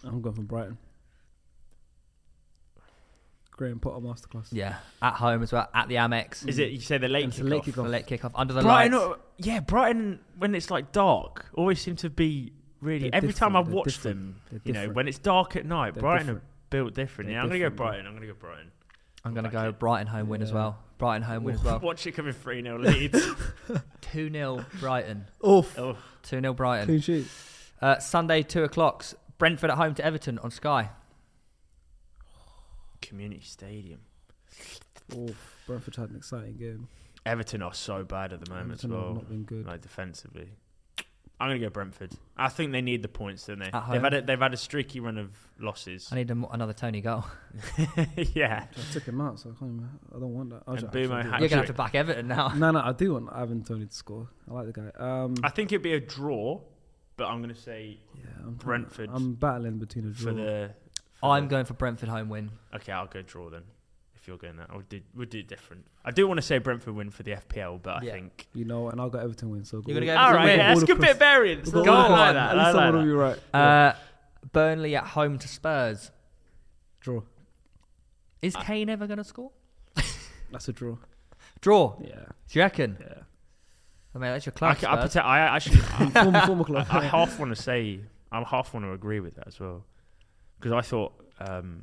[SPEAKER 3] I'm going for Brighton. Graham Potter masterclass.
[SPEAKER 1] Yeah, at home as well. At the Amex.
[SPEAKER 4] Is it? You say the late
[SPEAKER 3] And it's a
[SPEAKER 4] kickoff?
[SPEAKER 3] late
[SPEAKER 1] the
[SPEAKER 3] kickoff?
[SPEAKER 1] late kickoff under the
[SPEAKER 4] Brighton,
[SPEAKER 1] lights?
[SPEAKER 4] uh, yeah, Brighton when it's like dark always seem to be really.
[SPEAKER 3] They're
[SPEAKER 4] every time I
[SPEAKER 3] different, they're
[SPEAKER 4] watch
[SPEAKER 3] different,
[SPEAKER 4] them,
[SPEAKER 3] they're
[SPEAKER 4] you know,
[SPEAKER 3] different.
[SPEAKER 4] when it's dark at night,
[SPEAKER 3] They're
[SPEAKER 4] Brighton
[SPEAKER 3] different.
[SPEAKER 4] are built different.
[SPEAKER 3] They're
[SPEAKER 4] yeah, I'm gonna go
[SPEAKER 3] different,
[SPEAKER 4] Brighton. I'm gonna go Brighton.
[SPEAKER 1] I'm going to
[SPEAKER 4] Back
[SPEAKER 1] go
[SPEAKER 4] it.
[SPEAKER 1] Brighton home win as
[SPEAKER 3] Yeah.
[SPEAKER 1] well. Brighton home win as well.
[SPEAKER 4] Watch it coming 3 0 leads.
[SPEAKER 1] 2 0 Brighton.
[SPEAKER 3] Oof.
[SPEAKER 4] oh,
[SPEAKER 1] 2 0 Brighton.
[SPEAKER 3] Clean sheet.
[SPEAKER 1] Uh, Sunday, 2 o'clock. Brentford at home to Everton on Sky.
[SPEAKER 4] community stadium.
[SPEAKER 3] Oof. Oh, Brentford had an exciting game.
[SPEAKER 4] Everton are so bad at the moment
[SPEAKER 3] Everton
[SPEAKER 4] as
[SPEAKER 3] have
[SPEAKER 4] well.
[SPEAKER 3] not been good.
[SPEAKER 4] Like defensively, I'm gonna go Brentford. I think they need the points, don't they?
[SPEAKER 1] At
[SPEAKER 4] They've
[SPEAKER 1] home.
[SPEAKER 4] had a, they've had a streaky run of losses.
[SPEAKER 1] I need a, another Tony goal.
[SPEAKER 4] yeah,
[SPEAKER 3] I took him out, so I can't. Even, I don't want that. I
[SPEAKER 4] And
[SPEAKER 3] should- I
[SPEAKER 4] Boomer
[SPEAKER 3] should do
[SPEAKER 4] had-
[SPEAKER 3] it.
[SPEAKER 1] You're going to have to back Everton now.
[SPEAKER 3] No, no, I do want Ivan Tony to score. I like the guy. Um,
[SPEAKER 4] I think it'd be a draw, but I'm gonna say
[SPEAKER 3] yeah, I'm,
[SPEAKER 4] Brentford
[SPEAKER 3] I'm battling between a draw.
[SPEAKER 4] for the. for
[SPEAKER 1] I'm
[SPEAKER 4] the-
[SPEAKER 1] going for Brentford home win.
[SPEAKER 4] Okay, I'll go draw then. If you're going that, I'll do. We'll do it different. I do want to say Brentford win for the FPL, but I
[SPEAKER 1] Yeah.
[SPEAKER 4] think.
[SPEAKER 3] you know, and I'll go Everton win. So
[SPEAKER 1] You're gonna go
[SPEAKER 4] All
[SPEAKER 1] Everton
[SPEAKER 4] right,
[SPEAKER 1] win.
[SPEAKER 4] yeah, that's a
[SPEAKER 3] All
[SPEAKER 4] good bit
[SPEAKER 3] across-
[SPEAKER 4] of variance.
[SPEAKER 3] Go
[SPEAKER 4] Go on,
[SPEAKER 1] across-
[SPEAKER 4] like
[SPEAKER 3] At
[SPEAKER 4] that. I
[SPEAKER 3] least
[SPEAKER 4] like
[SPEAKER 3] someone will
[SPEAKER 4] that.
[SPEAKER 3] be right.
[SPEAKER 1] Uh, Burnley at home to Spurs.
[SPEAKER 3] Draw.
[SPEAKER 1] Is Kane ever going to score?
[SPEAKER 3] That's a draw.
[SPEAKER 1] Draw.
[SPEAKER 3] Yeah,
[SPEAKER 1] Do you reckon?
[SPEAKER 3] yeah.
[SPEAKER 1] I mean, that's your
[SPEAKER 4] I,
[SPEAKER 1] club.
[SPEAKER 4] c- I,
[SPEAKER 1] Spurs.
[SPEAKER 4] protect- I actually,
[SPEAKER 3] former, former club.
[SPEAKER 4] I, I half want to say I half want to agree with that as well because I thought um,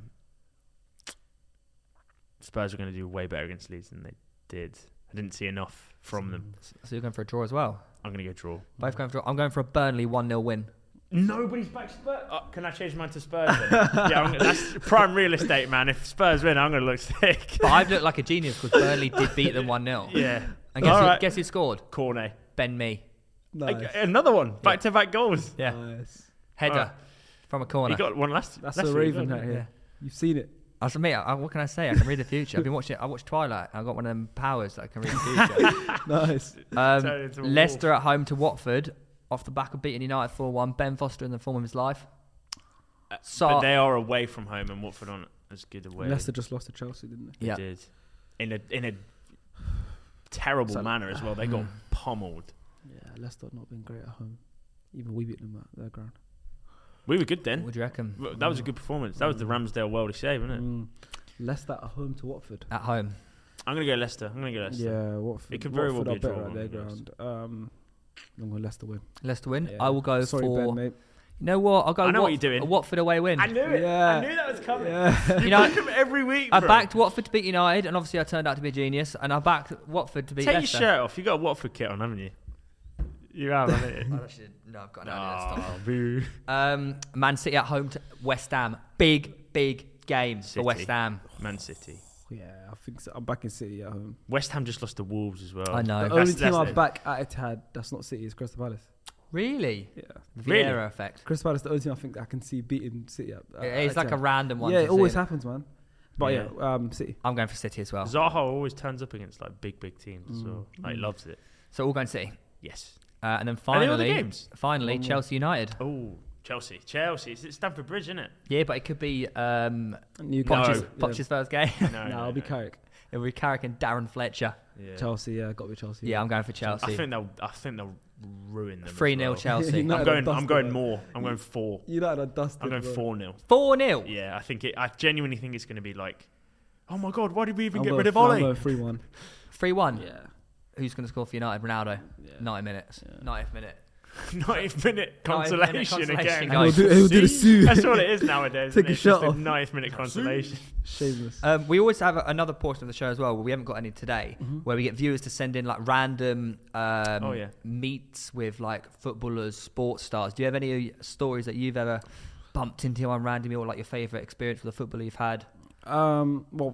[SPEAKER 4] Spurs were going to do way better against Leeds than they did. I didn't see enough from them.
[SPEAKER 1] so you're going for a draw as well.
[SPEAKER 4] I'm going to go draw.
[SPEAKER 1] Both going for. a draw. I'm going for a Burnley one 0 win.
[SPEAKER 4] Nobody's back Spurs. Oh, can I change mine to Spurs? Then? yeah, I'm, that's prime real estate, man. If Spurs win, I'm going to look sick.
[SPEAKER 1] But I've looked like a genius because Burnley did beat them one 0
[SPEAKER 4] yeah,
[SPEAKER 1] And guess,
[SPEAKER 4] All
[SPEAKER 1] who,
[SPEAKER 4] right.
[SPEAKER 1] guess who scored?
[SPEAKER 4] Corne.
[SPEAKER 1] Ben Me.
[SPEAKER 3] nice.
[SPEAKER 4] Another one. Back to back goals.
[SPEAKER 1] Yeah,
[SPEAKER 3] nice.
[SPEAKER 1] header
[SPEAKER 4] All right.
[SPEAKER 1] from a corner.
[SPEAKER 4] He got one last.
[SPEAKER 3] That's
[SPEAKER 4] last
[SPEAKER 3] a
[SPEAKER 4] week,
[SPEAKER 3] Raven
[SPEAKER 4] didn't
[SPEAKER 3] hat
[SPEAKER 4] he?
[SPEAKER 3] here.
[SPEAKER 1] yeah.
[SPEAKER 3] You've seen it.
[SPEAKER 1] I was me. I, what can I say? I can read the future. I've been watching. I watched Twilight. I got one of them powers that I can read the
[SPEAKER 3] Nice.
[SPEAKER 1] future. Um,
[SPEAKER 4] Turned into a wolf.
[SPEAKER 1] Leicester at home to Watford, off the back of beating United four one. Ben Foster in the form of his life. So
[SPEAKER 4] Uh, But they are away from home, and Watford aren't as good away.
[SPEAKER 3] Leicester just lost to Chelsea, didn't they?
[SPEAKER 4] They
[SPEAKER 1] yeah,
[SPEAKER 4] did. In a in a terrible
[SPEAKER 3] So-
[SPEAKER 4] manner as well. They
[SPEAKER 1] mm.
[SPEAKER 4] got pummeled.
[SPEAKER 3] Yeah, Leicester not been great at home. Even we beat them at their ground.
[SPEAKER 4] We were good then.
[SPEAKER 1] what do you reckon?
[SPEAKER 4] Well, That was a good performance. That was the
[SPEAKER 1] Mm.
[SPEAKER 4] Ramsdale worldie save, wasn't it?
[SPEAKER 3] Mm. Leicester at home to Watford.
[SPEAKER 1] At home,
[SPEAKER 4] I'm gonna go Leicester. I'm gonna go Leicester.
[SPEAKER 3] Yeah, Watford.
[SPEAKER 4] It could very well
[SPEAKER 3] Watford
[SPEAKER 4] be
[SPEAKER 3] are
[SPEAKER 4] a draw,
[SPEAKER 3] better at
[SPEAKER 4] I'm
[SPEAKER 3] their
[SPEAKER 4] gonna
[SPEAKER 3] ground. Um, I'm going Leicester win.
[SPEAKER 1] Leicester win.
[SPEAKER 3] Yeah.
[SPEAKER 1] I will go
[SPEAKER 3] Sorry,
[SPEAKER 1] for.
[SPEAKER 3] Ben, mate.
[SPEAKER 1] You know what? I'll go.
[SPEAKER 4] I know
[SPEAKER 1] Wat-
[SPEAKER 4] what you're doing.
[SPEAKER 1] A Watford away win.
[SPEAKER 4] I knew it.
[SPEAKER 3] Yeah.
[SPEAKER 4] I knew that was coming.
[SPEAKER 1] you
[SPEAKER 4] You
[SPEAKER 1] know,
[SPEAKER 4] back 'em every week.
[SPEAKER 1] I
[SPEAKER 4] bro.
[SPEAKER 1] backed Watford to beat United, and obviously I turned out to be a genius. And I backed Watford to beat
[SPEAKER 4] Take your
[SPEAKER 1] Leicester.
[SPEAKER 4] shirt off. You got a Watford kit on, haven't you? You have, haven't you?
[SPEAKER 1] I actually- Oh, no, I've got an Adidas top.
[SPEAKER 4] oh, boo.
[SPEAKER 1] Um, Man City at home to West Ham. Big, big game
[SPEAKER 4] City.
[SPEAKER 1] for West Ham.
[SPEAKER 4] Man City.
[SPEAKER 3] Oh, Yeah, I think so. I'm back in City at home.
[SPEAKER 4] West Ham just lost to Wolves as well.
[SPEAKER 1] I know.
[SPEAKER 3] The
[SPEAKER 1] That's-
[SPEAKER 3] only team
[SPEAKER 4] that's
[SPEAKER 3] I'm
[SPEAKER 4] it.
[SPEAKER 3] back at Etihad that's not City is Crystal Palace.
[SPEAKER 1] Really?
[SPEAKER 3] Yeah,
[SPEAKER 4] Really?
[SPEAKER 1] Vieira effect.
[SPEAKER 3] Crystal Palace the only team I think I can see beating City at. at
[SPEAKER 1] It's like a
[SPEAKER 3] Etihad.
[SPEAKER 1] random one.
[SPEAKER 3] Yeah,
[SPEAKER 1] to
[SPEAKER 3] it
[SPEAKER 1] see
[SPEAKER 3] always
[SPEAKER 1] them.
[SPEAKER 3] happens, man. But yeah, um, City.
[SPEAKER 1] I'm going for City as well.
[SPEAKER 4] Zaha always turns up against like big, big teams
[SPEAKER 1] Mm.
[SPEAKER 4] as well. Like loves it.
[SPEAKER 1] So all going City.
[SPEAKER 4] Yes.
[SPEAKER 1] Uh, and then
[SPEAKER 4] Are there other
[SPEAKER 1] finally,
[SPEAKER 4] games?
[SPEAKER 1] finally Chelsea United.
[SPEAKER 4] Oh, Chelsea. Chelsea. It's at Stamford Bridge, isn't it?
[SPEAKER 1] Yeah, but it could be um,
[SPEAKER 3] New
[SPEAKER 1] Poch's,
[SPEAKER 4] No.
[SPEAKER 1] Poch's first game.
[SPEAKER 4] No,
[SPEAKER 3] No, I'll be Carrick.
[SPEAKER 1] It'll be Carrick and Darren Fletcher.
[SPEAKER 4] Yeah.
[SPEAKER 3] Chelsea, yeah, got to be Chelsea.
[SPEAKER 1] Yeah, I'm going for Chelsea.
[SPEAKER 4] I think they'll. I think they'll ruin them.
[SPEAKER 1] Three 0
[SPEAKER 4] nil
[SPEAKER 1] Chelsea.
[SPEAKER 3] No.
[SPEAKER 4] I'm going. I'm
[SPEAKER 3] Dusted
[SPEAKER 4] going
[SPEAKER 3] them.
[SPEAKER 4] more. I'm going four.
[SPEAKER 3] United are dusted.
[SPEAKER 4] I'm going
[SPEAKER 3] bro.
[SPEAKER 4] four 0
[SPEAKER 1] Four 0
[SPEAKER 4] Yeah, I think it. I genuinely think it's going to be like, oh my god, why did we even
[SPEAKER 3] I'm
[SPEAKER 4] get
[SPEAKER 3] going
[SPEAKER 4] rid of
[SPEAKER 3] th- I'm
[SPEAKER 4] Ollie?
[SPEAKER 3] going three one.
[SPEAKER 1] three one.
[SPEAKER 3] Yeah,
[SPEAKER 1] Who's going to score for United? Ronaldo.
[SPEAKER 3] Yeah.
[SPEAKER 1] 90 minutes. 90th minute. Ninth
[SPEAKER 4] Ninth minute
[SPEAKER 1] minute
[SPEAKER 4] consolation
[SPEAKER 1] consolation,
[SPEAKER 4] again.
[SPEAKER 1] guys. He'll
[SPEAKER 3] do- he'll do the
[SPEAKER 4] See?
[SPEAKER 3] Sue.
[SPEAKER 4] That's all it is nowadays.
[SPEAKER 3] Take a
[SPEAKER 4] isn't it? It's just
[SPEAKER 3] shot off.
[SPEAKER 4] ninth minute consolation.
[SPEAKER 3] shameless.
[SPEAKER 1] Um, we always have a- another portion of the show as well, where we haven't got any today,
[SPEAKER 3] Mm-hmm.
[SPEAKER 1] where we get viewers to send in like random um,
[SPEAKER 4] Oh, yeah.
[SPEAKER 1] meets with like footballers, sports stars. Do you have any stories that you've ever bumped into on randomly, or like your favorite experience with a footballer you've had?
[SPEAKER 3] Um, well,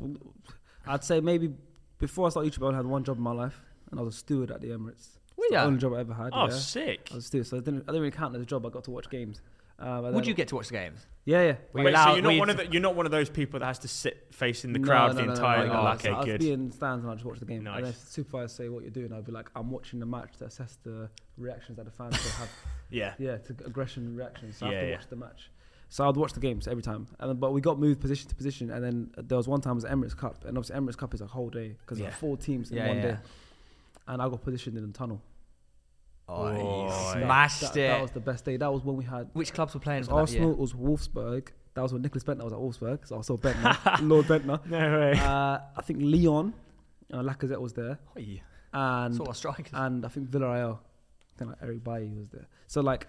[SPEAKER 3] I'd say maybe before I started YouTube, I only had one job in my life, and I was a steward at the Emirates. It's
[SPEAKER 1] Yeah.
[SPEAKER 3] the only job I ever had.
[SPEAKER 4] Oh,
[SPEAKER 3] yeah.
[SPEAKER 4] sick.
[SPEAKER 3] I was a steward, so I didn't, I didn't really count it as a job. I got to watch games. Um, and
[SPEAKER 1] Would
[SPEAKER 3] then-
[SPEAKER 1] you get to watch the games?
[SPEAKER 3] Yeah, yeah.
[SPEAKER 1] Were you
[SPEAKER 4] Wait, so
[SPEAKER 1] allowed-
[SPEAKER 4] you're
[SPEAKER 1] were
[SPEAKER 4] not
[SPEAKER 1] you-
[SPEAKER 4] one of the, you're not one of those people that has to sit facing the
[SPEAKER 3] No,
[SPEAKER 4] crowd
[SPEAKER 3] no,
[SPEAKER 4] the
[SPEAKER 3] no, no,
[SPEAKER 4] entire.
[SPEAKER 3] no,
[SPEAKER 4] oh,
[SPEAKER 3] no.
[SPEAKER 4] okay,
[SPEAKER 3] so I'd
[SPEAKER 4] good.
[SPEAKER 3] be in the stands and I'd just watch the game. And
[SPEAKER 4] Nice.
[SPEAKER 3] if the supervisor say what you're doing, I'd be like, I'm watching the match to assess the reactions that the fans will have.
[SPEAKER 4] Yeah.
[SPEAKER 3] Yeah, to aggression reactions. So I
[SPEAKER 4] Yeah,
[SPEAKER 3] have to
[SPEAKER 4] yeah.
[SPEAKER 3] watch the match. So I'd watch the games every time. And then, but we got moved position to position. And then there was one time it was Emirates Cup, and obviously Emirates Cup is a whole day because
[SPEAKER 1] Yeah.
[SPEAKER 3] like four teams in
[SPEAKER 1] Yeah,
[SPEAKER 3] one
[SPEAKER 1] yeah.
[SPEAKER 3] day. And I got positioned in the tunnel.
[SPEAKER 1] Oh, you
[SPEAKER 4] Oh, yeah.
[SPEAKER 1] smashed
[SPEAKER 3] That,
[SPEAKER 1] it.
[SPEAKER 3] that was the best day. That was when we had
[SPEAKER 1] Which clubs were
[SPEAKER 3] it
[SPEAKER 1] playing
[SPEAKER 3] was
[SPEAKER 1] for that year?
[SPEAKER 3] Arsenal, it was Wolfsburg. That was when Nicholas Bentner was at Wolfsburg. So I saw Bentner, Lord Bentner.
[SPEAKER 4] No way.
[SPEAKER 3] Uh, I think Leon, uh, Lacazette was there,
[SPEAKER 1] Oi,
[SPEAKER 3] and
[SPEAKER 1] Sort of strikers.
[SPEAKER 3] and I think Villarreal, I think like Eric Bailly was there. So like,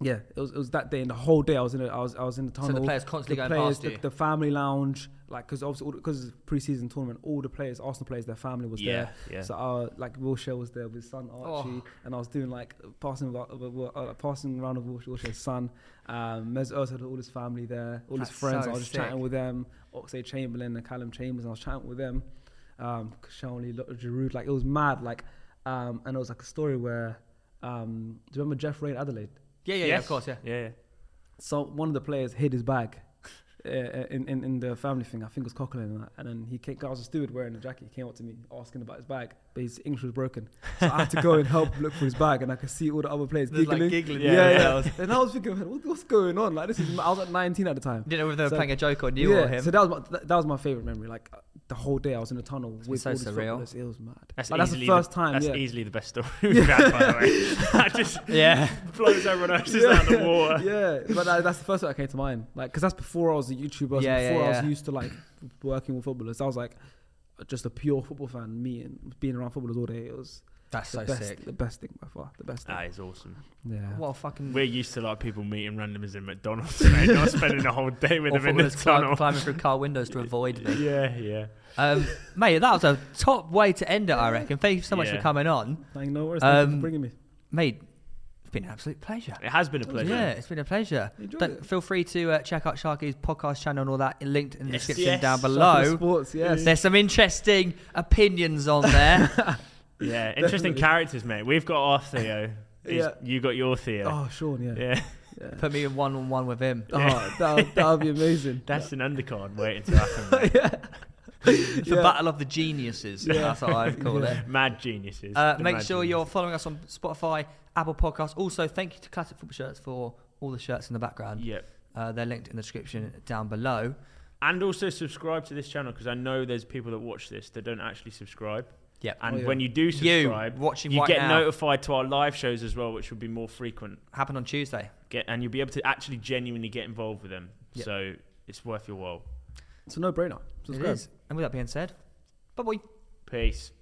[SPEAKER 3] Yeah, it was, it was that day, and the whole day I was in a, I was I was in the
[SPEAKER 1] So
[SPEAKER 3] tunnel.
[SPEAKER 1] the players constantly
[SPEAKER 3] the
[SPEAKER 1] going
[SPEAKER 3] players,
[SPEAKER 1] past
[SPEAKER 3] the,
[SPEAKER 1] you.
[SPEAKER 3] the family lounge, like because obviously because preseason tournament, all the players, Arsenal players, their family was
[SPEAKER 4] Yeah,
[SPEAKER 3] there.
[SPEAKER 4] yeah.
[SPEAKER 3] So uh, like Wilshere was there with his
[SPEAKER 1] Oh.
[SPEAKER 3] son Archie, and I was doing like passing wa- wa- wa- uh, passing around with Wilshere- Wilshere's son. Um, Mez Ozil had all his family there, all
[SPEAKER 1] That's
[SPEAKER 3] his friends.
[SPEAKER 1] so
[SPEAKER 3] I was just
[SPEAKER 1] sick.
[SPEAKER 3] chatting with them. Oxley Chamberlain and Callum Chambers, and I was chatting with them. Um, Shawnee Giroud, like it was mad. Like, um, and it was like a story where, um, do you remember Jeff Ray in Adelaide?
[SPEAKER 1] Yeah, yeah, yeah,
[SPEAKER 4] Yes.
[SPEAKER 1] of course, yeah.
[SPEAKER 4] Yeah, yeah.
[SPEAKER 3] So one of the players hid his bag uh, in, in in the family thing. I think it was Coughlin, and, that. and then he came. I was a steward wearing a jacket. He came up to me asking about his bag, but his English was broken, so I had to go and help look for his bag. And I could see all the other players
[SPEAKER 1] There's,
[SPEAKER 3] giggling.
[SPEAKER 1] like giggling.
[SPEAKER 3] Yeah,
[SPEAKER 4] Yeah,
[SPEAKER 3] yeah.
[SPEAKER 4] yeah.
[SPEAKER 3] and I was thinking, man, what, what's going on? Like this is. I was at 19 at the time.
[SPEAKER 1] Didn't know if they were
[SPEAKER 3] So-
[SPEAKER 1] playing a joke on you or him.
[SPEAKER 3] So that was my, that, that was my favorite memory. Like uh, the whole day I was in the tunnel with
[SPEAKER 1] so
[SPEAKER 3] all these
[SPEAKER 1] surreal.
[SPEAKER 3] footballers. It was mad.
[SPEAKER 4] That's
[SPEAKER 3] Like, that's
[SPEAKER 4] easily
[SPEAKER 3] the first time.
[SPEAKER 4] That's
[SPEAKER 3] yeah.
[SPEAKER 4] easily the best story we've had, by the way. that just
[SPEAKER 1] yeah.
[SPEAKER 4] blows everyone else's out of the water.
[SPEAKER 3] yeah, but that, that's the first one that came to mind. Like, because that's before I was a YouTuber,
[SPEAKER 1] Yeah, yeah,
[SPEAKER 3] before I was
[SPEAKER 1] yeah.
[SPEAKER 3] used to like working with footballers. I was like just a pure football fan. Me and being around footballers all day, it was
[SPEAKER 1] That's
[SPEAKER 3] the
[SPEAKER 1] so
[SPEAKER 3] best,
[SPEAKER 1] sick.
[SPEAKER 3] the best thing by far, the best. Thing.
[SPEAKER 4] That is awesome.
[SPEAKER 3] Yeah,
[SPEAKER 1] What a fucking.
[SPEAKER 4] We're used to like people meeting randomers in McDonald's, mate. Not spending a whole day with
[SPEAKER 1] Or
[SPEAKER 4] them in the
[SPEAKER 1] footballers climb,
[SPEAKER 4] tunnel.
[SPEAKER 1] climbing through car windows to avoid me.
[SPEAKER 4] Yeah, yeah.
[SPEAKER 1] Um, mate, that was a top way to end it, I reckon. Thank you so much
[SPEAKER 4] Yeah.
[SPEAKER 1] for coming on.
[SPEAKER 3] Like, no worries. Thank you
[SPEAKER 1] Um,
[SPEAKER 3] for bringing me.
[SPEAKER 1] Mate, it's been an absolute pleasure.
[SPEAKER 4] It has been a pleasure.
[SPEAKER 1] Yeah, it's been a pleasure.
[SPEAKER 3] Enjoyed
[SPEAKER 1] Don't-
[SPEAKER 3] it.
[SPEAKER 1] Feel free to uh, check out Sharky's podcast channel and all that linked in the
[SPEAKER 4] Yes.
[SPEAKER 1] description
[SPEAKER 4] Yes.
[SPEAKER 1] down
[SPEAKER 3] Shout out to
[SPEAKER 1] below.
[SPEAKER 3] the Sports, yes.
[SPEAKER 1] There's some interesting opinions on there.
[SPEAKER 4] Yeah, interesting characters, mate. We've got our Theo.
[SPEAKER 3] Yeah.
[SPEAKER 4] You got your Theo.
[SPEAKER 3] Oh, Sean, yeah.
[SPEAKER 4] Yeah,
[SPEAKER 1] Put me in one on one with him.
[SPEAKER 3] Oh, that that would be amazing.
[SPEAKER 4] that's an undercard waiting to happen. mate.
[SPEAKER 1] It's the battle of the geniuses. That's what I've called it.
[SPEAKER 4] Mad geniuses.
[SPEAKER 1] Uh,
[SPEAKER 4] The
[SPEAKER 1] make
[SPEAKER 4] mad
[SPEAKER 1] sure
[SPEAKER 4] geniuses.
[SPEAKER 1] you're following us on Spotify, Apple Podcasts. Also, thank you to Classic Football Shirts for all the shirts in the background.
[SPEAKER 4] Yep.
[SPEAKER 1] Uh, they're linked in the description down below.
[SPEAKER 4] And also subscribe to this channel because I know there's people that watch this that don't actually subscribe.
[SPEAKER 1] Yep.
[SPEAKER 4] And
[SPEAKER 3] Oh, yeah.
[SPEAKER 4] when you do subscribe,
[SPEAKER 1] watching
[SPEAKER 4] you
[SPEAKER 1] right
[SPEAKER 4] get
[SPEAKER 1] now.
[SPEAKER 4] notified to our live shows as well, which will be more frequent.
[SPEAKER 1] Happened on Tuesday.
[SPEAKER 4] Get and you'll be able to actually genuinely get involved with them.
[SPEAKER 1] Yep.
[SPEAKER 4] So it's worth your while.
[SPEAKER 3] It's a no-brainer.
[SPEAKER 1] It
[SPEAKER 3] Subscribe.
[SPEAKER 1] is. And with that being said, bye bye.
[SPEAKER 4] Peace.